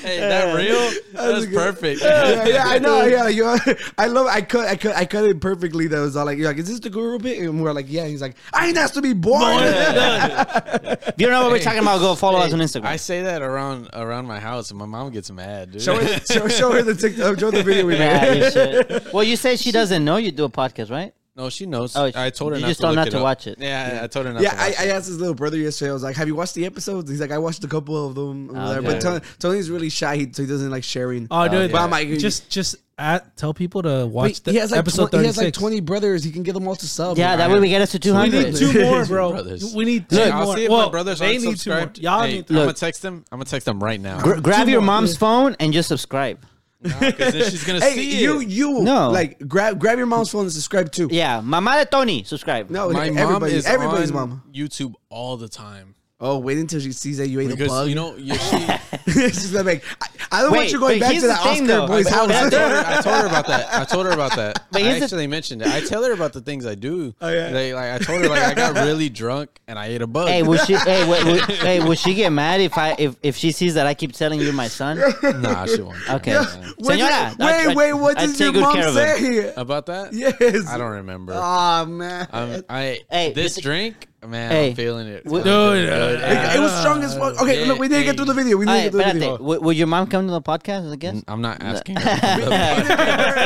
[SPEAKER 6] hey, that real? That's perfect.
[SPEAKER 5] Yeah, yeah, I know. Yeah, you know, I love. I cut. I cut. I cut it perfectly. That was all like, you're like, is this the guru bit? And we're like, yeah. He's like, I ain't asked to be born.
[SPEAKER 2] If you don't know what we're talking about, go follow us on Instagram.
[SPEAKER 6] I say that around around my house, and my mom gets mad, dude.
[SPEAKER 5] show, her, show, show her the TikTok. Show the video we made.
[SPEAKER 2] yeah, you should. Well, you said she doesn't know you do a podcast, right?
[SPEAKER 6] No, she knows.
[SPEAKER 2] Oh,
[SPEAKER 6] I told her.
[SPEAKER 2] you
[SPEAKER 6] not
[SPEAKER 2] just
[SPEAKER 6] to
[SPEAKER 2] told
[SPEAKER 6] look
[SPEAKER 2] not
[SPEAKER 6] it
[SPEAKER 2] to
[SPEAKER 6] up.
[SPEAKER 2] watch it.
[SPEAKER 6] Yeah, I- I told her not.
[SPEAKER 5] Yeah,
[SPEAKER 6] to watch
[SPEAKER 5] I,
[SPEAKER 6] it.
[SPEAKER 5] I asked his little brother yesterday. I was like, "Have you watched the episodes?" He's like, "I watched a couple of them." and whatever." But Tony, Tony's really shy, he- so he doesn't like sharing.
[SPEAKER 4] Oh, dude,
[SPEAKER 5] But I'm like,
[SPEAKER 4] just, just at, tell people to
[SPEAKER 5] wait,
[SPEAKER 4] watch the
[SPEAKER 5] he has like 20,
[SPEAKER 4] episode
[SPEAKER 5] he
[SPEAKER 4] thirty-six.
[SPEAKER 5] has like twenty brothers. He can get them all to sub.
[SPEAKER 2] Yeah, that way we get us to
[SPEAKER 4] We
[SPEAKER 2] 200.
[SPEAKER 4] need two more, bro.
[SPEAKER 6] Brothers.
[SPEAKER 4] We need two
[SPEAKER 6] Look,
[SPEAKER 4] more.
[SPEAKER 6] I'll see if
[SPEAKER 4] well,
[SPEAKER 6] my brothers
[SPEAKER 4] they
[SPEAKER 6] aren't
[SPEAKER 4] need two more.
[SPEAKER 6] subscribed.
[SPEAKER 4] Y'all
[SPEAKER 6] Hey,
[SPEAKER 4] need
[SPEAKER 6] I'm
[SPEAKER 4] two.
[SPEAKER 6] gonna text them. I'm gonna text them right now.
[SPEAKER 2] Gra- grab your mom's phone and just subscribe.
[SPEAKER 6] 'Cause then she's gonna
[SPEAKER 5] Hey,
[SPEAKER 6] see
[SPEAKER 5] you,
[SPEAKER 6] it.
[SPEAKER 5] you,
[SPEAKER 2] No.
[SPEAKER 5] like grab grab your mom's phone and subscribe too.
[SPEAKER 2] Yeah, Mama de Tony, subscribe.
[SPEAKER 5] No,
[SPEAKER 6] My
[SPEAKER 5] everybody,
[SPEAKER 6] mom is
[SPEAKER 5] everybody's
[SPEAKER 6] on
[SPEAKER 5] mom.
[SPEAKER 6] YouTube all the time
[SPEAKER 5] Oh, wait until she sees that you ate a
[SPEAKER 6] because
[SPEAKER 5] bug.
[SPEAKER 6] you know you, she.
[SPEAKER 5] She's gonna make. I, I don't want
[SPEAKER 2] Wait,
[SPEAKER 5] you going
[SPEAKER 2] but
[SPEAKER 5] back
[SPEAKER 2] here's
[SPEAKER 5] to
[SPEAKER 2] the
[SPEAKER 5] that
[SPEAKER 2] thing,
[SPEAKER 5] Oscar
[SPEAKER 2] though.
[SPEAKER 5] boy's
[SPEAKER 2] But-
[SPEAKER 5] house.
[SPEAKER 2] but
[SPEAKER 6] I told, her,
[SPEAKER 5] yeah,
[SPEAKER 6] I told her about that. I told her about that. I
[SPEAKER 2] here's the-
[SPEAKER 6] actually mentioned it. I tell her about the things I do.
[SPEAKER 5] Oh, yeah.
[SPEAKER 6] Like, like, I told her like I got really drunk and I ate a bug.
[SPEAKER 2] Hey, will she? hey, will, will- hey, will she get mad if I if, if she sees that I keep telling you my son?
[SPEAKER 6] nah, she won't.
[SPEAKER 2] Okay,
[SPEAKER 5] What did-
[SPEAKER 2] Señora. I- I-
[SPEAKER 5] wait, wait, what
[SPEAKER 2] I
[SPEAKER 5] did
[SPEAKER 2] take
[SPEAKER 5] your
[SPEAKER 2] good
[SPEAKER 5] mom
[SPEAKER 2] care of Uh, him.
[SPEAKER 5] say?
[SPEAKER 6] About that?
[SPEAKER 5] Yes.
[SPEAKER 6] I don't remember.
[SPEAKER 5] Oh man.
[SPEAKER 6] I'm, I
[SPEAKER 2] Hey, but
[SPEAKER 6] this
[SPEAKER 2] the-
[SPEAKER 6] drink, man,
[SPEAKER 2] Hey.
[SPEAKER 6] I'm feeling it.
[SPEAKER 2] Dude,
[SPEAKER 5] It, it was strong as fuck. Okay,
[SPEAKER 6] Yeah,
[SPEAKER 5] look, we need to get
[SPEAKER 6] hey.
[SPEAKER 5] through the video. We need
[SPEAKER 2] Ay,
[SPEAKER 5] to get through the video.
[SPEAKER 2] espérate. Will, will your mom come to the podcast as a guest?
[SPEAKER 6] I'm not asking.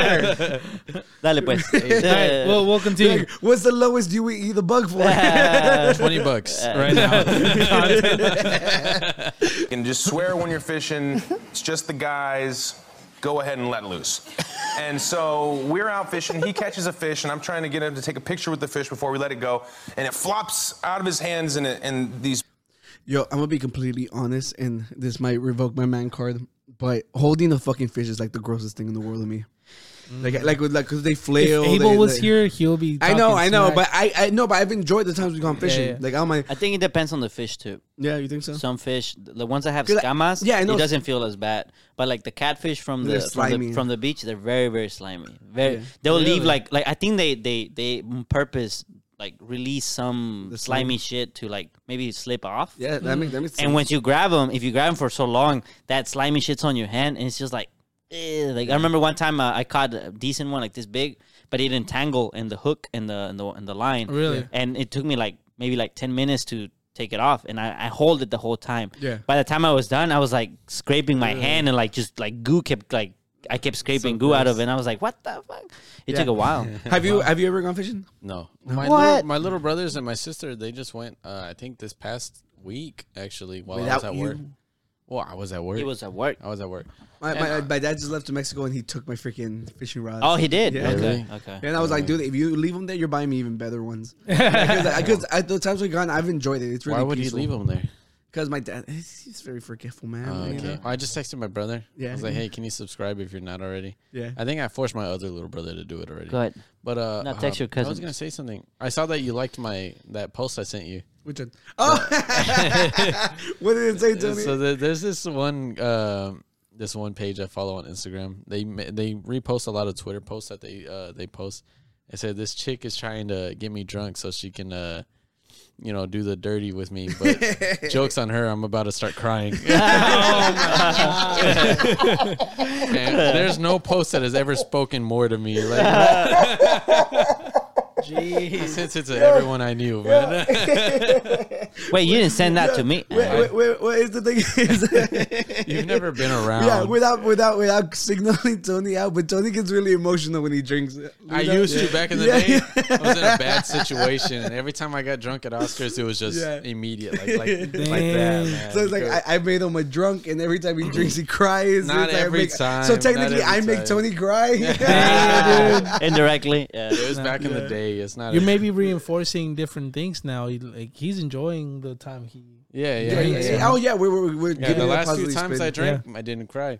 [SPEAKER 2] Dale pues.
[SPEAKER 4] Hey, we'll, we'll continue.
[SPEAKER 5] Like, what's the lowest you would eat the bug for?
[SPEAKER 6] Twenty bucks right now.
[SPEAKER 10] You can just swear when you're fishing. It's just the guys. Go ahead and let loose. And so we're out fishing. He catches a fish, and I'm trying to get him to take a picture with the fish before we let it go. And it flops out of his hands, and, it, and these
[SPEAKER 5] Yo, I'm gonna be completely honest, and this might revoke my man card, but holding a fucking fish is like the grossest thing in the world to me. Like, like, with- like, cause they flail.
[SPEAKER 4] Mm. If Abel
[SPEAKER 5] they-
[SPEAKER 4] was
[SPEAKER 5] they-
[SPEAKER 4] here, he'll be.
[SPEAKER 5] I know,
[SPEAKER 4] talking
[SPEAKER 5] I know,
[SPEAKER 4] smack.
[SPEAKER 5] but I, I know, but I've enjoyed the times we've gone fishing.
[SPEAKER 4] yeah.
[SPEAKER 5] Like, I'm like,
[SPEAKER 2] I think it depends on the fish too.
[SPEAKER 5] yeah, you think so?
[SPEAKER 2] Some fish, the ones that have
[SPEAKER 5] 'Cause I-
[SPEAKER 2] scamas,
[SPEAKER 5] yeah, I know.
[SPEAKER 2] it doesn't feel as bad. But like the catfish from
[SPEAKER 5] They're
[SPEAKER 2] the from
[SPEAKER 5] slimy.
[SPEAKER 2] the, from the beach, they're very very slimy. Very, they'll leave like like I think they they they on purpose like release some
[SPEAKER 5] The slime.
[SPEAKER 2] slimy shit to like maybe slip off.
[SPEAKER 5] yeah,
[SPEAKER 4] mm.
[SPEAKER 5] that makes that makes
[SPEAKER 2] And
[SPEAKER 5] sense.
[SPEAKER 2] once you grab them, if you grab them for so long, that slimy shit's on your hand, and it's just like, eh. like I remember one time uh, I caught a decent one like this big, but it entangled in the hook and the and the, and the line.
[SPEAKER 4] Really?
[SPEAKER 2] And it took me like maybe like ten minutes to take it off, and I, I hold it the whole time.
[SPEAKER 5] Yeah.
[SPEAKER 2] By the time I was done, I was like scraping my hand and like just like goo kept like I kept scraping goo out of it, and I was like, what the fuck? It took a while.
[SPEAKER 5] have you have you ever gone fishing?
[SPEAKER 6] No, my
[SPEAKER 2] What?
[SPEAKER 6] Little, my little brothers and my sister they just went. Uh, I think this past week actually while I was
[SPEAKER 5] Without
[SPEAKER 6] at
[SPEAKER 5] you?
[SPEAKER 6] work. Well, I was at work.
[SPEAKER 2] He was at work.
[SPEAKER 6] I was at work.
[SPEAKER 5] My, my,
[SPEAKER 4] uh,
[SPEAKER 5] my dad just left to Mexico and he took my freaking fishing rods.
[SPEAKER 2] Oh, he did.
[SPEAKER 5] Yeah.
[SPEAKER 2] Okay. Okay.
[SPEAKER 5] And I was like, dude, if you leave them there, you're buying me even better ones. Because at the times we've gone, I've enjoyed it. It's really
[SPEAKER 6] Why would
[SPEAKER 5] peaceful.
[SPEAKER 6] you leave them there?
[SPEAKER 5] Because my dad, he's, he's a very forgetful man.
[SPEAKER 6] Oh,
[SPEAKER 5] you
[SPEAKER 6] okay.
[SPEAKER 5] know?
[SPEAKER 6] I just texted my brother.
[SPEAKER 5] Yeah.
[SPEAKER 6] I was like, hey, can you subscribe if you're not already?
[SPEAKER 5] Yeah.
[SPEAKER 6] I think I forced my other little brother to do it already.
[SPEAKER 2] Go ahead.
[SPEAKER 6] But uh,
[SPEAKER 2] No, text
[SPEAKER 6] um,
[SPEAKER 2] your cousin.
[SPEAKER 6] I was gonna say something. I saw that you liked my that post I sent you.
[SPEAKER 5] Which one? Oh, what did it say to me?
[SPEAKER 6] so there- there's this one um this one page I follow on Instagram. They ma- they repost a lot of Twitter posts that they uh, they post. It said this chick is trying to get me drunk so she can uh, you know do the dirty with me. But jokes on her. I'm about to start crying. Man, there's no post that has ever spoken more to me. Like since it's a everyone I knew, man.
[SPEAKER 2] Wait, you didn't send that to me.
[SPEAKER 5] Wait, wait, wait, what is the thing? Is,
[SPEAKER 6] You've never been around.
[SPEAKER 5] yeah, without without without signaling Tony out, but Tony gets really emotional when he drinks. You
[SPEAKER 6] I
[SPEAKER 5] know?
[SPEAKER 6] used to back in the
[SPEAKER 5] Yeah.
[SPEAKER 6] day. I was in a bad situation, and every time I got drunk at Oscars, it was just
[SPEAKER 5] Yeah.
[SPEAKER 6] immediate, like like, like that.
[SPEAKER 4] Dang.
[SPEAKER 6] Man.
[SPEAKER 5] So it's like I, I made him a drunk, and every time he drinks, he cries.
[SPEAKER 6] Not
[SPEAKER 5] It's like I
[SPEAKER 6] every
[SPEAKER 5] make-
[SPEAKER 6] time,
[SPEAKER 5] So
[SPEAKER 6] not
[SPEAKER 5] technically,
[SPEAKER 6] every
[SPEAKER 5] I make
[SPEAKER 6] time.
[SPEAKER 5] Tony cry.
[SPEAKER 2] Indirectly. Yeah.
[SPEAKER 6] it was back in the day. It's not.
[SPEAKER 4] You
[SPEAKER 6] a-
[SPEAKER 4] may be reinforcing different things now. He, like he's enjoying the time he.
[SPEAKER 6] Yeah, yeah.
[SPEAKER 5] Yeah,
[SPEAKER 6] yeah,
[SPEAKER 5] yeah, yeah. Oh yeah, we're we're, we're
[SPEAKER 6] Yeah,
[SPEAKER 5] giving
[SPEAKER 6] the
[SPEAKER 5] it a
[SPEAKER 6] last few
[SPEAKER 5] positive
[SPEAKER 6] times
[SPEAKER 5] spin.
[SPEAKER 6] I drank, I didn't cry.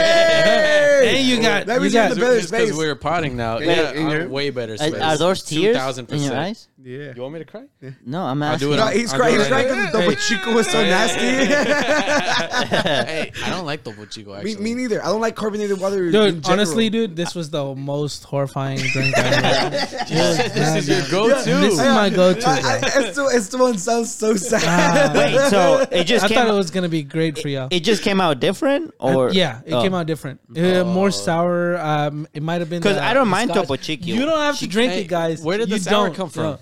[SPEAKER 5] Hey,
[SPEAKER 4] Hey, you got.
[SPEAKER 5] That
[SPEAKER 4] you
[SPEAKER 5] means you're in
[SPEAKER 4] got-
[SPEAKER 5] the better
[SPEAKER 6] Just because
[SPEAKER 5] space.
[SPEAKER 6] we were potting now,
[SPEAKER 5] Yeah,
[SPEAKER 6] yeah,
[SPEAKER 5] in
[SPEAKER 6] I'm
[SPEAKER 5] your-
[SPEAKER 6] way better. Space.
[SPEAKER 2] Are, are those tears
[SPEAKER 6] 2000%.
[SPEAKER 2] in your eyes?
[SPEAKER 5] Yeah.
[SPEAKER 6] You want me to cry?
[SPEAKER 2] No, I'm
[SPEAKER 6] I'll
[SPEAKER 2] asking.
[SPEAKER 6] do it.
[SPEAKER 5] No,
[SPEAKER 6] I'll-
[SPEAKER 5] he's
[SPEAKER 6] I'll
[SPEAKER 5] crying.
[SPEAKER 6] do it
[SPEAKER 5] He's
[SPEAKER 6] right
[SPEAKER 5] crying because
[SPEAKER 6] now.
[SPEAKER 5] the
[SPEAKER 6] Hey.
[SPEAKER 5] Pachico was so
[SPEAKER 6] Hey.
[SPEAKER 5] nasty.
[SPEAKER 6] hey, I don't like the Buchigo.
[SPEAKER 5] me,
[SPEAKER 6] Actually,
[SPEAKER 5] me neither. I don't like carbonated water. in
[SPEAKER 4] Dude,
[SPEAKER 5] general.
[SPEAKER 4] honestly, dude, this was the most horrifying drink I ever.
[SPEAKER 6] this is your go-to.
[SPEAKER 4] This is my go-to. Ah,
[SPEAKER 5] I, I,
[SPEAKER 4] bro.
[SPEAKER 5] Esteban- Esteban sounds so sad.
[SPEAKER 2] Wait, so it just
[SPEAKER 4] I
[SPEAKER 2] came.
[SPEAKER 4] thought it
[SPEAKER 2] out-
[SPEAKER 4] was gonna be great for y'all. Uh,
[SPEAKER 2] it just came out different, or
[SPEAKER 4] yeah, it
[SPEAKER 2] Oh.
[SPEAKER 4] came out different. Uh, more sour. Um, it might have been
[SPEAKER 2] 'Cause
[SPEAKER 4] the-
[SPEAKER 2] I don't
[SPEAKER 4] the
[SPEAKER 2] mind
[SPEAKER 4] Scotch.
[SPEAKER 2] Topo Chico.
[SPEAKER 4] You don't have to drink
[SPEAKER 6] Hey,
[SPEAKER 4] it, guys.
[SPEAKER 6] where did the
[SPEAKER 4] You
[SPEAKER 6] sour
[SPEAKER 4] don't,
[SPEAKER 6] come from?
[SPEAKER 4] no.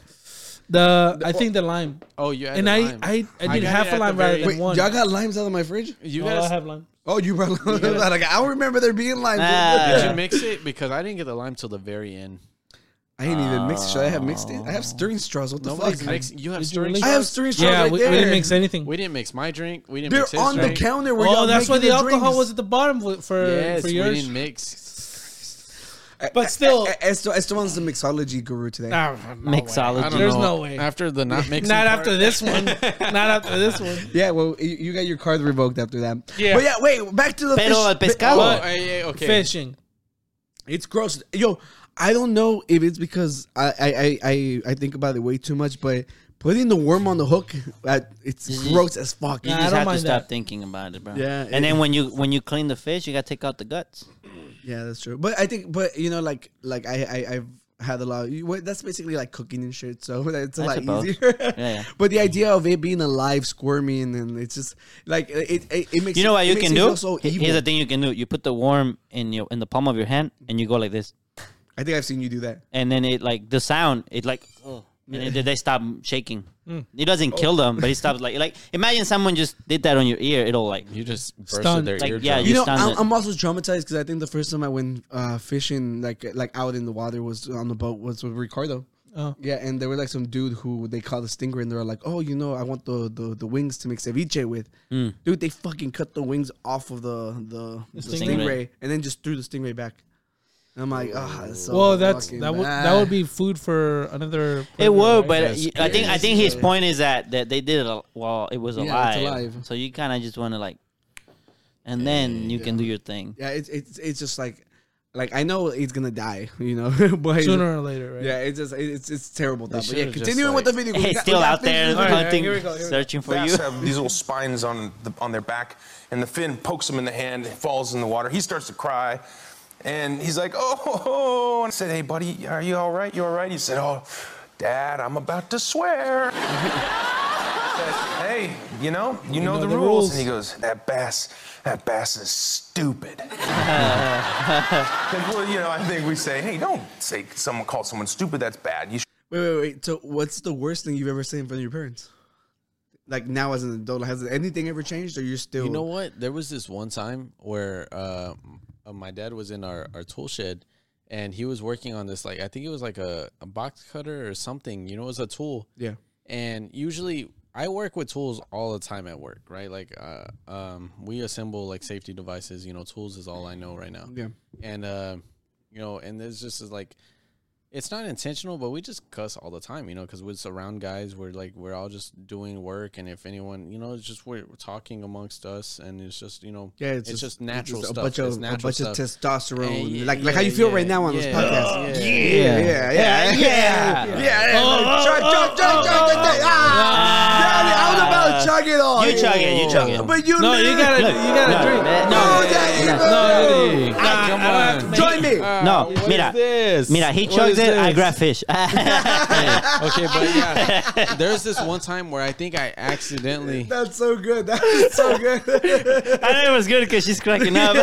[SPEAKER 4] The I think the lime,
[SPEAKER 6] Oh, you added
[SPEAKER 4] and I,
[SPEAKER 6] lime.
[SPEAKER 4] I I did
[SPEAKER 6] got
[SPEAKER 4] half
[SPEAKER 6] it
[SPEAKER 4] a
[SPEAKER 6] at
[SPEAKER 4] lime
[SPEAKER 6] the
[SPEAKER 4] rather
[SPEAKER 6] very-
[SPEAKER 4] than
[SPEAKER 5] Wait,
[SPEAKER 4] one.
[SPEAKER 5] y'all got limes out of my fridge?
[SPEAKER 6] you
[SPEAKER 4] No, I
[SPEAKER 6] guys
[SPEAKER 4] have lime.
[SPEAKER 5] Oh, you brought limes. like I don't remember there being limes.
[SPEAKER 2] Ah.
[SPEAKER 6] did you mix it because I didn't get the lime till the very end.
[SPEAKER 5] I ain't even mixed. it. Should I have mixed it? I have stirring straws. What the
[SPEAKER 6] Nobody's
[SPEAKER 5] fuck?
[SPEAKER 6] mixing. You have
[SPEAKER 4] Did you
[SPEAKER 6] stirring.
[SPEAKER 4] really?
[SPEAKER 5] I
[SPEAKER 6] straws?
[SPEAKER 5] have stirring straws
[SPEAKER 4] Yeah,
[SPEAKER 5] right
[SPEAKER 4] we, we
[SPEAKER 5] there.
[SPEAKER 4] didn't mix anything.
[SPEAKER 6] We didn't mix my drink. We didn't.
[SPEAKER 5] They're
[SPEAKER 6] mix his
[SPEAKER 5] on the
[SPEAKER 6] drink.
[SPEAKER 5] counter. Where
[SPEAKER 4] Oh,
[SPEAKER 5] y'all
[SPEAKER 4] that's why the
[SPEAKER 5] making
[SPEAKER 4] alcohol
[SPEAKER 5] drinks.
[SPEAKER 4] was at the bottom for for,
[SPEAKER 6] Yes,
[SPEAKER 4] for
[SPEAKER 6] we
[SPEAKER 4] yours.
[SPEAKER 6] didn't mix.
[SPEAKER 5] Eh,
[SPEAKER 4] But still-
[SPEAKER 5] Esteban, Esteban's the mixology guru today.
[SPEAKER 4] Ah, no way.
[SPEAKER 2] mixology?
[SPEAKER 6] I don't
[SPEAKER 4] There's no
[SPEAKER 6] know.
[SPEAKER 4] way.
[SPEAKER 6] After the not mixing.
[SPEAKER 4] Not
[SPEAKER 6] part,
[SPEAKER 4] after this one. Not after this one.
[SPEAKER 5] Yeah, well, you, you got your card revoked after that.
[SPEAKER 4] Yeah.
[SPEAKER 5] But yeah, wait, back to the
[SPEAKER 2] Pero el
[SPEAKER 5] fish.
[SPEAKER 2] pescado.
[SPEAKER 6] Oh, yeah, yeah, okay.
[SPEAKER 4] Fishing.
[SPEAKER 5] It's gross. Yo, I don't know if it's because I I, I, I I think about it way too much, but putting the worm on the hook, that it's
[SPEAKER 2] Mhm.
[SPEAKER 5] gross as fuck.
[SPEAKER 2] You
[SPEAKER 4] Nah, I
[SPEAKER 2] just
[SPEAKER 4] don't
[SPEAKER 2] have to
[SPEAKER 4] mind
[SPEAKER 2] stop
[SPEAKER 4] that.
[SPEAKER 2] thinking about it, bro.
[SPEAKER 5] Yeah,
[SPEAKER 2] and
[SPEAKER 5] it-
[SPEAKER 2] then when you when you clean the fish, you gotta take out the guts.
[SPEAKER 5] Yeah, that's true. But I think, but you know, like like I, I I've had a lot. you- That's basically like cooking and shit, so it's a
[SPEAKER 2] I
[SPEAKER 5] lot
[SPEAKER 2] suppose.
[SPEAKER 5] easier.
[SPEAKER 2] yeah.
[SPEAKER 5] But the idea of it being alive, squirming, and it's just like it it, it makes
[SPEAKER 2] You know what
[SPEAKER 5] it
[SPEAKER 2] you
[SPEAKER 5] makes
[SPEAKER 2] can
[SPEAKER 5] me
[SPEAKER 2] do?
[SPEAKER 5] feel So
[SPEAKER 2] He-
[SPEAKER 5] evil.
[SPEAKER 2] Here's the thing you can do: you put the worm in your in the palm of your hand, and you go like this,
[SPEAKER 5] I think I've seen you do that.
[SPEAKER 2] and then it like the sound, it like, oh, and then they stop shaking.
[SPEAKER 4] Mm.
[SPEAKER 2] It doesn't kill them, but it stops like like imagine someone just did that on your ear, it'll like
[SPEAKER 6] You just bursted
[SPEAKER 4] Stunned.
[SPEAKER 6] their
[SPEAKER 2] Like,
[SPEAKER 6] eardrum.
[SPEAKER 2] yeah,
[SPEAKER 5] You know,
[SPEAKER 2] stand
[SPEAKER 5] I'm,
[SPEAKER 2] it.
[SPEAKER 5] I'm also traumatized because I think the first time I went uh, fishing, like like out in the water, was on the boat was with Ricardo.
[SPEAKER 4] Oh.
[SPEAKER 5] Yeah, and there was like some dude who they called a stingray, and they were like, "Oh, you know, I want the the, the wings to make ceviche with." Dude, they fucking cut the wings off of the the, the
[SPEAKER 4] stingray.
[SPEAKER 5] stingray. and then just threw the stingray back. And I'm like, ah, that's so
[SPEAKER 4] Well, that's
[SPEAKER 5] fucking
[SPEAKER 4] that would
[SPEAKER 5] bad."
[SPEAKER 4] that would be food for another.
[SPEAKER 2] It
[SPEAKER 4] program,
[SPEAKER 2] would,
[SPEAKER 4] right?
[SPEAKER 2] but
[SPEAKER 6] That's
[SPEAKER 2] you- I think I
[SPEAKER 6] crazy.
[SPEAKER 2] think his point is that that they did it al- while it was
[SPEAKER 5] Yeah, it's
[SPEAKER 2] alive.
[SPEAKER 5] alive.
[SPEAKER 2] So you kind of just want to like, and then you can do your thing.
[SPEAKER 5] Yeah, it's it's it's just like, like I know he's gonna die, you know, but
[SPEAKER 4] sooner or later, right?
[SPEAKER 5] Yeah, it's just it's it's terrible. That, but yeah,
[SPEAKER 6] should've just,
[SPEAKER 5] continuing with the
[SPEAKER 6] like-
[SPEAKER 5] video. we got-
[SPEAKER 2] It's
[SPEAKER 5] we
[SPEAKER 2] still
[SPEAKER 5] got
[SPEAKER 2] out
[SPEAKER 5] things to
[SPEAKER 2] there
[SPEAKER 5] do.
[SPEAKER 4] right,
[SPEAKER 2] hunting,
[SPEAKER 4] here we go, here we go.
[SPEAKER 2] searching for
[SPEAKER 10] Bass
[SPEAKER 2] you.
[SPEAKER 10] have these little spines on the, on their back, and the fin pokes him in the hand, and falls in the water. He starts to cry, and he's like, "Oh!" ho, ho." And I said, "Hey, buddy, are you all right? You all right?" He said, "Oh, Dad, I'm about to swear." I said, hey, you know, you, know, the, rules. And he goes, "That bass, that bass is stupid." And, well, you know, I think we say, "Hey, don't say someone call someone stupid. That's bad. You
[SPEAKER 5] Wait, wait, wait. So, what's the worst thing you've ever said in front of your parents? Like now, as an adult, has anything ever changed, or you're still?
[SPEAKER 6] You know what? There was this one time where uh, m- uh, my dad was in our, our tool shed and he was working on this, like, I think it was like a, a box cutter or something. You know, it was a tool.
[SPEAKER 5] Yeah.
[SPEAKER 6] And usually
[SPEAKER 3] I work with tools all the time at work, right? Like, uh, um, we assemble like safety devices. You know, tools is all I know right now.
[SPEAKER 5] Yeah.
[SPEAKER 3] And uh, you know, and there's just is like, it's not intentional, but we just cuss all the time. You know, because we're around guys, we're like, we're all just doing work, and if anyone, you know, it's just we're, we're talking amongst us, and it's just you know,
[SPEAKER 5] Yeah,
[SPEAKER 3] it's, just, natural
[SPEAKER 5] just
[SPEAKER 3] stuff.
[SPEAKER 5] A bunch of,
[SPEAKER 3] it's
[SPEAKER 5] a
[SPEAKER 3] natural
[SPEAKER 5] bunch
[SPEAKER 3] stuff.
[SPEAKER 5] of testosterone,
[SPEAKER 3] And yeah,
[SPEAKER 5] like like how
[SPEAKER 3] yeah,
[SPEAKER 5] you feel
[SPEAKER 3] yeah,
[SPEAKER 5] right now on this
[SPEAKER 3] yeah,
[SPEAKER 5] podcast.
[SPEAKER 3] yeah.
[SPEAKER 5] yeah, yeah, yeah, yeah. yeah. Chug, chug, chug, chug, chug, chug. Ah, yeah, I was about to chug it all.
[SPEAKER 2] You chug it, you chug it.
[SPEAKER 5] But you,
[SPEAKER 4] No, you gotta,
[SPEAKER 2] Look,
[SPEAKER 4] you gotta
[SPEAKER 2] no,
[SPEAKER 4] drink.
[SPEAKER 2] that-
[SPEAKER 5] No,
[SPEAKER 2] no,
[SPEAKER 5] there you
[SPEAKER 2] no,
[SPEAKER 5] go.
[SPEAKER 4] No,
[SPEAKER 6] Hey,
[SPEAKER 2] Ah,
[SPEAKER 4] I-
[SPEAKER 6] come
[SPEAKER 4] I
[SPEAKER 6] on.
[SPEAKER 4] don't have to
[SPEAKER 5] Join me.
[SPEAKER 2] No,
[SPEAKER 6] Ah, what is
[SPEAKER 2] mira,
[SPEAKER 6] this?
[SPEAKER 2] Mira, he
[SPEAKER 6] What
[SPEAKER 2] chugs
[SPEAKER 6] is
[SPEAKER 2] it. I
[SPEAKER 6] this?
[SPEAKER 2] grab fish.
[SPEAKER 6] Okay, but yeah, there's this one time where I think I accidentally.
[SPEAKER 5] That's so good. That's so good.
[SPEAKER 2] I know it was good because she's cracking up.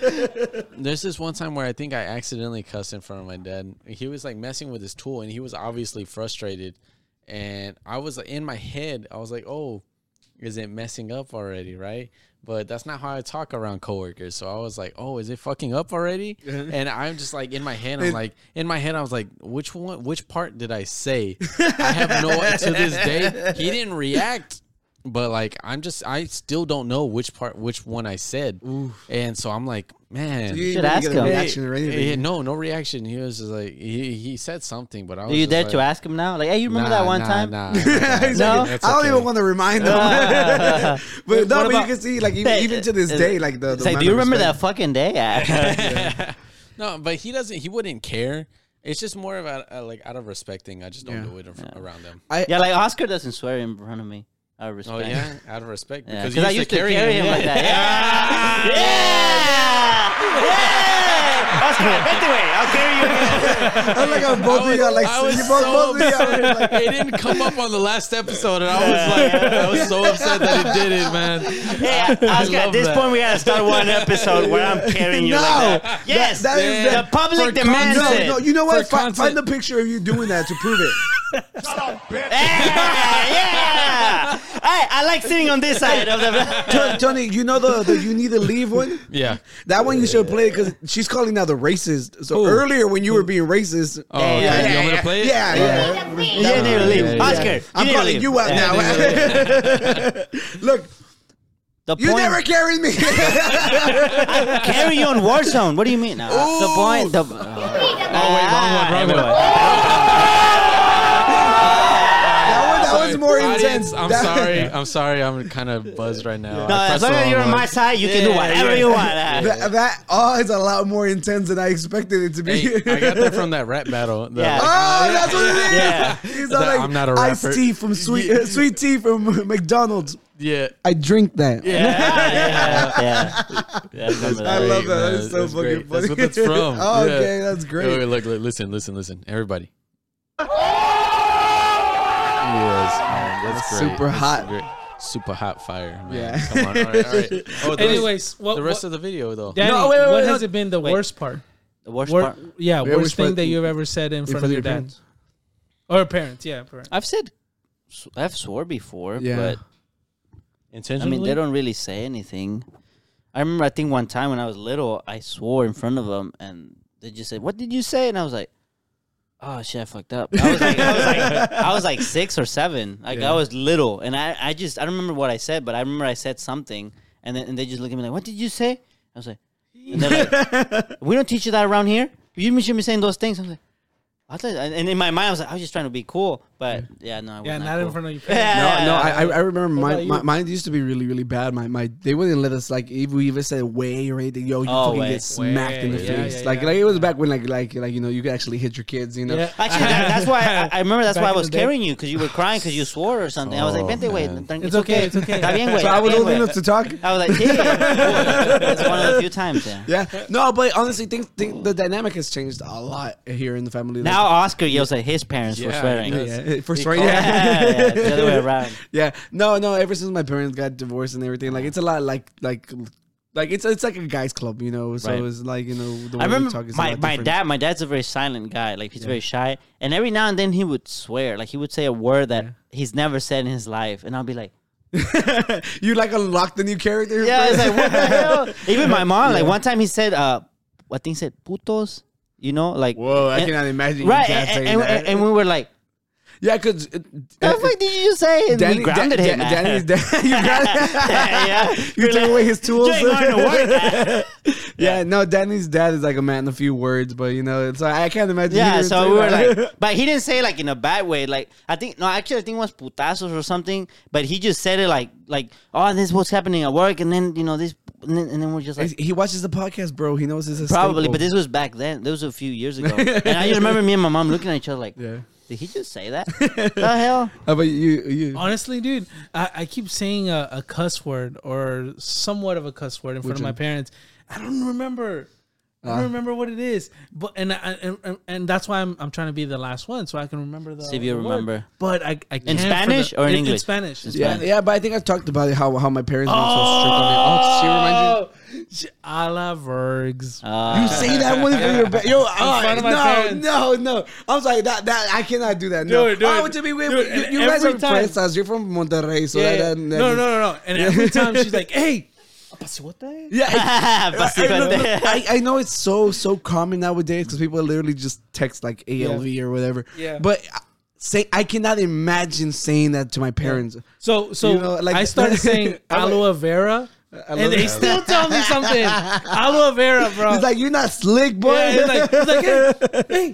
[SPEAKER 6] There's this one time where I think I accidentally cussed in front of my dad. He was like messing with his tool, and he was obviously frustrated. And I was in my head, I was like, "Oh, is it messing up already?" Right? But that's not how I talk around coworkers. So I was like, "Oh, is it fucking up already?" And I'm just like in my head, I'm like in my head, I was like, "Which one? Which part did I say?" I have no. To this day, he didn't react but like I'm just I still don't know which part which one I said, and so I'm like, man,
[SPEAKER 5] You
[SPEAKER 2] should
[SPEAKER 5] didn't
[SPEAKER 2] ask
[SPEAKER 5] get
[SPEAKER 2] him.
[SPEAKER 5] a
[SPEAKER 2] Hey,
[SPEAKER 5] reaction or anything.
[SPEAKER 6] eh, no, no reaction. He was just like he he said something, but I was
[SPEAKER 2] Are you
[SPEAKER 6] just
[SPEAKER 2] dare
[SPEAKER 6] like,
[SPEAKER 2] to ask him now? Like, hey, you remember
[SPEAKER 6] nah,
[SPEAKER 2] that one
[SPEAKER 6] nah,
[SPEAKER 2] time?
[SPEAKER 6] Nah,
[SPEAKER 5] He's like,
[SPEAKER 2] No?
[SPEAKER 6] It's
[SPEAKER 5] I don't
[SPEAKER 6] okay.
[SPEAKER 5] even want to remind them. but no,
[SPEAKER 2] What
[SPEAKER 5] but
[SPEAKER 2] about-
[SPEAKER 5] you can see, like even, even to this
[SPEAKER 2] It's-
[SPEAKER 5] day, like the. the
[SPEAKER 2] it's like,
[SPEAKER 5] amount
[SPEAKER 2] do you
[SPEAKER 5] of
[SPEAKER 2] remember
[SPEAKER 5] respect-
[SPEAKER 2] that fucking day?
[SPEAKER 6] no, but he doesn't. He wouldn't care. It's just more of a, a, like out of respect thing. I just don't
[SPEAKER 5] Yeah.
[SPEAKER 6] do it in fr- around them.
[SPEAKER 2] yeah, like Oscar doesn't swear in front of me. I respect.
[SPEAKER 6] Oh yeah, out of respect
[SPEAKER 2] Yeah,
[SPEAKER 6] because
[SPEAKER 2] 'cause I
[SPEAKER 6] he used to carry, him,
[SPEAKER 2] like
[SPEAKER 6] yeah.
[SPEAKER 2] that. Yeah. yeah. yeah. Oscar, vete, güey. I'll carry you.
[SPEAKER 5] I like how both of you are like,
[SPEAKER 6] I was
[SPEAKER 5] you both,
[SPEAKER 6] so
[SPEAKER 5] both of you are like,
[SPEAKER 6] upset. it didn't come up on the last episode, and I was like, I was so upset that it did it, man.
[SPEAKER 2] Hey,
[SPEAKER 6] I
[SPEAKER 2] Oscar, at
[SPEAKER 6] love
[SPEAKER 2] this
[SPEAKER 6] that.
[SPEAKER 2] point, we gotta start one episode where I'm carrying you like that. Yes,
[SPEAKER 5] that is
[SPEAKER 2] the
[SPEAKER 5] the-
[SPEAKER 2] public demands
[SPEAKER 5] no,
[SPEAKER 2] it.
[SPEAKER 5] no, you know what?
[SPEAKER 6] For
[SPEAKER 5] Fi-
[SPEAKER 6] content.
[SPEAKER 5] find the picture of you doing that to prove it.
[SPEAKER 2] yeah, yeah. I, I like sitting on this side of the.
[SPEAKER 5] Ton- Tony, you know the, the you need to leave one.
[SPEAKER 6] Yeah.
[SPEAKER 5] That one you should play because she's calling now the racist. So earlier when you were being racist,
[SPEAKER 6] Oh, yeah,
[SPEAKER 2] yeah,
[SPEAKER 6] you
[SPEAKER 2] yeah,
[SPEAKER 6] want me to play it?
[SPEAKER 5] yeah, yeah.
[SPEAKER 2] Yeah, they leave.
[SPEAKER 6] yeah, yeah.
[SPEAKER 2] Oscar,
[SPEAKER 5] I'm
[SPEAKER 2] need to
[SPEAKER 5] calling
[SPEAKER 2] leave.
[SPEAKER 5] you out now. Look,
[SPEAKER 2] The
[SPEAKER 5] you
[SPEAKER 2] point,
[SPEAKER 5] never carried me.
[SPEAKER 2] carry you on Warzone. What do you mean? No, the point. The, oh wait,
[SPEAKER 6] wrong one, wrong one.
[SPEAKER 5] that one, that was more
[SPEAKER 6] Audience,
[SPEAKER 5] intense.
[SPEAKER 6] I'm
[SPEAKER 5] That-
[SPEAKER 6] sorry. I'm sorry. I'm kind of buzzed right now.
[SPEAKER 2] No, as long as you're on my side, you can do whatever you want.
[SPEAKER 5] That, that oh, it's a lot more intense than I expected it to be.
[SPEAKER 6] Hey, I got that from that rap battle. The-
[SPEAKER 2] Yeah.
[SPEAKER 5] Oh, that's what it is.
[SPEAKER 2] Yeah.
[SPEAKER 5] He's
[SPEAKER 6] That
[SPEAKER 5] like
[SPEAKER 6] I'm not a rapper.
[SPEAKER 5] iced tea from sweet uh, sweet tea from McDonald's.
[SPEAKER 6] yeah.
[SPEAKER 5] I drink that.
[SPEAKER 2] Yeah, yeah, yeah. yeah. I remember
[SPEAKER 5] I
[SPEAKER 2] that.
[SPEAKER 5] love
[SPEAKER 6] Great,
[SPEAKER 5] that.
[SPEAKER 6] man.
[SPEAKER 5] That is so
[SPEAKER 6] That's
[SPEAKER 5] fucking
[SPEAKER 6] great. That's
[SPEAKER 5] funny.
[SPEAKER 6] what that's from.
[SPEAKER 5] Oh,
[SPEAKER 6] Yeah.
[SPEAKER 5] okay, that's great.
[SPEAKER 6] Wait, wait, look, look, listen, listen, listen, everybody. yes, man, that's, great.
[SPEAKER 5] super
[SPEAKER 6] That's
[SPEAKER 5] hot.
[SPEAKER 6] great. Super hot fire, man.
[SPEAKER 5] Yeah.
[SPEAKER 6] Come on. All right, all right. Oh, the rest,
[SPEAKER 4] Anyways, what
[SPEAKER 6] the rest
[SPEAKER 4] what,
[SPEAKER 6] of the video though.
[SPEAKER 4] Danny,
[SPEAKER 5] No, wait, wait,
[SPEAKER 4] what
[SPEAKER 5] wait,
[SPEAKER 4] has
[SPEAKER 5] no.
[SPEAKER 4] it been the
[SPEAKER 2] Wait.
[SPEAKER 4] worst part?
[SPEAKER 2] The worst
[SPEAKER 4] Wor-
[SPEAKER 2] part.
[SPEAKER 5] Yeah,
[SPEAKER 4] yeah, worst
[SPEAKER 5] which
[SPEAKER 4] thing
[SPEAKER 5] part-
[SPEAKER 4] that you've ever said in front
[SPEAKER 5] front
[SPEAKER 4] of
[SPEAKER 5] of
[SPEAKER 4] your
[SPEAKER 5] your
[SPEAKER 4] dad
[SPEAKER 5] parents.
[SPEAKER 4] or parents. Yeah, parents.
[SPEAKER 2] I've said, I've swore before,
[SPEAKER 5] Yeah.
[SPEAKER 2] but I
[SPEAKER 6] Intentionally.
[SPEAKER 2] mean they don't really say anything. I remember I think one time when I was little, I swore in front of them, and they just said, "What did you say?" And I was like. Oh shit! I fucked up. I was like, I was like, I was like six or seven. Like I was little, and I, I just I don't remember what I said, but I remember I said something, and then and they just looked at me like, "What did you say?" I was like, and they're like, "We don't teach you that around here. You shouldn't be saying those things." I was like, I thought, and in my mind I was like, I was just trying to be cool, but yeah, no, I was
[SPEAKER 6] Oh,
[SPEAKER 4] Yeah, not in front of your
[SPEAKER 2] Yeah.
[SPEAKER 4] parents.
[SPEAKER 5] No, no, I, I I remember
[SPEAKER 4] about
[SPEAKER 5] my,
[SPEAKER 4] you?
[SPEAKER 5] my, mine used to be really, really bad. My, my they wouldn't let us like if we even said way or anything, yo, you
[SPEAKER 2] Oh,
[SPEAKER 5] fucking
[SPEAKER 2] way.
[SPEAKER 5] get smacked in the
[SPEAKER 4] Way, yeah,
[SPEAKER 5] face.
[SPEAKER 4] yeah,
[SPEAKER 5] like
[SPEAKER 4] yeah.
[SPEAKER 5] like it was back when like like like you know you could actually hit your kids, you know.
[SPEAKER 4] Yeah.
[SPEAKER 2] Actually, that, that's why I, I remember. That's
[SPEAKER 4] Back
[SPEAKER 2] why I
[SPEAKER 4] in the
[SPEAKER 2] was
[SPEAKER 4] day.
[SPEAKER 2] carrying you because you were crying because you swore or something. I was like,
[SPEAKER 6] Oh,
[SPEAKER 2] "Vente,
[SPEAKER 6] man.
[SPEAKER 2] wait,
[SPEAKER 4] It's okay, it's okay.
[SPEAKER 2] Está bien, güey.
[SPEAKER 5] So I
[SPEAKER 2] está
[SPEAKER 5] was
[SPEAKER 2] bien,
[SPEAKER 5] old
[SPEAKER 2] güey."
[SPEAKER 5] enough to talk.
[SPEAKER 2] I was like, "Yeah." That's one of the few times. Yeah.
[SPEAKER 5] Yeah, no, but honestly, think, think the dynamic has changed a lot here in the family.
[SPEAKER 2] Now Oscar yells at his parents for
[SPEAKER 6] Yeah,
[SPEAKER 2] swearing.
[SPEAKER 6] he
[SPEAKER 2] Yeah,
[SPEAKER 6] does.
[SPEAKER 5] yeah, for
[SPEAKER 6] He
[SPEAKER 5] sure,
[SPEAKER 6] called-
[SPEAKER 5] yeah.
[SPEAKER 2] yeah, the other way around.
[SPEAKER 5] Yeah, no, no. Ever since my parents got divorced and everything, like it's a lot, like like like it's it's like a guys' club, you know. So
[SPEAKER 2] Right.
[SPEAKER 5] it's like you know the way
[SPEAKER 2] I
[SPEAKER 5] we
[SPEAKER 2] remember
[SPEAKER 5] talk is a
[SPEAKER 2] my,
[SPEAKER 5] lot
[SPEAKER 2] my
[SPEAKER 5] different.
[SPEAKER 2] dad. My dad's a very silent guy. Like he's very shy, and every now and then he would swear. Like he would say a word that he's never said in his life, and I'll be like.
[SPEAKER 5] You like unlock the new character.
[SPEAKER 2] Yeah, it's like what the hell? Even my mom, like one time he said, uh, I think he said putos, you know, like
[SPEAKER 5] Whoa, I
[SPEAKER 2] and-
[SPEAKER 5] cannot imagine your
[SPEAKER 2] Right,
[SPEAKER 5] dad
[SPEAKER 2] and,
[SPEAKER 5] saying
[SPEAKER 2] and,
[SPEAKER 5] that.
[SPEAKER 2] and we were like,
[SPEAKER 5] Yeah, uh, because
[SPEAKER 2] What the fuck did you just say? And we grounded him.
[SPEAKER 5] Danny's dead. you grounded.
[SPEAKER 2] yeah,
[SPEAKER 5] You took away his tools.
[SPEAKER 2] You ain't going to work.
[SPEAKER 5] yeah, no, Danny's dad is like a man in a few words, but you know, so I can't imagine. he
[SPEAKER 2] yeah,
[SPEAKER 5] didn't
[SPEAKER 2] so
[SPEAKER 5] say
[SPEAKER 2] we were
[SPEAKER 5] that.
[SPEAKER 2] like, but he didn't say like in a bad way. Like I think no, actually I think it was putazos or something. But he just said it like like oh this is what's happening at work, and then you know this, and then, and then we're just like
[SPEAKER 5] he watches the podcast, bro. He knows this is
[SPEAKER 2] Probably, but this was back then. This was a few years ago. and I just remember me and my mom looking at each other like,
[SPEAKER 5] Yeah.
[SPEAKER 2] did he just say that? the hell?
[SPEAKER 5] How about Oh, you? You
[SPEAKER 4] Honestly, dude, I, I keep saying a, a cuss word or somewhat of a cuss word in front of my parents. I don't remember. I
[SPEAKER 5] Ah.
[SPEAKER 4] don't remember what it is, but and I, and- and and that's why I'm I'm trying to be the last one so I can remember the.
[SPEAKER 2] See if you
[SPEAKER 4] the word.
[SPEAKER 2] remember.
[SPEAKER 4] But I I can't for
[SPEAKER 2] Spanish or in English?
[SPEAKER 4] Spanish.
[SPEAKER 2] In
[SPEAKER 5] yeah,
[SPEAKER 2] Spanish.
[SPEAKER 5] yeah, but I think I've talked about it, how how my parents were so strict on me. Oh, she reminds you.
[SPEAKER 4] Sh- A la vergs.
[SPEAKER 2] Uh,
[SPEAKER 5] Oh, You say that one for your ba- yo. all
[SPEAKER 4] front
[SPEAKER 5] right,
[SPEAKER 4] of my
[SPEAKER 5] no,
[SPEAKER 4] parents.
[SPEAKER 5] no, no. I'm sorry. That that I cannot do that. No,
[SPEAKER 4] Dude, dude,
[SPEAKER 5] I want to be with
[SPEAKER 4] dude,
[SPEAKER 5] you.
[SPEAKER 4] and
[SPEAKER 5] You guys
[SPEAKER 4] every
[SPEAKER 5] are
[SPEAKER 4] time-
[SPEAKER 5] presas. You're from Monterrey, so
[SPEAKER 4] Yeah,
[SPEAKER 5] that,
[SPEAKER 4] yeah.
[SPEAKER 5] that, that
[SPEAKER 4] no, no, no, no. And every time she's like, "Hey,
[SPEAKER 5] Oh,
[SPEAKER 4] apaciguate."
[SPEAKER 5] Yeah,
[SPEAKER 2] Pasti
[SPEAKER 5] Hey, look,
[SPEAKER 2] pende-
[SPEAKER 5] look, I, I know it's so so common nowadays because people literally just text like ALV or whatever.
[SPEAKER 4] Yeah.
[SPEAKER 5] But I- say I cannot imagine saying that to my parents.
[SPEAKER 4] So so
[SPEAKER 5] You know, like-
[SPEAKER 4] I started saying
[SPEAKER 5] I'm like-
[SPEAKER 4] aloe vera, and they
[SPEAKER 5] it.
[SPEAKER 4] still tell me something. aloe vera, bro.
[SPEAKER 5] It's like you're not slick, boy.
[SPEAKER 4] yeah, it's like, it's like hey,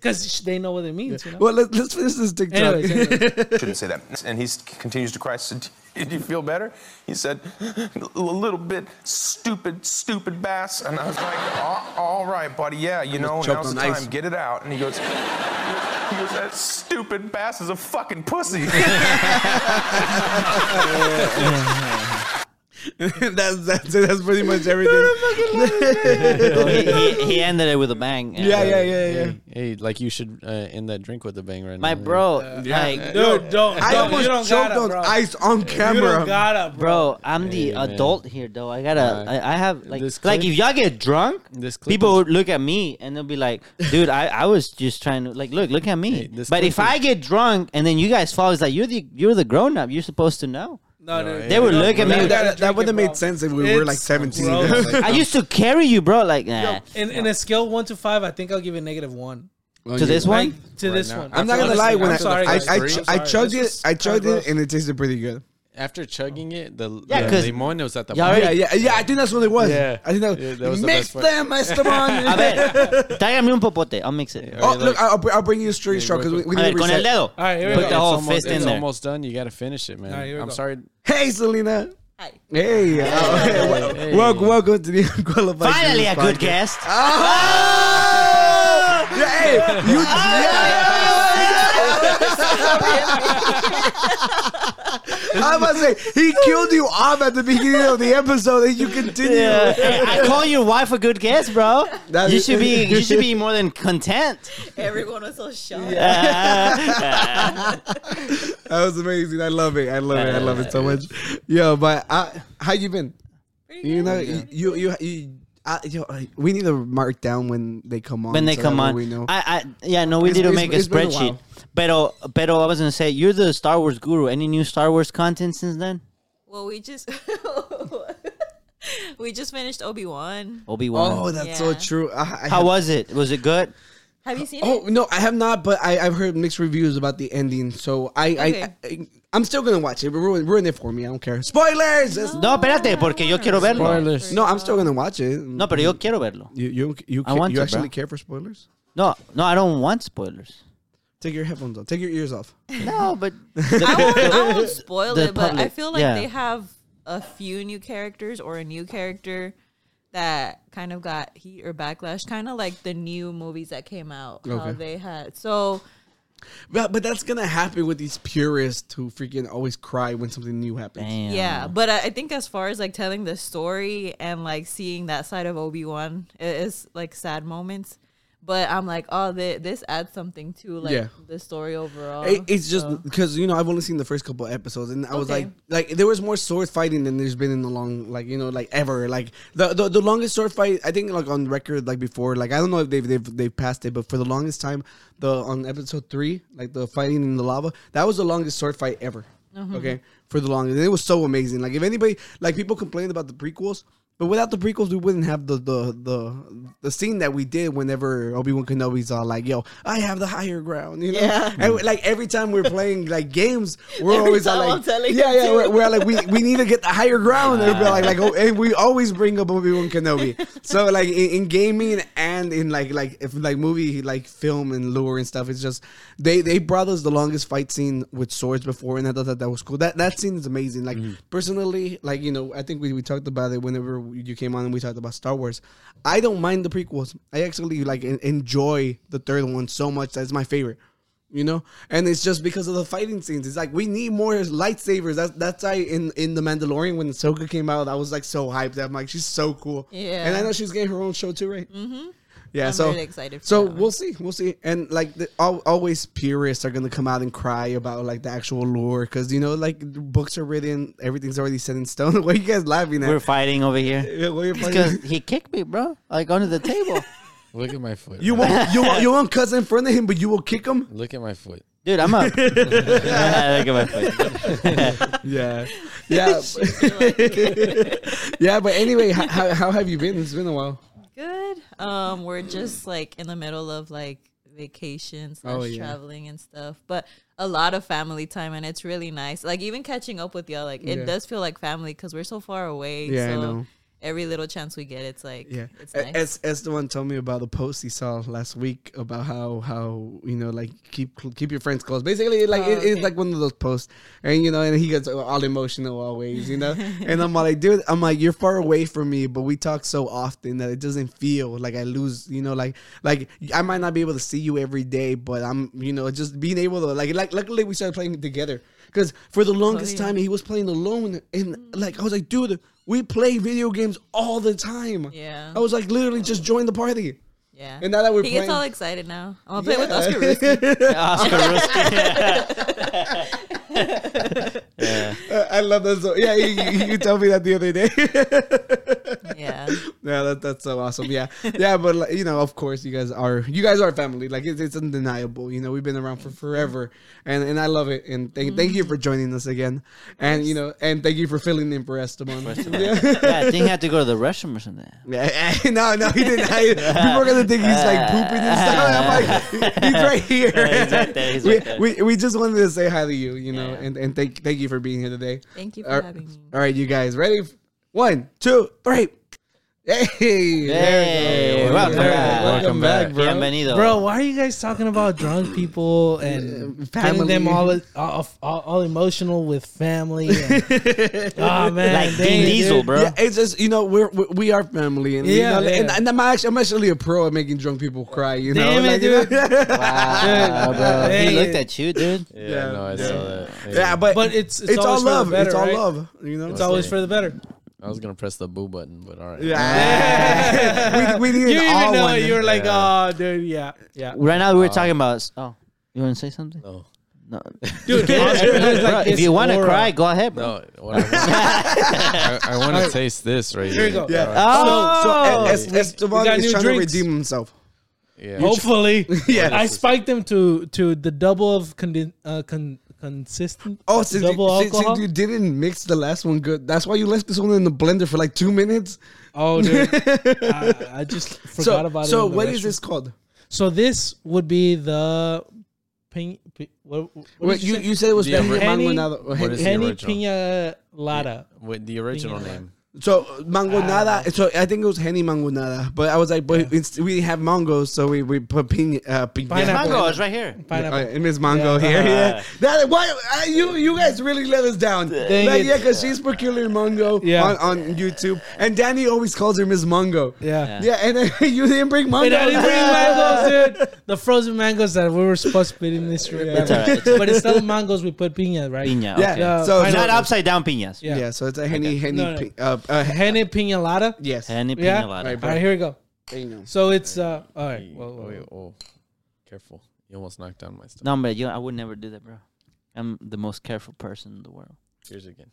[SPEAKER 4] because they know what it means. You know?
[SPEAKER 5] well, let's, let's finish this TikTok.
[SPEAKER 4] Anyways, anyways.
[SPEAKER 10] shouldn't say that. And he s- continues to cry. I said, Did you feel better? He said, A little bit, stupid, stupid bass. And I was like, "All- All right, buddy, yeah, you know,
[SPEAKER 5] choked
[SPEAKER 10] now's the
[SPEAKER 5] on
[SPEAKER 10] time,
[SPEAKER 5] ice.
[SPEAKER 10] get it out. And he goes, He goes, That stupid bass is a fucking pussy.
[SPEAKER 5] that's, that's it. that's pretty much everything.
[SPEAKER 2] he, he, he ended it with a bang.
[SPEAKER 5] yeah, yeah, yeah, yeah.
[SPEAKER 6] Hey, like you should uh, end that drink with a bang right now.
[SPEAKER 2] My bro, like,
[SPEAKER 4] dude, don't.
[SPEAKER 5] I
[SPEAKER 4] don't,
[SPEAKER 5] almost
[SPEAKER 4] you don't
[SPEAKER 5] choked
[SPEAKER 4] gotta,
[SPEAKER 5] on
[SPEAKER 4] bro.
[SPEAKER 5] ice on
[SPEAKER 4] You don't
[SPEAKER 5] camera.
[SPEAKER 4] gotta, bro.
[SPEAKER 2] bro, I'm the adult here, though. I gotta, I, I have like,
[SPEAKER 6] This
[SPEAKER 2] like
[SPEAKER 6] clip-
[SPEAKER 2] if y'all get drunk,
[SPEAKER 6] this clip
[SPEAKER 2] people
[SPEAKER 6] is-
[SPEAKER 2] would look at me and they'll be like, "Dude, I, I was just trying to like, look, look at me."
[SPEAKER 6] this
[SPEAKER 2] but
[SPEAKER 6] clip
[SPEAKER 2] if I
[SPEAKER 6] is-
[SPEAKER 2] get drunk and then you guys follow, it's like you're the you're the grown up. You're supposed to know.
[SPEAKER 4] No, dude.
[SPEAKER 2] They would
[SPEAKER 4] No,
[SPEAKER 2] look at
[SPEAKER 4] you
[SPEAKER 2] me-
[SPEAKER 4] gotta
[SPEAKER 5] That, that,
[SPEAKER 4] drink it,
[SPEAKER 5] would have
[SPEAKER 4] bro.
[SPEAKER 5] made sense if we were like
[SPEAKER 4] It's
[SPEAKER 5] 17.
[SPEAKER 4] gross.
[SPEAKER 2] I used to carry you, bro. Like, nah,
[SPEAKER 4] In, in a scale one to five, I think I'll give you a negative one.
[SPEAKER 5] Oh,
[SPEAKER 2] to this one.
[SPEAKER 4] Like, to this one.
[SPEAKER 5] I'm not gonna lie.
[SPEAKER 4] Honestly,
[SPEAKER 5] When
[SPEAKER 4] I'm
[SPEAKER 5] I
[SPEAKER 4] sorry,
[SPEAKER 5] I,
[SPEAKER 4] guys.
[SPEAKER 5] I,
[SPEAKER 4] I'm
[SPEAKER 5] I
[SPEAKER 4] sorry.
[SPEAKER 5] chugged
[SPEAKER 4] This
[SPEAKER 5] it,
[SPEAKER 4] was
[SPEAKER 5] I chugged
[SPEAKER 4] kinda
[SPEAKER 5] it, and it tasted pretty good.
[SPEAKER 6] After chugging it, the
[SPEAKER 2] Yeah,
[SPEAKER 6] the
[SPEAKER 2] 'cause-
[SPEAKER 6] limon was at the
[SPEAKER 2] Yeah,
[SPEAKER 6] bottom.
[SPEAKER 2] already-
[SPEAKER 5] Yeah, yeah, yeah. I think that's what it was.
[SPEAKER 6] Yeah.
[SPEAKER 5] I think that,
[SPEAKER 6] Yeah, that was the
[SPEAKER 5] mix
[SPEAKER 6] best part.
[SPEAKER 5] them, Esteban.
[SPEAKER 2] A ver, tráigame un popote. I'll mix it.
[SPEAKER 5] oh, look, I'll, I'll bring you a straight straw because we, we
[SPEAKER 2] A
[SPEAKER 5] need to
[SPEAKER 2] ver, con el
[SPEAKER 5] reset.
[SPEAKER 2] dedo.
[SPEAKER 4] right, here we
[SPEAKER 2] Put
[SPEAKER 4] go.
[SPEAKER 2] the
[SPEAKER 6] It's
[SPEAKER 2] whole
[SPEAKER 6] almost,
[SPEAKER 2] fist in
[SPEAKER 6] it's
[SPEAKER 2] there.
[SPEAKER 6] almost done. You gotta finish it, man.
[SPEAKER 4] Alright, here we
[SPEAKER 6] I'm
[SPEAKER 4] go.
[SPEAKER 6] sorry.
[SPEAKER 5] Hey, Selena. Hi. Hey. Uh, wel- Welcome, welcome to the unqualified.
[SPEAKER 2] Oh, Finally, a
[SPEAKER 5] Juniors
[SPEAKER 2] good
[SPEAKER 5] podcast. Ah. Oh!
[SPEAKER 2] guest.
[SPEAKER 5] Yeah, hey, you. yeah. I must say, he killed you off at the beginning of the episode, and you continue.
[SPEAKER 2] Yeah. Uh, Hey, I call your wife a good guest, bro.
[SPEAKER 5] That-
[SPEAKER 2] you should be you should be more than content.
[SPEAKER 11] Everyone was so shocked.
[SPEAKER 5] That was amazing. I love it. I love it. I love it so much. Yo, but I, how you been? You know, you you you. I, yo, I- we need to mark down when they come on.
[SPEAKER 2] when they
[SPEAKER 5] so
[SPEAKER 2] come
[SPEAKER 5] that way
[SPEAKER 2] on,
[SPEAKER 5] we know.
[SPEAKER 2] I, I yeah, no, we
[SPEAKER 5] It's-
[SPEAKER 2] need to
[SPEAKER 5] it's-
[SPEAKER 2] make a
[SPEAKER 5] it's been a
[SPEAKER 2] spreadsheet.
[SPEAKER 5] while.
[SPEAKER 2] Pero, pero, I was gonna say you're the Star Wars guru. Any new Star Wars content since then?
[SPEAKER 11] Well, we just we just finished Obi Wan.
[SPEAKER 2] Obi
[SPEAKER 5] oh,
[SPEAKER 2] Wan.
[SPEAKER 5] that's so
[SPEAKER 11] Yeah.
[SPEAKER 5] true. I, I
[SPEAKER 2] How
[SPEAKER 5] have-
[SPEAKER 2] was it? Was it good?
[SPEAKER 11] Have you seen
[SPEAKER 5] Oh
[SPEAKER 11] it?
[SPEAKER 5] no, I have not, but I, I've heard mixed reviews about the ending. So I, I,
[SPEAKER 11] Okay.
[SPEAKER 5] I I'm still gonna watch it. Ruin, ruin it for me. I don't care. Spoilers. It's- No,
[SPEAKER 2] No, espérate, porque yo quiero verlo.
[SPEAKER 6] Spoilers.
[SPEAKER 5] I'm still gonna watch it.
[SPEAKER 2] No, pero yo quiero verlo.
[SPEAKER 5] you you you,
[SPEAKER 2] I
[SPEAKER 5] ca-
[SPEAKER 2] want
[SPEAKER 5] you
[SPEAKER 2] to,
[SPEAKER 5] actually
[SPEAKER 2] bro.
[SPEAKER 5] care for spoilers?
[SPEAKER 2] No, no, I don't want spoilers.
[SPEAKER 5] Take your headphones off. Take your ears off.
[SPEAKER 2] No, but
[SPEAKER 11] I won't, I won't spoil
[SPEAKER 2] The
[SPEAKER 11] it, but I
[SPEAKER 2] public,
[SPEAKER 11] feel like
[SPEAKER 2] yeah.
[SPEAKER 11] they have a few new characters or a new character that kind of got heat or backlash, kind of like the new movies that came out. How
[SPEAKER 5] Okay.
[SPEAKER 11] they had so
[SPEAKER 5] But, but that's gonna happen with these purists who freaking always cry when something new happens.
[SPEAKER 2] Damn.
[SPEAKER 11] yeah, but I, I think as far as like telling the story and like seeing that side of Obi Wan, it is like sad moments. But I'm like, oh, thi- this adds something to like
[SPEAKER 5] Yeah.
[SPEAKER 11] the story overall.
[SPEAKER 5] It, it's just
[SPEAKER 11] so-
[SPEAKER 5] because you know I've only seen the first couple episodes, and I was
[SPEAKER 11] Okay.
[SPEAKER 5] like, like there was more sword fighting than there's been in the long, like you know, like ever. Like the the, the longest sword fight I think like on record, like before, like I don't know if they've they've they've passed it, but for the longest time, the on episode three, like the fighting in the lava, that was the longest sword fight
[SPEAKER 11] Mm-hmm.
[SPEAKER 5] ever. Okay, for the longest, and it was so amazing. Like if anybody, like people complained about the prequels. But without the prequels, we wouldn't have the the the, the scene that we did whenever Obi Wan Kenobi's all like, "Yo, I have the higher ground," you know.
[SPEAKER 11] Yeah.
[SPEAKER 5] And like every time we're playing like games, we're
[SPEAKER 11] Mm. Every
[SPEAKER 5] always all
[SPEAKER 11] time I'm
[SPEAKER 5] like,
[SPEAKER 11] telling
[SPEAKER 5] "Yeah,
[SPEAKER 11] him
[SPEAKER 5] yeah,"
[SPEAKER 11] to.
[SPEAKER 5] we're, we're like, "We we need to get the higher ground," and we're like, like, oh, and we always bring up Obi Wan Kenobi. so like in, in gaming and in like like if like movie like film and lore and stuff, it's just they they brought us the longest fight scene with swords before, and I thought that that was cool. That that scene is amazing. Like
[SPEAKER 11] Mm-hmm.
[SPEAKER 5] personally, like you know, I think we, we talked about it whenever you came on and we talked about Star Wars. I don't mind the prequels. I actually like en- enjoy the third one so much. That's my favorite you know and it's just because of the fighting scenes it's like we need more lightsabers that's that's why in in the mandalorian when ahsoka came out i was like so hyped i'm like she's so cool
[SPEAKER 11] Yeah.
[SPEAKER 5] and i know she's getting her own show too right
[SPEAKER 11] Mm-hmm.
[SPEAKER 5] yeah
[SPEAKER 11] I'm
[SPEAKER 5] so
[SPEAKER 11] really excited for
[SPEAKER 5] so
[SPEAKER 11] that one.
[SPEAKER 5] we'll see we'll see and like the, al- always purists are gonna come out and cry about like the actual lore because you know like books are written everything's already set in stone what are you guys laughing at
[SPEAKER 2] We're fighting over here.
[SPEAKER 5] Yeah, what are you
[SPEAKER 2] Because
[SPEAKER 5] fighting?
[SPEAKER 2] he kicked me, bro. Like under the table.
[SPEAKER 6] Look at my foot.
[SPEAKER 5] you won't you won't, you won't cuss in front of him but you will kick him
[SPEAKER 6] Look at my foot.
[SPEAKER 2] Dude, I'm up. Look at my foot.
[SPEAKER 5] yeah yeah yeah but anyway how, how, how have you been it's been a while
[SPEAKER 11] Good. Um, we're
[SPEAKER 5] Mm.
[SPEAKER 11] just like in the middle of like vacation slash
[SPEAKER 5] Oh, yeah.
[SPEAKER 11] traveling and stuff, but a lot of family time, and it's really nice. Like even catching up with y'all, like it
[SPEAKER 5] Yeah.
[SPEAKER 11] does feel like family because we're so far away.
[SPEAKER 5] Yeah, I
[SPEAKER 11] so
[SPEAKER 5] know.
[SPEAKER 11] Every little chance we get, it's like
[SPEAKER 5] Yeah, Uh,
[SPEAKER 11] it's
[SPEAKER 5] A-
[SPEAKER 11] nice.
[SPEAKER 5] as as the one told me about the post he saw last week about how how you know like keep cl- keep your friends close. Basically, like
[SPEAKER 11] Oh,
[SPEAKER 5] it- it's
[SPEAKER 11] okay.
[SPEAKER 5] like one of those posts, and you know, and he gets all emotional always, you know. and I'm like, dude, I'm like, you're far away from me, but we talk so often that it doesn't feel like I lose, you know, like like I might not be able to see you every day, but I'm, you know, just being able to like like luckily we started playing together. Because for the longest
[SPEAKER 11] Oh, yeah.
[SPEAKER 5] time he was playing alone, and like I was like, dude, we play video games all the time.
[SPEAKER 11] Yeah.
[SPEAKER 5] I was like, literally, just join the party.
[SPEAKER 11] yeah.
[SPEAKER 5] And now that we're
[SPEAKER 11] he
[SPEAKER 5] playing,
[SPEAKER 11] gets all excited now. I'm gonna play
[SPEAKER 5] Yeah.
[SPEAKER 11] with Oscar Ruski.
[SPEAKER 2] Oscar Ruski.
[SPEAKER 5] Uh, I love that. So yeah, you, you, you told me that the other day.
[SPEAKER 11] yeah.
[SPEAKER 5] yeah, that, that's so awesome. Yeah, yeah, but like, you know, of course, you guys are you guys are family. Like it's, it's undeniable. You know, we've been around for forever, and and I love it. And thank thank
[SPEAKER 2] Mm-hmm.
[SPEAKER 5] you for joining us again, and you know, and thank you for filling in for Esteban. Yeah.
[SPEAKER 2] yeah, I think he had to go to the restroom or something.
[SPEAKER 5] Yeah, eh, no, no, he didn't. I, people are gonna think he's like pooping and stuff. I'm like, he's right here.
[SPEAKER 2] Yeah, he's right there, he's
[SPEAKER 5] we,
[SPEAKER 2] right there.
[SPEAKER 5] we we just wanted to say hi to you, you know,
[SPEAKER 11] Yeah.
[SPEAKER 5] and and thank thank you for being here today.
[SPEAKER 11] Thank you for
[SPEAKER 5] All-
[SPEAKER 11] having me.
[SPEAKER 5] All right, you guys, ready? One, two, three. Hey, there we
[SPEAKER 2] Hey,
[SPEAKER 5] go.
[SPEAKER 2] welcome
[SPEAKER 5] There we go.
[SPEAKER 2] back.
[SPEAKER 5] welcome
[SPEAKER 6] Welcome
[SPEAKER 5] back,
[SPEAKER 6] back.
[SPEAKER 5] bro.
[SPEAKER 2] Bienvenido.
[SPEAKER 4] Bro, why are you guys talking about drunk people and getting them all,
[SPEAKER 5] Family.
[SPEAKER 4] all, all, all emotional with family? And, oh man,
[SPEAKER 2] like
[SPEAKER 4] dang,
[SPEAKER 2] Vin Diesel,
[SPEAKER 4] dude.
[SPEAKER 2] bro.
[SPEAKER 5] Yeah, it's just you know we're we- we are family, and you
[SPEAKER 4] Yeah,
[SPEAKER 5] know, and,
[SPEAKER 4] yeah.
[SPEAKER 5] and I'm actually I'm actually a pro at making drunk people cry. You know,
[SPEAKER 4] Damn it,
[SPEAKER 5] Like, you know?
[SPEAKER 4] dude.
[SPEAKER 2] Wow, Oh, bro.
[SPEAKER 4] Hey.
[SPEAKER 2] He looked at you, dude.
[SPEAKER 6] Yeah,
[SPEAKER 5] Yeah,
[SPEAKER 6] no, I
[SPEAKER 5] yeah.
[SPEAKER 6] saw that. Yeah.
[SPEAKER 5] yeah, but
[SPEAKER 4] But it's it's,
[SPEAKER 5] it's, all
[SPEAKER 4] always for
[SPEAKER 5] love.
[SPEAKER 4] The better,
[SPEAKER 5] it's all
[SPEAKER 4] right?
[SPEAKER 5] love. You know,
[SPEAKER 4] It's always
[SPEAKER 6] it.
[SPEAKER 4] for the better.
[SPEAKER 6] I was gonna press the boo button, but all right.
[SPEAKER 5] Yeah. we, we need
[SPEAKER 4] Ah. You
[SPEAKER 5] an
[SPEAKER 4] didn't
[SPEAKER 5] all
[SPEAKER 4] even know
[SPEAKER 5] one.
[SPEAKER 4] it. You were like,
[SPEAKER 6] Yeah.
[SPEAKER 4] oh, dude, yeah, yeah.
[SPEAKER 2] Right now, we were talking about. Oh, you want to say something?
[SPEAKER 6] No,
[SPEAKER 2] No.
[SPEAKER 4] Dude,
[SPEAKER 2] Bro, if you want to cry, go ahead, bro.
[SPEAKER 6] no. What I want, I, I want to taste this right
[SPEAKER 4] Here
[SPEAKER 6] here.
[SPEAKER 4] you go.
[SPEAKER 5] Yeah.
[SPEAKER 6] All right.
[SPEAKER 5] So
[SPEAKER 2] Oh,
[SPEAKER 5] Es- Esteban
[SPEAKER 4] got
[SPEAKER 5] is
[SPEAKER 4] new
[SPEAKER 5] trying
[SPEAKER 4] drinks.
[SPEAKER 5] to redeem himself.
[SPEAKER 6] Yeah.
[SPEAKER 4] Hopefully,
[SPEAKER 5] Yeah.
[SPEAKER 4] I spiked them to to the double of condi- uh, con- consistent.
[SPEAKER 5] Oh, since you,
[SPEAKER 4] double
[SPEAKER 5] since- since
[SPEAKER 4] alcohol.
[SPEAKER 5] you didn't mix the last one good, that's why you left this one in the blender for like two minutes.
[SPEAKER 4] oh, dude, I, I just forgot
[SPEAKER 5] so,
[SPEAKER 4] about it.
[SPEAKER 5] so
[SPEAKER 4] in the
[SPEAKER 5] what is
[SPEAKER 4] restroom.
[SPEAKER 5] this called?
[SPEAKER 4] So this would be the pin, pi- what, what did
[SPEAKER 5] Wait, you,
[SPEAKER 4] say?
[SPEAKER 5] you said it was
[SPEAKER 6] The
[SPEAKER 5] mango
[SPEAKER 4] Henny-
[SPEAKER 5] nada. or
[SPEAKER 6] What is
[SPEAKER 5] Henny.
[SPEAKER 6] it?
[SPEAKER 4] Henny Pina
[SPEAKER 6] original?
[SPEAKER 4] Lada.
[SPEAKER 6] With the original
[SPEAKER 4] Thinking about
[SPEAKER 6] name.
[SPEAKER 5] So mango
[SPEAKER 4] Ah.
[SPEAKER 5] nada. So I think it was henny mango nada. But I was like, but it's, we have mangoes, so we we put pina, uh, pina-
[SPEAKER 4] Pineapple.
[SPEAKER 2] Mango is right here.
[SPEAKER 5] Oh,
[SPEAKER 4] Pineapple. Uh-huh.
[SPEAKER 5] yeah, Miss Mango here. Yeah, that why I, you you guys really let us down.
[SPEAKER 4] Dang
[SPEAKER 5] Like,
[SPEAKER 4] it.
[SPEAKER 5] yeah, because she's peculiar Mongo
[SPEAKER 4] Yeah.
[SPEAKER 5] on, on YouTube, and Danny always calls her Miss Mongo.
[SPEAKER 4] Yeah.
[SPEAKER 5] yeah, and then you didn't bring Mongo.
[SPEAKER 4] Wait, I didn't bring mangoes, dude. The frozen mangoes that we were supposed to put in this room.
[SPEAKER 5] It's
[SPEAKER 2] alright, it's
[SPEAKER 4] But instead of mangoes, we put pina, right?
[SPEAKER 2] Piña.
[SPEAKER 5] Yeah,
[SPEAKER 2] Okay.
[SPEAKER 4] Yeah,
[SPEAKER 5] so
[SPEAKER 4] pineapple.
[SPEAKER 2] Not upside down piñas.
[SPEAKER 4] Yeah.
[SPEAKER 5] Yeah. so it's a henny henny
[SPEAKER 4] No, no.
[SPEAKER 5] pi- uh, uh, he-
[SPEAKER 4] Henny pina lada.
[SPEAKER 5] yes.
[SPEAKER 2] Henny piña
[SPEAKER 4] Yeah.
[SPEAKER 5] All
[SPEAKER 2] lada.
[SPEAKER 5] right,
[SPEAKER 4] All right, here we go.
[SPEAKER 5] Henny.
[SPEAKER 4] So it's uh, all right.
[SPEAKER 6] Hey,
[SPEAKER 4] Whoa, whoa,
[SPEAKER 6] wait,
[SPEAKER 4] whoa.
[SPEAKER 6] oh, careful! You almost knocked down my stuff.
[SPEAKER 2] No, but you, I would never do that, bro. I'm the most careful person in the world.
[SPEAKER 6] Here's again.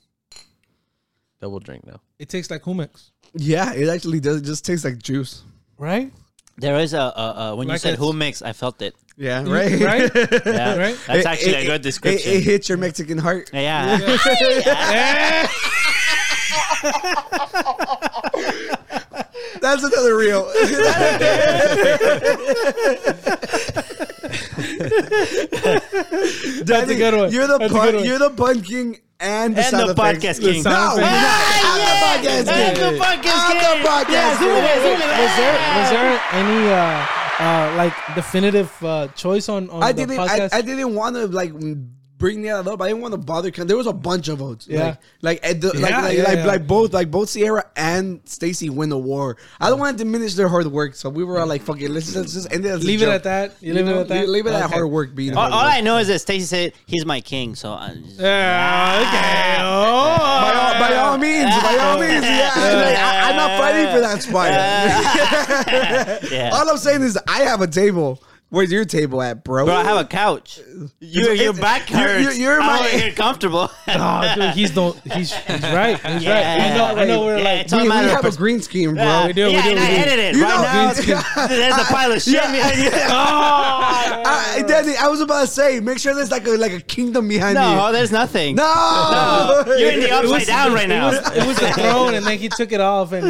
[SPEAKER 6] Double drink now.
[SPEAKER 4] It tastes like humex,
[SPEAKER 5] Yeah, it actually does. It just tastes like juice.
[SPEAKER 4] right?
[SPEAKER 2] There is a, a, a when you
[SPEAKER 4] Like
[SPEAKER 2] said
[SPEAKER 4] it's-
[SPEAKER 2] who mix, I felt it.
[SPEAKER 5] Yeah,
[SPEAKER 4] You-
[SPEAKER 5] right.
[SPEAKER 4] Mm, right?
[SPEAKER 2] Yeah,
[SPEAKER 4] Right?
[SPEAKER 2] That's
[SPEAKER 5] It-
[SPEAKER 2] actually
[SPEAKER 5] it-
[SPEAKER 2] a
[SPEAKER 5] it-
[SPEAKER 2] good description.
[SPEAKER 5] It, hits your Mexican heart.
[SPEAKER 2] yeah.
[SPEAKER 4] Eh,
[SPEAKER 5] That's another reel.
[SPEAKER 4] That's a good one.
[SPEAKER 5] You're the
[SPEAKER 4] That's a
[SPEAKER 5] pun-
[SPEAKER 4] good one.
[SPEAKER 5] you're the pun king and the,
[SPEAKER 2] And
[SPEAKER 5] sound
[SPEAKER 2] the
[SPEAKER 5] effects.
[SPEAKER 2] podcast king.
[SPEAKER 5] No,
[SPEAKER 2] The sound
[SPEAKER 5] we're not.
[SPEAKER 2] Ah,
[SPEAKER 5] I'm
[SPEAKER 2] yeah.
[SPEAKER 5] the podcast
[SPEAKER 2] I'm
[SPEAKER 5] king.
[SPEAKER 2] the podcast
[SPEAKER 5] I'm
[SPEAKER 2] king.
[SPEAKER 5] the podcast
[SPEAKER 2] Yeah,
[SPEAKER 5] king.
[SPEAKER 2] zoom in, zoom in.
[SPEAKER 4] was there was there any uh uh like definitive uh choice on on
[SPEAKER 5] I
[SPEAKER 4] the
[SPEAKER 5] didn't. I,
[SPEAKER 4] podcast?
[SPEAKER 5] I didn't want to like bring that up. I didn't want to bother. Con- there was a bunch of votes.
[SPEAKER 4] Yeah.
[SPEAKER 5] Like like at the, like
[SPEAKER 4] Yeah,
[SPEAKER 5] like,
[SPEAKER 4] yeah,
[SPEAKER 5] like,
[SPEAKER 4] yeah.
[SPEAKER 5] like both like both Sierra and Stacy win the war. I don't want to diminish their hard work. So we were all like, "Fuck it, let's, let's just end it." As a
[SPEAKER 4] leave it
[SPEAKER 5] joke.
[SPEAKER 4] at that. You
[SPEAKER 5] You
[SPEAKER 4] leave it
[SPEAKER 5] know,
[SPEAKER 4] at that.
[SPEAKER 5] Leave it at
[SPEAKER 4] Okay.
[SPEAKER 5] hard work being.
[SPEAKER 2] All,
[SPEAKER 5] hard
[SPEAKER 2] all
[SPEAKER 5] work.
[SPEAKER 2] I know is that Stacy said he's my king, so I just,
[SPEAKER 4] Yeah, okay.
[SPEAKER 5] Ah.
[SPEAKER 4] Oh,
[SPEAKER 5] By all, by all means, by all means, yeah. Like, I, am not fighting for that spot.
[SPEAKER 2] Yeah.
[SPEAKER 5] all I'm saying is, I have a table. Where's your table at, bro?
[SPEAKER 2] bro, I have a couch. Your your
[SPEAKER 5] it's-
[SPEAKER 2] back
[SPEAKER 5] you're- you're-
[SPEAKER 2] hurts.
[SPEAKER 5] you're
[SPEAKER 2] I'm
[SPEAKER 5] my-
[SPEAKER 2] here comfortable.
[SPEAKER 4] Oh, dude, he's don't. He's, he's right. He's
[SPEAKER 2] Yeah.
[SPEAKER 4] right. I know. I know. We're
[SPEAKER 2] Yeah,
[SPEAKER 4] like
[SPEAKER 2] it's all
[SPEAKER 5] we, we
[SPEAKER 2] matter
[SPEAKER 5] have
[SPEAKER 2] of
[SPEAKER 5] a green scheme, bro.
[SPEAKER 2] yeah,
[SPEAKER 4] we do, we
[SPEAKER 2] yeah,
[SPEAKER 4] do,
[SPEAKER 2] and
[SPEAKER 4] we
[SPEAKER 2] I
[SPEAKER 4] do.
[SPEAKER 2] edit it
[SPEAKER 5] You
[SPEAKER 2] right
[SPEAKER 5] know-
[SPEAKER 2] now.
[SPEAKER 5] Yeah.
[SPEAKER 2] There's a pile of shit behind you.
[SPEAKER 5] Oh, I, Danny, I was about to say, make sure there's like a like a kingdom behind
[SPEAKER 2] No,
[SPEAKER 5] you.
[SPEAKER 2] there's nothing.
[SPEAKER 5] No,
[SPEAKER 2] No, you're in the upside down right now.
[SPEAKER 4] it was the throne, and then he took it off, and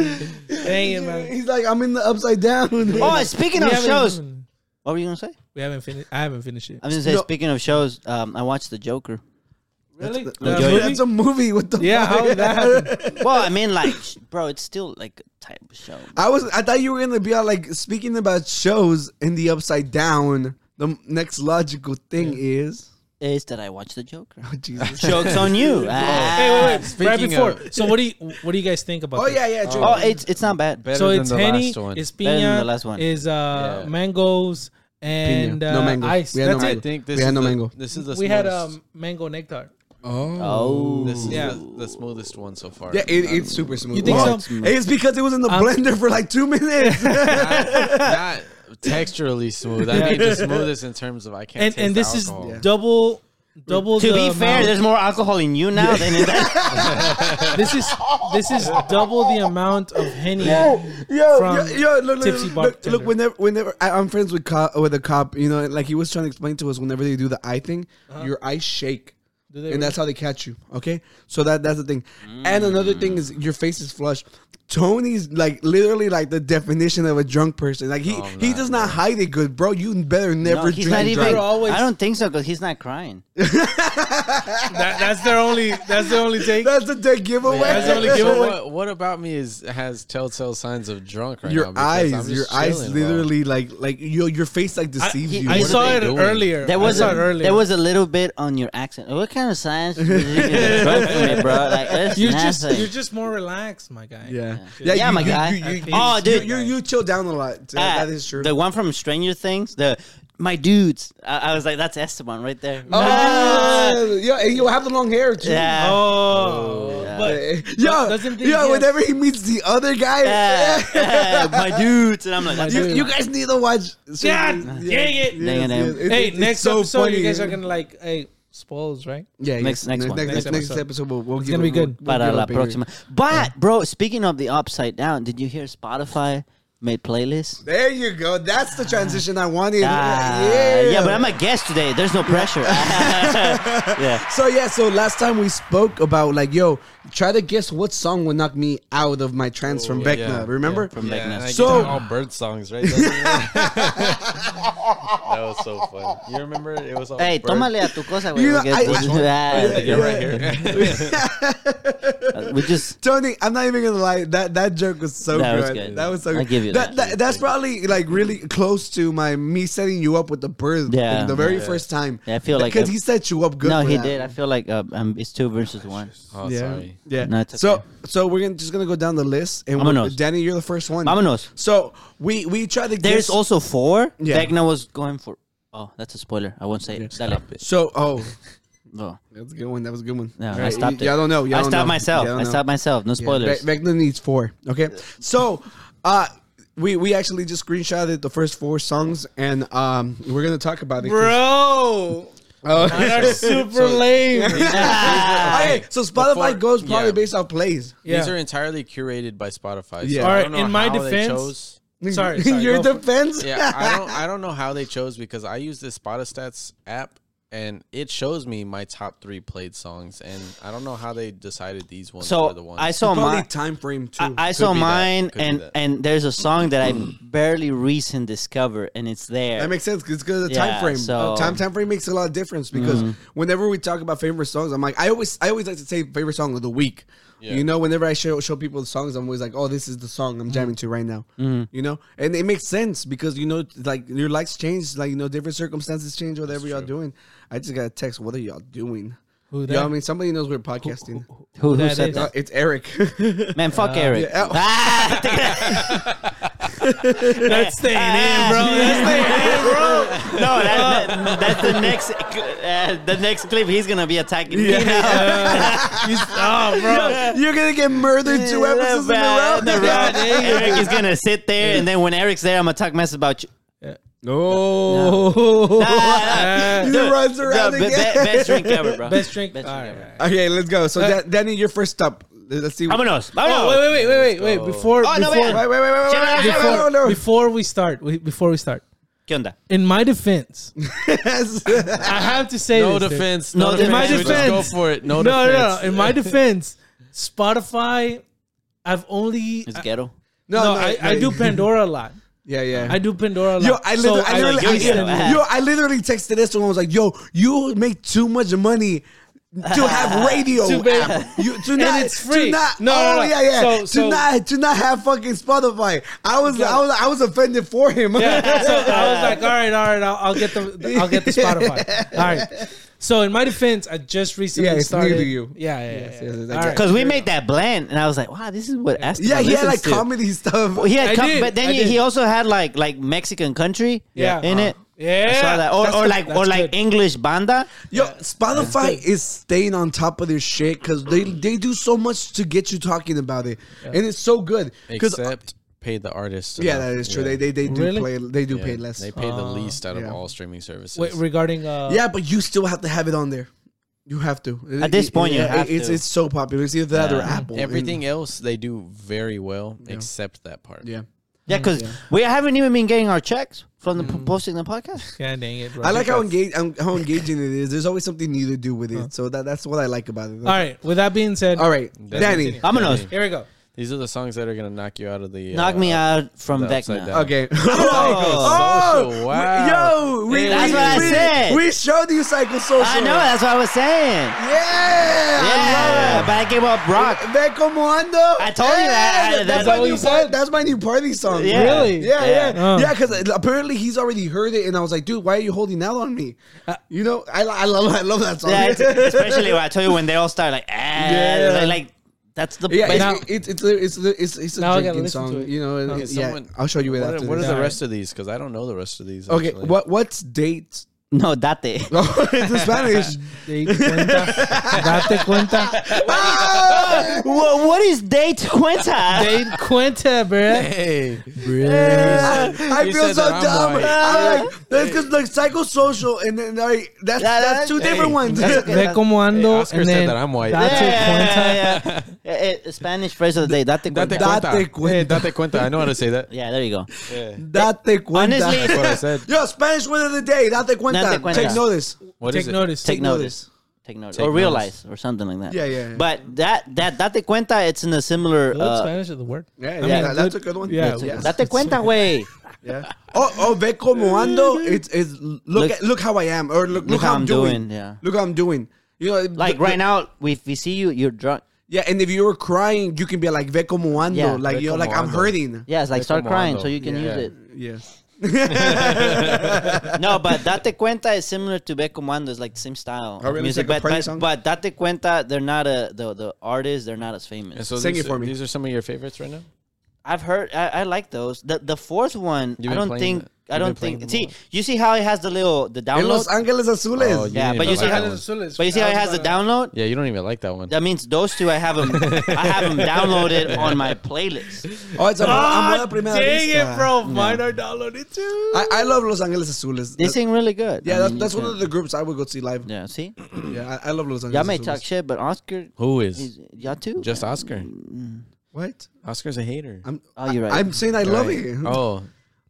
[SPEAKER 4] dang it, man.
[SPEAKER 5] He's like, I'm in the upside down.
[SPEAKER 2] Oh, speaking of
[SPEAKER 4] We haven't
[SPEAKER 2] shows,
[SPEAKER 4] even-
[SPEAKER 2] what were you gonna say?
[SPEAKER 4] we haven't finished. I haven't finished it.
[SPEAKER 2] I was gonna say,
[SPEAKER 5] No.
[SPEAKER 2] speaking of shows, um, I watched The Joker.
[SPEAKER 4] Really?
[SPEAKER 2] Enjoy
[SPEAKER 4] The
[SPEAKER 2] it.
[SPEAKER 4] movie?
[SPEAKER 5] That's a movie. What the
[SPEAKER 4] Yeah,
[SPEAKER 5] fuck?
[SPEAKER 4] how did that happen?
[SPEAKER 2] Well, I mean, like, sh- bro, it's still like a type of show.
[SPEAKER 5] I was. I thought you were gonna be all like speaking about shows in the upside down. The next logical thing is
[SPEAKER 2] Is that I watched The Joker?
[SPEAKER 5] Jesus.
[SPEAKER 2] Jokes on you. Ah.
[SPEAKER 4] Hey, Oh, wait, wait. right
[SPEAKER 6] Speaking
[SPEAKER 4] before.
[SPEAKER 6] of-
[SPEAKER 4] so what do you what do you guys think about?
[SPEAKER 5] Oh
[SPEAKER 4] this?
[SPEAKER 5] yeah, yeah. Joker.
[SPEAKER 2] Oh, it's it's not bad.
[SPEAKER 6] Better
[SPEAKER 4] So
[SPEAKER 6] than
[SPEAKER 4] it's
[SPEAKER 6] the
[SPEAKER 4] Henny,
[SPEAKER 6] last one.
[SPEAKER 4] it's
[SPEAKER 2] Better than
[SPEAKER 4] Pina,
[SPEAKER 2] the last one.
[SPEAKER 4] is uh,
[SPEAKER 6] Yeah.
[SPEAKER 4] mangoes and uh,
[SPEAKER 5] no mango.
[SPEAKER 4] ice.
[SPEAKER 5] We had no
[SPEAKER 4] That's
[SPEAKER 6] I
[SPEAKER 5] mango.
[SPEAKER 4] it.
[SPEAKER 6] think this
[SPEAKER 5] We had
[SPEAKER 6] is
[SPEAKER 5] no
[SPEAKER 6] the,
[SPEAKER 5] mango.
[SPEAKER 6] This is the
[SPEAKER 4] We had
[SPEAKER 6] smallest-
[SPEAKER 4] um, mango nectar.
[SPEAKER 2] Oh,
[SPEAKER 6] This is
[SPEAKER 4] Yeah.
[SPEAKER 6] the, the smoothest one so far.
[SPEAKER 5] Yeah, it, it's super smooth.
[SPEAKER 4] You think
[SPEAKER 5] What?
[SPEAKER 4] so?
[SPEAKER 5] It's because it was in the
[SPEAKER 4] Um,
[SPEAKER 5] blender for like two minutes.
[SPEAKER 6] not texturally smooth. I mean, the smoothest in terms of I can't.
[SPEAKER 4] And
[SPEAKER 6] taste
[SPEAKER 4] and
[SPEAKER 6] the
[SPEAKER 4] this is
[SPEAKER 6] alcohol.
[SPEAKER 4] double double.
[SPEAKER 2] To
[SPEAKER 4] the
[SPEAKER 2] be fair,
[SPEAKER 4] amount-
[SPEAKER 2] there's more alcohol in you now than in that.
[SPEAKER 4] this is this is double the amount of henny.
[SPEAKER 5] yo,
[SPEAKER 4] From
[SPEAKER 5] yo, yo, look, look,
[SPEAKER 4] Tipsy
[SPEAKER 5] look, look,
[SPEAKER 4] Bartender.
[SPEAKER 5] look, whenever, whenever I, I'm friends with cop, with a cop, you know, like he was trying to explain to us, whenever they do the eye thing,
[SPEAKER 4] Uh-huh.
[SPEAKER 5] your eyes shake,
[SPEAKER 4] Do
[SPEAKER 5] and
[SPEAKER 4] they
[SPEAKER 5] that's how they catch you. Okay, so that that's the thing. And another thing is your face is flushed. Tony's like literally like the definition of a drunk person. Like he he does not hide it good, bro. You better never
[SPEAKER 2] No, he's
[SPEAKER 5] drink
[SPEAKER 2] not even.
[SPEAKER 5] drunk.
[SPEAKER 4] always-
[SPEAKER 2] I don't think so because he's not crying.
[SPEAKER 4] That, that's their only. That's their only take.
[SPEAKER 5] That's the dead giveaway.
[SPEAKER 4] That's the only
[SPEAKER 6] So
[SPEAKER 4] giveaway.
[SPEAKER 6] what, what about me is has telltale signs of drunk right now?
[SPEAKER 5] Your
[SPEAKER 6] because I'm
[SPEAKER 5] eyes,
[SPEAKER 6] just
[SPEAKER 5] your eyes,
[SPEAKER 6] chilling, bro.
[SPEAKER 5] literally like like your your face like deceives
[SPEAKER 2] he-
[SPEAKER 5] you.
[SPEAKER 4] I
[SPEAKER 6] What are
[SPEAKER 4] saw
[SPEAKER 6] they
[SPEAKER 4] it
[SPEAKER 6] doing?
[SPEAKER 4] earlier.
[SPEAKER 2] There was
[SPEAKER 4] I saw it
[SPEAKER 2] a,
[SPEAKER 4] earlier.
[SPEAKER 2] there was a little bit on your accent. What kind of science was you doing, bro? Like, it's
[SPEAKER 4] You're just
[SPEAKER 2] nothing.
[SPEAKER 4] you're just more relaxed, my guy.
[SPEAKER 5] Yeah.
[SPEAKER 2] Yeah,
[SPEAKER 5] you-
[SPEAKER 2] my
[SPEAKER 5] you-
[SPEAKER 2] guy.
[SPEAKER 5] you- you-
[SPEAKER 2] Oh,
[SPEAKER 5] you-
[SPEAKER 2] dude.
[SPEAKER 5] You, you chill down a lot. so
[SPEAKER 2] Ah,
[SPEAKER 5] that is true.
[SPEAKER 2] The one from Stranger Things, the my dudes. I, I was like, that's Esteban right there.
[SPEAKER 5] Ah, Oh, yeah, and you'll have the long hair too.
[SPEAKER 2] Yeah.
[SPEAKER 4] Oh,
[SPEAKER 5] Yeah,
[SPEAKER 4] doesn't he
[SPEAKER 5] yeah.
[SPEAKER 4] have-
[SPEAKER 5] Whenever he meets the other guy,
[SPEAKER 2] Yeah. Yeah, my dudes, and I'm like, that's
[SPEAKER 5] you,
[SPEAKER 2] Esteban.
[SPEAKER 5] you guys need to watch.
[SPEAKER 4] God dang it.
[SPEAKER 2] Dang it, dang it.
[SPEAKER 5] It's-
[SPEAKER 4] hey,
[SPEAKER 5] it's- it's
[SPEAKER 4] next
[SPEAKER 5] so
[SPEAKER 4] episode,
[SPEAKER 5] funny.
[SPEAKER 4] you guys are gonna like, hey, spoils, right?
[SPEAKER 5] Yeah,
[SPEAKER 2] Next-
[SPEAKER 5] yes.
[SPEAKER 2] next
[SPEAKER 5] next,
[SPEAKER 2] one.
[SPEAKER 5] next,
[SPEAKER 4] Next
[SPEAKER 5] next
[SPEAKER 4] episode.
[SPEAKER 5] episode, we'll, we'll it's
[SPEAKER 4] gonna be good.
[SPEAKER 2] para la próxima. But, bro, speaking of the upside down, did you hear Spotify made playlists?
[SPEAKER 5] There you go. That's the transition I wanted.
[SPEAKER 2] Ah,
[SPEAKER 5] yeah.
[SPEAKER 2] yeah, but I'm a guest today. There's no pressure. yeah.
[SPEAKER 5] So yeah, so last time we spoke about like, yo, try to guess what song would knock me out of my trance from Vecna.
[SPEAKER 6] Oh, yeah,
[SPEAKER 5] remember?
[SPEAKER 2] From
[SPEAKER 6] Yeah, and I
[SPEAKER 2] Magnus.
[SPEAKER 6] get
[SPEAKER 5] So-
[SPEAKER 6] to all bird songs, right? That's- that was so fun. You remember it was all.
[SPEAKER 2] Hey,
[SPEAKER 6] bird-
[SPEAKER 2] tómale a tu cosa,
[SPEAKER 5] You
[SPEAKER 2] güey.
[SPEAKER 5] know,
[SPEAKER 2] porque-
[SPEAKER 5] I- Which one?
[SPEAKER 2] Ah,
[SPEAKER 6] You're right here.
[SPEAKER 2] We just
[SPEAKER 5] Tony, I'm not even gonna lie. That that joke was so
[SPEAKER 2] That
[SPEAKER 5] good.
[SPEAKER 2] was good.
[SPEAKER 5] That was so.
[SPEAKER 2] I'll give you that.
[SPEAKER 5] That's probably like really close to my me setting you up with the bird.
[SPEAKER 2] Yeah.
[SPEAKER 5] thing the very first time.
[SPEAKER 2] Yeah, I feel like
[SPEAKER 5] because
[SPEAKER 2] I-
[SPEAKER 5] he set you up good.
[SPEAKER 2] no,
[SPEAKER 5] for
[SPEAKER 2] he
[SPEAKER 5] that.
[SPEAKER 2] did. I feel like uh, um, it's two versus one.
[SPEAKER 6] Oh,
[SPEAKER 5] yeah,
[SPEAKER 6] sorry.
[SPEAKER 5] yeah.
[SPEAKER 2] No, it's
[SPEAKER 5] So
[SPEAKER 2] okay.
[SPEAKER 5] so we're gonna, just gonna go down the list and
[SPEAKER 2] Vámonos.
[SPEAKER 5] we'll- Danny, you're the first one.
[SPEAKER 2] Vámonos.
[SPEAKER 5] So we we try to
[SPEAKER 2] There's
[SPEAKER 5] guess.
[SPEAKER 2] also four.
[SPEAKER 5] Yeah.
[SPEAKER 2] Vecna was going for. Oh, that's a spoiler. I won't say it. Dale.
[SPEAKER 5] so oh,
[SPEAKER 2] No,
[SPEAKER 5] that's a good one. That was a good one.
[SPEAKER 2] no
[SPEAKER 5] All
[SPEAKER 2] I
[SPEAKER 5] right,
[SPEAKER 2] stopped
[SPEAKER 5] y- Y'all
[SPEAKER 2] it.
[SPEAKER 5] don't know. Y'all
[SPEAKER 2] I
[SPEAKER 5] don't
[SPEAKER 2] stopped
[SPEAKER 5] know.
[SPEAKER 2] myself.
[SPEAKER 5] Y'all don't
[SPEAKER 2] I
[SPEAKER 5] know.
[SPEAKER 2] stopped myself. No
[SPEAKER 5] Yeah,
[SPEAKER 2] spoilers.
[SPEAKER 5] Ve- Vecna needs four. Okay, so uh, we we actually just screenshotted the first four songs, and um, we're gonna talk about it. 'cause-
[SPEAKER 4] Bro,
[SPEAKER 5] Uh,
[SPEAKER 4] they're super lame.
[SPEAKER 5] okay, Ah! so Spotify
[SPEAKER 6] Before-
[SPEAKER 5] goes probably
[SPEAKER 6] yeah.
[SPEAKER 5] based off plays.
[SPEAKER 4] Yeah.
[SPEAKER 6] These are entirely curated by Spotify. So
[SPEAKER 5] Yeah.
[SPEAKER 6] I
[SPEAKER 4] All right,
[SPEAKER 6] don't know
[SPEAKER 4] in my
[SPEAKER 6] how they
[SPEAKER 4] defense-
[SPEAKER 6] chose-
[SPEAKER 4] Sorry, sorry,
[SPEAKER 5] your
[SPEAKER 4] go for it.
[SPEAKER 5] defense.
[SPEAKER 6] yeah, I don't. I don't know how they chose because I use this Spotistats app
[SPEAKER 3] and it shows me my top three played songs, and I don't know how they decided these ones
[SPEAKER 2] So,
[SPEAKER 3] were the ones.
[SPEAKER 2] I saw Probably mine-
[SPEAKER 5] time frame too.
[SPEAKER 2] I, Oh, I
[SPEAKER 3] Could
[SPEAKER 2] saw
[SPEAKER 3] be that.
[SPEAKER 2] mine,
[SPEAKER 3] Could be
[SPEAKER 2] and
[SPEAKER 3] that.
[SPEAKER 2] and there's a song that I barely recent discovered, and it's there.
[SPEAKER 5] That makes sense because the
[SPEAKER 2] Yeah,
[SPEAKER 5] time frame. Uh,
[SPEAKER 2] so- Mm-hmm.
[SPEAKER 5] time time frame makes a lot of difference because whenever we talk about favorite songs, I'm like I always I always like to say favorite song of the week. You know, whenever I show show people the songs, I'm always like, oh, this is the song
[SPEAKER 2] Mm-hmm.
[SPEAKER 5] I'm jamming to right now. You know, and it makes sense because you know, like your likes change, like you know, different circumstances change, whatever y'all doing. I just got a text. What are y'all doing?
[SPEAKER 4] Who
[SPEAKER 5] You
[SPEAKER 4] that?
[SPEAKER 5] know what I mean? Somebody knows we're podcasting.
[SPEAKER 2] who who
[SPEAKER 4] That
[SPEAKER 2] said
[SPEAKER 4] is-
[SPEAKER 5] No,
[SPEAKER 2] that?
[SPEAKER 5] it's Eric.
[SPEAKER 2] Man, fuck Eric.
[SPEAKER 5] Yeah, oh.
[SPEAKER 2] Ah, take it out.
[SPEAKER 4] That's staying in, bro. That's staying in, bro.
[SPEAKER 2] no, that, that- that's the next uh, the next clip. He's gonna be attacking me now.
[SPEAKER 4] He's, oh, bro.
[SPEAKER 5] You're gonna get murdered two episodes in a
[SPEAKER 2] In
[SPEAKER 5] row.
[SPEAKER 2] a row. Eric is gonna sit there, and then when Eric's there, I'm gonna talk mess about you.
[SPEAKER 5] No.
[SPEAKER 2] Ah,
[SPEAKER 5] He
[SPEAKER 2] dude,
[SPEAKER 5] runs around
[SPEAKER 2] the be- be-
[SPEAKER 5] again.
[SPEAKER 2] best drink ever, bro.
[SPEAKER 4] Best Uh, drink. All
[SPEAKER 2] ever.
[SPEAKER 4] right.
[SPEAKER 5] Okay, let's go. So,
[SPEAKER 4] Uh,
[SPEAKER 5] Da- Danny, your first up. Let's see.
[SPEAKER 2] Vámonos,
[SPEAKER 4] Oh,
[SPEAKER 2] vámonos.
[SPEAKER 4] wait, wait, wait, wait, wait. Before,
[SPEAKER 2] Oh, no,
[SPEAKER 4] before,
[SPEAKER 5] Wait, wait,
[SPEAKER 2] wait.
[SPEAKER 5] wait, wait, wait, wait, wait,
[SPEAKER 4] before,
[SPEAKER 5] no, no, no.
[SPEAKER 4] before we start, we, before we start,
[SPEAKER 2] ¿Qué onda?
[SPEAKER 4] in my defense, I have to say,
[SPEAKER 6] No
[SPEAKER 4] this, dude.
[SPEAKER 6] defense.
[SPEAKER 2] No
[SPEAKER 6] No,
[SPEAKER 2] defense.
[SPEAKER 6] defense.
[SPEAKER 4] In my
[SPEAKER 6] Just
[SPEAKER 4] defense,
[SPEAKER 6] go for it. No,
[SPEAKER 4] no,
[SPEAKER 6] defense.
[SPEAKER 4] no, no. In my defense, Spotify, I've only
[SPEAKER 2] It's
[SPEAKER 4] I-
[SPEAKER 2] ghetto.
[SPEAKER 4] no, I, I do Pandora a lot.
[SPEAKER 5] Yeah, yeah.
[SPEAKER 4] I do Pandora a lot.
[SPEAKER 5] Yo, I
[SPEAKER 4] So
[SPEAKER 5] literally, I literally,
[SPEAKER 2] you're
[SPEAKER 5] I
[SPEAKER 2] ghetto.
[SPEAKER 5] literally- yo, I literally texted this one. I was like, "Yo, you make too much money to have radio.
[SPEAKER 4] To be-
[SPEAKER 5] app. You, to not,
[SPEAKER 4] it's free.
[SPEAKER 5] To not,
[SPEAKER 4] No,
[SPEAKER 5] oh
[SPEAKER 4] no, no.
[SPEAKER 5] yeah, yeah.
[SPEAKER 4] So-
[SPEAKER 5] to
[SPEAKER 4] so-
[SPEAKER 5] not, to not have fucking Spotify. I was, I was, I was offended for him.
[SPEAKER 4] yeah. So I was like, all right, all right, I'll, I'll get the I'll get the Spotify. All right. So in my defense, I just recently
[SPEAKER 5] Yeah, it's new to
[SPEAKER 4] started.
[SPEAKER 5] you.
[SPEAKER 4] Yeah, yeah, yeah. yeah.
[SPEAKER 5] yes, yes,
[SPEAKER 4] All right.
[SPEAKER 2] Because we made that blend, and I was like, wow, this is what Aston.
[SPEAKER 5] yeah, he had like
[SPEAKER 2] listens to.
[SPEAKER 5] comedy stuff.
[SPEAKER 2] Well, he had,
[SPEAKER 4] I
[SPEAKER 2] com-
[SPEAKER 4] did,
[SPEAKER 2] but then
[SPEAKER 4] I
[SPEAKER 2] he,
[SPEAKER 4] did.
[SPEAKER 2] he also had like like Mexican country,
[SPEAKER 4] Yeah. Uh-huh.
[SPEAKER 2] in it.
[SPEAKER 4] Yeah.
[SPEAKER 2] I saw that. Or,
[SPEAKER 4] That's
[SPEAKER 2] or
[SPEAKER 4] good.
[SPEAKER 2] like or
[SPEAKER 4] That's
[SPEAKER 2] like
[SPEAKER 4] good.
[SPEAKER 2] English banda.
[SPEAKER 5] Yo, Spotify is staying on top of their shit because they they do so much to get you talking about it, and it's so good. Because
[SPEAKER 6] Except paid the artist.
[SPEAKER 5] yeah,
[SPEAKER 6] enough.
[SPEAKER 5] that is true.
[SPEAKER 6] Yeah.
[SPEAKER 5] They they they do
[SPEAKER 4] Really?
[SPEAKER 5] play they do pay
[SPEAKER 6] Yeah.
[SPEAKER 5] less.
[SPEAKER 6] They paid the least out of
[SPEAKER 5] yeah.
[SPEAKER 6] all streaming services.
[SPEAKER 4] Wait, regarding uh,
[SPEAKER 5] yeah, but you still have to have it on there. You have to
[SPEAKER 2] At this point, you have
[SPEAKER 5] it's
[SPEAKER 2] to.
[SPEAKER 5] it's so popular. It's either that or Apple.
[SPEAKER 6] Everything else they do very well except that part.
[SPEAKER 5] And- Mm. yeah.
[SPEAKER 4] Mm,
[SPEAKER 2] Yeah, because we haven't even been getting our checks from the p- posting the podcast.
[SPEAKER 4] God dang it, bro.
[SPEAKER 5] I like how engage um, how engaging it is. There's always something new to do with it, so that that's what I like about it.
[SPEAKER 4] All right. With that being said,
[SPEAKER 5] all right, Danny.
[SPEAKER 2] I'm gonna
[SPEAKER 4] Here we go.
[SPEAKER 6] These are the songs that are gonna knock you out of the
[SPEAKER 2] knock
[SPEAKER 6] uh,
[SPEAKER 2] me out from
[SPEAKER 6] the upside
[SPEAKER 2] Vecna.
[SPEAKER 6] down.
[SPEAKER 5] Okay. Oh,
[SPEAKER 6] social,
[SPEAKER 5] we-
[SPEAKER 6] wow.
[SPEAKER 5] Yo, we,
[SPEAKER 2] That's
[SPEAKER 5] we,
[SPEAKER 2] what I
[SPEAKER 5] we,
[SPEAKER 2] said.
[SPEAKER 5] We showed you psychosocial.
[SPEAKER 2] I know that's what I was saying. Yeah,
[SPEAKER 5] Yeah, I
[SPEAKER 2] but I gave
[SPEAKER 5] love
[SPEAKER 2] up rock.
[SPEAKER 5] it. Ve como ando.
[SPEAKER 2] I told you that. I- that's
[SPEAKER 5] that's,
[SPEAKER 2] all
[SPEAKER 5] my
[SPEAKER 2] you
[SPEAKER 5] new part, that's my new party song.
[SPEAKER 2] Yeah.
[SPEAKER 4] Really? Oh.
[SPEAKER 5] Yeah, yeah,
[SPEAKER 4] Yeah.
[SPEAKER 5] yeah. Because apparently he's already heard it, and I was like, dude, why are you holding out on me?
[SPEAKER 4] Uh,
[SPEAKER 5] You know, I, I love, I love that song.
[SPEAKER 2] Yeah, it's- especially when I tell you when they all start like, ah,
[SPEAKER 5] Yeah.
[SPEAKER 2] like, like, that's the
[SPEAKER 5] Yeah,
[SPEAKER 2] best.
[SPEAKER 4] now-
[SPEAKER 5] it's, it's, it's, a- it's, a- it's, it's a
[SPEAKER 4] Now I gotta
[SPEAKER 5] drinking
[SPEAKER 4] listen to
[SPEAKER 5] song,
[SPEAKER 4] it.
[SPEAKER 5] you know. And
[SPEAKER 6] Okay,
[SPEAKER 5] it- yeah,
[SPEAKER 6] someone-
[SPEAKER 5] I'll show you it
[SPEAKER 6] What,
[SPEAKER 5] after
[SPEAKER 6] what
[SPEAKER 5] this.
[SPEAKER 6] are the
[SPEAKER 4] Alright.
[SPEAKER 6] rest of these? Because I don't know the rest of these.
[SPEAKER 5] Okay,
[SPEAKER 6] actually.
[SPEAKER 5] what what's date?
[SPEAKER 2] No, date.
[SPEAKER 5] Oh, it's in Spanish.
[SPEAKER 4] Date cuenta. Date cuenta.
[SPEAKER 5] Ah!
[SPEAKER 2] Wha- what is date cuenta?
[SPEAKER 4] Date cuenta, bruh.
[SPEAKER 6] Hey,
[SPEAKER 5] Ah! Yeah. I
[SPEAKER 6] You
[SPEAKER 5] feel
[SPEAKER 6] said
[SPEAKER 5] so
[SPEAKER 6] that I'm
[SPEAKER 5] dumb.
[SPEAKER 6] white.
[SPEAKER 2] Ah.
[SPEAKER 5] I'm like, that's because like psychosocial and then like that's
[SPEAKER 2] Yeah,
[SPEAKER 5] that's two
[SPEAKER 2] that's-
[SPEAKER 5] different
[SPEAKER 2] hey,
[SPEAKER 5] ones.
[SPEAKER 2] that's okay.
[SPEAKER 4] Ve como ando.
[SPEAKER 6] Hey, Oscar
[SPEAKER 4] and
[SPEAKER 6] said
[SPEAKER 4] then
[SPEAKER 6] that I'm white.
[SPEAKER 4] Date
[SPEAKER 2] yeah,
[SPEAKER 4] cuenta.
[SPEAKER 2] yeah, yeah, yeah. Eh, eh, Spanish phrase of the day, date
[SPEAKER 6] Date
[SPEAKER 2] cuenta.
[SPEAKER 6] cuenta.
[SPEAKER 5] Date cuenta.
[SPEAKER 6] Hey, date cuenta. I know how to say that.
[SPEAKER 2] Yeah, there you go.
[SPEAKER 5] Date cuenta.
[SPEAKER 2] Honestly- That's
[SPEAKER 6] what I said.
[SPEAKER 5] Yo, Spanish word of the day. Date cuenta.
[SPEAKER 2] Date cuenta.
[SPEAKER 5] Take notice.
[SPEAKER 6] What is
[SPEAKER 4] Take notice.
[SPEAKER 2] Take notice.
[SPEAKER 5] notice.
[SPEAKER 2] Take notice.
[SPEAKER 6] Take
[SPEAKER 2] or
[SPEAKER 6] notice.
[SPEAKER 2] realize or something like that.
[SPEAKER 5] Yeah, yeah, yeah.
[SPEAKER 2] But that that date cuenta, it's in a similar
[SPEAKER 4] Good
[SPEAKER 2] uh,
[SPEAKER 4] Spanish is the word.
[SPEAKER 5] Yeah,
[SPEAKER 2] Yeah.
[SPEAKER 5] yeah, that- that's a good one.
[SPEAKER 4] Yeah.
[SPEAKER 5] yes.
[SPEAKER 2] date cuenta, way.
[SPEAKER 5] yeah. Oh, oh, ve como ando. It's it's look
[SPEAKER 2] Look-
[SPEAKER 5] look, at, look how I am or look, look, how I'm doing.
[SPEAKER 2] yeah.
[SPEAKER 5] Look how I'm doing. You know,
[SPEAKER 2] Like
[SPEAKER 5] th-
[SPEAKER 2] right now, if we see you, you're drunk.
[SPEAKER 5] Yeah, and if you were crying, you can be like ve como ando.
[SPEAKER 2] Yeah.
[SPEAKER 5] like
[SPEAKER 6] Ve
[SPEAKER 5] you know, like
[SPEAKER 6] como
[SPEAKER 5] I'm
[SPEAKER 6] ando.
[SPEAKER 5] hurting.
[SPEAKER 2] Yeah, it's like start
[SPEAKER 6] como
[SPEAKER 2] crying
[SPEAKER 6] ando.
[SPEAKER 2] so you can
[SPEAKER 6] Yeah.
[SPEAKER 2] use
[SPEAKER 5] Yes.
[SPEAKER 2] it. No, but date cuenta is similar to Be Comando. It's like the same style
[SPEAKER 5] Oh,
[SPEAKER 2] of
[SPEAKER 5] really? It's
[SPEAKER 2] music.
[SPEAKER 5] like a
[SPEAKER 2] but,
[SPEAKER 5] party
[SPEAKER 2] but,
[SPEAKER 5] song?
[SPEAKER 2] but date cuenta, they're not a the the artists. They're not as famous.
[SPEAKER 6] And so
[SPEAKER 5] Sing
[SPEAKER 6] these,
[SPEAKER 5] it for me.
[SPEAKER 6] These are some of your favorites right now.
[SPEAKER 2] I've heard. I, I like those. The the fourth one.
[SPEAKER 6] You've
[SPEAKER 2] I
[SPEAKER 6] been
[SPEAKER 2] don't
[SPEAKER 6] playing
[SPEAKER 2] think.
[SPEAKER 6] that.
[SPEAKER 2] I
[SPEAKER 6] You've been
[SPEAKER 2] don't
[SPEAKER 6] playing
[SPEAKER 2] think.
[SPEAKER 6] them
[SPEAKER 2] See,
[SPEAKER 6] a lot.
[SPEAKER 2] you see how it has the little the
[SPEAKER 5] En
[SPEAKER 2] download.
[SPEAKER 5] Los Angeles Azules.
[SPEAKER 6] Oh, you
[SPEAKER 2] yeah,
[SPEAKER 6] didn't
[SPEAKER 2] but
[SPEAKER 6] even
[SPEAKER 2] you see
[SPEAKER 6] like
[SPEAKER 2] how.
[SPEAKER 6] that one.
[SPEAKER 2] But you see how it has the download.
[SPEAKER 6] Yeah, you don't even like that one.
[SPEAKER 2] That means those two. I have them. I have them downloaded on my playlist.
[SPEAKER 5] Oh, it's a
[SPEAKER 4] Ah,
[SPEAKER 5] I'm
[SPEAKER 4] dang
[SPEAKER 5] primera vista.
[SPEAKER 4] it, bro. Mine are downloaded too.
[SPEAKER 5] I, I love Los Angeles Azules.
[SPEAKER 2] They
[SPEAKER 5] That-
[SPEAKER 2] sing really good.
[SPEAKER 5] yeah,
[SPEAKER 2] I
[SPEAKER 5] that's,
[SPEAKER 2] mean,
[SPEAKER 5] that's
[SPEAKER 2] you
[SPEAKER 5] one of
[SPEAKER 2] can-
[SPEAKER 5] the groups I would go see live. Yeah,
[SPEAKER 2] Yeah, see,
[SPEAKER 5] I, I love Los Angeles.
[SPEAKER 2] y'all may
[SPEAKER 5] Azules.
[SPEAKER 2] talk shit, but Oscar,
[SPEAKER 6] Who is?
[SPEAKER 2] is, y'all too.
[SPEAKER 6] Just Oscar.
[SPEAKER 5] What?
[SPEAKER 6] Oscar's a hater.
[SPEAKER 5] I'm.
[SPEAKER 2] Oh, you're right.
[SPEAKER 5] I'm saying I love
[SPEAKER 6] Right.
[SPEAKER 5] it. Uh,
[SPEAKER 6] Oh,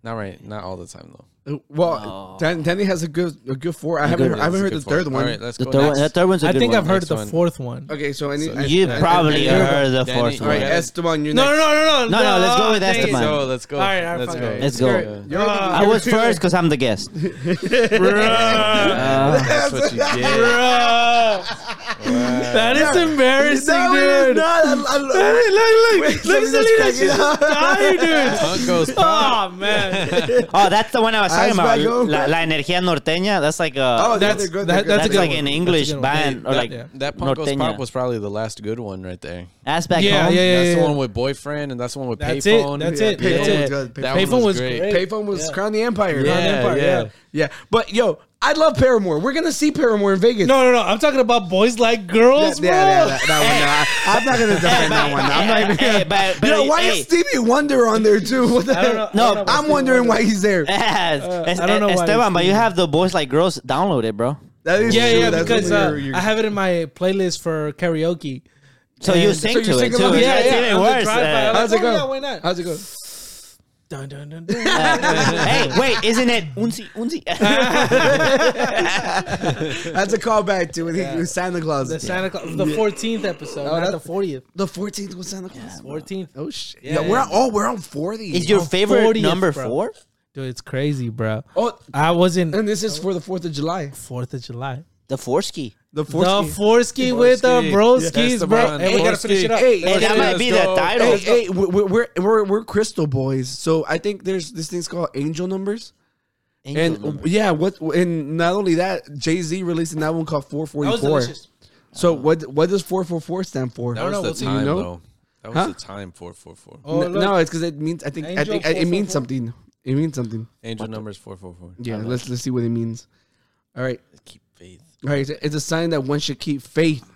[SPEAKER 6] not right. Not all the time though.
[SPEAKER 5] Well, Dan, Danny has a good a good four. I
[SPEAKER 6] A
[SPEAKER 5] haven't heard,
[SPEAKER 6] good one.
[SPEAKER 5] I haven't
[SPEAKER 6] It's a
[SPEAKER 5] heard the
[SPEAKER 6] good four.
[SPEAKER 5] third one.
[SPEAKER 6] All right, let's
[SPEAKER 2] The
[SPEAKER 6] go
[SPEAKER 2] third one-
[SPEAKER 6] next.
[SPEAKER 2] that third one's a
[SPEAKER 4] I
[SPEAKER 2] good
[SPEAKER 4] think
[SPEAKER 2] one.
[SPEAKER 4] I've heard
[SPEAKER 6] Next
[SPEAKER 4] the
[SPEAKER 6] one.
[SPEAKER 4] fourth one.
[SPEAKER 5] Okay, so any
[SPEAKER 6] So-
[SPEAKER 5] I-
[SPEAKER 2] You
[SPEAKER 5] I-
[SPEAKER 2] probably
[SPEAKER 5] I- I-
[SPEAKER 2] heard the
[SPEAKER 6] Danny,
[SPEAKER 2] fourth
[SPEAKER 5] All right,
[SPEAKER 2] one.
[SPEAKER 6] alright,
[SPEAKER 5] Esteban, you're
[SPEAKER 4] No, no,
[SPEAKER 5] next.
[SPEAKER 4] no, no,
[SPEAKER 2] No, no, let's go with
[SPEAKER 4] dang it.
[SPEAKER 2] Esteban.
[SPEAKER 6] So let's go.
[SPEAKER 4] All right, all right,
[SPEAKER 6] let's
[SPEAKER 4] fine.
[SPEAKER 6] go.
[SPEAKER 2] Let's go.
[SPEAKER 6] Yeah.
[SPEAKER 5] You're the-
[SPEAKER 2] I was first because I'm the guest. Uh,
[SPEAKER 6] That's what you did.
[SPEAKER 4] Bruh. That is embarrassing,
[SPEAKER 5] No, it is
[SPEAKER 4] dude.
[SPEAKER 5] not. I- I-
[SPEAKER 4] Hey, look, look,
[SPEAKER 5] Wait,
[SPEAKER 4] look,
[SPEAKER 5] something that's
[SPEAKER 4] Selena,
[SPEAKER 5] cracking
[SPEAKER 4] she's
[SPEAKER 5] up.
[SPEAKER 4] dying, dude.
[SPEAKER 6] Punk goes punk.
[SPEAKER 4] Oh man,
[SPEAKER 2] oh, that's the one I was talking about.
[SPEAKER 5] Asbago.
[SPEAKER 2] La, La Energía Norteña. That's like a.
[SPEAKER 5] Oh,
[SPEAKER 4] that's
[SPEAKER 5] they're good,
[SPEAKER 4] that-
[SPEAKER 5] they're good.
[SPEAKER 4] that's a
[SPEAKER 2] that's
[SPEAKER 4] good
[SPEAKER 2] like
[SPEAKER 4] one.
[SPEAKER 2] an
[SPEAKER 4] That's a
[SPEAKER 2] English
[SPEAKER 4] good one.
[SPEAKER 2] band or
[SPEAKER 4] That-
[SPEAKER 2] like
[SPEAKER 4] yeah.
[SPEAKER 6] That punk goes
[SPEAKER 2] Norteña.
[SPEAKER 6] pop was probably the last good one right there.
[SPEAKER 2] ass back
[SPEAKER 4] Yeah,
[SPEAKER 2] home.
[SPEAKER 4] yeah, yeah.
[SPEAKER 6] That's the one with boyfriend, and that's the one with
[SPEAKER 4] That's it,
[SPEAKER 6] payphone.
[SPEAKER 4] that's
[SPEAKER 5] Yeah,
[SPEAKER 4] it, that's
[SPEAKER 5] Payphone was
[SPEAKER 4] it.
[SPEAKER 5] good.
[SPEAKER 6] That
[SPEAKER 5] Payphone-
[SPEAKER 4] Payphone
[SPEAKER 6] one
[SPEAKER 4] was
[SPEAKER 6] was great.
[SPEAKER 4] great.
[SPEAKER 5] Payphone was
[SPEAKER 4] Yeah.
[SPEAKER 5] Crown the Empire.
[SPEAKER 6] Yeah,
[SPEAKER 5] Crown the Empire.
[SPEAKER 6] yeah.
[SPEAKER 5] Yeah. Yeah. But yo, I love Paramore. We're gonna see Paramore in Vegas.
[SPEAKER 4] no, no, no. I'm talking about boys like
[SPEAKER 5] Yeah,
[SPEAKER 4] girls,
[SPEAKER 5] yeah, yeah,
[SPEAKER 4] bro.
[SPEAKER 5] that, that one. nah. I- I'm not gonna defend that one. I'm not even.
[SPEAKER 2] Hey, but- but-
[SPEAKER 5] Yo, why
[SPEAKER 2] hey.
[SPEAKER 5] is Stevie Wonder on there too? What the
[SPEAKER 4] I
[SPEAKER 5] hell?
[SPEAKER 4] don't know- I don't know
[SPEAKER 2] No,
[SPEAKER 4] about
[SPEAKER 5] I'm
[SPEAKER 4] Stevie
[SPEAKER 5] wondering
[SPEAKER 4] Wonder.
[SPEAKER 5] why he's there.
[SPEAKER 2] Yes. Es-
[SPEAKER 4] Uh, I don't know why
[SPEAKER 2] Esteban,
[SPEAKER 4] it's
[SPEAKER 2] but you
[SPEAKER 4] doing
[SPEAKER 2] have the boys like girls downloaded, bro.
[SPEAKER 5] That is
[SPEAKER 4] Yeah,
[SPEAKER 5] true.
[SPEAKER 4] yeah,
[SPEAKER 5] That's
[SPEAKER 4] because
[SPEAKER 5] what
[SPEAKER 4] uh,
[SPEAKER 5] you're- you're-
[SPEAKER 4] I have it in my playlist for karaoke.
[SPEAKER 2] So
[SPEAKER 4] And-
[SPEAKER 2] you
[SPEAKER 4] so
[SPEAKER 2] sing
[SPEAKER 5] you
[SPEAKER 2] to
[SPEAKER 5] sing
[SPEAKER 2] it too.
[SPEAKER 5] along.
[SPEAKER 2] It's-
[SPEAKER 5] Yeah,
[SPEAKER 2] it's
[SPEAKER 4] yeah,
[SPEAKER 2] even
[SPEAKER 4] on the
[SPEAKER 2] worse.
[SPEAKER 4] drive-by,
[SPEAKER 2] uh,
[SPEAKER 4] I like-
[SPEAKER 5] How's it
[SPEAKER 4] Oh, yeah,
[SPEAKER 5] go?
[SPEAKER 4] why not?
[SPEAKER 5] How's it go?
[SPEAKER 4] Dun, dun, dun, dun.
[SPEAKER 2] hey, wait, isn't it unzi unzi?
[SPEAKER 5] That's a callback to when he was Santa Claus.
[SPEAKER 4] the Santa Claus, the 14th episode, not the 40th.
[SPEAKER 5] The 14th was Santa Claus.
[SPEAKER 4] 14th.
[SPEAKER 5] Oh shit!
[SPEAKER 4] Yeah,
[SPEAKER 5] Yeah, we're
[SPEAKER 4] yeah.
[SPEAKER 5] on, oh we're on 40.
[SPEAKER 2] Is your favorite
[SPEAKER 4] 40th,
[SPEAKER 2] number
[SPEAKER 4] bro.
[SPEAKER 2] four?
[SPEAKER 4] Dude, it's crazy, bro.
[SPEAKER 5] oh,
[SPEAKER 4] I wasn't
[SPEAKER 5] and this is for the 4th of July.
[SPEAKER 4] 4th of July.
[SPEAKER 2] The foreski.
[SPEAKER 5] The 4th.
[SPEAKER 4] The foreski with the
[SPEAKER 6] Foreski. That's
[SPEAKER 4] broskis,
[SPEAKER 6] the
[SPEAKER 4] bro.
[SPEAKER 6] one.
[SPEAKER 4] Hey, we gotta finish it up.
[SPEAKER 5] Hey,
[SPEAKER 2] Hey, that
[SPEAKER 5] hey,
[SPEAKER 2] might be the
[SPEAKER 6] go.
[SPEAKER 2] title.
[SPEAKER 5] hey, hey, we- we- we're, we're we're crystal boys, so I think there's this thing's called angel numbers.
[SPEAKER 2] Angel
[SPEAKER 5] and
[SPEAKER 2] number.
[SPEAKER 5] yeah, what and not only that, Jay Z released an album called
[SPEAKER 4] That was
[SPEAKER 5] 444.
[SPEAKER 4] delicious.
[SPEAKER 5] So what what does 444 stand for?
[SPEAKER 6] That was the
[SPEAKER 5] Do you
[SPEAKER 6] time,
[SPEAKER 5] know?
[SPEAKER 6] though. That was
[SPEAKER 5] Huh?
[SPEAKER 6] the time. Four four four.
[SPEAKER 4] Oh,
[SPEAKER 5] N-
[SPEAKER 4] look.
[SPEAKER 5] no, it's because it means I think I
[SPEAKER 4] Angel
[SPEAKER 5] think I- it means
[SPEAKER 4] 444?
[SPEAKER 5] something. It means something.
[SPEAKER 6] Angel numbers four four four.
[SPEAKER 5] Yeah, let's let's see what it means. All right,
[SPEAKER 6] Keep faith.
[SPEAKER 5] all right. It's a, it's a sign that one should keep faith,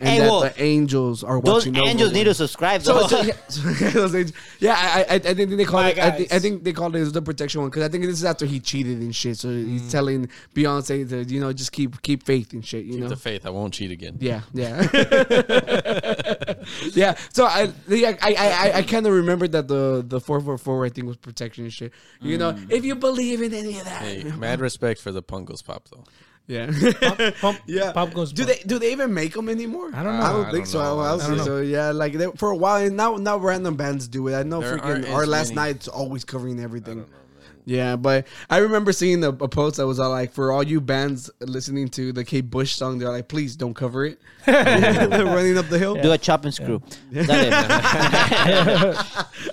[SPEAKER 5] and
[SPEAKER 2] Hey,
[SPEAKER 5] that
[SPEAKER 2] well,
[SPEAKER 5] the angels are
[SPEAKER 2] Those
[SPEAKER 5] watching. over
[SPEAKER 2] angels
[SPEAKER 5] one.
[SPEAKER 2] need to subscribe.
[SPEAKER 5] So,
[SPEAKER 2] though.
[SPEAKER 5] so, yeah, so- those angels- yeah, I, I I think they call
[SPEAKER 4] My
[SPEAKER 5] it. I think, I
[SPEAKER 4] guys.
[SPEAKER 5] think they called it the protection one because I think this is after he cheated and shit. So he's telling Beyonce to you know just keep keep faith and shit. You know,
[SPEAKER 6] The faith. I won't cheat again.
[SPEAKER 5] yeah, yeah, yeah. So I, yeah, I, I, I, I kind of remembered that the the four four four I think was protection and shit. You know,
[SPEAKER 4] Mm.
[SPEAKER 5] if you believe in any of that,
[SPEAKER 6] Hey, mad respect for the punk goes pop though.
[SPEAKER 5] yeah,
[SPEAKER 4] Pump, pump,
[SPEAKER 5] yeah.
[SPEAKER 4] pop goes.
[SPEAKER 5] do they do they even make them anymore?
[SPEAKER 4] I don't know.
[SPEAKER 5] I don't
[SPEAKER 6] I
[SPEAKER 5] think
[SPEAKER 6] don't
[SPEAKER 5] so.
[SPEAKER 6] know.
[SPEAKER 5] I,
[SPEAKER 6] I
[SPEAKER 5] was
[SPEAKER 6] don't
[SPEAKER 5] so yeah, like they, for a while, and now now random bands do it. I know
[SPEAKER 6] There aren't
[SPEAKER 5] freaking our
[SPEAKER 6] as
[SPEAKER 5] last
[SPEAKER 6] many.
[SPEAKER 5] night's always covering everything. Yeah, but I remember seeing a, a post that was all like, for all you bands listening to the Kate Bush song, they're like, please don't cover it. They're running up the hill.
[SPEAKER 2] Do a chop and screw. Dale.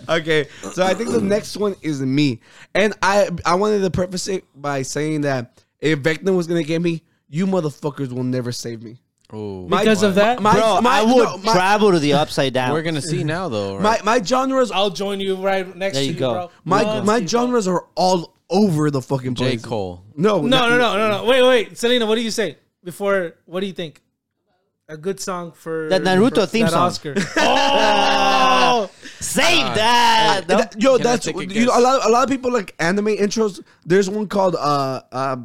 [SPEAKER 5] okay, so I think the next one is me, and I I wanted to preface it by saying that if Vecna was gonna get me, you motherfuckers will never save me.
[SPEAKER 6] Oh,
[SPEAKER 5] My-
[SPEAKER 4] Because of that?
[SPEAKER 5] my,
[SPEAKER 2] Bro,
[SPEAKER 5] my-
[SPEAKER 2] I would
[SPEAKER 5] no, my,
[SPEAKER 2] travel to the upside down.
[SPEAKER 6] we're gonna see now though. Right?
[SPEAKER 5] my my genres
[SPEAKER 4] I'll join you right next
[SPEAKER 2] There
[SPEAKER 4] to
[SPEAKER 2] you
[SPEAKER 4] you,
[SPEAKER 2] go.
[SPEAKER 4] bro.
[SPEAKER 5] My
[SPEAKER 4] Love
[SPEAKER 5] my
[SPEAKER 4] you,
[SPEAKER 5] genres are all over the fucking
[SPEAKER 6] J
[SPEAKER 5] place.
[SPEAKER 6] Cole.
[SPEAKER 5] No,
[SPEAKER 4] bro. No, no, no, no, no. Wait, wait, Selena, what do you say before? What do you think? A good song for
[SPEAKER 2] That Naruto
[SPEAKER 4] for
[SPEAKER 2] theme
[SPEAKER 4] that
[SPEAKER 2] song.
[SPEAKER 4] Oscar. oh,
[SPEAKER 2] Save
[SPEAKER 6] Uh,
[SPEAKER 2] that.
[SPEAKER 5] Th-
[SPEAKER 2] though.
[SPEAKER 5] yo,
[SPEAKER 6] Can I
[SPEAKER 5] that's
[SPEAKER 6] take a
[SPEAKER 5] you know, a
[SPEAKER 6] guess?
[SPEAKER 5] lot. A lot of people like anime intros. There's one called uh uh.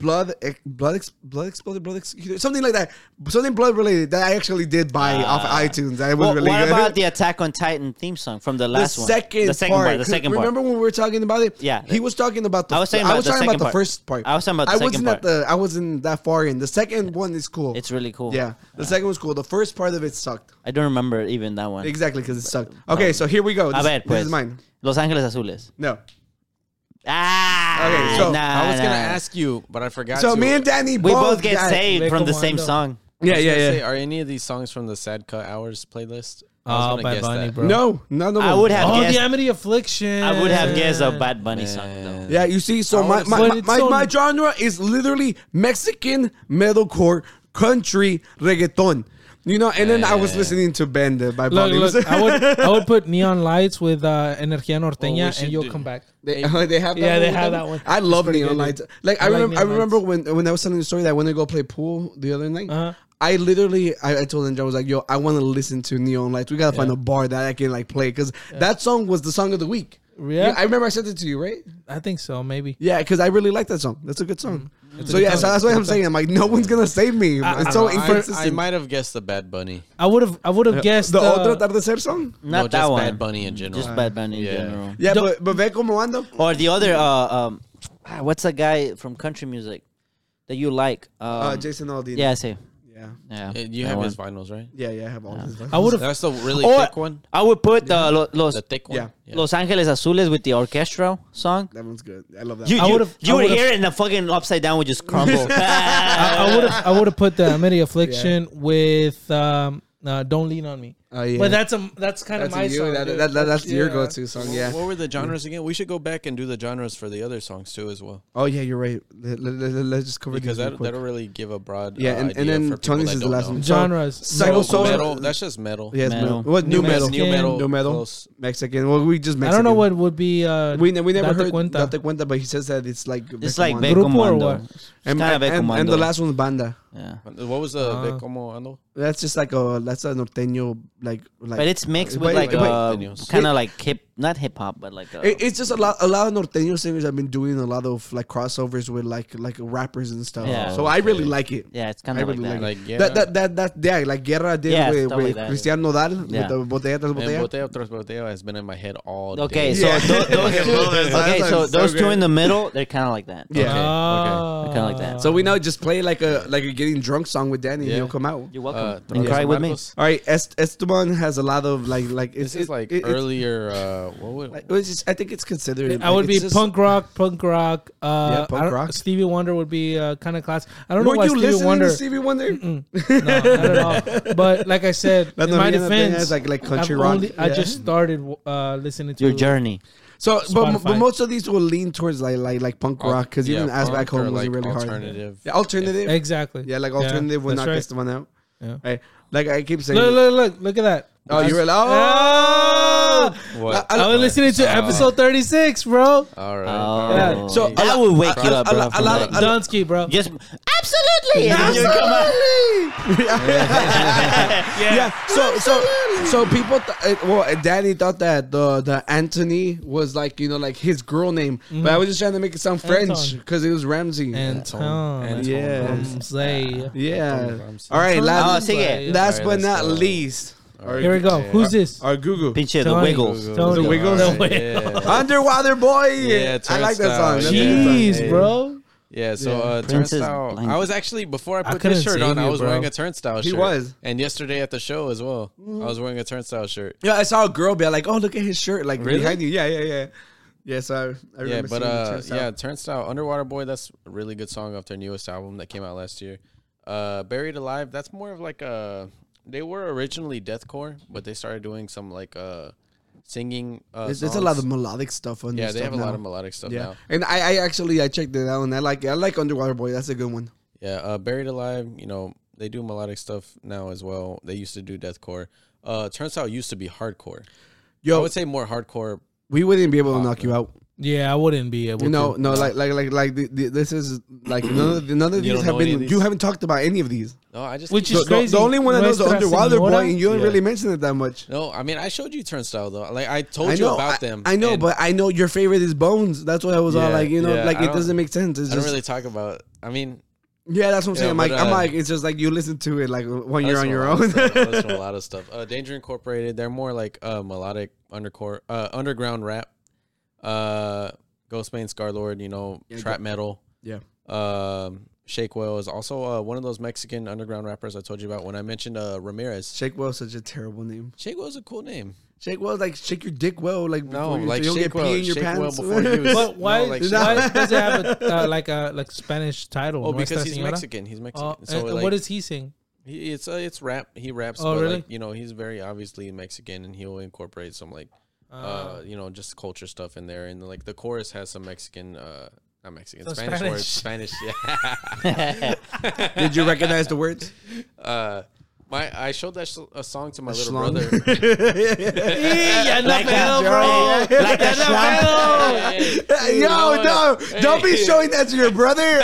[SPEAKER 5] Blood, ex- blood, ex- blood exploded, blood executed, something like that, something blood related that I actually did buy off iTunes. I was
[SPEAKER 2] Ah. Well,
[SPEAKER 5] really
[SPEAKER 2] what
[SPEAKER 5] good.
[SPEAKER 2] about the Attack on Titan theme song from the last
[SPEAKER 5] the
[SPEAKER 2] one?
[SPEAKER 5] second
[SPEAKER 2] the second part. The
[SPEAKER 5] 'cause
[SPEAKER 2] second part.
[SPEAKER 5] remember when we were talking about it?
[SPEAKER 2] Yeah.
[SPEAKER 5] he was talking about the.
[SPEAKER 2] I was saying
[SPEAKER 5] I
[SPEAKER 2] about
[SPEAKER 5] was
[SPEAKER 2] the
[SPEAKER 5] talking about
[SPEAKER 2] second
[SPEAKER 5] the
[SPEAKER 2] part.
[SPEAKER 5] first part.
[SPEAKER 2] I was talking about the
[SPEAKER 5] I
[SPEAKER 2] second
[SPEAKER 5] wasn't
[SPEAKER 2] part.
[SPEAKER 5] at the. I wasn't that far in. The second one is cool.
[SPEAKER 2] It's really cool.
[SPEAKER 5] yeah. The second one's cool. The first part of it sucked.
[SPEAKER 2] I don't remember even that one.
[SPEAKER 5] Exactly, because it sucked. Okay, so here we go. This,
[SPEAKER 2] Uh, A ver,
[SPEAKER 5] this
[SPEAKER 2] pues.
[SPEAKER 5] is mine.
[SPEAKER 2] Los Ángeles Azules.
[SPEAKER 5] No.
[SPEAKER 2] Ah.
[SPEAKER 5] Okay, so
[SPEAKER 2] nah,
[SPEAKER 6] I was
[SPEAKER 2] nah.
[SPEAKER 6] gonna ask you, but I forgot.
[SPEAKER 5] So
[SPEAKER 6] to.
[SPEAKER 5] me and Danny
[SPEAKER 2] We both get
[SPEAKER 5] got-
[SPEAKER 2] saved from the same
[SPEAKER 4] Recommando.
[SPEAKER 2] song.
[SPEAKER 5] Yeah, yeah,
[SPEAKER 6] gonna
[SPEAKER 5] yeah.
[SPEAKER 6] say, are any of these songs from the Sad Cut Hours playlist?
[SPEAKER 4] Oh, Bad Bunny, bro.
[SPEAKER 5] no, none of
[SPEAKER 2] I
[SPEAKER 5] them.
[SPEAKER 2] would have
[SPEAKER 4] oh,
[SPEAKER 2] guessed.
[SPEAKER 4] the Amity Affliction.
[SPEAKER 2] I would have guessed a Bad Bunny song though.
[SPEAKER 6] Man.
[SPEAKER 5] Yeah, you see, so
[SPEAKER 6] I
[SPEAKER 5] my
[SPEAKER 6] would've
[SPEAKER 5] my,
[SPEAKER 4] said
[SPEAKER 5] my,
[SPEAKER 4] it's
[SPEAKER 5] my,
[SPEAKER 4] so-
[SPEAKER 5] my genre is literally Mexican metalcore, country, reggaeton. You know, and then I
[SPEAKER 2] Eh.
[SPEAKER 5] was listening to Banda by
[SPEAKER 4] Look,
[SPEAKER 5] Bolly.
[SPEAKER 4] look, I would, I would put neon lights with uh, Energía Norteña,
[SPEAKER 5] Oh,
[SPEAKER 6] we
[SPEAKER 4] and
[SPEAKER 6] should
[SPEAKER 4] you'll
[SPEAKER 6] do-
[SPEAKER 4] come back.
[SPEAKER 5] They, oh, they have that
[SPEAKER 4] Yeah,
[SPEAKER 5] one
[SPEAKER 4] they
[SPEAKER 5] with
[SPEAKER 4] have
[SPEAKER 5] them?
[SPEAKER 4] that one.
[SPEAKER 5] I love
[SPEAKER 4] pretty
[SPEAKER 5] neon
[SPEAKER 4] good.
[SPEAKER 5] lights. Like I,
[SPEAKER 4] I like
[SPEAKER 5] remember, I
[SPEAKER 4] neon
[SPEAKER 5] remember when when I was telling the story that I went to go play pool the other night.
[SPEAKER 4] Uh-huh.
[SPEAKER 5] I literally, I, I told Andrew, I was like, "Yo, I want to listen to Neon Lights. We gotta find a bar that I can like play because that song was the song of the week."
[SPEAKER 4] Yeah.
[SPEAKER 5] I remember I sent it to you, right?
[SPEAKER 4] I think so, maybe.
[SPEAKER 5] Yeah, because I really like that song. That's a good song. So yeah, so Mm-hmm. that's what I'm saying. I'm like, no one's gonna save me. it's so
[SPEAKER 6] So I, I
[SPEAKER 5] inconsistent.
[SPEAKER 6] might have guessed the Bad Bunny.
[SPEAKER 4] I would have, I would have guessed.
[SPEAKER 5] the
[SPEAKER 4] uh,
[SPEAKER 5] otro atardecer song.
[SPEAKER 2] Not
[SPEAKER 6] no,
[SPEAKER 2] that
[SPEAKER 6] just
[SPEAKER 2] one.
[SPEAKER 6] Bad Bunny in general.
[SPEAKER 2] Just Bad Bunny in
[SPEAKER 6] Yeah.
[SPEAKER 2] general.
[SPEAKER 5] Yeah, but but ve como ando.
[SPEAKER 2] Or the other uh, um, ah, what's that guy from country music that you like? Um,
[SPEAKER 5] Uh, Jason Aldean.
[SPEAKER 2] Yeah, I see.
[SPEAKER 5] Yeah.
[SPEAKER 2] Yeah.
[SPEAKER 6] And you
[SPEAKER 2] that
[SPEAKER 6] have
[SPEAKER 2] one.
[SPEAKER 6] his vinyls, right?
[SPEAKER 5] Yeah, yeah, I have all his
[SPEAKER 2] I would've-
[SPEAKER 6] That's the really
[SPEAKER 2] Or
[SPEAKER 6] thick one.
[SPEAKER 2] I would put the lo- los,
[SPEAKER 6] The thick one.
[SPEAKER 5] Oh, Yeah.
[SPEAKER 2] los Angeles Azules with the orchestral song.
[SPEAKER 5] That one's good. I love that.
[SPEAKER 2] You,
[SPEAKER 5] one.
[SPEAKER 4] I
[SPEAKER 2] you,
[SPEAKER 4] would've-
[SPEAKER 2] you
[SPEAKER 4] I
[SPEAKER 2] would
[SPEAKER 4] would've-
[SPEAKER 2] hear it and the fucking upside down would just crumble.
[SPEAKER 4] I, I would have I would have put the mini affliction with um uh, don't lean on me.
[SPEAKER 5] Oh, yeah.
[SPEAKER 4] But that's a that's kind
[SPEAKER 5] that's
[SPEAKER 4] of my
[SPEAKER 5] a you.
[SPEAKER 4] song.
[SPEAKER 5] that,
[SPEAKER 4] dude.
[SPEAKER 5] that, that- that's your
[SPEAKER 4] Yeah.
[SPEAKER 5] go-to song. Yeah.
[SPEAKER 6] What were the genres again? We should go back and do the genres for the other songs too, as well,
[SPEAKER 5] Oh yeah, you're right. Let, us just cover
[SPEAKER 6] because
[SPEAKER 5] these real
[SPEAKER 6] that
[SPEAKER 5] quick.
[SPEAKER 6] that'll really give a broad
[SPEAKER 5] Yeah,
[SPEAKER 6] uh,
[SPEAKER 5] and, and
[SPEAKER 6] idea for
[SPEAKER 5] then
[SPEAKER 6] people
[SPEAKER 5] Tony's
[SPEAKER 6] that
[SPEAKER 5] is the
[SPEAKER 6] don't
[SPEAKER 5] last
[SPEAKER 6] know.
[SPEAKER 5] one. So,
[SPEAKER 4] Genres.
[SPEAKER 5] Psycho
[SPEAKER 4] Metal.
[SPEAKER 5] Soul.
[SPEAKER 6] metal. That's just metal.
[SPEAKER 5] Yeah, it's
[SPEAKER 2] Metal.
[SPEAKER 5] metal. What
[SPEAKER 4] New
[SPEAKER 5] new metal?
[SPEAKER 4] Mexican.
[SPEAKER 5] New metal.
[SPEAKER 6] Close.
[SPEAKER 5] Mexican. Well, we just
[SPEAKER 4] I
[SPEAKER 5] Mexican.
[SPEAKER 4] don't know what would be. Uh,
[SPEAKER 5] we, ne- we never
[SPEAKER 4] Date
[SPEAKER 5] heard.
[SPEAKER 4] Cuenta.
[SPEAKER 5] Date cuenta, but he says that it's like Beco
[SPEAKER 2] it's like
[SPEAKER 5] Mondo.
[SPEAKER 2] Beco
[SPEAKER 4] Grupo or
[SPEAKER 2] Mondo.
[SPEAKER 4] what?
[SPEAKER 2] It's
[SPEAKER 5] and,
[SPEAKER 2] kind of Beco
[SPEAKER 5] and, and
[SPEAKER 2] Mondo.
[SPEAKER 5] the last one's banda.
[SPEAKER 2] Yeah.
[SPEAKER 6] What was the
[SPEAKER 4] Ah.
[SPEAKER 5] Uh,
[SPEAKER 6] de como ando?
[SPEAKER 5] That's just like a that's a norteño like like.
[SPEAKER 2] But it's mixed with
[SPEAKER 5] Wait,
[SPEAKER 2] like
[SPEAKER 5] wait,
[SPEAKER 2] uh,
[SPEAKER 6] Millennials.
[SPEAKER 2] kind of like hip, not hip hop, but like uh,
[SPEAKER 5] It- it's just a lot. A lot of norteño singers have been doing a lot of like crossovers with like like rappers and stuff.
[SPEAKER 2] Yeah.
[SPEAKER 5] So I really like it.
[SPEAKER 2] yeah, it's kind
[SPEAKER 5] I
[SPEAKER 2] of like
[SPEAKER 5] really
[SPEAKER 2] that.
[SPEAKER 5] like
[SPEAKER 6] Like yeah.
[SPEAKER 5] That, that that that yeah, like Guerra did
[SPEAKER 2] Yeah,
[SPEAKER 5] with,
[SPEAKER 2] stuff like
[SPEAKER 5] with
[SPEAKER 2] that.
[SPEAKER 5] Cristian Nodal
[SPEAKER 2] Yeah.
[SPEAKER 5] with the botella tras botella.
[SPEAKER 6] and botella tras botella has been in my head all
[SPEAKER 2] Okay,
[SPEAKER 6] day.
[SPEAKER 2] so
[SPEAKER 5] Yeah.
[SPEAKER 2] tho- those,
[SPEAKER 5] Fucking love that.
[SPEAKER 2] okay,
[SPEAKER 5] That's
[SPEAKER 2] so
[SPEAKER 5] like so
[SPEAKER 2] those two
[SPEAKER 5] good.
[SPEAKER 2] in the middle, they're kind of like that.
[SPEAKER 5] Yeah.
[SPEAKER 4] Ah.
[SPEAKER 2] Kinda like that.
[SPEAKER 5] So we now just play like a like a getting drunk song with Danny
[SPEAKER 6] Yeah.
[SPEAKER 5] and he'll come out.
[SPEAKER 2] You're welcome.
[SPEAKER 6] Uh,
[SPEAKER 2] and
[SPEAKER 6] Tras
[SPEAKER 2] cry with me.
[SPEAKER 6] Marcos.
[SPEAKER 5] All right, Est- Esteban has a lot of like like it's
[SPEAKER 6] This
[SPEAKER 5] it-
[SPEAKER 6] is like
[SPEAKER 5] it- it's-
[SPEAKER 6] earlier. Uh, what would
[SPEAKER 5] like, it's just- I think it's considered.
[SPEAKER 4] I
[SPEAKER 5] like,
[SPEAKER 4] would
[SPEAKER 5] it's
[SPEAKER 4] be
[SPEAKER 5] just-
[SPEAKER 4] punk rock, punk rock. Uh,
[SPEAKER 5] Yeah,
[SPEAKER 4] I
[SPEAKER 5] punk
[SPEAKER 4] don't-
[SPEAKER 5] rock.
[SPEAKER 4] Stevie Wonder would be uh, kind of classic. I don't
[SPEAKER 5] Were
[SPEAKER 4] know why
[SPEAKER 5] you
[SPEAKER 4] Stevie
[SPEAKER 5] listening
[SPEAKER 4] Wonder.
[SPEAKER 5] to Stevie Wonder?
[SPEAKER 4] no, not at all. But like I said,
[SPEAKER 5] That's
[SPEAKER 4] in
[SPEAKER 5] not
[SPEAKER 4] my
[SPEAKER 5] me, that's
[SPEAKER 4] defense,
[SPEAKER 5] like- like country
[SPEAKER 4] I've
[SPEAKER 5] rock.
[SPEAKER 4] only- I
[SPEAKER 5] Yeah.
[SPEAKER 4] just started uh, listening to
[SPEAKER 2] Your journey.
[SPEAKER 5] So, but, but
[SPEAKER 4] Spotify.
[SPEAKER 5] most of these will lean towards like like like punk rock because
[SPEAKER 6] yeah,
[SPEAKER 5] even as back
[SPEAKER 6] punk or,
[SPEAKER 5] home was
[SPEAKER 6] like,
[SPEAKER 5] really
[SPEAKER 6] alternative.
[SPEAKER 5] hard. Yeah, alternative.
[SPEAKER 4] Exactly.
[SPEAKER 5] Yeah, like alternative would
[SPEAKER 4] that's
[SPEAKER 5] knock
[SPEAKER 4] right.
[SPEAKER 5] Esteban out.
[SPEAKER 4] Yeah.
[SPEAKER 5] Right. Like I keep saying.
[SPEAKER 4] Look, look, look, look at that.
[SPEAKER 5] Oh, you were like,
[SPEAKER 4] Ah!
[SPEAKER 5] oh.
[SPEAKER 6] What?
[SPEAKER 5] I-
[SPEAKER 4] I was listening to
[SPEAKER 5] Oh.
[SPEAKER 4] episode 36, bro.
[SPEAKER 6] all right.
[SPEAKER 2] Oh,
[SPEAKER 4] Yeah.
[SPEAKER 5] So,
[SPEAKER 2] that
[SPEAKER 5] a
[SPEAKER 2] would
[SPEAKER 5] lot-
[SPEAKER 2] wake you
[SPEAKER 5] a-
[SPEAKER 2] up,
[SPEAKER 5] a
[SPEAKER 2] bro.
[SPEAKER 5] lot- a
[SPEAKER 2] from
[SPEAKER 5] lot
[SPEAKER 2] that.
[SPEAKER 5] I- of-
[SPEAKER 4] Dunsky, bro.
[SPEAKER 2] just
[SPEAKER 5] "Oh,
[SPEAKER 2] absolutely. And then you come out.
[SPEAKER 5] yeah. So so so people. Th- uh, well, uh, Danny thought that the the Anthony was like you know like his girl name, but I was just trying to make it sound French
[SPEAKER 4] Mm. Anton.
[SPEAKER 5] because it was Ramsey.
[SPEAKER 4] And Tom. And
[SPEAKER 5] yeah.
[SPEAKER 4] Zay.
[SPEAKER 5] yeah.
[SPEAKER 6] Ramsey.
[SPEAKER 5] All right.
[SPEAKER 2] Oh,
[SPEAKER 5] Last,
[SPEAKER 2] see it.
[SPEAKER 5] last
[SPEAKER 6] All right,
[SPEAKER 5] but
[SPEAKER 6] let's
[SPEAKER 5] not
[SPEAKER 6] go.
[SPEAKER 5] least,
[SPEAKER 4] Here we go. Who's this?
[SPEAKER 5] our Google
[SPEAKER 2] Pinche the
[SPEAKER 4] Tony.
[SPEAKER 2] Wiggles.
[SPEAKER 4] Tony.
[SPEAKER 5] The Wiggles?
[SPEAKER 4] The Wiggles.
[SPEAKER 6] Yeah.
[SPEAKER 5] Underwater Boy.
[SPEAKER 6] Yeah,
[SPEAKER 5] I like that song.
[SPEAKER 6] Turnstile.
[SPEAKER 5] That's a good song.
[SPEAKER 4] Jeez, bro.
[SPEAKER 6] Yeah, so uh,
[SPEAKER 2] Princess
[SPEAKER 6] turnstile.
[SPEAKER 2] Blanket.
[SPEAKER 6] I was actually before I
[SPEAKER 4] I
[SPEAKER 6] put
[SPEAKER 4] couldn't
[SPEAKER 6] this shirt
[SPEAKER 4] save
[SPEAKER 6] on, I
[SPEAKER 4] you,
[SPEAKER 6] was
[SPEAKER 4] bro.
[SPEAKER 6] wearing a turnstile shirt.
[SPEAKER 5] was.
[SPEAKER 6] and yesterday at the show as well, I was wearing a turnstile shirt.
[SPEAKER 5] Yeah, I saw a girl be like, "Oh, look at his shirt, like
[SPEAKER 6] Really?
[SPEAKER 5] behind you." Yeah, yeah, yeah. Yeah, so I, I
[SPEAKER 6] yeah,
[SPEAKER 5] remember
[SPEAKER 6] but
[SPEAKER 5] seeing the
[SPEAKER 6] uh,
[SPEAKER 5] Turnstile.
[SPEAKER 6] yeah, Turnstile, Underwater Boy. That's a really good song off their newest album that came out last year. Uh, Buried Alive. That's more of like a. They were originally deathcore, but they started doing some like uh, singing. Uh,
[SPEAKER 5] There's, there's a lot of
[SPEAKER 6] songs.
[SPEAKER 5] melodic stuff on.
[SPEAKER 6] Yeah,
[SPEAKER 5] this
[SPEAKER 6] they
[SPEAKER 5] stuff
[SPEAKER 6] have a lot
[SPEAKER 5] now.
[SPEAKER 6] of melodic stuff
[SPEAKER 5] Yeah,
[SPEAKER 6] now.
[SPEAKER 5] and I, I actually I checked it out and I like it. I like Underwater Boy. That's a good one.
[SPEAKER 6] Yeah, uh, Buried Alive, you know, they do melodic stuff now as well. They used to do deathcore. Uh, Turnstile used to be hardcore. I
[SPEAKER 5] Yo,
[SPEAKER 6] would say more hardcore.
[SPEAKER 5] we wouldn't be able to knock you out.
[SPEAKER 4] Yeah, I wouldn't be able
[SPEAKER 5] You know,
[SPEAKER 4] to.
[SPEAKER 5] no, like like like like the, the, this is like none of, the- none of these
[SPEAKER 6] You don't
[SPEAKER 5] have
[SPEAKER 6] know any
[SPEAKER 5] been.
[SPEAKER 6] of these?
[SPEAKER 5] You haven't talked about any of these.
[SPEAKER 6] No, I just
[SPEAKER 4] Which
[SPEAKER 6] keep-
[SPEAKER 4] is
[SPEAKER 5] The- the,
[SPEAKER 4] crazy.
[SPEAKER 5] the only one I know is the
[SPEAKER 4] Nuestra
[SPEAKER 5] Underwater
[SPEAKER 4] Señora?
[SPEAKER 5] Boy, and you don't
[SPEAKER 6] Yeah.
[SPEAKER 5] really mention it that much.
[SPEAKER 6] no. I mean, I showed you Turnstile though. Like I told
[SPEAKER 5] I
[SPEAKER 6] you
[SPEAKER 5] know
[SPEAKER 6] about
[SPEAKER 5] I,
[SPEAKER 6] them.
[SPEAKER 5] I know,
[SPEAKER 6] and
[SPEAKER 5] but I know your favorite is Bones. That's why I was all
[SPEAKER 6] Yeah,
[SPEAKER 5] like, you know,
[SPEAKER 6] yeah,
[SPEAKER 5] like
[SPEAKER 6] I
[SPEAKER 5] it
[SPEAKER 6] don't-
[SPEAKER 5] doesn't make sense. It's
[SPEAKER 6] I don't
[SPEAKER 5] just-
[SPEAKER 6] really talk about. I mean,
[SPEAKER 5] Yeah, that's what I'm
[SPEAKER 6] Yeah,
[SPEAKER 5] saying.
[SPEAKER 6] but,
[SPEAKER 5] Mike, I'm
[SPEAKER 6] uh,
[SPEAKER 5] like, it's just like you listen to it like when
[SPEAKER 6] I
[SPEAKER 5] you're
[SPEAKER 6] listen
[SPEAKER 5] on
[SPEAKER 6] to
[SPEAKER 5] your
[SPEAKER 6] a lot of
[SPEAKER 5] own.
[SPEAKER 6] stuff. I listen to a lot of stuff. Uh, Danger Incorporated. They're more like uh, melodic undercore, uh, underground rap. Uh, Ghostbane, Scarlord. You know, trap metal.
[SPEAKER 5] yeah.
[SPEAKER 6] um, Shake Well is also uh, one of those Mexican underground rappers I told you about when I mentioned uh, Ramirez.
[SPEAKER 5] Shake Well is such a terrible name.
[SPEAKER 6] Shake Well is a cool name.
[SPEAKER 5] Shake Well is like shake your dick well, like
[SPEAKER 6] No,
[SPEAKER 5] before you,
[SPEAKER 6] like
[SPEAKER 5] so you don't get
[SPEAKER 6] Shake
[SPEAKER 5] pee
[SPEAKER 6] Well.
[SPEAKER 5] in your
[SPEAKER 6] Shake
[SPEAKER 5] pants.
[SPEAKER 6] Well before you. was-
[SPEAKER 4] But why,
[SPEAKER 6] No, like Shake-
[SPEAKER 4] why does it have a, uh, like a like Spanish title?
[SPEAKER 6] Oh,
[SPEAKER 4] Nuestra
[SPEAKER 6] because he's
[SPEAKER 4] Señora?
[SPEAKER 6] Mexican. He's Mexican.
[SPEAKER 5] Uh,
[SPEAKER 4] Oh,
[SPEAKER 6] so
[SPEAKER 4] and
[SPEAKER 6] like,
[SPEAKER 4] what does he sing?
[SPEAKER 6] he, it's uh, it's rap. He raps.
[SPEAKER 4] Oh,
[SPEAKER 6] but
[SPEAKER 4] really?
[SPEAKER 6] Like, you know, he's very obviously Mexican, and he'll incorporate some like uh, you know just culture stuff in there, and like the chorus has some Mexican. Uh, not Mexican,
[SPEAKER 4] Some
[SPEAKER 6] Spanish, words, Spanish. Yeah.
[SPEAKER 5] Did you recognize the words?
[SPEAKER 6] Uh, my, I showed that sh- a song to my little
[SPEAKER 5] schlong.
[SPEAKER 6] brother.
[SPEAKER 4] yeah,
[SPEAKER 2] Like that,
[SPEAKER 4] bro.
[SPEAKER 2] Like that slump.
[SPEAKER 5] Yo, no, don't be showing that to your brother.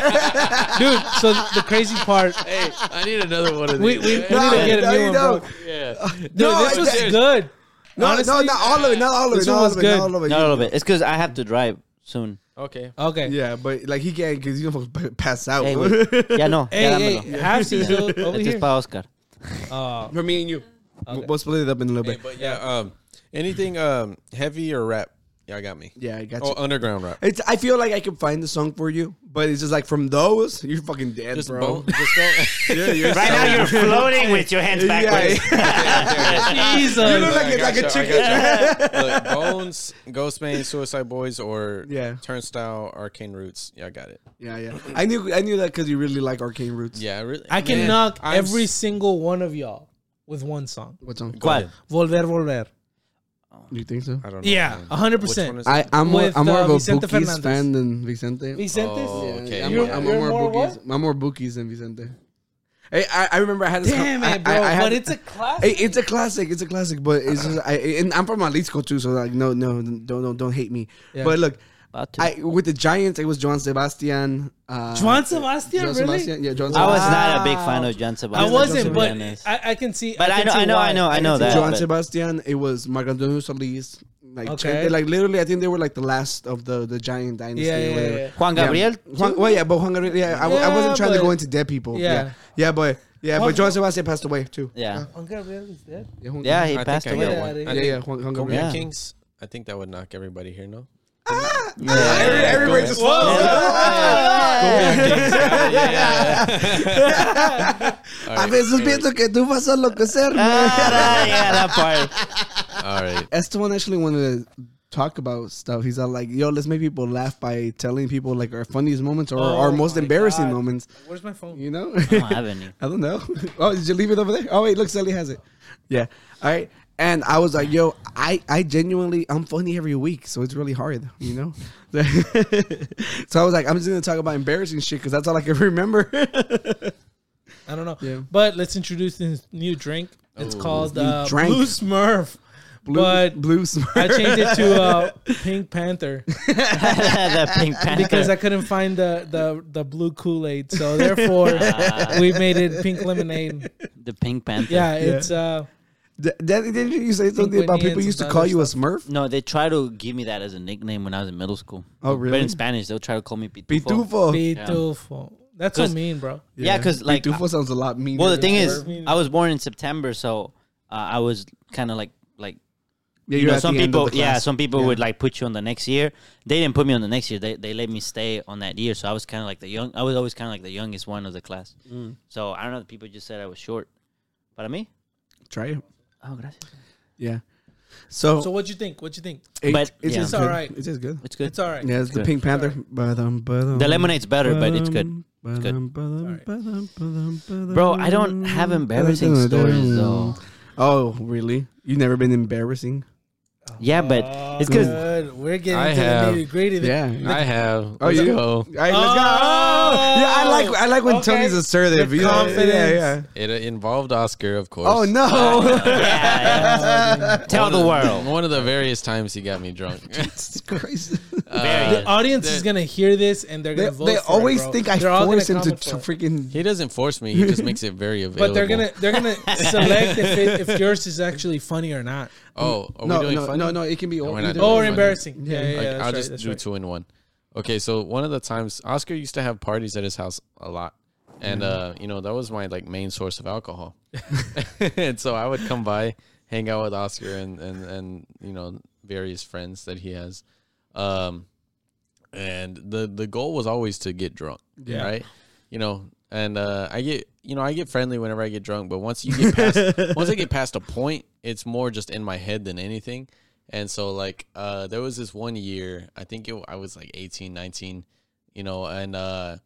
[SPEAKER 4] Dude, so the crazy part,
[SPEAKER 6] hey, I need another one of
[SPEAKER 4] we,
[SPEAKER 6] these.
[SPEAKER 4] we, we need to
[SPEAKER 5] No,
[SPEAKER 4] get a
[SPEAKER 5] no,
[SPEAKER 4] new
[SPEAKER 5] you
[SPEAKER 4] one,
[SPEAKER 5] don't.
[SPEAKER 4] bro.
[SPEAKER 6] yeah.
[SPEAKER 4] Dude,
[SPEAKER 5] No,
[SPEAKER 4] this was
[SPEAKER 5] that-
[SPEAKER 4] good.
[SPEAKER 5] No, no,
[SPEAKER 4] Honestly,
[SPEAKER 5] not all of it, not all of
[SPEAKER 4] this
[SPEAKER 5] it, not
[SPEAKER 4] one
[SPEAKER 5] all
[SPEAKER 4] was
[SPEAKER 5] of it, not
[SPEAKER 4] good.
[SPEAKER 5] all of it.
[SPEAKER 2] Not a little bit. It's because I have to drive soon.
[SPEAKER 6] Okay.
[SPEAKER 4] Okay.
[SPEAKER 5] Yeah, but like he can't because you don't fucking pass out.
[SPEAKER 2] Hey, wait. Yeah, no.
[SPEAKER 4] Hey,
[SPEAKER 2] yeah,
[SPEAKER 4] hey,
[SPEAKER 2] dámelo.
[SPEAKER 4] half season over
[SPEAKER 2] Este es
[SPEAKER 4] here.
[SPEAKER 2] para Oscar.
[SPEAKER 4] Oh,
[SPEAKER 5] For me and you, we'll split it up in a little
[SPEAKER 6] Hey,
[SPEAKER 5] bit.
[SPEAKER 6] but yeah, um, anything um heavy or rap?
[SPEAKER 3] Yeah, I got me.
[SPEAKER 5] Yeah, I got
[SPEAKER 3] Oh,
[SPEAKER 5] you.
[SPEAKER 3] underground rap.
[SPEAKER 5] It's. I feel like I could find the song for you, but it's just like from those, you're fucking dead,
[SPEAKER 3] Just
[SPEAKER 5] bro.
[SPEAKER 3] bone- just go-
[SPEAKER 5] Yeah, you're
[SPEAKER 2] Right
[SPEAKER 5] so
[SPEAKER 2] now you're
[SPEAKER 5] dead.
[SPEAKER 2] floating with your hands
[SPEAKER 5] Yeah,
[SPEAKER 2] backwards.
[SPEAKER 5] You look like, a-
[SPEAKER 3] I
[SPEAKER 5] like a
[SPEAKER 3] gotcha, I
[SPEAKER 5] chicken.
[SPEAKER 3] Look, Bones, Ghostbane, Suicide Boys, or
[SPEAKER 5] Yeah.
[SPEAKER 3] Turnstile, Arcane Roots. Yeah, I got it.
[SPEAKER 5] yeah, yeah. I knew. I knew that because you really like Arcane Roots.
[SPEAKER 3] Yeah, I really.
[SPEAKER 4] I can
[SPEAKER 3] Man,
[SPEAKER 4] knock
[SPEAKER 3] I'm
[SPEAKER 4] every
[SPEAKER 3] s-
[SPEAKER 4] single one of y'all with one song.
[SPEAKER 5] What song?
[SPEAKER 2] What?
[SPEAKER 4] Volver, volver.
[SPEAKER 5] Do you think so?
[SPEAKER 3] I don't know.
[SPEAKER 4] Yeah,
[SPEAKER 3] man.
[SPEAKER 4] hundred
[SPEAKER 3] Which one
[SPEAKER 4] percent.
[SPEAKER 3] is it?
[SPEAKER 5] I, I'm more,
[SPEAKER 4] With,
[SPEAKER 5] I'm more
[SPEAKER 4] uh,
[SPEAKER 5] of a
[SPEAKER 4] Vicente
[SPEAKER 5] Bookies
[SPEAKER 4] Fernandez.
[SPEAKER 5] fan than Vicente.
[SPEAKER 4] Vicente.
[SPEAKER 3] Oh,
[SPEAKER 5] Yeah,
[SPEAKER 3] okay.
[SPEAKER 5] yeah,
[SPEAKER 3] I'm
[SPEAKER 4] You're-
[SPEAKER 3] with-
[SPEAKER 5] I'm,
[SPEAKER 3] I'm
[SPEAKER 5] I'm
[SPEAKER 4] you're
[SPEAKER 5] more
[SPEAKER 4] more
[SPEAKER 5] bookies.
[SPEAKER 4] what?
[SPEAKER 5] I'm more bookies than Vicente. Hey, I, I remember I had this.
[SPEAKER 4] Damn
[SPEAKER 5] com- I-
[SPEAKER 4] it, bro!
[SPEAKER 5] I, I had,
[SPEAKER 4] but it's a
[SPEAKER 5] Hey,
[SPEAKER 4] classic.
[SPEAKER 5] it's a classic. It's a classic, but it's just, I and I'm from Jalisco too, so like no, no, don't, don't, don't hate me.
[SPEAKER 4] Yeah.
[SPEAKER 5] But look,
[SPEAKER 2] About to.
[SPEAKER 5] I with the Giants, it was Juan Sebastian. Uh,
[SPEAKER 4] Juan Sebastian,
[SPEAKER 5] Juan
[SPEAKER 4] really?
[SPEAKER 5] Sebastian, Yeah, Juan
[SPEAKER 2] I was
[SPEAKER 5] Sebastian.
[SPEAKER 2] not a big fan of John
[SPEAKER 4] I
[SPEAKER 2] Sebastian.
[SPEAKER 4] wasn't,
[SPEAKER 2] to be
[SPEAKER 4] but
[SPEAKER 2] honest.
[SPEAKER 4] I, I can see.
[SPEAKER 2] But I
[SPEAKER 4] can
[SPEAKER 2] know-
[SPEAKER 4] see
[SPEAKER 2] I know-
[SPEAKER 4] why.
[SPEAKER 2] I know- I
[SPEAKER 4] can
[SPEAKER 2] know
[SPEAKER 4] see
[SPEAKER 2] that.
[SPEAKER 4] why.
[SPEAKER 5] Juan
[SPEAKER 2] but-
[SPEAKER 5] Sebastian. It was Marc Antonio Solis. Like,
[SPEAKER 4] Okay.
[SPEAKER 5] Chente, like literally, I think they were like the last of the the Giant dynasty.
[SPEAKER 4] Yeah, yeah,
[SPEAKER 5] or whatever.
[SPEAKER 4] yeah.
[SPEAKER 2] Juan Gabriel.
[SPEAKER 5] Yeah. Juan, well, yeah, but Juan Gabriel. Yeah, I, I
[SPEAKER 4] Yeah,
[SPEAKER 5] wasn't trying to
[SPEAKER 4] but-
[SPEAKER 5] go into dead people. Yeah,
[SPEAKER 4] Yeah.
[SPEAKER 5] yeah, but yeah,
[SPEAKER 4] Juan-
[SPEAKER 5] but Juan Sebastian passed away too.
[SPEAKER 2] Yeah.
[SPEAKER 4] Juan Gabriel is dead.
[SPEAKER 5] Yeah, Juan-
[SPEAKER 2] Yeah,
[SPEAKER 5] yeah,
[SPEAKER 2] he
[SPEAKER 3] I
[SPEAKER 2] passed
[SPEAKER 3] think I
[SPEAKER 2] away.
[SPEAKER 3] got one.
[SPEAKER 4] Yeah,
[SPEAKER 3] I
[SPEAKER 5] yeah,
[SPEAKER 3] think-
[SPEAKER 5] Juan, Juan
[SPEAKER 3] Cobra
[SPEAKER 5] Gabriel.
[SPEAKER 2] Yeah.
[SPEAKER 3] Kings. I think that would knock everybody here. No.
[SPEAKER 2] Yeah.
[SPEAKER 5] Everybody just A veces pienso que tú vas a enloquecer.
[SPEAKER 2] Ah, yeah, that part.
[SPEAKER 3] All right.
[SPEAKER 5] Esteban actually wanted to talk about stuff. He's all like, "Yo, let's make people laugh by telling people like our funniest moments or
[SPEAKER 4] Oh
[SPEAKER 5] our most
[SPEAKER 4] my
[SPEAKER 5] embarrassing
[SPEAKER 4] God.
[SPEAKER 5] moments."
[SPEAKER 4] Where's my phone?
[SPEAKER 5] You know?
[SPEAKER 2] I don't have any.
[SPEAKER 5] I don't know. Oh, did you leave it over there? Oh wait, look, Sally has it. Yeah. All right. And I was like, yo, I, I genuinely I'm funny every week, so it's really hard, you know. so I was like, I'm just gonna talk about embarrassing shit because that's all I can remember.
[SPEAKER 4] I don't know.
[SPEAKER 5] Yeah.
[SPEAKER 4] But let's introduce this new drink. It's called uh,
[SPEAKER 5] drink.
[SPEAKER 4] Blue Smurf. But
[SPEAKER 5] blue smart.
[SPEAKER 4] I changed it to uh, Pink Panther
[SPEAKER 2] the Pink Panther.
[SPEAKER 4] because I couldn't find the the, the blue Kool Aid. So therefore, we made it pink lemonade.
[SPEAKER 2] the Pink Panther.
[SPEAKER 4] Yeah, it's uh,
[SPEAKER 5] D- Daddy, didn't you say something
[SPEAKER 4] Whitney
[SPEAKER 5] about
[SPEAKER 4] and
[SPEAKER 5] people used to
[SPEAKER 4] some
[SPEAKER 5] call
[SPEAKER 4] other
[SPEAKER 5] you a Smurf?
[SPEAKER 2] No, they try to give me that as a nickname when I was in middle school.
[SPEAKER 5] Oh,
[SPEAKER 2] But
[SPEAKER 5] really?
[SPEAKER 2] in Spanish, they'll try to call me Pitufo.
[SPEAKER 5] Pitufo.
[SPEAKER 4] beautiful. That's so
[SPEAKER 2] 'Cause-
[SPEAKER 4] mean, bro.
[SPEAKER 2] Yeah, because like,
[SPEAKER 5] Pitufo sounds a lot meaner.
[SPEAKER 2] well, the
[SPEAKER 5] than
[SPEAKER 2] thing is,
[SPEAKER 4] Pitufo.
[SPEAKER 2] I was born in September, so uh, I was kind of like, like
[SPEAKER 5] yeah,
[SPEAKER 2] you
[SPEAKER 5] you're
[SPEAKER 2] know,
[SPEAKER 5] at
[SPEAKER 2] some
[SPEAKER 5] the end of
[SPEAKER 2] people,
[SPEAKER 5] the
[SPEAKER 2] yeah,
[SPEAKER 5] class.
[SPEAKER 2] some people
[SPEAKER 5] Yeah.
[SPEAKER 2] would like put you on the next year. They didn't put me on the next year. They they let me stay on that year, so I was kind of like the young. I was always kind of like the youngest one of the class.
[SPEAKER 5] Mm.
[SPEAKER 2] So I don't know. People just said I was short. Para mí.
[SPEAKER 5] Try it.
[SPEAKER 2] Oh, gracias.
[SPEAKER 5] Yeah. So,
[SPEAKER 4] So what you think? What you think?
[SPEAKER 5] it,
[SPEAKER 2] but-
[SPEAKER 5] it's
[SPEAKER 2] yeah.
[SPEAKER 5] just
[SPEAKER 4] It's
[SPEAKER 5] good.
[SPEAKER 4] alright.
[SPEAKER 5] It's just good.
[SPEAKER 2] It's good.
[SPEAKER 4] It's all right.
[SPEAKER 5] Yeah, it's the
[SPEAKER 2] Good.
[SPEAKER 5] Pink Panther. Ba-dum, ba-dum,
[SPEAKER 2] the lemonade's better, but it's good.
[SPEAKER 5] ba-dum, ba-dum, ba-dum,
[SPEAKER 4] It's
[SPEAKER 5] ba-dum, ba-dum, ba-dum,
[SPEAKER 2] Bro, I don't have embarrassing
[SPEAKER 5] ba-dum,
[SPEAKER 2] stories
[SPEAKER 5] ba-dum.
[SPEAKER 2] though.
[SPEAKER 5] Oh, really? You've never been embarrassing?
[SPEAKER 2] Yeah, but it's because
[SPEAKER 4] Good. We're getting
[SPEAKER 6] I
[SPEAKER 4] to
[SPEAKER 6] have-
[SPEAKER 4] the nitty gritty.
[SPEAKER 5] Yeah.
[SPEAKER 6] I have.
[SPEAKER 5] Oh, you-
[SPEAKER 6] go.
[SPEAKER 5] All right, let's go. Oh! Yeah, I like I like when
[SPEAKER 4] Okay.
[SPEAKER 5] Tony's assertive.
[SPEAKER 4] The
[SPEAKER 5] you know? Yeah,
[SPEAKER 4] confidence.
[SPEAKER 5] yeah.
[SPEAKER 6] It involved Oscar, of course.
[SPEAKER 5] Oh no!
[SPEAKER 2] yeah, yeah. tell the world.
[SPEAKER 6] One of the various times he got me drunk.
[SPEAKER 5] Jesus Christ.
[SPEAKER 2] Very
[SPEAKER 4] The audience is gonna hear this and they're
[SPEAKER 5] They,
[SPEAKER 4] gonna vote.
[SPEAKER 5] they
[SPEAKER 4] for it,
[SPEAKER 5] always
[SPEAKER 4] bro.
[SPEAKER 5] think I
[SPEAKER 4] They're all gonna
[SPEAKER 5] force him to,
[SPEAKER 4] comment
[SPEAKER 5] to
[SPEAKER 4] for it.
[SPEAKER 5] freaking.
[SPEAKER 6] he doesn't force me. He just makes it very available.
[SPEAKER 4] But they're gonna they're gonna select if, it, if yours is actually funny or not
[SPEAKER 6] Oh, are
[SPEAKER 5] Mm. No,
[SPEAKER 6] we doing
[SPEAKER 5] no,
[SPEAKER 6] funny?
[SPEAKER 5] no, no, it can be all-
[SPEAKER 6] we're not
[SPEAKER 5] either.
[SPEAKER 6] doing
[SPEAKER 4] or
[SPEAKER 6] funny.
[SPEAKER 4] embarrassing. Yeah, yeah.
[SPEAKER 5] Yeah.
[SPEAKER 4] yeah,
[SPEAKER 6] Like,
[SPEAKER 4] that's
[SPEAKER 6] I'll
[SPEAKER 4] right,
[SPEAKER 6] just
[SPEAKER 4] that's
[SPEAKER 6] do
[SPEAKER 4] right.
[SPEAKER 6] two in one. Okay, so one of the times Oscar used to have parties at his house a lot,
[SPEAKER 5] Mm.
[SPEAKER 6] and uh, you know that was my like main source of alcohol. and so I would come by, hang out with Oscar and and and you know various friends that he has, um, and the the goal was always to get drunk,
[SPEAKER 4] Yeah.
[SPEAKER 6] right? You know, and uh, I get you know I get friendly whenever I get drunk, but once you get past once I get past a point, it's more just in my head than anything. And so like uh, there was this one year, I think it, I was like 18, 19, you know, and uh,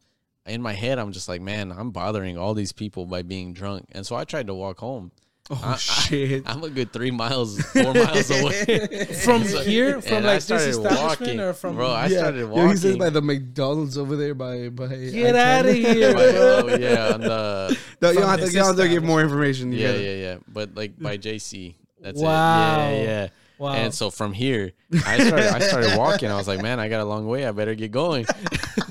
[SPEAKER 6] in my head I'm just like, man, I'm bothering all these people by being drunk. And so I tried to walk home.
[SPEAKER 5] Oh
[SPEAKER 6] I- I-
[SPEAKER 5] shit!
[SPEAKER 6] I'm a good three miles, four miles away.
[SPEAKER 4] from here, from
[SPEAKER 6] And I
[SPEAKER 4] like this
[SPEAKER 6] started
[SPEAKER 4] establishment,
[SPEAKER 6] walking.
[SPEAKER 4] or from
[SPEAKER 6] bro, I
[SPEAKER 5] yeah.
[SPEAKER 6] started
[SPEAKER 5] Yo, he says
[SPEAKER 6] walking.
[SPEAKER 5] by the McDonald's over there by by. I-10.
[SPEAKER 4] get out of here.
[SPEAKER 6] By-
[SPEAKER 4] bro.
[SPEAKER 6] oh, yeah, on the
[SPEAKER 5] No, you
[SPEAKER 4] From
[SPEAKER 5] don't have to,
[SPEAKER 4] his
[SPEAKER 5] you don't have to give
[SPEAKER 4] establishment.
[SPEAKER 5] more information. You
[SPEAKER 6] yeah,
[SPEAKER 5] gotta-
[SPEAKER 6] yeah, yeah. But like by JC, that's
[SPEAKER 4] Wow.
[SPEAKER 6] it. Yeah, yeah.
[SPEAKER 4] Wow.
[SPEAKER 6] And so from here, I started, I started walking. I was like, man, I got a long way. I better get going.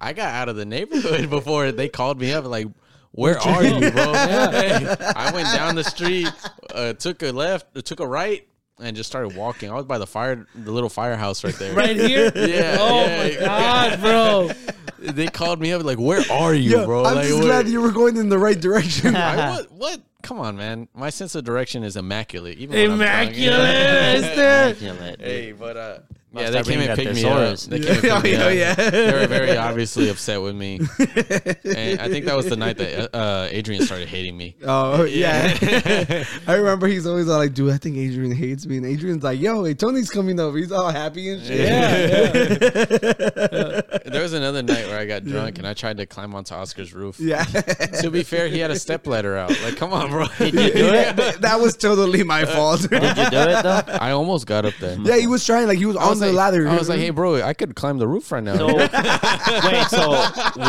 [SPEAKER 6] I got out of the neighborhood before they called me up. Like, where are you, bro? Hey, I went down the street, uh, took a left, took a right, and just started walking. I was by the fire, the little firehouse right there.
[SPEAKER 4] Right here.
[SPEAKER 6] Yeah,
[SPEAKER 4] Oh
[SPEAKER 6] yeah.
[SPEAKER 4] my god, bro.
[SPEAKER 6] They called me up like, "Where are you,
[SPEAKER 5] Yo,
[SPEAKER 6] bro?"
[SPEAKER 5] I'm
[SPEAKER 6] like,
[SPEAKER 5] just
[SPEAKER 6] where-
[SPEAKER 5] glad you were going in the right direction.
[SPEAKER 6] I was, what? come on, man. My sense of direction is immaculate. Even when I'm drunk, you know?
[SPEAKER 4] Immaculate. is there?
[SPEAKER 6] Hey, but uh,
[SPEAKER 2] Must
[SPEAKER 6] yeah, they
[SPEAKER 2] have
[SPEAKER 6] came
[SPEAKER 2] bring
[SPEAKER 6] and
[SPEAKER 2] that
[SPEAKER 6] picked me up.
[SPEAKER 2] thesaurus.
[SPEAKER 6] They came and picked me
[SPEAKER 5] Oh, Yeah,
[SPEAKER 6] up.
[SPEAKER 5] yeah.
[SPEAKER 6] They were very obviously upset with me, and I think that was the night that uh, Adrian started hating me.
[SPEAKER 5] Oh yeah, I remember he's always all like, "Dude, I think Adrian hates me," and Adrian's like, "Yo, hey, Tony's coming over. He's all happy and shit."
[SPEAKER 4] Yeah, yeah.
[SPEAKER 6] There was another night where I got drunk and I tried to climb onto Oscar's roof.
[SPEAKER 5] Yeah,
[SPEAKER 6] To be fair, he had a stepladder out. Like, come on, bro. Did
[SPEAKER 2] you do it?
[SPEAKER 5] that, that was totally my
[SPEAKER 6] Uh,
[SPEAKER 5] fault.
[SPEAKER 2] Did you do it though?
[SPEAKER 6] I almost got up there.
[SPEAKER 5] yeah, he was trying like he was
[SPEAKER 6] I
[SPEAKER 5] on
[SPEAKER 6] was
[SPEAKER 5] the
[SPEAKER 6] like-
[SPEAKER 5] ladder.
[SPEAKER 6] I was like, hey, bro, I could climb the roof right now.
[SPEAKER 2] So wait, so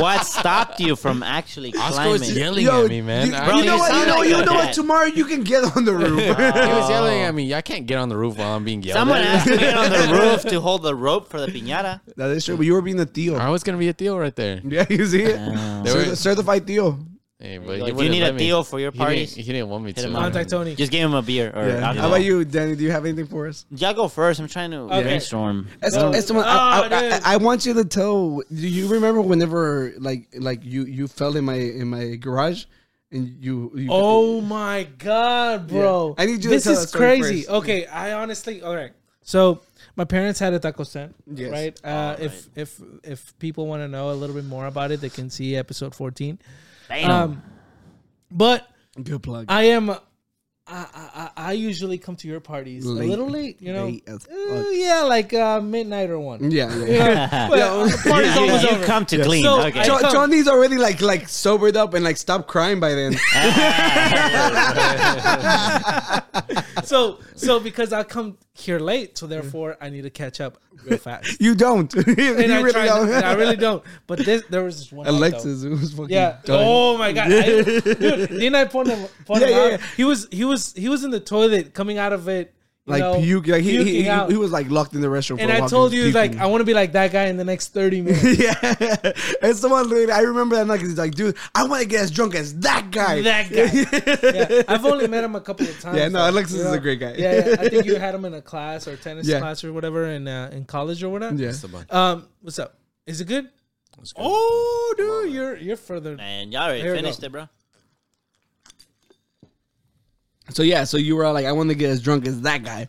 [SPEAKER 2] what stopped you from actually
[SPEAKER 6] Oscar
[SPEAKER 2] climbing?
[SPEAKER 6] was yelling
[SPEAKER 5] Yo,
[SPEAKER 6] at me, man.
[SPEAKER 5] You,
[SPEAKER 6] I-
[SPEAKER 5] you
[SPEAKER 2] Bro,
[SPEAKER 5] know
[SPEAKER 2] you
[SPEAKER 5] what? You
[SPEAKER 2] sound
[SPEAKER 5] know,
[SPEAKER 2] like
[SPEAKER 5] you
[SPEAKER 2] a
[SPEAKER 5] know what?
[SPEAKER 2] cat.
[SPEAKER 5] Tomorrow you can get on the roof.
[SPEAKER 6] he was yelling at me. I can't get on the roof while I'm being yelled
[SPEAKER 2] Someone
[SPEAKER 6] at.
[SPEAKER 2] asked me on the roof to hold the rope for the piñata.
[SPEAKER 5] that is true, but you were being a Theo.
[SPEAKER 6] I was gonna be a deal right there.
[SPEAKER 5] Yeah, you see it?
[SPEAKER 6] They
[SPEAKER 5] Cer-
[SPEAKER 6] were-
[SPEAKER 5] certified Theo.
[SPEAKER 6] Hey, but he
[SPEAKER 2] Like, you
[SPEAKER 6] wouldn't
[SPEAKER 2] need a
[SPEAKER 6] let me.
[SPEAKER 2] deal for your
[SPEAKER 6] He didn't,
[SPEAKER 2] parties.
[SPEAKER 6] he didn't want me
[SPEAKER 2] Him
[SPEAKER 6] to.
[SPEAKER 2] up.
[SPEAKER 4] Contact Tony.
[SPEAKER 2] Just give him a beer or
[SPEAKER 5] Yeah. How
[SPEAKER 2] alcohol.
[SPEAKER 5] about you, Danny? Do you have anything for us?
[SPEAKER 2] Y'all go first. I'm trying to
[SPEAKER 4] Okay.
[SPEAKER 2] brainstorm.
[SPEAKER 5] As,
[SPEAKER 2] No.
[SPEAKER 5] as someone,
[SPEAKER 4] Oh,
[SPEAKER 5] I, I, I,
[SPEAKER 4] dude.
[SPEAKER 5] I want you to tell. Do you remember whenever like like you you fell in my in my garage, and you, you
[SPEAKER 4] Oh my god, bro!
[SPEAKER 5] Yeah. I need you to
[SPEAKER 4] This
[SPEAKER 5] tell
[SPEAKER 4] is
[SPEAKER 5] that story
[SPEAKER 4] crazy.
[SPEAKER 5] first.
[SPEAKER 4] Okay, I honestly, all right. So my parents had a taco stand,
[SPEAKER 5] Yes.
[SPEAKER 4] right? Uh, If if if people want to know a little bit more about it, they can see episode fourteen.
[SPEAKER 2] Damn.
[SPEAKER 4] Um, but
[SPEAKER 5] good plug.
[SPEAKER 4] I am. I, I, I usually come to your parties
[SPEAKER 5] Late.
[SPEAKER 4] a little late, you know.
[SPEAKER 5] Late as fuck.
[SPEAKER 4] Uh, yeah, like uh, midnight or one.
[SPEAKER 5] yeah, yeah.
[SPEAKER 4] But the party's
[SPEAKER 2] you,
[SPEAKER 4] almost
[SPEAKER 2] you
[SPEAKER 4] over.
[SPEAKER 2] come to clean.
[SPEAKER 4] So,
[SPEAKER 2] okay.
[SPEAKER 4] I
[SPEAKER 5] Jo-
[SPEAKER 4] come-
[SPEAKER 5] Johnny's already like like sobered up and like stopped crying by then.
[SPEAKER 4] so so because I come here late, so therefore I need to catch up real fast.
[SPEAKER 5] you don't. you
[SPEAKER 4] And I,
[SPEAKER 5] really
[SPEAKER 4] try,
[SPEAKER 5] don't.
[SPEAKER 4] I really don't. But this there was this one. out, though.
[SPEAKER 5] Alexis, it was fucking
[SPEAKER 4] Yeah.
[SPEAKER 5] dying.
[SPEAKER 4] Oh my god. I, dude, didn't I point him? Point
[SPEAKER 5] Yeah,
[SPEAKER 4] him
[SPEAKER 5] yeah,
[SPEAKER 4] out?
[SPEAKER 5] yeah.
[SPEAKER 4] He was he was he was in the toilet coming out of it. you
[SPEAKER 5] like
[SPEAKER 4] know,
[SPEAKER 5] puke. Like he, he,
[SPEAKER 4] puking
[SPEAKER 5] he,
[SPEAKER 4] out.
[SPEAKER 5] he was like locked in the restroom.
[SPEAKER 4] and
[SPEAKER 5] for a
[SPEAKER 4] I
[SPEAKER 5] while
[SPEAKER 4] told
[SPEAKER 5] 'cause
[SPEAKER 4] you like
[SPEAKER 5] puking.
[SPEAKER 4] I want to be like that guy in the next thirty minutes.
[SPEAKER 5] yeah, and someone literally, I remember that night 'cause he's like, dude, I want to get as drunk as that guy.
[SPEAKER 4] That guy. yeah. I've only met him a couple of times.
[SPEAKER 5] Yeah, no,
[SPEAKER 4] though,
[SPEAKER 5] Alexis
[SPEAKER 4] you
[SPEAKER 5] is
[SPEAKER 4] know?
[SPEAKER 5] a great guy.
[SPEAKER 4] Yeah, yeah, I think you had him in a class or tennis
[SPEAKER 5] Yeah.
[SPEAKER 4] class or whatever in uh, in college or whatever.
[SPEAKER 5] Yeah.
[SPEAKER 4] Um, what's up? Is it good? Oh, dude, you're you're further.
[SPEAKER 2] Man, y'all already
[SPEAKER 4] Here we
[SPEAKER 2] finished
[SPEAKER 4] go.
[SPEAKER 2] it, bro.
[SPEAKER 5] So yeah, so you were all like, I want to get as drunk as that guy.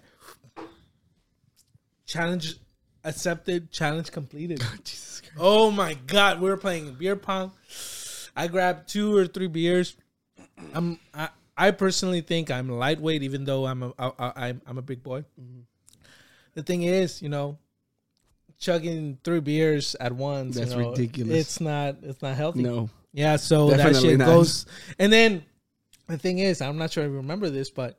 [SPEAKER 4] Challenge accepted. Challenge completed. Oh my god, we were playing beer pong. I grabbed two or three beers. I'm I, I personally think I'm lightweight, even though I'm a I, I, I'm I'm a big boy.
[SPEAKER 5] Mm-hmm.
[SPEAKER 4] The thing is, you know, chugging three beers at once. you
[SPEAKER 5] That's
[SPEAKER 4] know,
[SPEAKER 5] ridiculous.
[SPEAKER 4] It's not it's not healthy.
[SPEAKER 5] No,
[SPEAKER 4] Yeah, so that
[SPEAKER 5] Definitely
[SPEAKER 4] shit
[SPEAKER 5] not.
[SPEAKER 4] goes. And then the thing is, I'm not sure I remember this, but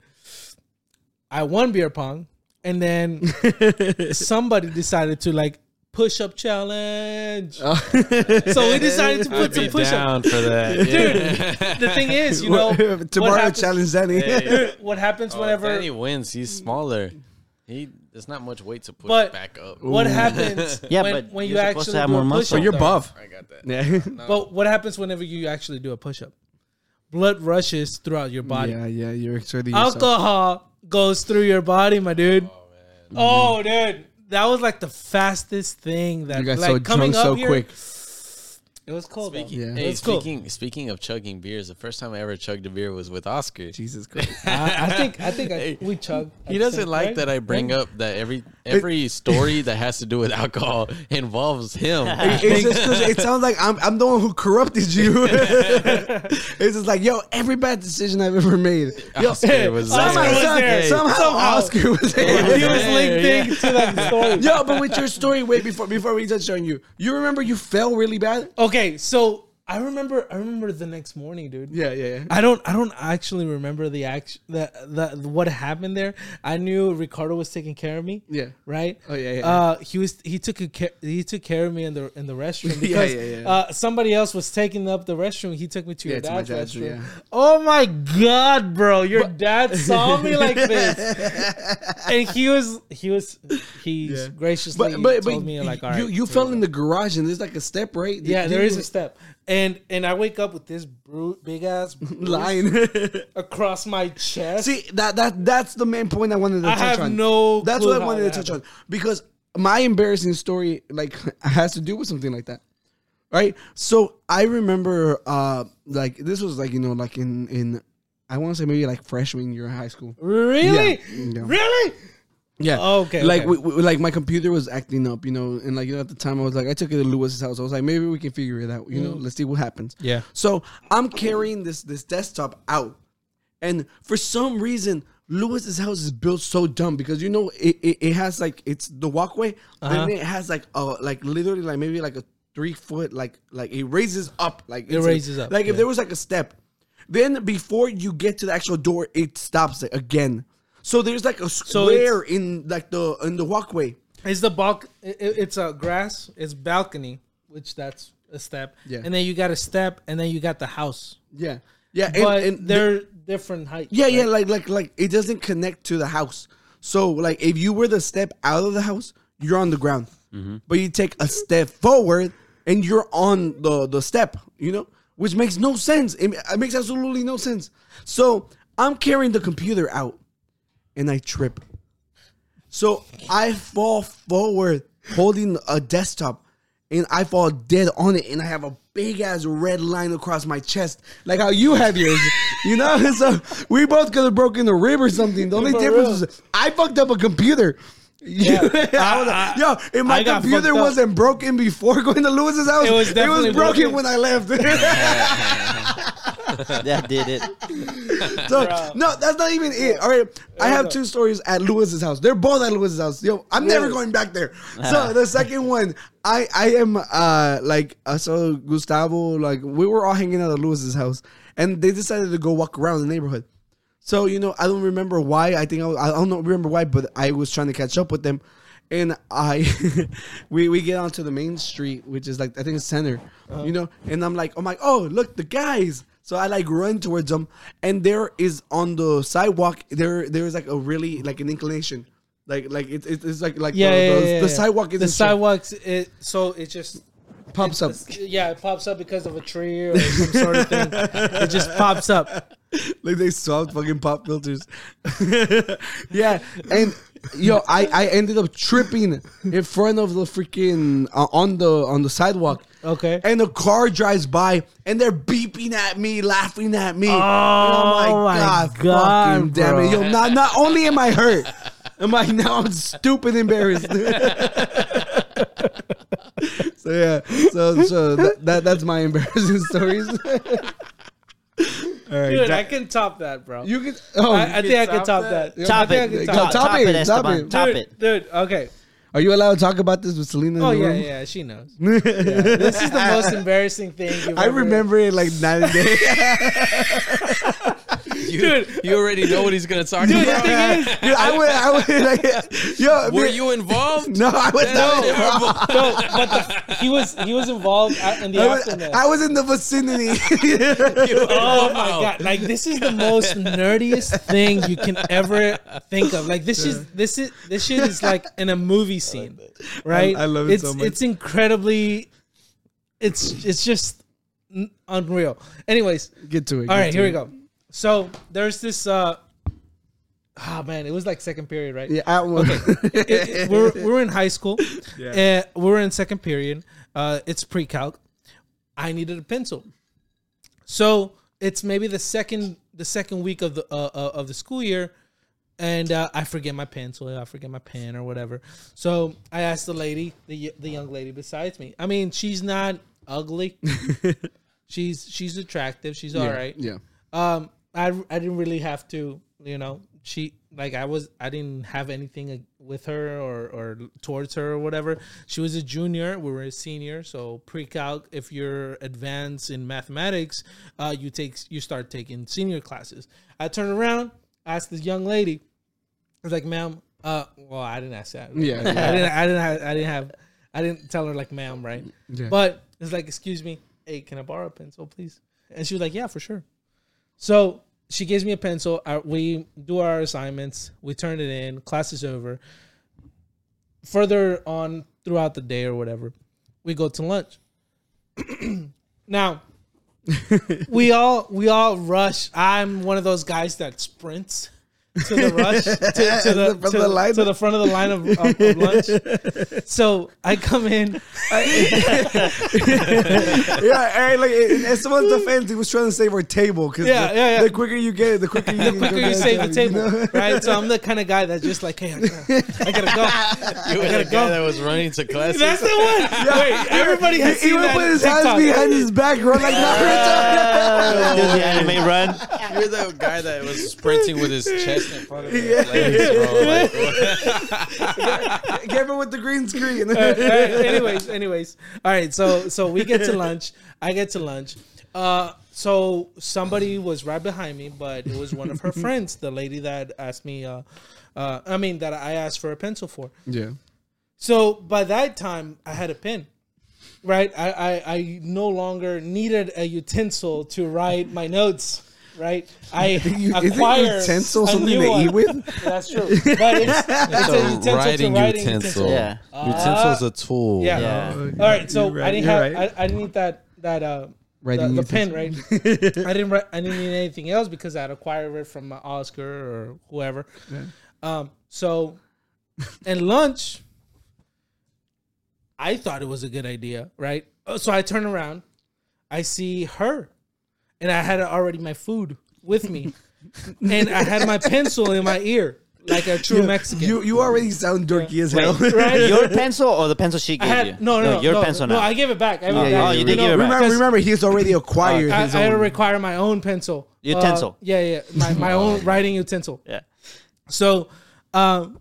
[SPEAKER 4] I won beer pong, and then somebody decided to like push up challenge.
[SPEAKER 5] Uh,
[SPEAKER 4] so we decided to put some push up.
[SPEAKER 6] down for that.
[SPEAKER 4] Dude, the thing is, you know, what
[SPEAKER 5] tomorrow
[SPEAKER 4] happens,
[SPEAKER 5] challenge Danny.
[SPEAKER 4] what happens
[SPEAKER 6] Oh,
[SPEAKER 4] whenever
[SPEAKER 6] Danny wins. He's smaller. He there's not much weight to put
[SPEAKER 4] But-
[SPEAKER 6] back up.
[SPEAKER 4] what happens
[SPEAKER 2] Yeah,
[SPEAKER 4] when,
[SPEAKER 2] but
[SPEAKER 4] when you
[SPEAKER 2] you're supposed to
[SPEAKER 4] actually
[SPEAKER 2] have
[SPEAKER 4] do
[SPEAKER 2] more
[SPEAKER 4] a
[SPEAKER 2] muscle.
[SPEAKER 4] push up.
[SPEAKER 2] But
[SPEAKER 5] You're buff.
[SPEAKER 6] I got that.
[SPEAKER 5] Yeah,
[SPEAKER 4] But what happens whenever you actually do a push up? Blood rushes throughout your body.
[SPEAKER 5] yeah, yeah. You're exerting yourself.
[SPEAKER 4] alcohol goes through your body, my dude. Oh, dude, that was like the fastest thing that
[SPEAKER 5] You got
[SPEAKER 4] like
[SPEAKER 5] so
[SPEAKER 4] coming
[SPEAKER 5] drunk
[SPEAKER 4] up
[SPEAKER 5] so
[SPEAKER 4] here,
[SPEAKER 5] quick.
[SPEAKER 4] It was cold. though.
[SPEAKER 5] Yeah.
[SPEAKER 6] Hey,
[SPEAKER 4] That's cool.
[SPEAKER 6] speaking speaking of chugging beers, the first time I ever chugged a beer was with Oscar.
[SPEAKER 5] Jesus Christ.
[SPEAKER 4] I, I think I think I,
[SPEAKER 6] Hey,
[SPEAKER 4] we chugged. at
[SPEAKER 6] He
[SPEAKER 4] the
[SPEAKER 6] doesn't
[SPEAKER 4] same
[SPEAKER 6] like
[SPEAKER 4] time.
[SPEAKER 6] that I bring
[SPEAKER 4] Yeah.
[SPEAKER 6] up that every every story that has to do with alcohol involves him.
[SPEAKER 5] It's just 'cause it sounds like I'm, I'm the one who corrupted you. it's just like, yo, every bad decision I've ever made. Yo,
[SPEAKER 6] Oscar was
[SPEAKER 4] Oscar
[SPEAKER 5] somehow,
[SPEAKER 6] there.
[SPEAKER 4] was
[SPEAKER 5] some-
[SPEAKER 4] there.
[SPEAKER 5] somehow Oscar was
[SPEAKER 4] He
[SPEAKER 5] there.
[SPEAKER 4] was linked in to that story.
[SPEAKER 5] yo, but with your story, wait before before we touch on you, you remember you fell really bad?
[SPEAKER 4] Okay, so I remember. I remember the next morning, dude.
[SPEAKER 5] Yeah, yeah, yeah.
[SPEAKER 4] I don't. I don't actually remember the action. The, the what happened there. I knew Ricardo was taking care of me.
[SPEAKER 5] Yeah.
[SPEAKER 4] Right.
[SPEAKER 5] Oh, yeah, yeah,
[SPEAKER 4] Uh, he was. He took a care, He took care of me in the in the restroom
[SPEAKER 5] Yeah,
[SPEAKER 4] because
[SPEAKER 5] yeah, yeah.
[SPEAKER 4] Uh, somebody else was taking up the restroom. He took me to your
[SPEAKER 5] to my
[SPEAKER 4] dad's,
[SPEAKER 5] dad's,
[SPEAKER 4] restroom.
[SPEAKER 5] yeah.
[SPEAKER 4] Oh my god, bro! Your dad saw me like this, and he was he was he
[SPEAKER 5] Yeah.
[SPEAKER 4] graciously
[SPEAKER 5] But but,
[SPEAKER 4] told
[SPEAKER 5] but
[SPEAKER 4] me
[SPEAKER 5] you,
[SPEAKER 4] like, all right,
[SPEAKER 5] you, you
[SPEAKER 4] here
[SPEAKER 5] fell
[SPEAKER 4] we
[SPEAKER 5] in
[SPEAKER 4] go."
[SPEAKER 5] the garage and there's like a step, right?
[SPEAKER 4] Yeah,
[SPEAKER 5] Did-
[SPEAKER 4] there
[SPEAKER 5] did
[SPEAKER 4] is
[SPEAKER 5] you-
[SPEAKER 4] a step, and and I wake up with this bru- big ass bruise
[SPEAKER 5] line.
[SPEAKER 4] across my chest.
[SPEAKER 5] See that that that's the main point I wanted to
[SPEAKER 4] I
[SPEAKER 5] touch
[SPEAKER 4] have
[SPEAKER 5] on.
[SPEAKER 4] no
[SPEAKER 5] That's
[SPEAKER 4] clue
[SPEAKER 5] what I
[SPEAKER 4] how
[SPEAKER 5] wanted to
[SPEAKER 4] that
[SPEAKER 5] touch on because my embarrassing story like has to do with something like that, right? So I remember uh like this was like you know like in in I want to say maybe like freshman year of high school.
[SPEAKER 4] Really?
[SPEAKER 5] Yeah. Yeah.
[SPEAKER 4] Really?
[SPEAKER 5] Yeah.
[SPEAKER 4] Oh, okay.
[SPEAKER 5] Like
[SPEAKER 4] okay.
[SPEAKER 5] We, we- like my computer was acting up, you know, and like you know at the time I was like I took it to Lewis's house. I was like maybe we can figure it out, you know.
[SPEAKER 4] Mm.
[SPEAKER 5] Let's see what happens.
[SPEAKER 4] Yeah.
[SPEAKER 5] So I'm carrying this this desktop out, and for some reason Lewis's house is built so dumb because you know it, it, it has like it's the walkway,
[SPEAKER 4] Uh-huh.
[SPEAKER 5] then it has like uh like literally like maybe like a three foot like like it raises up like
[SPEAKER 4] It
[SPEAKER 5] it's a-
[SPEAKER 4] raises up,
[SPEAKER 5] like
[SPEAKER 4] yeah.
[SPEAKER 5] if there was like a step, then before you get to the actual door, it stops it again. So there's like a
[SPEAKER 4] So it's-
[SPEAKER 5] square in like the in the walkway.
[SPEAKER 4] It's the balk. i- i it's a grass. It's balcony, which that's a step.
[SPEAKER 5] Yeah.
[SPEAKER 4] And then you got a step, and then you got the house.
[SPEAKER 5] Yeah, yeah, and,
[SPEAKER 4] but
[SPEAKER 5] and the-
[SPEAKER 4] they're different heights.
[SPEAKER 5] yeah,
[SPEAKER 4] right?
[SPEAKER 5] yeah, like like like it doesn't connect to the house. So like if you were to step out of the house, you're on the ground,
[SPEAKER 4] Mm-hmm.
[SPEAKER 5] but you take a step forward and you're on the the step. You know, which makes no sense. It, it makes absolutely no sense. So I'm carrying the computer out, and I trip. So I fall forward holding a desktop and I fall dead on it and I have a big ass red line across my chest like how you have yours. you know? So we both could have broken a rib or something. The only
[SPEAKER 4] For
[SPEAKER 5] difference
[SPEAKER 4] real.
[SPEAKER 5] is I fucked up a computer. Yeah, I was like,
[SPEAKER 4] I-
[SPEAKER 5] yo, if my
[SPEAKER 4] I got
[SPEAKER 5] computer
[SPEAKER 4] fucked up.
[SPEAKER 5] wasn't broken before going to Lewis's house,
[SPEAKER 4] It
[SPEAKER 5] it
[SPEAKER 4] was
[SPEAKER 5] was,
[SPEAKER 4] definitely
[SPEAKER 5] broken,
[SPEAKER 4] broken.
[SPEAKER 5] when I left.
[SPEAKER 2] that did it.
[SPEAKER 5] so, no, that's not even it. All right, I have
[SPEAKER 4] up.
[SPEAKER 5] two stories at Lewis's house. They're both at Lewis's house. Yo, I'm never going back there. So the second one, I I am uh like uh, so Gustavo like we were all hanging out at Lewis's house, and they decided to go walk around the neighborhood. So you know, I don't remember why. I think I, was, I don't know remember why, but I was trying to catch up with them, and I we we get onto the main street, which is like I think it's center,
[SPEAKER 4] Uh-huh.
[SPEAKER 5] you know. And I'm like, I'm like, oh look, the guys. So I like run towards them, and there is on the sidewalk there there is like a really like an inclination, like like it's it's it's like like
[SPEAKER 4] Yeah,
[SPEAKER 5] the,
[SPEAKER 4] yeah,
[SPEAKER 5] the,
[SPEAKER 4] yeah, yeah,
[SPEAKER 5] the
[SPEAKER 4] yeah.
[SPEAKER 5] sidewalk
[SPEAKER 4] The
[SPEAKER 5] isn't straight.
[SPEAKER 4] sidewalks. It, so it just
[SPEAKER 5] pops up.
[SPEAKER 4] Yeah, it pops up because of a tree or some sort of thing. It just pops up.
[SPEAKER 5] like they swapped fucking pop filters. yeah, and yo, I I ended up tripping in front of the freaking uh, on the on the sidewalk.
[SPEAKER 4] Okay.
[SPEAKER 5] And the car drives by and they're beeping at me, laughing at me. Oh,
[SPEAKER 4] Oh my God,
[SPEAKER 5] fucking damn it.
[SPEAKER 4] bro.
[SPEAKER 5] Yo, not, not only am I hurt, am I now I'm stupid embarrassed. so yeah, so so that, that that's my embarrassing stories. All right,
[SPEAKER 4] Dude,
[SPEAKER 5] that-
[SPEAKER 4] I can top that, bro.
[SPEAKER 5] you can. Oh,
[SPEAKER 4] I,
[SPEAKER 5] you
[SPEAKER 4] I think I can top that.
[SPEAKER 2] Top
[SPEAKER 4] I think
[SPEAKER 2] it.
[SPEAKER 4] I can
[SPEAKER 2] Top,
[SPEAKER 4] top,
[SPEAKER 5] Top
[SPEAKER 2] top
[SPEAKER 5] it,
[SPEAKER 2] it,
[SPEAKER 5] top
[SPEAKER 2] Esteban.
[SPEAKER 5] it.
[SPEAKER 2] Top
[SPEAKER 4] Dude,
[SPEAKER 2] it.
[SPEAKER 4] dude. Okay.
[SPEAKER 5] Are you allowed to talk about this with Selena? in
[SPEAKER 4] Oh
[SPEAKER 5] the
[SPEAKER 4] yeah,
[SPEAKER 5] room?
[SPEAKER 4] yeah. She knows. Yeah, this is the most embarrassing thing. You've
[SPEAKER 5] I
[SPEAKER 4] ever-
[SPEAKER 5] remember it like night and day.
[SPEAKER 6] You,
[SPEAKER 4] Dude.
[SPEAKER 6] you already know what he's gonna talk
[SPEAKER 4] Dude, the
[SPEAKER 6] about.
[SPEAKER 4] thing is,
[SPEAKER 5] Dude, I would, I would like, yo.
[SPEAKER 6] Were
[SPEAKER 5] dude,
[SPEAKER 6] you involved?
[SPEAKER 5] No, I was not. involved.
[SPEAKER 4] no, but the, he was he was involved at- in the
[SPEAKER 5] I was,
[SPEAKER 4] aftermath.
[SPEAKER 5] I was in the vicinity.
[SPEAKER 4] Oh my god! Like this is the most nerdiest thing you can ever think of. Like this is this is this shit is like in a movie scene, right?
[SPEAKER 5] I love it
[SPEAKER 4] it's,
[SPEAKER 5] so much.
[SPEAKER 4] It's incredibly, it's it's just n- unreal. Anyways,
[SPEAKER 5] get to it.
[SPEAKER 4] all
[SPEAKER 5] get
[SPEAKER 4] right,
[SPEAKER 5] to
[SPEAKER 4] here
[SPEAKER 5] it.
[SPEAKER 4] we go. So there's this. uh Ah man, it was like second period, right?
[SPEAKER 5] Yeah, I was.
[SPEAKER 4] it- it- we're, we're in high school. Uh, we're in second period. Uh, it's pre calc. I needed a pencil, so it's maybe the second the second week of the uh, uh, of the school year, and uh, I forget my pencil. I forget my pen or whatever. So I asked the lady, the y- the young lady besides me. I mean, she's not ugly. she's she's attractive. She's all right
[SPEAKER 5] Yeah.
[SPEAKER 4] um I, I didn't really have to you know she like i was i didn't have anything uh, with her or or towards her or whatever she was a junior we were a senior so pre-calc if you're advanced in mathematics uh you take you start taking senior classes i turn around ask this young lady I was like, ma'am. Uh, well, I didn't ask that.
[SPEAKER 5] Yeah,
[SPEAKER 4] Like, I didn't. I didn't have. I didn't have. I didn't tell her like, ma'am, right?
[SPEAKER 5] Yeah.
[SPEAKER 4] But it's like, excuse me. Hey, can I borrow a pencil, please? And she was like, yeah, for sure. So she gives me a pencil. I, we do our assignments. We turn it in. Class is over. Further on throughout the day or whatever, we go to lunch. now, we all we all rush. I'm one of those guys that sprints to the rush to, to the,
[SPEAKER 5] From
[SPEAKER 4] to,
[SPEAKER 5] the line?
[SPEAKER 4] to the front of the line of, of, of lunch. So I come in. I-
[SPEAKER 5] yeah, hey, like in, in someone's defense, he was trying to save our table because
[SPEAKER 4] Yeah,
[SPEAKER 5] the,
[SPEAKER 4] yeah, yeah.
[SPEAKER 5] the quicker you get it, the quicker you,
[SPEAKER 4] the quicker you save the table, right? So I'm the kind of guy that's just like, hey, I gotta, I gotta go.
[SPEAKER 6] You
[SPEAKER 4] I
[SPEAKER 6] were
[SPEAKER 4] gotta
[SPEAKER 6] the guy
[SPEAKER 4] go.
[SPEAKER 6] that was running to classes.
[SPEAKER 4] That's the one. Wait, everybody has
[SPEAKER 5] He
[SPEAKER 4] seen
[SPEAKER 5] would
[SPEAKER 4] that
[SPEAKER 5] put his
[SPEAKER 4] TikTok.
[SPEAKER 5] hands behind his back, run like that.
[SPEAKER 2] Does the anime run?
[SPEAKER 6] You're the guy that was sprinting with his chest in front of his
[SPEAKER 5] Yeah.
[SPEAKER 6] legs, bro. Like,
[SPEAKER 5] Give it with the green screen.
[SPEAKER 4] All right, all right, anyways, anyways. All right, so so we get to lunch. I get to lunch. Uh, so somebody was right behind me, but it was one of her friends, the lady that asked me. Uh, uh, I mean, that I asked for a pencil for.
[SPEAKER 5] yeah.
[SPEAKER 4] So by that time, I had a pen. Right, I, I, I no longer needed a utensil to write my notes. Right, I
[SPEAKER 5] You, is
[SPEAKER 4] acquired
[SPEAKER 5] it utensil
[SPEAKER 4] a
[SPEAKER 5] something
[SPEAKER 4] new
[SPEAKER 5] to
[SPEAKER 4] one.
[SPEAKER 5] eat with?
[SPEAKER 4] That's true, but it's, it's
[SPEAKER 6] It's
[SPEAKER 4] a utensil
[SPEAKER 6] a writing,
[SPEAKER 4] to writing
[SPEAKER 6] utensil.
[SPEAKER 4] utensil.
[SPEAKER 6] Uh,
[SPEAKER 2] Yeah.
[SPEAKER 6] Utensil's a tool.
[SPEAKER 4] Yeah.
[SPEAKER 2] Yeah.
[SPEAKER 4] All right, so
[SPEAKER 5] You're
[SPEAKER 4] I
[SPEAKER 5] right,
[SPEAKER 4] didn't
[SPEAKER 5] you're
[SPEAKER 4] have
[SPEAKER 5] right.
[SPEAKER 4] I, I didn't need that that uh
[SPEAKER 5] Writing
[SPEAKER 4] the, the pen right. I didn't write, I didn't need anything else because I'd acquired it from uh, Oscar or whoever. Um, so, and lunch, I thought it was a good idea, right? Uh, So I turn around, I see her, and I had already my food with me, and I had my pencil in my ear like a true Mexican.
[SPEAKER 5] You you already sound dorky as hell.
[SPEAKER 4] right?
[SPEAKER 2] Your pencil or the pencil she
[SPEAKER 4] I
[SPEAKER 2] gave you?
[SPEAKER 4] had, no, no, no,
[SPEAKER 2] your
[SPEAKER 4] no,
[SPEAKER 2] pencil
[SPEAKER 4] no,
[SPEAKER 2] now.
[SPEAKER 4] I gave it back. I gave
[SPEAKER 2] Oh,
[SPEAKER 4] it back.
[SPEAKER 2] oh, you did give it back.
[SPEAKER 5] remember, remember, he's already acquired his
[SPEAKER 4] I, I
[SPEAKER 5] own.
[SPEAKER 4] require my own pencil.
[SPEAKER 2] Utensil.
[SPEAKER 4] Uh, yeah, yeah. My, my own writing utensil.
[SPEAKER 2] yeah.
[SPEAKER 4] So um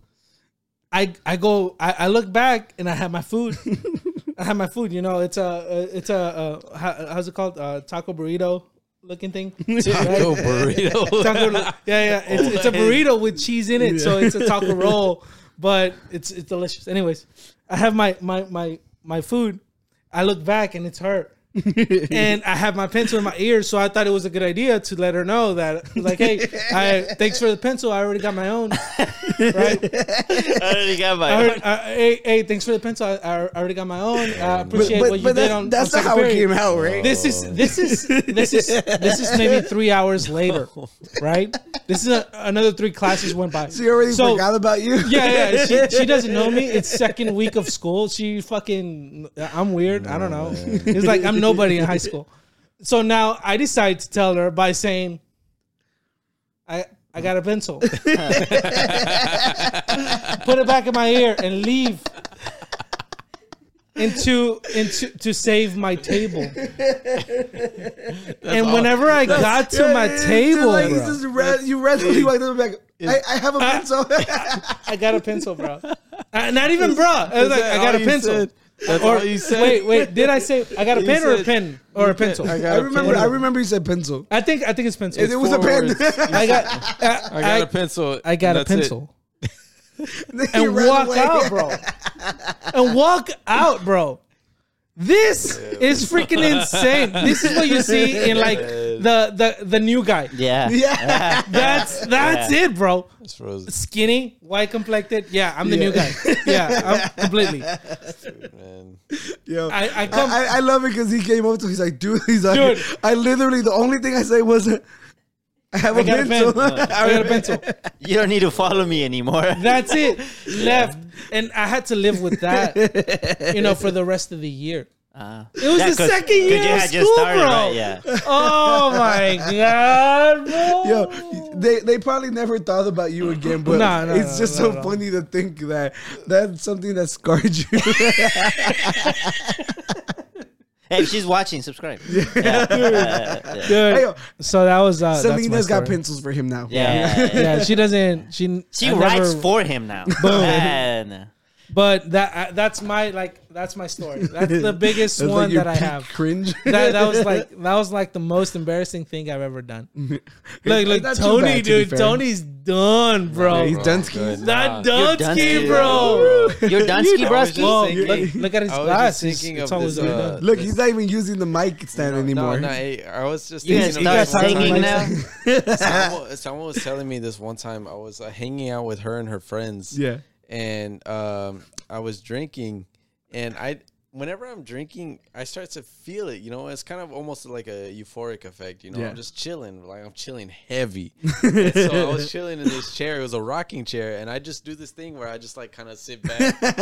[SPEAKER 4] I I go I, I look back and I have my food. I have my food, you know, it's a it's a uh, how, how's it called? Uh, taco burrito looking thing.
[SPEAKER 6] Taco burrito.
[SPEAKER 4] Taco, yeah, yeah. It's, it's a burrito with cheese in it, so it's a taco roll, but it's it's delicious. Anyways, I have my my my my food. I look back and it's her, and I have my pencil in my ear, so I thought it was a good idea to let her know that like, hey, I thanks for the pencil. I already got my own, right?
[SPEAKER 2] I already got
[SPEAKER 4] I
[SPEAKER 2] my.
[SPEAKER 4] already, I- hey, hey, thanks for the pencil. I, I already got my own. I appreciate
[SPEAKER 5] but
[SPEAKER 4] what you
[SPEAKER 5] but
[SPEAKER 4] did
[SPEAKER 5] that-
[SPEAKER 4] on.
[SPEAKER 5] that's
[SPEAKER 4] on
[SPEAKER 5] not how it
[SPEAKER 4] Secretary."
[SPEAKER 5] came out, right?
[SPEAKER 4] This is this is this is this is maybe three hours later, right? This is a, another three classes went by.
[SPEAKER 5] She already forgot about you.
[SPEAKER 4] Yeah, yeah. She, she doesn't know me. It's second week of school. She fucking. I'm weird. I don't know. It's like I'm nobody in high school. So now I decide to tell her by saying, I I got a pencil. Put it back in my ear and leave. Into into to save my table, and whenever I got to my table,
[SPEAKER 5] Like, he's
[SPEAKER 4] bro,
[SPEAKER 5] just ran, you randomly walked in the back. I, I have a pencil.
[SPEAKER 4] I got a pencil, bro. Uh, not even bro. I was like, I
[SPEAKER 6] oh,
[SPEAKER 4] got a pencil.
[SPEAKER 6] That's
[SPEAKER 4] or
[SPEAKER 6] all you said.
[SPEAKER 4] wait, wait, did I say I got a pen or a
[SPEAKER 6] said-
[SPEAKER 4] pen or a pencil? I,
[SPEAKER 5] I remember. I remember you said pencil.
[SPEAKER 4] think I think it's pencil.
[SPEAKER 5] It was a pen.
[SPEAKER 4] I got I,
[SPEAKER 6] I got
[SPEAKER 4] I-
[SPEAKER 6] a pencil.
[SPEAKER 4] I got a
[SPEAKER 6] That's it.
[SPEAKER 4] pencil
[SPEAKER 5] He
[SPEAKER 4] and
[SPEAKER 5] ran
[SPEAKER 4] walk
[SPEAKER 5] away.
[SPEAKER 4] out, bro. and walk out, bro. This is freaking insane. This is what you see in like the the the new guy.
[SPEAKER 2] Yeah.
[SPEAKER 5] Yeah.
[SPEAKER 4] That's that's it, bro.
[SPEAKER 6] It's frozen.
[SPEAKER 4] Skinny, white complected. Yeah, I'm the new guy. Yeah, I'm completely.
[SPEAKER 6] Man.
[SPEAKER 5] Yo. I,
[SPEAKER 4] I, I come.
[SPEAKER 5] I, I love it because he came up to. He's like, dude. He's like,
[SPEAKER 4] Dude.
[SPEAKER 5] I literally. The only thing I said was, I have
[SPEAKER 4] I
[SPEAKER 5] a
[SPEAKER 4] got a
[SPEAKER 5] pencil.
[SPEAKER 4] pen. I got a pencil.
[SPEAKER 2] You don't need to follow me anymore.
[SPEAKER 4] That's it. Left. And I had to live with that, you know, for the rest of the year. it was
[SPEAKER 2] Uh, Yeah,
[SPEAKER 4] the
[SPEAKER 2] 'cause-
[SPEAKER 4] second
[SPEAKER 2] 'cause
[SPEAKER 4] year of
[SPEAKER 2] had
[SPEAKER 4] school, bro.
[SPEAKER 2] right? Yeah.
[SPEAKER 4] Oh my god, bro. Oh.
[SPEAKER 5] Yo, they they probably never thought about you again, but
[SPEAKER 4] No, no,
[SPEAKER 5] it's
[SPEAKER 4] no,
[SPEAKER 5] just
[SPEAKER 4] no,
[SPEAKER 5] so
[SPEAKER 4] no.
[SPEAKER 5] funny to think that that's something that scarred you.
[SPEAKER 2] Hey, if she's watching, subscribe. Yeah.
[SPEAKER 4] Dude.
[SPEAKER 5] Hey, yo,
[SPEAKER 4] so that was uh,
[SPEAKER 5] Selena's
[SPEAKER 4] that's my
[SPEAKER 5] got
[SPEAKER 4] story.
[SPEAKER 5] pencils for him now.
[SPEAKER 2] yeah.
[SPEAKER 4] Yeah, she doesn't. She
[SPEAKER 2] She
[SPEAKER 4] I never-
[SPEAKER 2] writes for him now. Man.
[SPEAKER 4] but that I, that's my like that's my story. That's the biggest
[SPEAKER 5] That's like
[SPEAKER 4] one
[SPEAKER 5] your
[SPEAKER 4] that I
[SPEAKER 5] peak
[SPEAKER 4] have.
[SPEAKER 5] Cringe.
[SPEAKER 4] That, that was like that was like the most embarrassing thing I've ever done. Look, look,
[SPEAKER 5] Not too
[SPEAKER 4] Tony,
[SPEAKER 5] bad, to be
[SPEAKER 4] dude,
[SPEAKER 5] fair.
[SPEAKER 4] Tony's done, bro.
[SPEAKER 5] he's done skis.
[SPEAKER 6] Oh, Good.
[SPEAKER 4] Not
[SPEAKER 2] You're
[SPEAKER 4] Dunsky,
[SPEAKER 2] Dunsky,
[SPEAKER 4] bro.
[SPEAKER 2] You're Dunsky
[SPEAKER 6] I was just
[SPEAKER 2] Broski?
[SPEAKER 4] Whoa,
[SPEAKER 6] thinking-
[SPEAKER 4] look, look at his
[SPEAKER 6] I was just
[SPEAKER 4] glass. It's,
[SPEAKER 6] thinking
[SPEAKER 4] it's
[SPEAKER 6] of
[SPEAKER 4] always
[SPEAKER 6] this,
[SPEAKER 4] really
[SPEAKER 6] uh,
[SPEAKER 4] done.
[SPEAKER 5] Look, he's not even using the mic stand anymore.
[SPEAKER 6] No, no, I, I was just
[SPEAKER 2] You gonna
[SPEAKER 6] thinking of
[SPEAKER 2] start
[SPEAKER 6] this one
[SPEAKER 2] singing
[SPEAKER 6] time.
[SPEAKER 2] now?
[SPEAKER 6] someone, someone was telling me this one time. I was uh, hanging out with her and her friends.
[SPEAKER 5] Yeah.
[SPEAKER 6] And um, I was drinking, and I whenever I'm drinking, I start to feel it. You know, it's kind of almost like a euphoric effect. You know,
[SPEAKER 3] Yeah.
[SPEAKER 6] I'm just chilling, like I'm chilling heavy. And so I was chilling in this chair. It was a rocking chair, and I just do this thing where I just like kind of sit back. and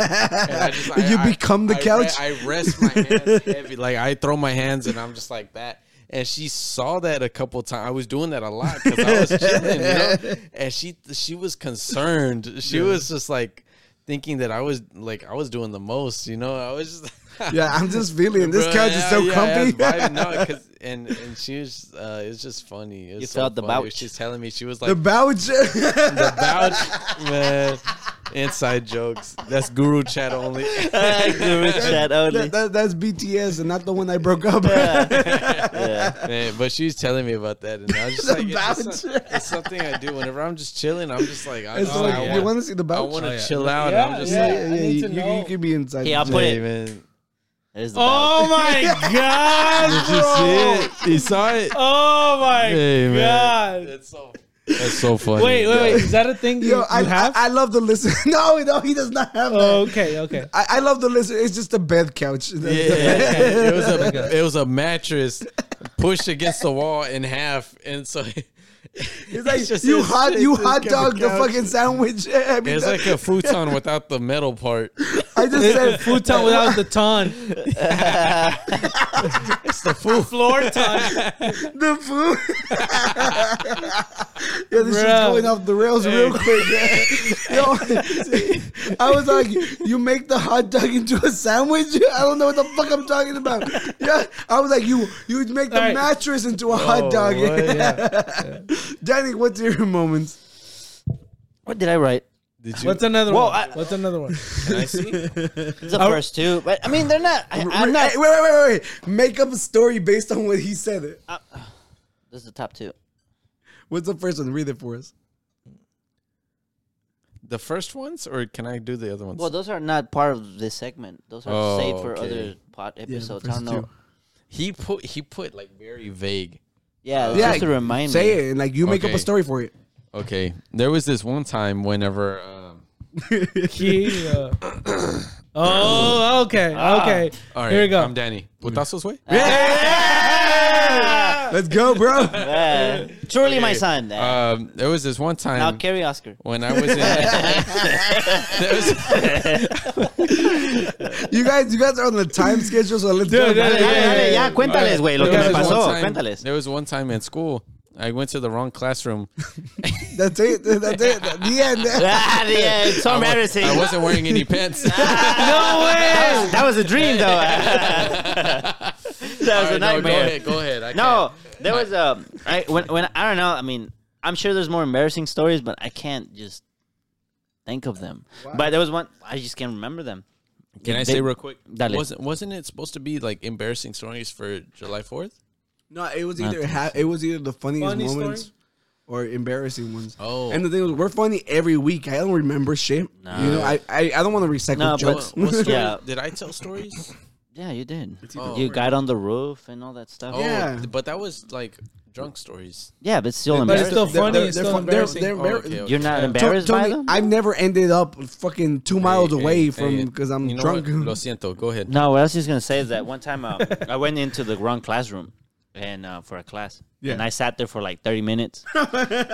[SPEAKER 6] I just, I-
[SPEAKER 5] You
[SPEAKER 6] I-
[SPEAKER 5] become the
[SPEAKER 6] I re-
[SPEAKER 5] couch?
[SPEAKER 6] I rest my hands heavy, like I throw my hands, and I'm just like that. And she saw that a couple times. I was doing that a lot because I was chilling, you know? and she she was concerned. She
[SPEAKER 5] Yeah.
[SPEAKER 6] was just like thinking that I was like I was doing the most, you know. I was just
[SPEAKER 5] Yeah, I'm just feeling this couch is so comfy.
[SPEAKER 6] I was vibing. no, 'cause- and and she was uh, it was just funny. It was
[SPEAKER 5] You
[SPEAKER 6] so
[SPEAKER 5] felt the
[SPEAKER 6] funny.
[SPEAKER 5] bouch.
[SPEAKER 6] She's telling me she was like
[SPEAKER 5] The bouch.
[SPEAKER 6] the bouch, man. Inside jokes. That's guru chat only.
[SPEAKER 5] That- that- that's BTS and not the one I broke up.
[SPEAKER 6] Man, but she's telling me about that, and I was just
[SPEAKER 5] The
[SPEAKER 6] like, it's,
[SPEAKER 5] bouch.
[SPEAKER 6] just some- it's something I do whenever I'm just chilling. I'm just like, I,
[SPEAKER 5] It's
[SPEAKER 6] just-
[SPEAKER 5] like,
[SPEAKER 6] I
[SPEAKER 5] you
[SPEAKER 6] want,
[SPEAKER 5] wanna see the
[SPEAKER 6] Oh, I
[SPEAKER 5] bouch?
[SPEAKER 6] want to
[SPEAKER 5] Oh, yeah.
[SPEAKER 6] chill out.
[SPEAKER 5] Yeah,
[SPEAKER 6] I'm just
[SPEAKER 5] yeah,
[SPEAKER 6] like,
[SPEAKER 5] yeah, I need you- to you- know. you could be inside
[SPEAKER 2] Hey, I'll put
[SPEAKER 6] Hey,
[SPEAKER 2] it.
[SPEAKER 6] man.
[SPEAKER 2] There's the
[SPEAKER 4] Oh my
[SPEAKER 6] Did you
[SPEAKER 4] god, bro!
[SPEAKER 6] see it? You saw it?
[SPEAKER 4] Oh my
[SPEAKER 6] Hey, man.
[SPEAKER 4] god!
[SPEAKER 6] That's so funny.
[SPEAKER 4] Wait, wait, wait! Is that a thing you,
[SPEAKER 5] Yo, I,
[SPEAKER 4] you have?
[SPEAKER 5] I, I love the listen. No, no, he does not have.
[SPEAKER 4] Oh,
[SPEAKER 5] that.
[SPEAKER 4] okay, okay.
[SPEAKER 5] I, I love the listen. It's just a bed couch.
[SPEAKER 6] Yeah, it was a it was a mattress pushed against the wall in half, and so
[SPEAKER 5] It's like
[SPEAKER 6] It's just-
[SPEAKER 5] you
[SPEAKER 6] it's-
[SPEAKER 5] hot,
[SPEAKER 6] it's
[SPEAKER 5] you
[SPEAKER 6] just
[SPEAKER 5] hot
[SPEAKER 6] kinda
[SPEAKER 5] dog the
[SPEAKER 6] couch.
[SPEAKER 5] fucking sandwich. I mean,
[SPEAKER 6] it's
[SPEAKER 5] the-
[SPEAKER 6] like a futon without the metal part.
[SPEAKER 5] I just said
[SPEAKER 4] futon without the ton.
[SPEAKER 6] It's the full
[SPEAKER 4] floor ton.
[SPEAKER 5] the food. yeah, this is
[SPEAKER 4] Bruh.
[SPEAKER 5] going off the rails real quick. Yo, I was like, you make the hot dog into a sandwich? I don't know what the fuck I'm talking about. Yeah, I was like, you you make the
[SPEAKER 4] All right.
[SPEAKER 5] mattress into a hot dog.
[SPEAKER 4] what?
[SPEAKER 5] Danny, what's your moments?
[SPEAKER 2] What did I write?
[SPEAKER 6] Did
[SPEAKER 4] What's another
[SPEAKER 2] Well,
[SPEAKER 4] one?
[SPEAKER 2] I-
[SPEAKER 4] What's another one?
[SPEAKER 2] It's the first two, but I mean they're not. I, I'm not.
[SPEAKER 5] Hey, wait, wait, wait, wait, wait. Make up a story based on what he said. It.
[SPEAKER 2] This is the top two.
[SPEAKER 5] What's the first one? Read it for us.
[SPEAKER 6] The first ones, or can I do the other ones?
[SPEAKER 2] Well, those are not part of this segment. Those are
[SPEAKER 6] Oh,
[SPEAKER 2] saved for
[SPEAKER 6] okay.
[SPEAKER 2] other pod
[SPEAKER 5] the
[SPEAKER 2] episodes. I
[SPEAKER 5] first
[SPEAKER 2] don't know.
[SPEAKER 5] two.
[SPEAKER 6] he put he put like very vague.
[SPEAKER 2] Yeah,
[SPEAKER 5] Yeah,
[SPEAKER 2] just to remind
[SPEAKER 5] Say
[SPEAKER 2] me.
[SPEAKER 5] it and like you make up
[SPEAKER 6] Okay.
[SPEAKER 5] a story for it.
[SPEAKER 6] Okay, there was this one time whenever. Um,
[SPEAKER 4] He, uh, oh, okay,
[SPEAKER 6] Ah.
[SPEAKER 4] okay.
[SPEAKER 6] all right,
[SPEAKER 4] Here we go.
[SPEAKER 6] I'm Danny. Putazos way.
[SPEAKER 2] Uh,
[SPEAKER 5] Let's go, bro.
[SPEAKER 2] Yeah. Truly, my son.
[SPEAKER 6] Um, there was this one time.
[SPEAKER 2] now carry Oscar.
[SPEAKER 6] when I was in, there was,
[SPEAKER 5] You guys, you guys are on the time schedule, so let's go.
[SPEAKER 4] Dude, yeah,
[SPEAKER 2] Dale,
[SPEAKER 4] yeah, yeah,
[SPEAKER 2] dale,
[SPEAKER 4] yeah.
[SPEAKER 2] ya, cuéntales, güey, lo
[SPEAKER 6] there
[SPEAKER 2] que me
[SPEAKER 6] was one
[SPEAKER 2] pasó.
[SPEAKER 6] time-
[SPEAKER 2] Cuéntales.
[SPEAKER 6] There was one time in school, I went to the wrong classroom.
[SPEAKER 5] That's it. That's it. The end.
[SPEAKER 2] Ah, yeah, it's so
[SPEAKER 6] I wa-
[SPEAKER 2] embarrassing.
[SPEAKER 6] I wasn't wearing any pants.
[SPEAKER 2] Ah,
[SPEAKER 4] Oh,
[SPEAKER 2] no way. That was a dream, though. that was
[SPEAKER 6] All
[SPEAKER 2] a
[SPEAKER 6] right, no,
[SPEAKER 2] nightmare.
[SPEAKER 6] go ahead. Go ahead. I
[SPEAKER 2] No,
[SPEAKER 6] can't.
[SPEAKER 2] there was a. I when when I don't know. I mean, I'm sure there's more embarrassing stories, but I can't just think of them. But there was one I just can't remember them.
[SPEAKER 6] Can I
[SPEAKER 2] They-
[SPEAKER 6] say real quick?
[SPEAKER 2] Dale.
[SPEAKER 6] Wasn't wasn't it supposed to be like embarrassing stories for July Fourth?
[SPEAKER 5] No, it was either ha- it was either the funniest
[SPEAKER 4] Funny story?
[SPEAKER 5] moments or embarrassing ones.
[SPEAKER 6] Oh.
[SPEAKER 5] and the thing was, we're funny every week. I don't remember shit. You know, I I, I don't want to recycle
[SPEAKER 2] No, but-
[SPEAKER 5] jokes.
[SPEAKER 6] What story?
[SPEAKER 2] Yeah.
[SPEAKER 6] Did I tell stories?
[SPEAKER 2] Yeah, you did.
[SPEAKER 6] either
[SPEAKER 2] You got on the roof and all that stuff.
[SPEAKER 6] Oh,
[SPEAKER 5] Yeah.
[SPEAKER 6] but that was like drunk stories.
[SPEAKER 2] yeah, but still
[SPEAKER 4] But it's
[SPEAKER 2] embarrassing.
[SPEAKER 4] still funny.
[SPEAKER 5] They're-
[SPEAKER 4] it's
[SPEAKER 5] they're
[SPEAKER 4] still
[SPEAKER 5] fun- they're-
[SPEAKER 4] embarrassing.
[SPEAKER 5] they're-
[SPEAKER 6] Oh, okay, okay.
[SPEAKER 2] You're not
[SPEAKER 6] Yeah.
[SPEAKER 5] To-
[SPEAKER 2] embarrassed by
[SPEAKER 5] Tony,
[SPEAKER 2] them.
[SPEAKER 5] I've never ended up fucking two miles
[SPEAKER 6] Hey,
[SPEAKER 5] away
[SPEAKER 6] hey,
[SPEAKER 5] from
[SPEAKER 6] hey,
[SPEAKER 5] because I'm
[SPEAKER 6] you know
[SPEAKER 5] drunk.
[SPEAKER 6] what? Lo siento. Go ahead.
[SPEAKER 2] No, what I was just gonna say is that one time uh, I went into the wrong classroom and uh, for a class, and I sat there for like thirty minutes.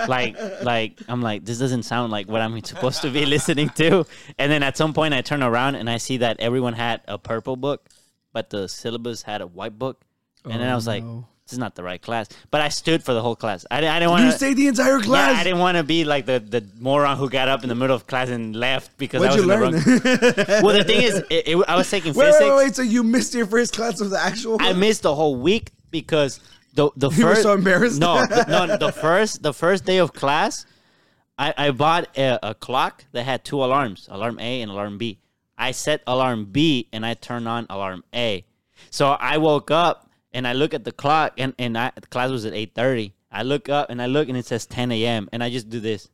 [SPEAKER 2] like, like I'm like, this doesn't sound like what I'm supposed to be listening to. And then at some point, I turn around and I see that everyone had a purple book, but the syllabus had a white book, and then I was like.
[SPEAKER 5] Oh, no.
[SPEAKER 2] This is not the right class, but I stood for the whole class. I, di- I didn't want
[SPEAKER 5] you
[SPEAKER 2] to
[SPEAKER 5] stayed the entire class.
[SPEAKER 2] Yeah, I didn't want to be like the, the moron who got up in the middle of class and left because
[SPEAKER 5] What'd
[SPEAKER 2] I was
[SPEAKER 5] you
[SPEAKER 2] in
[SPEAKER 5] learn?
[SPEAKER 2] the wrong. Well, the thing is, it, it, I was taking
[SPEAKER 5] wait,
[SPEAKER 2] physics.
[SPEAKER 5] wait, wait. So you missed your first class of the actual?
[SPEAKER 2] I missed the whole week because the the
[SPEAKER 5] You were
[SPEAKER 2] first
[SPEAKER 5] so embarrassed.
[SPEAKER 2] No, the, no, the first the first day of class, I I bought a, a clock that had two alarms, alarm A and alarm B. I set alarm B and I turned on alarm A. So I woke up and I look at the clock and and I, the class was at eight thirty. I look up and I look and it says ten a.m. and I just do this.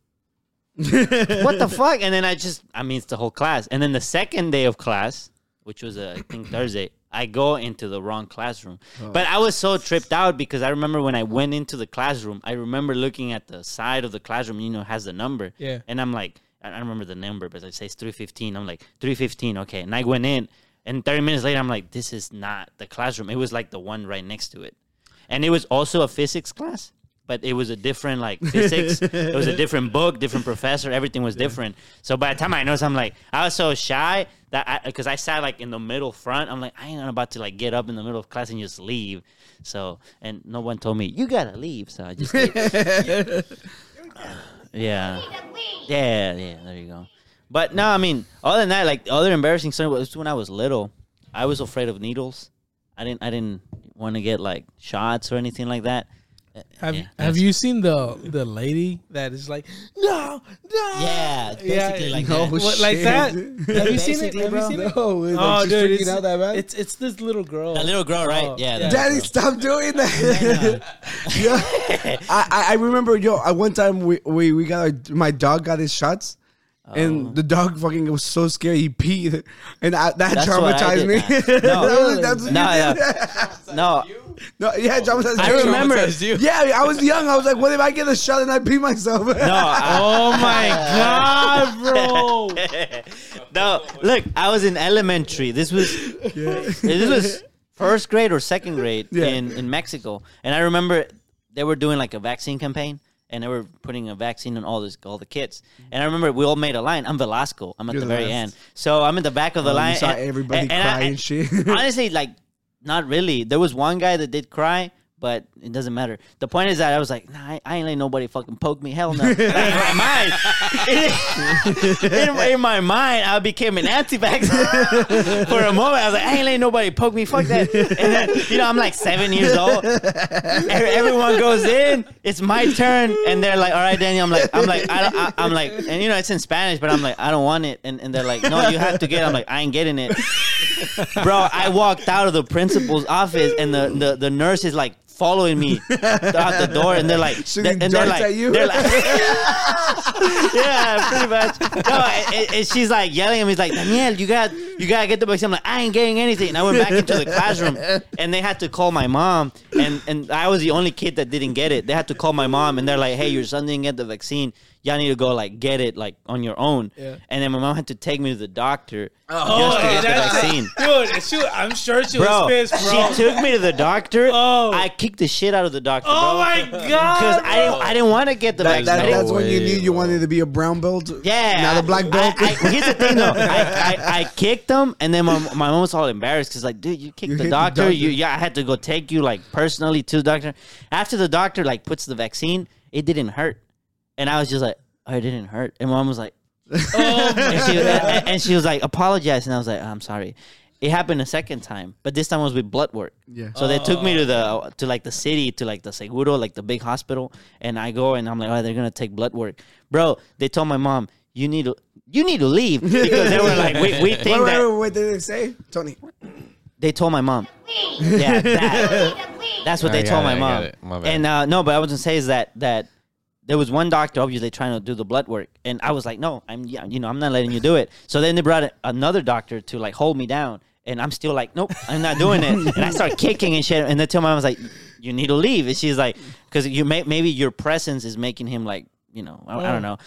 [SPEAKER 2] what the fuck? And then I just, I mean, it's the whole class. And then the second day of class, which was, uh, I think, Thursday, I go into the wrong classroom. But I was so tripped out because I remember when I went into the classroom, I remember looking at the side of the classroom, you know, it has the number.
[SPEAKER 4] Yeah.
[SPEAKER 2] And I'm like, I I remember the number, but it says 315. I'm like, 315, okay. And I went in. And 30 minutes later, I'm like, this is not the classroom. It was like the one right next to it. And it was also a physics class, but it was a different, like, physics. it was a different book, different professor. Everything was different. So by the time I noticed, I'm like, I was so shy that because I, sat, like, in the middle front. I'm like, I ain't about to, like, get up in the middle of class and just leave. So, and no one told me, you gotta leave. So I just, like, yeah. Yeah, yeah, there you go. But no, I mean, other than that, like the other embarrassing story was when I was little. I was afraid of needles. I didn't I didn't want to get like shots or anything like that. Uh,
[SPEAKER 4] Have
[SPEAKER 2] yeah,
[SPEAKER 4] Have
[SPEAKER 2] that's-
[SPEAKER 4] you seen the the lady that is like no no
[SPEAKER 2] Yeah, basically like that.
[SPEAKER 4] what, like that? Have you seen it?
[SPEAKER 5] Basically,
[SPEAKER 4] Have you
[SPEAKER 5] bro.
[SPEAKER 4] seen it? Oh,
[SPEAKER 5] No, like, she's freaking
[SPEAKER 4] it's,
[SPEAKER 5] out that bad?
[SPEAKER 4] it's it's this little girl.
[SPEAKER 2] That little girl, right? Yeah, that
[SPEAKER 5] Daddy, stop doing that. Yo, I, I- I remember, yo, I, one time we, we, we got our, my dog got his shots.
[SPEAKER 2] Oh.
[SPEAKER 5] And the dog fucking was so scared he peed, and I, that
[SPEAKER 2] That's what I
[SPEAKER 5] traumatized
[SPEAKER 2] did.
[SPEAKER 5] me.
[SPEAKER 2] No.
[SPEAKER 5] That was- that's what
[SPEAKER 2] No,
[SPEAKER 5] you did.
[SPEAKER 2] No,
[SPEAKER 5] No, yeah, traumatized.
[SPEAKER 2] I
[SPEAKER 5] you.
[SPEAKER 2] remember.
[SPEAKER 5] Traumatized you. Yeah, I was young. I was like, what if I get a shot and I pee myself?
[SPEAKER 2] no, I-
[SPEAKER 4] Oh my god, bro!
[SPEAKER 2] no. Look, I was in elementary. This was this was first grade or second grade
[SPEAKER 5] Yeah.
[SPEAKER 2] in in Mexico, and I remember they were doing like a vaccine campaign. And they were putting a vaccine on all this, all the kids. And I remember we all made a line. I'm Velasco. I'm at
[SPEAKER 5] You're
[SPEAKER 2] the
[SPEAKER 5] the
[SPEAKER 2] very
[SPEAKER 5] last.
[SPEAKER 2] end. So I'm in the back of the
[SPEAKER 5] Oh, you
[SPEAKER 2] line.
[SPEAKER 5] saw everybody cry and shit.
[SPEAKER 2] honestly, like, not really. There was one guy that did cry, but it doesn't matter. The point is that I was like, nah, I, I ain't let nobody fucking poke me. Hell no. Like, in my mind, in, in my mind, I became an anti-vaxxer for a moment. I was like, I ain't let nobody poke me. Fuck that. And then, you know, I'm like seven years old. Ev- Everyone goes in. It's my turn, and they're like, "All right, Daniel." I'm like, I'm like, I don't, I, I'm like, and you know, it's in Spanish, but I'm like, I don't want it. And, and they're like, No, you have to get. it. I'm like, I ain't getting it bro i walked out of the principal's office and the, the, the nurse is like following me out the door and they're like
[SPEAKER 5] Shooting
[SPEAKER 2] and they're
[SPEAKER 5] darts
[SPEAKER 2] like,
[SPEAKER 5] at you?
[SPEAKER 2] they're like yeah pretty much no and, and- and she's like yelling at me It's like daniel you got you gotta get the book i'm like i ain't getting anything and i went back into the classroom and they had to call my mom and and i was the only kid that didn't get it they had to call my mom and they're like hey your son didn't get the vaccine y'all need to go like get it like on your own
[SPEAKER 4] Yeah.
[SPEAKER 2] and then my mom had to take me to the doctor
[SPEAKER 4] Oh,
[SPEAKER 2] just to get the
[SPEAKER 4] that's-
[SPEAKER 2] vaccine
[SPEAKER 4] dude, she, I'm sure she
[SPEAKER 2] bro,
[SPEAKER 4] was pissed, bro.
[SPEAKER 2] she took me to the doctor.
[SPEAKER 4] Oh.
[SPEAKER 2] I kicked the shit out of the doctor.
[SPEAKER 4] oh
[SPEAKER 2] bro.
[SPEAKER 4] my
[SPEAKER 2] Because
[SPEAKER 4] god!
[SPEAKER 2] I didn't, I didn't want to get the
[SPEAKER 5] That,
[SPEAKER 2] vaccine. I
[SPEAKER 5] that,
[SPEAKER 2] didn't-
[SPEAKER 5] that's when you
[SPEAKER 6] way,
[SPEAKER 5] knew you
[SPEAKER 6] bro.
[SPEAKER 5] wanted to be a brown belt.
[SPEAKER 2] yeah,
[SPEAKER 5] Not a black belt.
[SPEAKER 2] I, I, here's the thing, though. I, I, I kicked him, and then my, my mom was all embarrassed because, like, dude, you
[SPEAKER 5] You
[SPEAKER 2] kicked
[SPEAKER 5] hit
[SPEAKER 2] the
[SPEAKER 5] the
[SPEAKER 2] doctor.
[SPEAKER 5] doctor.
[SPEAKER 2] You, yeah, I had to go take you like personally to the doctor. After the doctor like puts the vaccine, it didn't hurt, and I was just like, oh, it didn't hurt. And mom was like, and, she, and, and she was like, apologize. And I was like, "Oh, I'm sorry. It happened a second time, but this time was with blood work.
[SPEAKER 5] Yeah.
[SPEAKER 2] So they took me to
[SPEAKER 5] Oh.
[SPEAKER 2] the to like the city to like the seguro, like the big hospital, and I go and I'm like, oh, they're gonna take blood work, bro. They told my mom, you need to you need to leave because they were like, we, we
[SPEAKER 5] Wait,
[SPEAKER 2] think
[SPEAKER 5] wait,
[SPEAKER 2] that
[SPEAKER 5] wait, what did they say, Tony?
[SPEAKER 2] they told my mom. yeah, that. that's what they
[SPEAKER 6] I got
[SPEAKER 2] told
[SPEAKER 6] it,
[SPEAKER 2] my
[SPEAKER 6] Oh, I got
[SPEAKER 2] mom.
[SPEAKER 6] it. My bad.
[SPEAKER 2] and uh, no, but I was gonna say is that that there was one doctor obviously trying to do the blood work, and I was like, no, I'm yeah, you know I'm not letting you do it. So then they brought another doctor to like hold me down, and I'm still like, nope, I'm not doing it. and I start kicking and shit, and they tell my mom I was like, you need to leave, and she's like, because you may maybe your presence is making him like you know I, I don't know,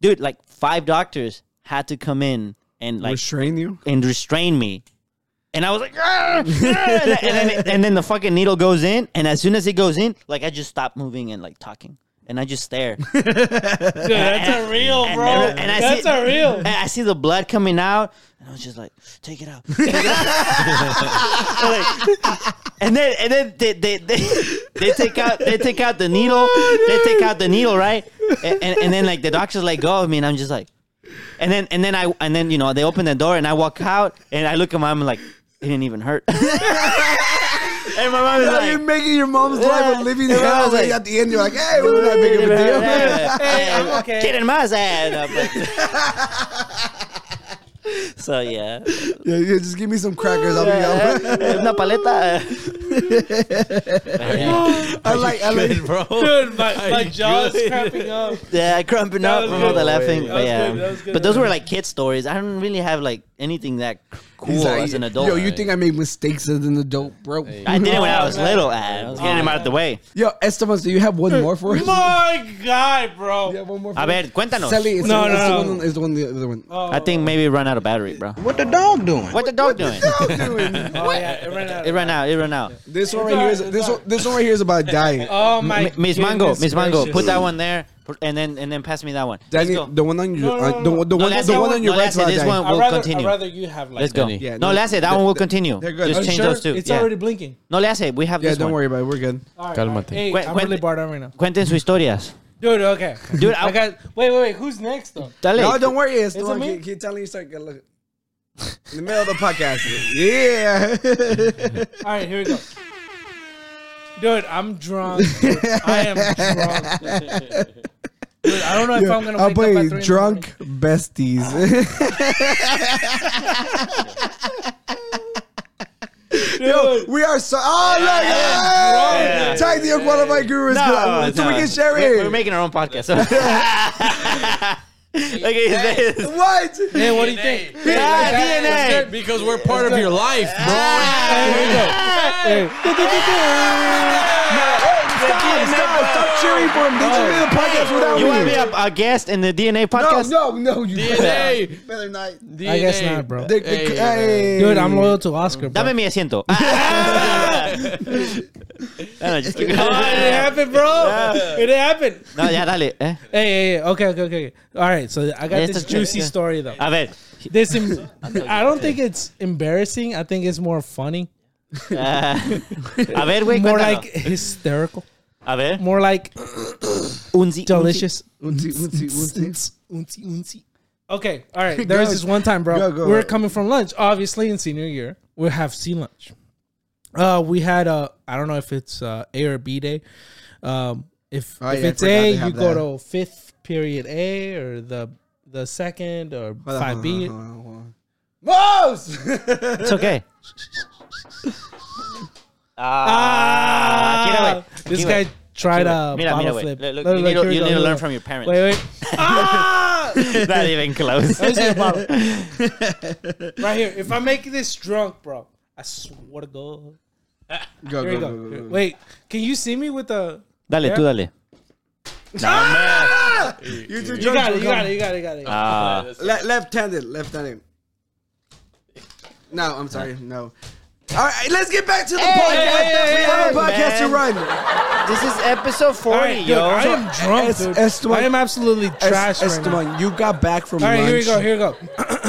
[SPEAKER 2] dude. Like five doctors had to come in and like
[SPEAKER 5] Restrain you?
[SPEAKER 2] and restrain me. And I was like, "Ah, ah," and, then, and then the fucking needle goes in, and as soon as it goes in, like I just stop moving and like talking, and I just stare. Dude,
[SPEAKER 4] that's a real, bro. That's
[SPEAKER 2] see,
[SPEAKER 4] a real.
[SPEAKER 2] And I see the blood coming out, and I was just like, "Take it out." Take it out. Like, and then and then they, they, they, they take out they take out the needle,
[SPEAKER 5] Oh,
[SPEAKER 2] they take out the needle, right? And, and, and then like the doctors let go of me, and I'm just like, and then and then I and then you know they open the door and I walk out and I look at my mom like it didn't even hurt. and my mom is
[SPEAKER 5] Now
[SPEAKER 2] like.
[SPEAKER 5] you're making your mom's life a living
[SPEAKER 2] Yeah, I
[SPEAKER 5] hell.
[SPEAKER 2] was like-
[SPEAKER 5] at the end, you're like, hey, we're not making a deal.
[SPEAKER 4] Hey, I'm okay.
[SPEAKER 2] Get in my side. I'm like- so yeah,
[SPEAKER 5] Yeah, yeah, just give me some crackers. I'll be out.
[SPEAKER 2] una paleta.
[SPEAKER 5] I like, I like.
[SPEAKER 4] Dude, my, my jaw's cramping up.
[SPEAKER 2] Yeah, crumping up
[SPEAKER 4] was
[SPEAKER 2] from all
[SPEAKER 4] good.
[SPEAKER 2] the laughing.
[SPEAKER 4] That
[SPEAKER 2] But
[SPEAKER 4] was
[SPEAKER 2] yeah,
[SPEAKER 4] good. That was good.
[SPEAKER 2] but those were like kid stories. I don't really have like anything that cr- cool
[SPEAKER 5] He's like,
[SPEAKER 2] as an adult.
[SPEAKER 5] Yo, you think I made mistakes as an adult, bro?
[SPEAKER 2] I did it when I was little, Ad. I was getting him out of the way.
[SPEAKER 5] Yo, Esteban, do you have one more for us?
[SPEAKER 4] Oh My God, bro. Yeah,
[SPEAKER 5] one more.
[SPEAKER 2] A ver, cuéntanos.
[SPEAKER 5] Sally, it's
[SPEAKER 4] No,
[SPEAKER 5] the,
[SPEAKER 4] no,
[SPEAKER 5] it's the one, it's the one, the other one.
[SPEAKER 2] I think maybe it ran out of battery, bro.
[SPEAKER 1] What the dog doing?
[SPEAKER 2] What the dog doing?
[SPEAKER 4] Oh, yeah, it ran out.
[SPEAKER 2] It ran out. It ran out.
[SPEAKER 5] This one right here is this one, this one right here is about dying.
[SPEAKER 4] Oh my.
[SPEAKER 2] M- Miss Mango,
[SPEAKER 4] goodness
[SPEAKER 2] Miss Mango,
[SPEAKER 4] gracious.
[SPEAKER 2] put that one there, put- and then and then pass me that one. Let's
[SPEAKER 5] Danny,
[SPEAKER 2] go.
[SPEAKER 5] the one on your,
[SPEAKER 4] No, no,
[SPEAKER 5] uh,
[SPEAKER 4] no,
[SPEAKER 5] the, the
[SPEAKER 2] No,
[SPEAKER 5] one,
[SPEAKER 2] that's
[SPEAKER 5] the
[SPEAKER 2] it.
[SPEAKER 5] one on your
[SPEAKER 2] No,
[SPEAKER 5] right's
[SPEAKER 2] that's
[SPEAKER 5] about
[SPEAKER 2] it. This
[SPEAKER 5] dying.
[SPEAKER 2] one
[SPEAKER 4] I'd
[SPEAKER 2] will
[SPEAKER 4] rather,
[SPEAKER 2] continue.
[SPEAKER 4] I'd rather you have like.
[SPEAKER 2] Let's go.
[SPEAKER 6] Danny.
[SPEAKER 5] Yeah,
[SPEAKER 2] no,
[SPEAKER 5] no,
[SPEAKER 2] that's it. That one will continue.
[SPEAKER 5] they're good.
[SPEAKER 4] Are
[SPEAKER 2] Just
[SPEAKER 4] you
[SPEAKER 2] change
[SPEAKER 4] sure?
[SPEAKER 2] those two.
[SPEAKER 4] It's
[SPEAKER 2] yeah.
[SPEAKER 4] already blinking.
[SPEAKER 2] No, that's it. We have
[SPEAKER 5] yeah,
[SPEAKER 2] this
[SPEAKER 5] don't
[SPEAKER 2] one.
[SPEAKER 5] worry about it. We're good.
[SPEAKER 4] All right,
[SPEAKER 6] Cálmate.
[SPEAKER 4] all right. Hey,
[SPEAKER 2] Cué-
[SPEAKER 4] I'm
[SPEAKER 2] cué-
[SPEAKER 4] really bored out right now,
[SPEAKER 2] Cuenten sus historias.
[SPEAKER 4] dude. Okay,
[SPEAKER 2] Dude,
[SPEAKER 4] I
[SPEAKER 2] I-
[SPEAKER 4] got. Wait, wait, wait. Who's next though?
[SPEAKER 2] Dale.
[SPEAKER 5] No, don't worry. It's the
[SPEAKER 4] Is it
[SPEAKER 5] one.
[SPEAKER 4] me?
[SPEAKER 5] Keep, keep telling you start. Look. In the middle of the podcast. Yeah.
[SPEAKER 4] All right, here we go. Dude, I'm drunk. dude. I am drunk. Dude, I don't know if I'm gonna.
[SPEAKER 5] I'll
[SPEAKER 4] wake up at three
[SPEAKER 5] play
[SPEAKER 4] in the
[SPEAKER 5] drunk besties.
[SPEAKER 4] morning. Dude,
[SPEAKER 5] we are so. Oh, look. Yeah,
[SPEAKER 4] drunk.
[SPEAKER 5] Tag the unqualified gurus.
[SPEAKER 2] No,
[SPEAKER 5] No, so we
[SPEAKER 2] no.
[SPEAKER 5] can share
[SPEAKER 2] We're-
[SPEAKER 5] it.
[SPEAKER 2] We're making our own podcast. okay, is this-
[SPEAKER 5] what?
[SPEAKER 4] Hey, what do you think? Hey,
[SPEAKER 2] Ah,
[SPEAKER 4] hey,
[SPEAKER 2] DNA.
[SPEAKER 6] Because we're part of your life, bro.
[SPEAKER 2] Ah,
[SPEAKER 4] Here we go. Hey.
[SPEAKER 5] Stop, stop, stop cheering for him. They just made a podcast without
[SPEAKER 2] You want to
[SPEAKER 5] me.
[SPEAKER 2] be a, a guest in the DNA podcast?
[SPEAKER 5] No, no, no. You
[SPEAKER 6] DNA.
[SPEAKER 5] Better not.
[SPEAKER 4] I guess not, bro.
[SPEAKER 5] They- they-
[SPEAKER 6] Hey,
[SPEAKER 5] hey.
[SPEAKER 4] Dude, I'm loyal to Oscar. Bro.
[SPEAKER 2] Dame mi asiento. Ah! no, no, just kidding.
[SPEAKER 4] Oh, it didn't happen, bro. It didn't happen.
[SPEAKER 2] No, ya dale. Eh?
[SPEAKER 4] Hey, hey, hey, okay, okay, okay. All right, so I got
[SPEAKER 2] Yes,
[SPEAKER 4] this
[SPEAKER 2] that's
[SPEAKER 4] juicy
[SPEAKER 2] good.
[SPEAKER 4] story though.
[SPEAKER 2] A ver.
[SPEAKER 4] This, em- I don't think it's embarrassing. I think it's more funny,
[SPEAKER 2] Ah. a ver, güey.
[SPEAKER 4] more
[SPEAKER 2] cuéntanos.
[SPEAKER 4] like hysterical,
[SPEAKER 2] A ver.
[SPEAKER 4] more like
[SPEAKER 2] Unzi.
[SPEAKER 4] delicious.
[SPEAKER 5] Oopsie, oopsie, oopsie.
[SPEAKER 4] Unsi, unsi. Okay, all right. There was
[SPEAKER 5] Go.
[SPEAKER 4] this one time, bro.
[SPEAKER 5] Go, go.
[SPEAKER 4] we were coming from lunch, obviously in senior year. We have sea lunch. Uh, we had a I don't know if it's uh, A or B day. Um, if
[SPEAKER 5] Oh,
[SPEAKER 4] if
[SPEAKER 5] yeah, I
[SPEAKER 4] it's
[SPEAKER 5] forgot
[SPEAKER 4] A,
[SPEAKER 5] they
[SPEAKER 4] you
[SPEAKER 5] have
[SPEAKER 4] go to fifth period A or the the second or
[SPEAKER 5] Hold on,
[SPEAKER 4] five B.
[SPEAKER 5] hold on, hold on, hold on. Mouse!
[SPEAKER 2] Unzi. It's okay. Ah, aquí era, güey.
[SPEAKER 4] This
[SPEAKER 2] Aquí,
[SPEAKER 4] guy
[SPEAKER 2] güey.
[SPEAKER 4] tried
[SPEAKER 2] Mira,
[SPEAKER 4] a
[SPEAKER 2] mira,
[SPEAKER 4] bottle
[SPEAKER 2] güey.
[SPEAKER 4] flip.
[SPEAKER 2] Look, look,
[SPEAKER 4] Look,
[SPEAKER 2] you
[SPEAKER 4] look,
[SPEAKER 2] need, to-
[SPEAKER 4] here we
[SPEAKER 2] you
[SPEAKER 4] go,
[SPEAKER 2] need
[SPEAKER 4] here
[SPEAKER 2] to
[SPEAKER 4] we
[SPEAKER 2] learn
[SPEAKER 4] go.
[SPEAKER 2] from your parents.
[SPEAKER 4] Wait, wait. ah!
[SPEAKER 2] Not even close.
[SPEAKER 4] Let's get a bottle. right here. If I make this drunk, bro, I swear to God.
[SPEAKER 5] Go, go,
[SPEAKER 4] Here we
[SPEAKER 5] go, go,
[SPEAKER 4] go.
[SPEAKER 5] go.
[SPEAKER 4] Wait, can you see me with the?
[SPEAKER 2] Dale, tú dale.
[SPEAKER 5] Ah! You two
[SPEAKER 4] You
[SPEAKER 5] jokes
[SPEAKER 4] got it.
[SPEAKER 5] will
[SPEAKER 4] You
[SPEAKER 5] come.
[SPEAKER 4] got it. You got it. You got it.
[SPEAKER 2] Ah.
[SPEAKER 5] Le- left-handed, left-handed. No, I'm sorry, no. All right, let's get back to the podcast.
[SPEAKER 2] hey,
[SPEAKER 5] we have a
[SPEAKER 2] hey,
[SPEAKER 5] podcast to
[SPEAKER 2] man.
[SPEAKER 5] run.
[SPEAKER 2] This is episode 40,
[SPEAKER 4] All right, dude,
[SPEAKER 2] yo.
[SPEAKER 4] I am drunk,
[SPEAKER 5] Es-
[SPEAKER 4] dude.
[SPEAKER 5] Esteban-
[SPEAKER 4] I am absolutely trash
[SPEAKER 5] Es-
[SPEAKER 4] right now.
[SPEAKER 5] Esteban, you got back from
[SPEAKER 4] All right,
[SPEAKER 5] lunch.
[SPEAKER 4] here we go. Here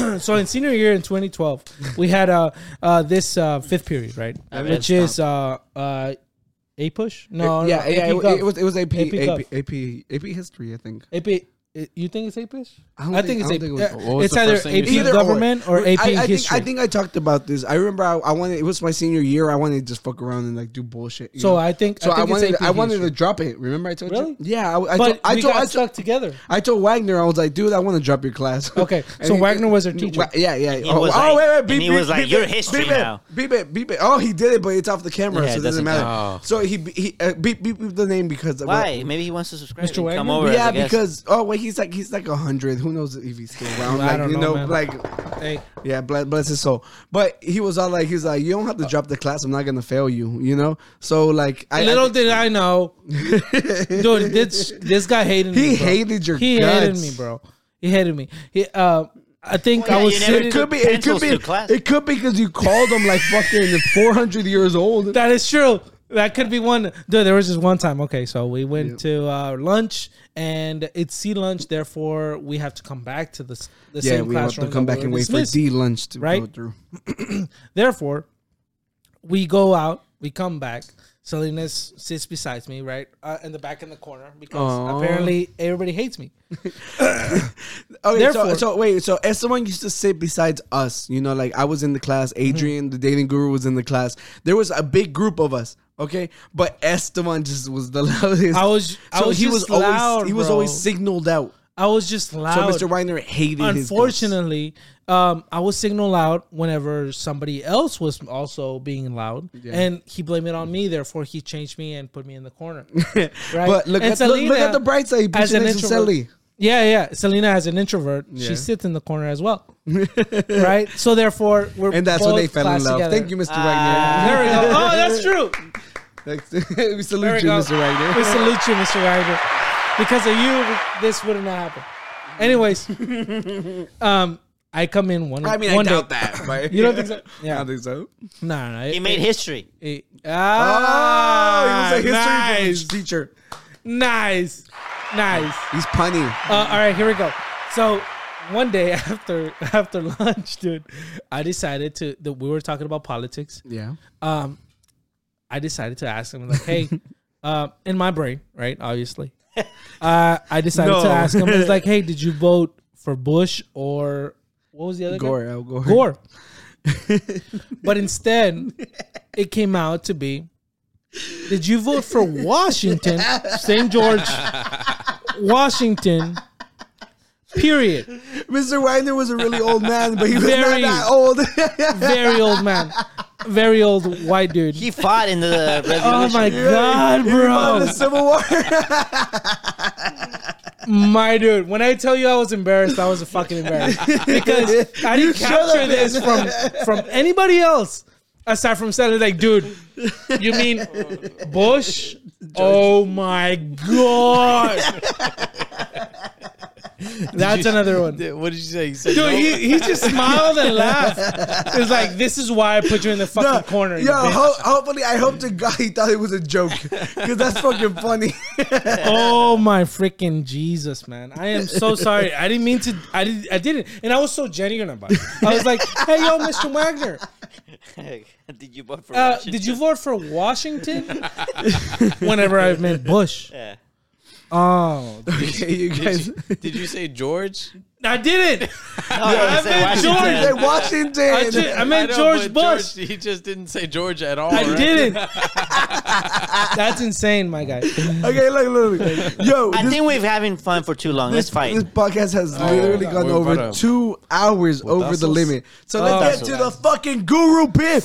[SPEAKER 4] we go. so in senior year in 2012, we had uh, uh this uh, fifth period, right?
[SPEAKER 2] mean,
[SPEAKER 4] Which
[SPEAKER 2] it's
[SPEAKER 4] is uh, uh, a push. No,
[SPEAKER 5] yeah,
[SPEAKER 4] no,
[SPEAKER 5] yeah,
[SPEAKER 4] AP
[SPEAKER 5] it,
[SPEAKER 4] Gov.
[SPEAKER 5] it was it was AP
[SPEAKER 4] AP
[SPEAKER 5] AP,
[SPEAKER 4] Gov.
[SPEAKER 5] AP AP history, I think.
[SPEAKER 4] AP. it- You think it's a push? I,
[SPEAKER 5] don't
[SPEAKER 4] think,
[SPEAKER 5] think- I
[SPEAKER 4] it's
[SPEAKER 5] don't
[SPEAKER 4] a.
[SPEAKER 5] think it was-
[SPEAKER 6] What was
[SPEAKER 4] it's
[SPEAKER 6] the
[SPEAKER 4] either
[SPEAKER 6] first thing you
[SPEAKER 4] AP
[SPEAKER 6] said?
[SPEAKER 5] Either
[SPEAKER 4] government or, AP
[SPEAKER 5] I, I
[SPEAKER 4] history.
[SPEAKER 5] Think, I think I talked about this. I remember I, I wanted it was my senior year. I wanted to just fuck around and like do bullshit. you
[SPEAKER 4] So
[SPEAKER 5] know?
[SPEAKER 4] I think-
[SPEAKER 5] so
[SPEAKER 4] I
[SPEAKER 5] I,
[SPEAKER 4] think it's
[SPEAKER 5] wanted
[SPEAKER 4] AP
[SPEAKER 5] I wanted
[SPEAKER 4] history.
[SPEAKER 5] to drop it. Remember I told
[SPEAKER 4] Really?
[SPEAKER 5] you? Yeah, I, I
[SPEAKER 4] but
[SPEAKER 5] told I
[SPEAKER 4] we
[SPEAKER 5] told,
[SPEAKER 4] got
[SPEAKER 5] I told
[SPEAKER 4] stuck together.
[SPEAKER 5] I told Wagner, I was like, dude, I want to drop your class.
[SPEAKER 4] Okay,
[SPEAKER 5] And
[SPEAKER 4] so
[SPEAKER 5] he-
[SPEAKER 4] Wagner was your teacher.
[SPEAKER 5] Wa- Yeah, yeah. Oh,
[SPEAKER 2] he was like- and he was like, "You're
[SPEAKER 5] it,
[SPEAKER 2] history
[SPEAKER 5] beep
[SPEAKER 2] now."
[SPEAKER 5] It, beep it, beep it. Oh, he did it, but it's off the camera,
[SPEAKER 2] Yeah,
[SPEAKER 5] so
[SPEAKER 2] it
[SPEAKER 5] it doesn't
[SPEAKER 2] doesn't
[SPEAKER 5] matter.
[SPEAKER 6] count.
[SPEAKER 5] So he he uh, beep, beep beep the name because
[SPEAKER 2] Why? Maybe he wants to subscribe
[SPEAKER 4] Mr.
[SPEAKER 2] and come
[SPEAKER 4] Wagner?
[SPEAKER 2] over. as
[SPEAKER 5] yeah,
[SPEAKER 2] a guest.
[SPEAKER 5] because oh wait, he's like he's like a hundred. Who knows if he's still around?
[SPEAKER 4] I
[SPEAKER 5] like
[SPEAKER 4] don't
[SPEAKER 5] you
[SPEAKER 4] know,
[SPEAKER 5] know,
[SPEAKER 4] man.
[SPEAKER 5] like
[SPEAKER 4] Hey,
[SPEAKER 5] yeah, bless, bless his soul. But he was all like, he's like, you don't have to drop the class. I'm not gonna fail you. You know. So like, I
[SPEAKER 4] little did I know, dude. This this guy hated me.
[SPEAKER 5] He
[SPEAKER 4] bro.
[SPEAKER 5] hated your
[SPEAKER 4] He hated
[SPEAKER 5] guts.
[SPEAKER 4] me, bro. He hated me. He, uh, I think
[SPEAKER 2] Well,
[SPEAKER 4] I
[SPEAKER 2] yeah,
[SPEAKER 4] was
[SPEAKER 2] you never
[SPEAKER 4] sitting.
[SPEAKER 5] it could be. It could
[SPEAKER 2] Pencils
[SPEAKER 5] be.
[SPEAKER 2] to class.
[SPEAKER 5] It could be because you called him like fucking 400 years old.
[SPEAKER 4] That is true. That could be one. Dude, there was just one time. Okay, so we went to uh, lunch, and it's C lunch. Therefore, we have to come back to the, s- the
[SPEAKER 5] Yeah,
[SPEAKER 4] same
[SPEAKER 5] we have
[SPEAKER 4] classroom.
[SPEAKER 5] to come
[SPEAKER 4] that
[SPEAKER 5] back
[SPEAKER 4] we
[SPEAKER 5] and
[SPEAKER 4] were
[SPEAKER 5] wait
[SPEAKER 4] dismissed.
[SPEAKER 5] for D lunch to
[SPEAKER 4] right?
[SPEAKER 5] go through.
[SPEAKER 4] Therefore, we go out, we come back. Salinas sits beside me, right, uh, in the back in the corner because
[SPEAKER 5] Aw.
[SPEAKER 4] apparently everybody hates me.
[SPEAKER 5] Okay,
[SPEAKER 4] Therefore-
[SPEAKER 5] so, so wait, so Esteban used to sit besides us. You know, like I was in the class,
[SPEAKER 4] Mm-hmm.
[SPEAKER 5] Adrian, the dating guru, was in the class. There was a big group of us. Okay, but Esteban just was the loudest.
[SPEAKER 4] I was- I was just loud,
[SPEAKER 5] always he was
[SPEAKER 4] bro.
[SPEAKER 5] always signaled out.
[SPEAKER 4] I was just
[SPEAKER 5] So
[SPEAKER 4] loud.
[SPEAKER 5] Mr. Weiner hated his guts.
[SPEAKER 4] Unfortunately, um, I was signal out whenever somebody else was also being loud, and he blamed it on me. Therefore, he changed me and put me in the corner. Right?
[SPEAKER 5] But look
[SPEAKER 4] And
[SPEAKER 5] at, look, look
[SPEAKER 4] Selena,
[SPEAKER 5] at the bright side. He put
[SPEAKER 4] as
[SPEAKER 5] you
[SPEAKER 4] an
[SPEAKER 5] next to
[SPEAKER 4] introvert-
[SPEAKER 5] Sally.
[SPEAKER 4] Yeah, yeah. Selena as an introvert,
[SPEAKER 5] Yeah.
[SPEAKER 4] she sits in the corner as well. right? So therefore we're
[SPEAKER 5] And that's
[SPEAKER 4] both
[SPEAKER 5] where they fell in
[SPEAKER 4] classed
[SPEAKER 5] love.
[SPEAKER 4] together.
[SPEAKER 5] Thank you, Mr.
[SPEAKER 4] There we
[SPEAKER 5] Wagner.
[SPEAKER 4] go. Oh, that's true.
[SPEAKER 5] Thanks. we
[SPEAKER 4] There
[SPEAKER 5] salute
[SPEAKER 4] we
[SPEAKER 5] you,
[SPEAKER 4] go.
[SPEAKER 5] Mr. Wagner.
[SPEAKER 4] We salute you, Mr. Wagner. Because of you, this wouldn't have happened. Anyways, um, I come in one.
[SPEAKER 5] I mean, I
[SPEAKER 4] one
[SPEAKER 5] doubt
[SPEAKER 4] day.
[SPEAKER 5] that, right?
[SPEAKER 4] You don't think so?
[SPEAKER 5] I
[SPEAKER 4] Yeah.
[SPEAKER 5] don't think so.
[SPEAKER 4] No, no.
[SPEAKER 2] He made history.
[SPEAKER 4] It,
[SPEAKER 5] Oh,
[SPEAKER 4] ah,
[SPEAKER 5] he was a history
[SPEAKER 4] nice,
[SPEAKER 5] teacher.
[SPEAKER 4] nice, nice.
[SPEAKER 5] He's punny.
[SPEAKER 4] Uh, all right, here we go. So one day after after lunch, dude, I decided to that we were talking about politics.
[SPEAKER 5] Yeah.
[SPEAKER 4] Um, I decided to ask him like, hey, uh, in my brain, right? Obviously, uh, I decided
[SPEAKER 5] No.
[SPEAKER 4] to ask him. It's like, hey, did you vote for Bush or what was the other guy?
[SPEAKER 5] Gore, Al Gore.
[SPEAKER 4] Gore. but instead, it came out to be Did you vote for Washington, St. George, Washington, period?
[SPEAKER 5] Mr. Wagner was a really old man, but he was
[SPEAKER 4] Very.
[SPEAKER 5] not that old.
[SPEAKER 4] Very old man. Very old white dude.
[SPEAKER 2] He fought in the resolution.
[SPEAKER 4] oh my God,
[SPEAKER 5] the
[SPEAKER 4] bro.
[SPEAKER 5] Civil War.
[SPEAKER 4] My dude. When I tell you I was embarrassed, I was fucking embarrassed. Because I didn't capture this from, from anybody else aside from Saturday. Like, dude, you mean Bush? Oh my God. That's another one.
[SPEAKER 6] What did you say? You said
[SPEAKER 4] Dude, he, he just smiled and laughed. It's like this is why I put you in the fucking
[SPEAKER 5] No,
[SPEAKER 4] corner. you
[SPEAKER 5] Yo,
[SPEAKER 4] bitch.
[SPEAKER 5] ho- hopefully, I hope to God he thought it was a joke because that's fucking funny.
[SPEAKER 4] oh my freaking Jesus, man! I am so sorry. I didn't mean to. I did. I didn't, and I was so genuine about it. I was like, "Hey, yo, Mr. Wagner,
[SPEAKER 2] did you vote for
[SPEAKER 4] uh,
[SPEAKER 2] Washington?
[SPEAKER 4] did you vote for Washington?" Whenever I meant Bush.
[SPEAKER 2] Yeah.
[SPEAKER 4] Oh,
[SPEAKER 5] okay, you guys.
[SPEAKER 6] Did you say George?
[SPEAKER 4] I didn't.
[SPEAKER 2] Oh, you
[SPEAKER 4] I
[SPEAKER 2] said
[SPEAKER 4] meant
[SPEAKER 2] Washington.
[SPEAKER 4] George.
[SPEAKER 5] Hey, Washington.
[SPEAKER 4] I, ju- I meant
[SPEAKER 6] I know,
[SPEAKER 4] George
[SPEAKER 6] but
[SPEAKER 4] Bush.
[SPEAKER 6] George- he just didn't say George at all.
[SPEAKER 4] I
[SPEAKER 6] right?
[SPEAKER 4] didn't. That's insane, my guy.
[SPEAKER 5] okay, look, look, look. Yo,
[SPEAKER 2] I
[SPEAKER 5] this,
[SPEAKER 2] think we've having fun for too long. Let's fight.
[SPEAKER 5] this podcast has literally gone
[SPEAKER 6] we're
[SPEAKER 5] over
[SPEAKER 6] about to-
[SPEAKER 5] two hours over the
[SPEAKER 6] that's-
[SPEAKER 5] limit. So let's get to the fucking guru bit.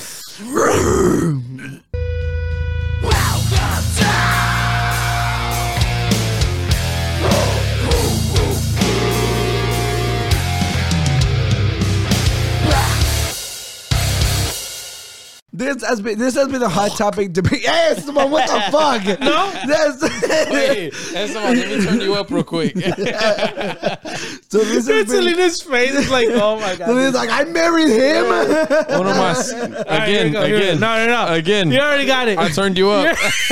[SPEAKER 5] This has been this has been a hot topic debate. Yes, but what the fuck? No,
[SPEAKER 6] Hey, that's the one. Let me turn you up real quick.
[SPEAKER 5] so this has
[SPEAKER 4] Dude,
[SPEAKER 5] been,
[SPEAKER 4] Selena's face is like, oh my god.
[SPEAKER 5] so this is like I married him.
[SPEAKER 6] One of my s-
[SPEAKER 4] All right, here we
[SPEAKER 6] again,
[SPEAKER 4] go, here we go.
[SPEAKER 6] again,
[SPEAKER 4] No, no, no.
[SPEAKER 6] again.
[SPEAKER 4] You already got it.
[SPEAKER 6] I turned you up.
[SPEAKER 2] what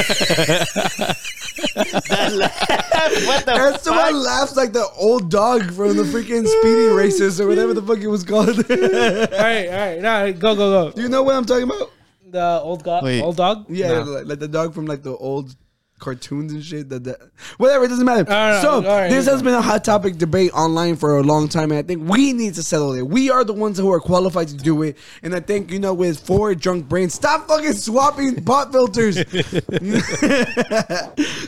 [SPEAKER 2] the
[SPEAKER 5] And someone laughs like the old dog from the freaking Speedy Races or whatever the fuck it was called. Do
[SPEAKER 4] all right, all right, all right. Go, go, go.
[SPEAKER 5] you know what I'm talking about?
[SPEAKER 4] The old go-
[SPEAKER 6] Wait.
[SPEAKER 4] old dog.
[SPEAKER 5] Yeah, like, like the dog from like the old cartoons and shit. That, that whatever, it doesn't matter.
[SPEAKER 4] right,
[SPEAKER 5] so
[SPEAKER 4] all right,
[SPEAKER 5] this
[SPEAKER 4] here
[SPEAKER 5] has been a hot topic debate online for a long time, and I think we need to settle it. We are the ones who are qualified to do it, and I think you know with four drunk brains, stop fucking swapping pot filters.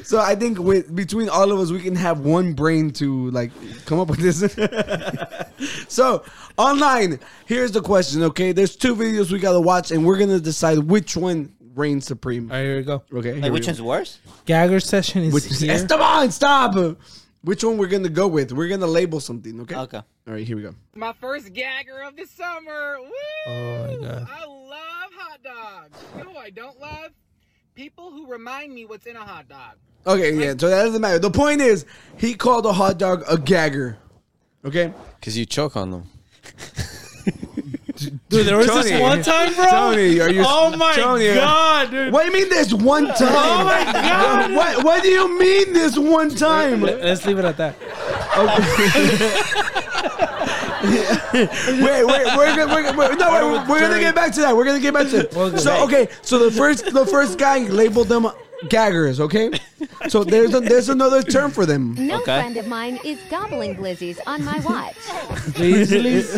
[SPEAKER 5] so I think with between all of us, we can have one brain to like come up with this. So online, here's the question. Okay, there's two videos we gotta watch, and we're gonna decide which one reigns supreme.
[SPEAKER 4] All right, here we go.
[SPEAKER 5] Okay, here
[SPEAKER 2] Like,
[SPEAKER 5] we
[SPEAKER 2] which
[SPEAKER 5] go.
[SPEAKER 2] one's worse?
[SPEAKER 4] Gagger session is
[SPEAKER 5] Which
[SPEAKER 4] here.
[SPEAKER 5] Esteban, stop. Which one we're gonna go with? We're gonna label something. Okay.
[SPEAKER 2] Okay.
[SPEAKER 5] All right, here we go.
[SPEAKER 12] My first gagger of the summer. Woo!
[SPEAKER 4] Oh my god.
[SPEAKER 12] I love hot dogs. You know who I don't love? People who remind me what's in a hot dog.
[SPEAKER 5] Okay, yeah. So that doesn't matter. The point is, he called a hot dog a gagger. Okay.
[SPEAKER 6] Because you choke on them.
[SPEAKER 4] Dude, there was
[SPEAKER 5] Tony.
[SPEAKER 4] this one time, bro.
[SPEAKER 5] Tony, are you-
[SPEAKER 4] Oh my
[SPEAKER 5] Tony, are-
[SPEAKER 4] god, dude.
[SPEAKER 5] What do you mean this one time?
[SPEAKER 4] Oh my God.
[SPEAKER 5] What What do you mean this one time?
[SPEAKER 4] Let- Let's leave it at that.
[SPEAKER 5] wait, wait, we're gonna, we're, gonna- we're, no, wait, we're, we're gonna get back to that. We're gonna get back to
[SPEAKER 4] Okay.
[SPEAKER 5] it. So okay, so the first the first guy labeled them gaggers. Okay, so there's a, there's another term for them.
[SPEAKER 13] No
[SPEAKER 2] Okay.
[SPEAKER 13] friend of mine is gobbling glizzies on my watch.
[SPEAKER 4] Please, please.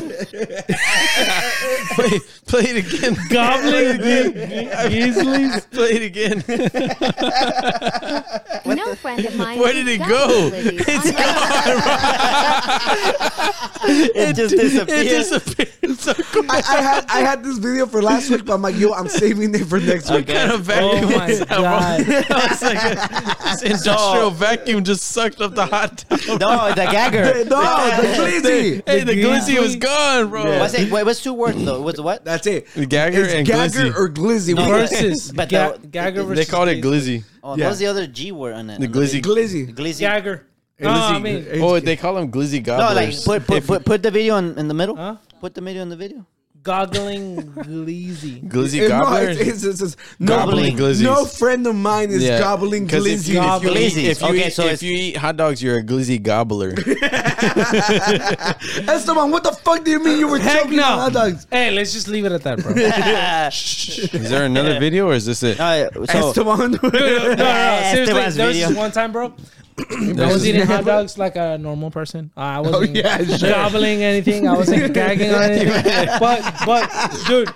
[SPEAKER 6] play, play it again.
[SPEAKER 4] Goblin, please.
[SPEAKER 6] play it again.
[SPEAKER 13] No friend of mine.
[SPEAKER 6] Where did it
[SPEAKER 13] eats
[SPEAKER 6] go?
[SPEAKER 13] goblin glizzies on
[SPEAKER 6] It's
[SPEAKER 13] my watch.
[SPEAKER 2] it just disappeared.
[SPEAKER 5] I, I had I had this video for last week, but I'm like, yo, I'm saving it for next week.
[SPEAKER 6] kind of vacuum
[SPEAKER 4] Oh my
[SPEAKER 6] is that, bro?
[SPEAKER 4] God.
[SPEAKER 6] It's like a- this industrial vacuum just sucked up the hot tub.
[SPEAKER 14] No, the gagger.
[SPEAKER 5] No, the glizzy.
[SPEAKER 6] Hey, the glizzy was gone, bro.
[SPEAKER 14] What's it? Wait, what's two words though? What's what?
[SPEAKER 5] That's it.
[SPEAKER 6] Gagger
[SPEAKER 5] It's
[SPEAKER 6] and
[SPEAKER 5] Gagger
[SPEAKER 6] glizzy.
[SPEAKER 5] or glizzy.
[SPEAKER 14] No,
[SPEAKER 4] versus
[SPEAKER 14] but
[SPEAKER 4] Ga-
[SPEAKER 14] the-
[SPEAKER 4] Gagger versus
[SPEAKER 6] they called it glizzy.
[SPEAKER 14] Oh,
[SPEAKER 6] Yeah.
[SPEAKER 14] what was the other G word on it?
[SPEAKER 6] The glizzy.
[SPEAKER 5] glizzy.
[SPEAKER 14] Glizzy.
[SPEAKER 4] Gagger. No, I mean,
[SPEAKER 6] Oh, they call them glizzy
[SPEAKER 14] No, like
[SPEAKER 6] gobblers.
[SPEAKER 14] put put,
[SPEAKER 6] If-
[SPEAKER 14] put put the video in, in the middle.
[SPEAKER 4] Huh?
[SPEAKER 14] Put the video in the video.
[SPEAKER 4] goggling glizzy.
[SPEAKER 6] glizzy
[SPEAKER 5] It's not-
[SPEAKER 6] gobblers.
[SPEAKER 5] it's- it's- it's- it's- no,
[SPEAKER 6] Gobbling glizzies.
[SPEAKER 5] no friend of mine is
[SPEAKER 6] Yeah.
[SPEAKER 5] gobbling
[SPEAKER 6] 'Cause
[SPEAKER 5] glizzy.
[SPEAKER 6] if you- if you eat-
[SPEAKER 14] Glizzies.
[SPEAKER 6] If you
[SPEAKER 14] Okay,
[SPEAKER 6] eat-
[SPEAKER 14] so
[SPEAKER 6] if
[SPEAKER 14] it's-
[SPEAKER 6] you eat hot dogs, you're a glizzy gobbler.
[SPEAKER 5] Esteban, what the fuck do you mean you were
[SPEAKER 4] Heck
[SPEAKER 5] choking on
[SPEAKER 4] no.
[SPEAKER 5] hot dogs?
[SPEAKER 4] Hey, let's just leave it at that, bro. no,
[SPEAKER 6] Is there another video or is this it?
[SPEAKER 14] Uh, so
[SPEAKER 5] Esteban,
[SPEAKER 4] no, no,
[SPEAKER 14] Yeah,
[SPEAKER 4] seriously,
[SPEAKER 14] Esteban's
[SPEAKER 4] there was this
[SPEAKER 14] video.
[SPEAKER 4] one time, bro. I
[SPEAKER 6] There's
[SPEAKER 4] was
[SPEAKER 6] this-
[SPEAKER 4] eating hot dogs like a normal person. Uh, I wasn't
[SPEAKER 5] yeah, sure.
[SPEAKER 4] gobbling anything. I wasn't gagging on anything. But, but, dude,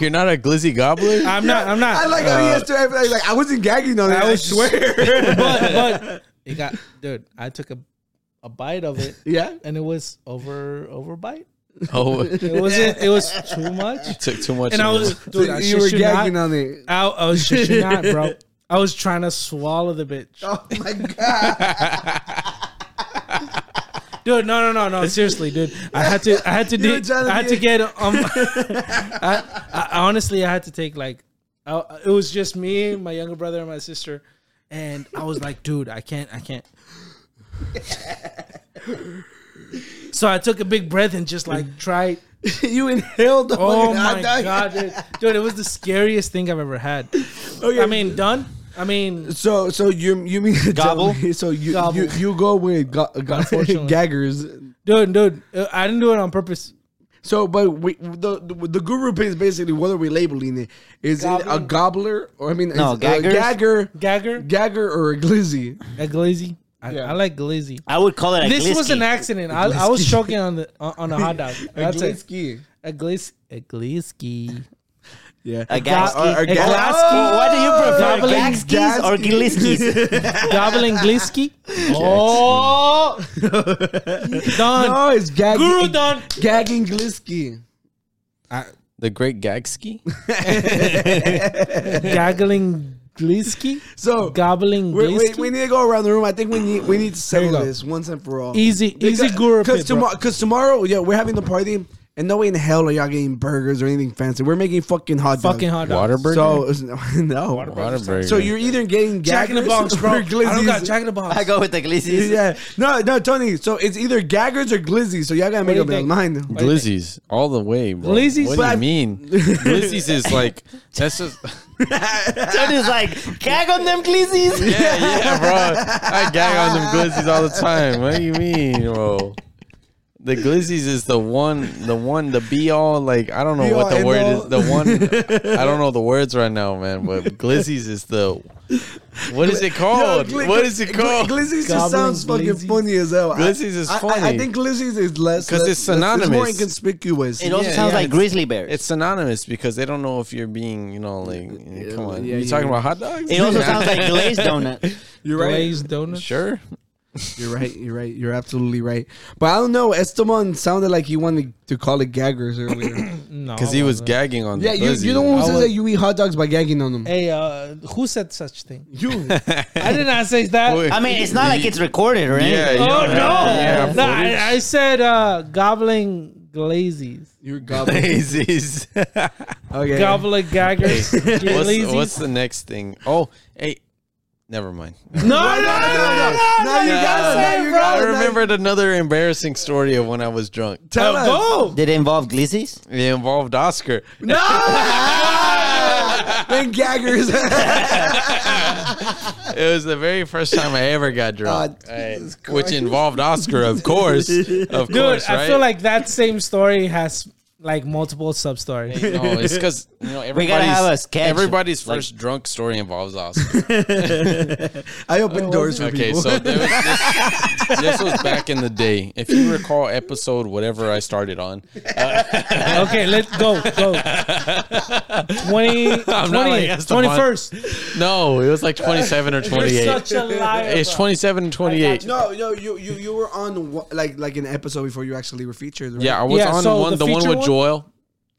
[SPEAKER 6] You're not a glizzy gobbler.
[SPEAKER 4] I'm not. I'm not.
[SPEAKER 5] I like how he has to. I, like I wasn't gagging on it.
[SPEAKER 4] I
[SPEAKER 5] I,
[SPEAKER 4] was-
[SPEAKER 5] swear.
[SPEAKER 4] but but it got dude. I took a a bite of it,
[SPEAKER 5] yeah.
[SPEAKER 4] and it was over overbite.
[SPEAKER 6] Oh,
[SPEAKER 4] It wasn't. It was too much.
[SPEAKER 6] took too much.
[SPEAKER 4] And I
[SPEAKER 6] of
[SPEAKER 4] was
[SPEAKER 6] it.
[SPEAKER 4] dude. I
[SPEAKER 5] you were gagging
[SPEAKER 4] not,
[SPEAKER 5] on it.
[SPEAKER 4] I, I was shit you not, bro. I was trying to swallow the bitch,
[SPEAKER 5] Oh my god.
[SPEAKER 4] dude. No, no, no, no. Seriously, dude. I had to. I had to.
[SPEAKER 5] You were
[SPEAKER 4] do.
[SPEAKER 5] trying to
[SPEAKER 4] I had to
[SPEAKER 5] be-
[SPEAKER 4] get. Um, I, I honestly, I had to take like. I, it was just me, my younger brother, and my sister, and I was like, dude, I can't. I can't. So I took a big breath and just like tried.
[SPEAKER 5] you inhaled. the fucking
[SPEAKER 4] Oh my
[SPEAKER 5] hot dog.
[SPEAKER 4] god, dude. Dude, it was the scariest thing I've ever had. I mean, done. I mean,
[SPEAKER 5] So so you you mean to tell
[SPEAKER 14] Gobble?
[SPEAKER 5] me- so you,
[SPEAKER 4] Gobble.
[SPEAKER 5] you you go with go, go,
[SPEAKER 4] Unfortunately.
[SPEAKER 5] gaggers.
[SPEAKER 4] dude, dude, uh, I didn't do it on purpose.
[SPEAKER 5] So but we, the, the the guru pin is basically what are we labeling it? Is it a
[SPEAKER 4] Gobbling.
[SPEAKER 5] gobbler or I mean
[SPEAKER 14] No,
[SPEAKER 5] is it
[SPEAKER 14] gaggers.
[SPEAKER 5] a gagger
[SPEAKER 4] Gagger,
[SPEAKER 5] gagger or a glizzy?
[SPEAKER 4] a glizzy. I,
[SPEAKER 5] Yeah.
[SPEAKER 4] I like glizzy.
[SPEAKER 14] I would call it a
[SPEAKER 4] This was
[SPEAKER 14] glizzy.
[SPEAKER 4] an accident. I, I was choking on the on, on a hot dog. That's
[SPEAKER 5] a
[SPEAKER 4] it.
[SPEAKER 5] glizzy.
[SPEAKER 4] A gliz a glizzy.
[SPEAKER 5] Yeah.
[SPEAKER 14] a gaski.
[SPEAKER 5] Or- or
[SPEAKER 14] What-
[SPEAKER 5] ga- Oh!
[SPEAKER 14] what, do you prefer,
[SPEAKER 4] Gobbling
[SPEAKER 14] gagskis or gliskis?
[SPEAKER 4] Gobbling glizzy. Oh, done.
[SPEAKER 5] no, it's gagging.
[SPEAKER 4] Guru done.
[SPEAKER 5] Gagging glizzy.
[SPEAKER 6] the great Gagski.
[SPEAKER 4] Gaggling glizzy.
[SPEAKER 5] So
[SPEAKER 4] Gobbling
[SPEAKER 5] we, we,
[SPEAKER 4] glizzy.
[SPEAKER 5] we need to go around the room. I think we need we need to
[SPEAKER 4] There
[SPEAKER 5] settle
[SPEAKER 4] you go.
[SPEAKER 5] this once and for all.
[SPEAKER 4] Easy, easy guru
[SPEAKER 5] Because
[SPEAKER 4] pit, bro.
[SPEAKER 5] tomorrow, because tomorrow, yeah, we're having the party, and no way in hell are y'all getting burgers or anything fancy. We're making fucking hot dogs.
[SPEAKER 4] Fucking hot dog.
[SPEAKER 6] Waterburger.
[SPEAKER 5] So no,
[SPEAKER 6] Whataburger.
[SPEAKER 5] So you're either getting
[SPEAKER 4] Jack in the
[SPEAKER 5] gaggers
[SPEAKER 4] Box,
[SPEAKER 5] or
[SPEAKER 4] bro. I don't
[SPEAKER 5] glizzies.
[SPEAKER 4] got Jack in the Box.
[SPEAKER 14] I go with the glizzies.
[SPEAKER 5] Yeah, no, no, Tony. So it's either gaggers or glizzy. So y'all gotta
[SPEAKER 4] What
[SPEAKER 5] make
[SPEAKER 4] do
[SPEAKER 5] up
[SPEAKER 4] you
[SPEAKER 5] your
[SPEAKER 4] think?
[SPEAKER 5] mind.
[SPEAKER 4] do you
[SPEAKER 6] glizzies all the way, bro.
[SPEAKER 4] Glizzies?
[SPEAKER 6] What do
[SPEAKER 5] But-
[SPEAKER 6] you mean? glizzies is like that's just
[SPEAKER 14] Tony's like, gag on them glizzies.
[SPEAKER 6] yeah, yeah, bro. I gag on them glizzies all the time. What do you mean, bro? The glizzies is the one, the one, the be all. Like I don't know
[SPEAKER 5] Be all,
[SPEAKER 6] what the
[SPEAKER 5] end
[SPEAKER 6] word
[SPEAKER 5] all.
[SPEAKER 6] is. The one, I don't know the words right now, man. But glizzies is the what is it called?
[SPEAKER 5] Yo, gli-
[SPEAKER 6] what is it
[SPEAKER 5] gli-
[SPEAKER 6] called?
[SPEAKER 5] Glizzies just
[SPEAKER 4] Goblin
[SPEAKER 5] sounds fucking
[SPEAKER 4] glizzies.
[SPEAKER 5] funny as hell. I-
[SPEAKER 6] Glizzies is
[SPEAKER 5] I- I- I
[SPEAKER 6] funny.
[SPEAKER 5] think glizzies is less
[SPEAKER 6] 'Cause
[SPEAKER 5] less-
[SPEAKER 6] it's
[SPEAKER 5] less- more
[SPEAKER 6] synonymous.
[SPEAKER 5] inconspicuous.
[SPEAKER 14] It also
[SPEAKER 6] Yeah,
[SPEAKER 14] sounds
[SPEAKER 6] yeah,
[SPEAKER 14] like
[SPEAKER 6] it's-
[SPEAKER 14] grizzly bears.
[SPEAKER 6] It's synonymous because they don't know if you're being, you know, like,
[SPEAKER 5] Yeah,
[SPEAKER 6] come on,
[SPEAKER 5] yeah,
[SPEAKER 6] you
[SPEAKER 5] yeah.
[SPEAKER 6] talking about hot dogs?
[SPEAKER 14] it also sounds like glazed donut.
[SPEAKER 5] You're right.
[SPEAKER 4] Glazed donuts.
[SPEAKER 6] sure.
[SPEAKER 5] Oh You're right. You're right. You're absolutely right. But I don't know. Esteban sounded like he wanted to call it gaggers earlier.
[SPEAKER 4] No,
[SPEAKER 6] Because he was
[SPEAKER 4] wasn't.
[SPEAKER 6] gagging on.
[SPEAKER 5] yeah,
[SPEAKER 6] the
[SPEAKER 5] you, you
[SPEAKER 6] glizzy.
[SPEAKER 5] don't want
[SPEAKER 4] I
[SPEAKER 5] to say
[SPEAKER 4] was-
[SPEAKER 5] that you eat hot dogs by gagging on them.
[SPEAKER 4] Hey, uh, who said such thing?
[SPEAKER 5] You.
[SPEAKER 4] I did not say that.
[SPEAKER 6] Wait.
[SPEAKER 4] oh
[SPEAKER 14] I mean, it's not like it's recorded or anything.
[SPEAKER 6] Yeah, you
[SPEAKER 4] no!
[SPEAKER 6] don't have- yeah,
[SPEAKER 4] no,
[SPEAKER 6] footage.
[SPEAKER 4] I, I said uh, gobbling glazies,
[SPEAKER 5] You're gobbling.
[SPEAKER 6] Glazes.
[SPEAKER 5] Okay.
[SPEAKER 4] gobbling gaggers,
[SPEAKER 6] what's,
[SPEAKER 4] glazies.
[SPEAKER 6] what's the next thing? Oh, hey, never mind.
[SPEAKER 4] no, no, no, no, no,
[SPEAKER 5] Now Oh, you got it.
[SPEAKER 4] say
[SPEAKER 5] Now
[SPEAKER 4] it,
[SPEAKER 5] you
[SPEAKER 4] bro.
[SPEAKER 5] got it.
[SPEAKER 6] I
[SPEAKER 5] Now-
[SPEAKER 6] remembered another embarrassing story of when I was drunk.
[SPEAKER 5] Tell us.
[SPEAKER 4] no.
[SPEAKER 14] Did it involve glizzies?
[SPEAKER 4] Oh,
[SPEAKER 6] It involved Oscar.
[SPEAKER 5] Then gaggers.
[SPEAKER 6] It was the very first time I ever got drunk,
[SPEAKER 5] Ah,
[SPEAKER 6] right,
[SPEAKER 5] Jesus
[SPEAKER 6] which
[SPEAKER 5] Christ.
[SPEAKER 6] involved Oscar, of course, of
[SPEAKER 4] Dude,
[SPEAKER 6] course, right?
[SPEAKER 4] I feel like that same story has like multiple sub stories.
[SPEAKER 6] Hey, no, it's because you know everybody's everybody's first drunk story involves Oscar.
[SPEAKER 5] I open doors for
[SPEAKER 6] okay,
[SPEAKER 5] people.
[SPEAKER 6] so there was this, this was back in the day. If you recall, episode whatever I started on. uh,
[SPEAKER 4] okay, let's go go. 20, 20,
[SPEAKER 6] I'm not like, that's the month.
[SPEAKER 4] 21st.
[SPEAKER 6] No, it was like 27 or
[SPEAKER 4] You're
[SPEAKER 6] 28.
[SPEAKER 4] such a liar,
[SPEAKER 6] It's
[SPEAKER 4] bro.
[SPEAKER 6] 27 and 28.
[SPEAKER 5] No, no, you you you were on one- like like an episode before you actually were featured. Right?
[SPEAKER 6] Yeah, I was on one, the, one with Joel,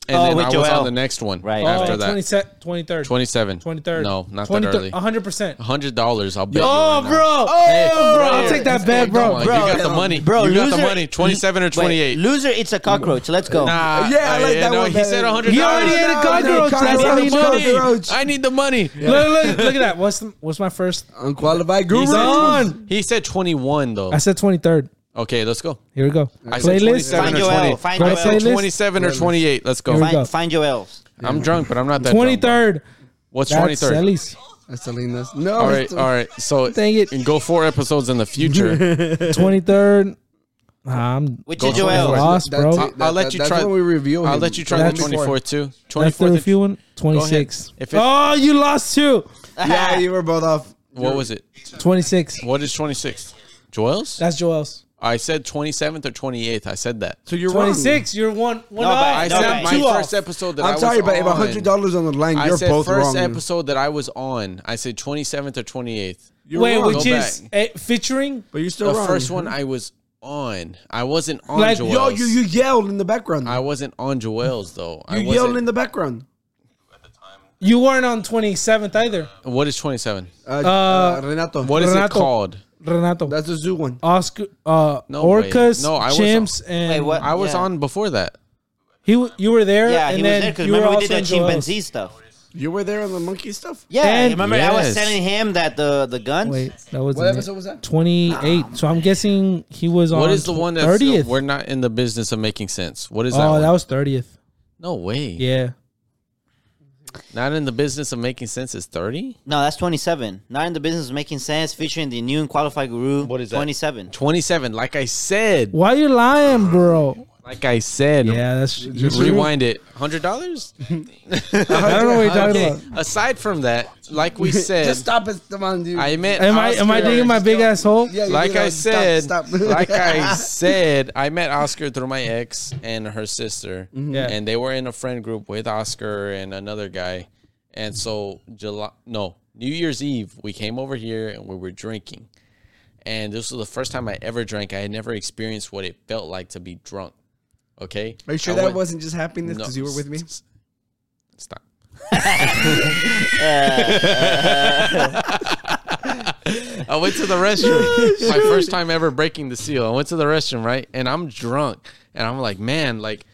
[SPEAKER 6] and
[SPEAKER 5] Oh,
[SPEAKER 6] then
[SPEAKER 5] with
[SPEAKER 6] I was
[SPEAKER 5] Joel.
[SPEAKER 6] on the next one
[SPEAKER 5] Right,
[SPEAKER 6] after
[SPEAKER 4] oh,
[SPEAKER 6] that.
[SPEAKER 4] 27 23rd.
[SPEAKER 6] 27.
[SPEAKER 4] 23rd.
[SPEAKER 6] No, not that
[SPEAKER 4] 23rd,
[SPEAKER 6] early.
[SPEAKER 4] 100%.
[SPEAKER 6] Hundred dollars, I'll bet. you
[SPEAKER 4] Oh,
[SPEAKER 6] right now.
[SPEAKER 4] bro. Oh, bro. I'll take that bet,
[SPEAKER 6] Come
[SPEAKER 4] bro.
[SPEAKER 6] on, you got the money,
[SPEAKER 4] Bro,
[SPEAKER 6] You got the
[SPEAKER 4] loser-
[SPEAKER 6] money. Twenty-seven or
[SPEAKER 2] Wait,
[SPEAKER 6] twenty-eight.
[SPEAKER 2] loser, it's a cockroach. Let's go.
[SPEAKER 6] Nah, no, He said hundred.
[SPEAKER 2] You already ate a cockroach.
[SPEAKER 6] I
[SPEAKER 2] That's how
[SPEAKER 6] need
[SPEAKER 2] you
[SPEAKER 6] the
[SPEAKER 2] know.
[SPEAKER 6] money. I need the money.
[SPEAKER 4] Look, look, look at that. What's the, what's my first?
[SPEAKER 5] Unqualified
[SPEAKER 6] He
[SPEAKER 4] He's
[SPEAKER 6] said-
[SPEAKER 4] on.
[SPEAKER 6] He said twenty-one though.
[SPEAKER 4] I said 23rd.
[SPEAKER 6] Okay, let's go.
[SPEAKER 4] Here we go.
[SPEAKER 6] I said twenty-seven or twenty.
[SPEAKER 4] Go
[SPEAKER 6] I
[SPEAKER 4] to
[SPEAKER 6] said
[SPEAKER 4] playlist.
[SPEAKER 6] twenty-seven or twenty-eight. Let's go.
[SPEAKER 4] Here we go.
[SPEAKER 2] your elves.
[SPEAKER 6] I'm drunk, but I'm not that. drunk.
[SPEAKER 4] 23rd.
[SPEAKER 6] What's
[SPEAKER 4] That's
[SPEAKER 6] 23rd?
[SPEAKER 4] Celis.
[SPEAKER 5] That's Selena's. No,
[SPEAKER 6] all right,
[SPEAKER 5] it's-
[SPEAKER 6] all right. So
[SPEAKER 4] Dang it.
[SPEAKER 6] and go four episodes in the future.
[SPEAKER 4] 23rd. I'm
[SPEAKER 6] Which
[SPEAKER 4] I'm
[SPEAKER 6] is your elf?
[SPEAKER 4] lost,
[SPEAKER 6] That's
[SPEAKER 4] bro.
[SPEAKER 6] it. I'll- I'll let you
[SPEAKER 5] that's
[SPEAKER 6] try-
[SPEAKER 5] when we reveal.
[SPEAKER 6] I'll
[SPEAKER 5] him.
[SPEAKER 6] let you try
[SPEAKER 5] That's
[SPEAKER 6] the 24th too.
[SPEAKER 4] That's
[SPEAKER 6] 24th.
[SPEAKER 4] the
[SPEAKER 6] and-
[SPEAKER 4] few one.
[SPEAKER 6] Go ahead.
[SPEAKER 4] 26.
[SPEAKER 6] If it-
[SPEAKER 4] Oh, you lost too.
[SPEAKER 5] yeah, you were both off.
[SPEAKER 6] What was it?
[SPEAKER 4] 26.
[SPEAKER 6] What is 26th? Joel's?
[SPEAKER 4] That's Joel's.
[SPEAKER 6] I said 27th or 28th. I said that.
[SPEAKER 5] So you're
[SPEAKER 4] 26. You're one. one
[SPEAKER 6] No, but
[SPEAKER 4] off.
[SPEAKER 6] I
[SPEAKER 4] No,
[SPEAKER 6] said
[SPEAKER 4] but
[SPEAKER 6] my
[SPEAKER 4] two off.
[SPEAKER 6] first episode that I
[SPEAKER 5] I'm
[SPEAKER 6] was
[SPEAKER 5] sorry, but if
[SPEAKER 6] on.
[SPEAKER 5] hundred dollars on the line,
[SPEAKER 6] I
[SPEAKER 5] you're
[SPEAKER 6] said
[SPEAKER 5] both
[SPEAKER 6] first
[SPEAKER 5] wrong.
[SPEAKER 6] episode that I was on. I said 27th or 28th.
[SPEAKER 4] Wait,
[SPEAKER 6] Go
[SPEAKER 4] which
[SPEAKER 6] back.
[SPEAKER 4] is eh, featuring?
[SPEAKER 5] But you're
[SPEAKER 6] the first one I was on. I wasn't on
[SPEAKER 5] Like,
[SPEAKER 6] Joel's.
[SPEAKER 5] yo, you you yelled in the background.
[SPEAKER 6] I wasn't on Joel's though. I
[SPEAKER 5] You
[SPEAKER 6] wasn't-
[SPEAKER 5] yelled in the background.
[SPEAKER 4] You weren't on 27th either.
[SPEAKER 6] What is 27?
[SPEAKER 5] uh, Renato.
[SPEAKER 6] What is it
[SPEAKER 4] Renato.
[SPEAKER 6] called?
[SPEAKER 4] Renato.
[SPEAKER 5] That's the zoo one.
[SPEAKER 4] Oscar, uh,
[SPEAKER 6] No way.
[SPEAKER 4] Orcas,
[SPEAKER 6] No, I was
[SPEAKER 4] Chimps,
[SPEAKER 6] on-
[SPEAKER 4] and.
[SPEAKER 6] Wait, what? I was Yeah. on before that.
[SPEAKER 4] He, w- you were there?
[SPEAKER 2] Yeah,
[SPEAKER 4] and
[SPEAKER 2] he was
[SPEAKER 4] then
[SPEAKER 2] there because
[SPEAKER 4] you were
[SPEAKER 2] remember we
[SPEAKER 4] also
[SPEAKER 2] did that
[SPEAKER 4] in Joel's.
[SPEAKER 2] chimpanzee stuff.
[SPEAKER 5] You were there on the monkey stuff.
[SPEAKER 2] Yeah,
[SPEAKER 4] And-
[SPEAKER 2] remember I was
[SPEAKER 4] Yes.
[SPEAKER 2] telling him that the the guns.
[SPEAKER 4] Wait, that was
[SPEAKER 2] What
[SPEAKER 4] in
[SPEAKER 2] episode
[SPEAKER 4] it.
[SPEAKER 2] was that?
[SPEAKER 4] 28. So I'm guessing he was on
[SPEAKER 6] What is the one that's
[SPEAKER 4] 30th?
[SPEAKER 6] we're not in the business of making sense? What is that?
[SPEAKER 4] oh,
[SPEAKER 6] one?
[SPEAKER 4] that was 30th.
[SPEAKER 6] no way.
[SPEAKER 4] Yeah.
[SPEAKER 6] Not in the business of making sense is 30?
[SPEAKER 2] No, that's twenty seven. Not in the business of making sense, featuring the new and qualified guru. What is that? Twenty seven.
[SPEAKER 6] 27, like I said.
[SPEAKER 4] Why you lying, bro?
[SPEAKER 6] Like I said.
[SPEAKER 4] Yeah, that's
[SPEAKER 6] Just rewind it. Hundred dollars? I don't
[SPEAKER 4] know what you're talking
[SPEAKER 6] about. Aside from that, like we said,
[SPEAKER 5] just stop it, come on, dude.
[SPEAKER 6] I meant
[SPEAKER 4] Am I am I
[SPEAKER 6] Oscar.
[SPEAKER 4] digging my big asshole?
[SPEAKER 5] Yeah, you're
[SPEAKER 6] like
[SPEAKER 5] digging
[SPEAKER 6] I
[SPEAKER 5] up- stop,
[SPEAKER 6] said,
[SPEAKER 5] stop.
[SPEAKER 6] like I said, I met Oscar through my ex and her sister,
[SPEAKER 5] Mm-hmm.
[SPEAKER 4] Mhm. Yeah.
[SPEAKER 6] and they were in a friend group with Oscar and another guy, and so July, no, New Year's Eve, we came over here and we were drinking, and this was the first time I ever drank. I had never experienced what it felt like to be drunk. Okay,
[SPEAKER 5] Are you sure
[SPEAKER 6] I
[SPEAKER 5] that
[SPEAKER 6] went-
[SPEAKER 5] wasn't just happiness
[SPEAKER 6] No.
[SPEAKER 5] because you were with me?
[SPEAKER 6] Stop. I went to the restroom. My first time ever breaking the seal. I went to the restroom, right? And I'm drunk. And I'm like, man, like,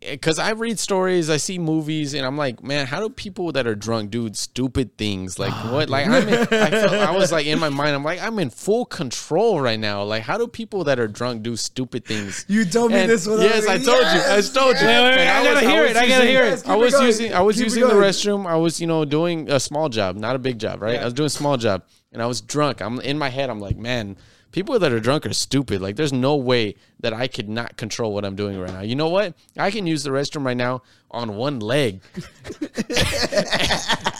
[SPEAKER 6] because I read stories, I see movies, and I'm like, man, how do people that are drunk do stupid things? Like,
[SPEAKER 4] Ah,
[SPEAKER 6] what? Like, I'm in, I, felt, I was like, in my mind, I'm like, I'm in full control right now. Like, how do people that are drunk do stupid things?
[SPEAKER 5] You told me
[SPEAKER 6] And-
[SPEAKER 5] this one.
[SPEAKER 6] Yes, I told you. I told you.
[SPEAKER 4] Wait, wait, wait,
[SPEAKER 6] And
[SPEAKER 4] I gotta
[SPEAKER 6] was-
[SPEAKER 4] hear
[SPEAKER 6] was
[SPEAKER 4] it. I gotta
[SPEAKER 6] using-
[SPEAKER 4] hear it.
[SPEAKER 6] I was
[SPEAKER 4] Keep it
[SPEAKER 6] using. I was
[SPEAKER 4] going.
[SPEAKER 6] using
[SPEAKER 4] Keep it
[SPEAKER 6] the
[SPEAKER 4] going.
[SPEAKER 6] restroom. I was, you know, doing a small job, not a big job, right? I was doing a small job, and I was drunk. I'm in my head. I'm like, man, people that are drunk are stupid. Like, there's no way that I could not control what I'm doing right now. You know what? I can use the restroom right now on one leg.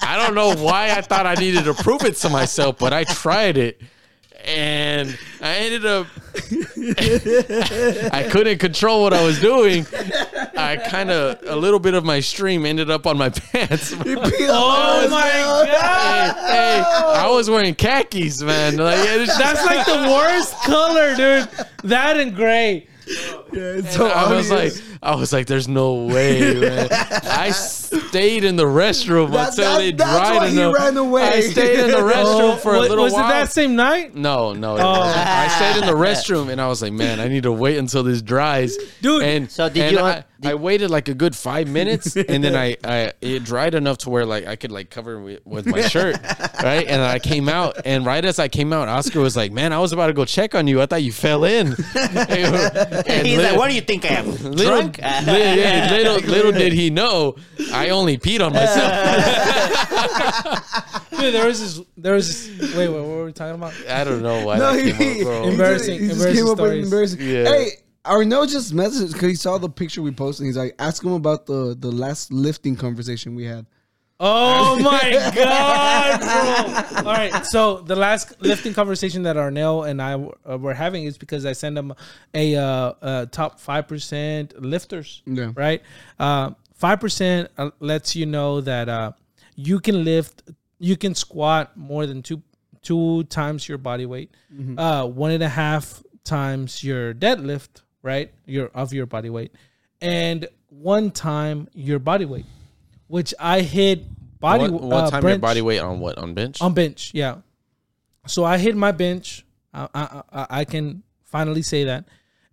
[SPEAKER 6] I don't know why I thought I needed to prove it to myself, but I tried it. And I ended up, I couldn't control what I was doing. I kind of, a little bit of my stream ended up on my pants.
[SPEAKER 4] Oh my
[SPEAKER 6] god! Hey, I was wearing khakis, man. Like, it was just-
[SPEAKER 4] That's like the worst color, dude. That and gray.
[SPEAKER 6] And I was like, I was like, there's no way, man. I stayed in the restroom
[SPEAKER 5] That-
[SPEAKER 6] until
[SPEAKER 5] that-
[SPEAKER 6] they
[SPEAKER 5] that's
[SPEAKER 6] dried
[SPEAKER 5] why he
[SPEAKER 6] enough.
[SPEAKER 5] ran away.
[SPEAKER 6] I stayed in the restroom
[SPEAKER 4] Oh,
[SPEAKER 6] for a
[SPEAKER 4] wa-
[SPEAKER 6] little
[SPEAKER 4] was
[SPEAKER 6] while.
[SPEAKER 4] it that same night?
[SPEAKER 6] No, no. it
[SPEAKER 4] Oh.
[SPEAKER 6] wasn't. I stayed in the restroom and I was like, man, I need to wait until this dries, dude. And so
[SPEAKER 2] did
[SPEAKER 6] did
[SPEAKER 2] you
[SPEAKER 6] you? I,
[SPEAKER 2] have-
[SPEAKER 6] I waited like a good five minutes, and then I, I it dried enough to where like I could like cover with, with my shirt, right? And I came out, and right as I came out, Oscar was like, man, I was about to go check on you. I thought you fell in. And
[SPEAKER 2] He's
[SPEAKER 6] lit-
[SPEAKER 2] like, what do you think I am?
[SPEAKER 6] Little,
[SPEAKER 2] Drunk?
[SPEAKER 6] li- yeah, little, little did he know, I only peed on myself.
[SPEAKER 4] Dude, there was this. There was this. Wait, wait, what were we talking about?
[SPEAKER 6] I don't know why.
[SPEAKER 5] No,
[SPEAKER 6] that
[SPEAKER 5] he,
[SPEAKER 6] came up,
[SPEAKER 5] he,
[SPEAKER 6] bro.
[SPEAKER 5] he
[SPEAKER 4] Embarrassing-
[SPEAKER 5] just- He just
[SPEAKER 4] embarrassing
[SPEAKER 5] came up with
[SPEAKER 4] stories.
[SPEAKER 5] embarrassing.
[SPEAKER 6] Yeah.
[SPEAKER 5] Hey, Arno just messaged because he saw the picture we posted. He's like, ask him about the the last lifting conversation we had.
[SPEAKER 4] Oh my god, bro! All right, so the last lifting conversation that Arnell and I w- uh, were having is because I sent him a uh, uh, top five percent lifters.
[SPEAKER 5] Yeah.
[SPEAKER 4] Right. Uh, Five percent uh, lets you know that uh, you can lift, you can squat more than two two times your body weight,
[SPEAKER 6] Mm-hmm.
[SPEAKER 5] Mhm.
[SPEAKER 4] uh, one and a half times your deadlift, right? Your of your body weight, and one time your body weight, which I hit body
[SPEAKER 6] what,
[SPEAKER 4] what,
[SPEAKER 6] what
[SPEAKER 4] uh,
[SPEAKER 6] time your
[SPEAKER 4] bench-
[SPEAKER 6] body weight on what on bench?
[SPEAKER 4] on bench. Yeah, so I hit my bench. I I, I, I can finally say that,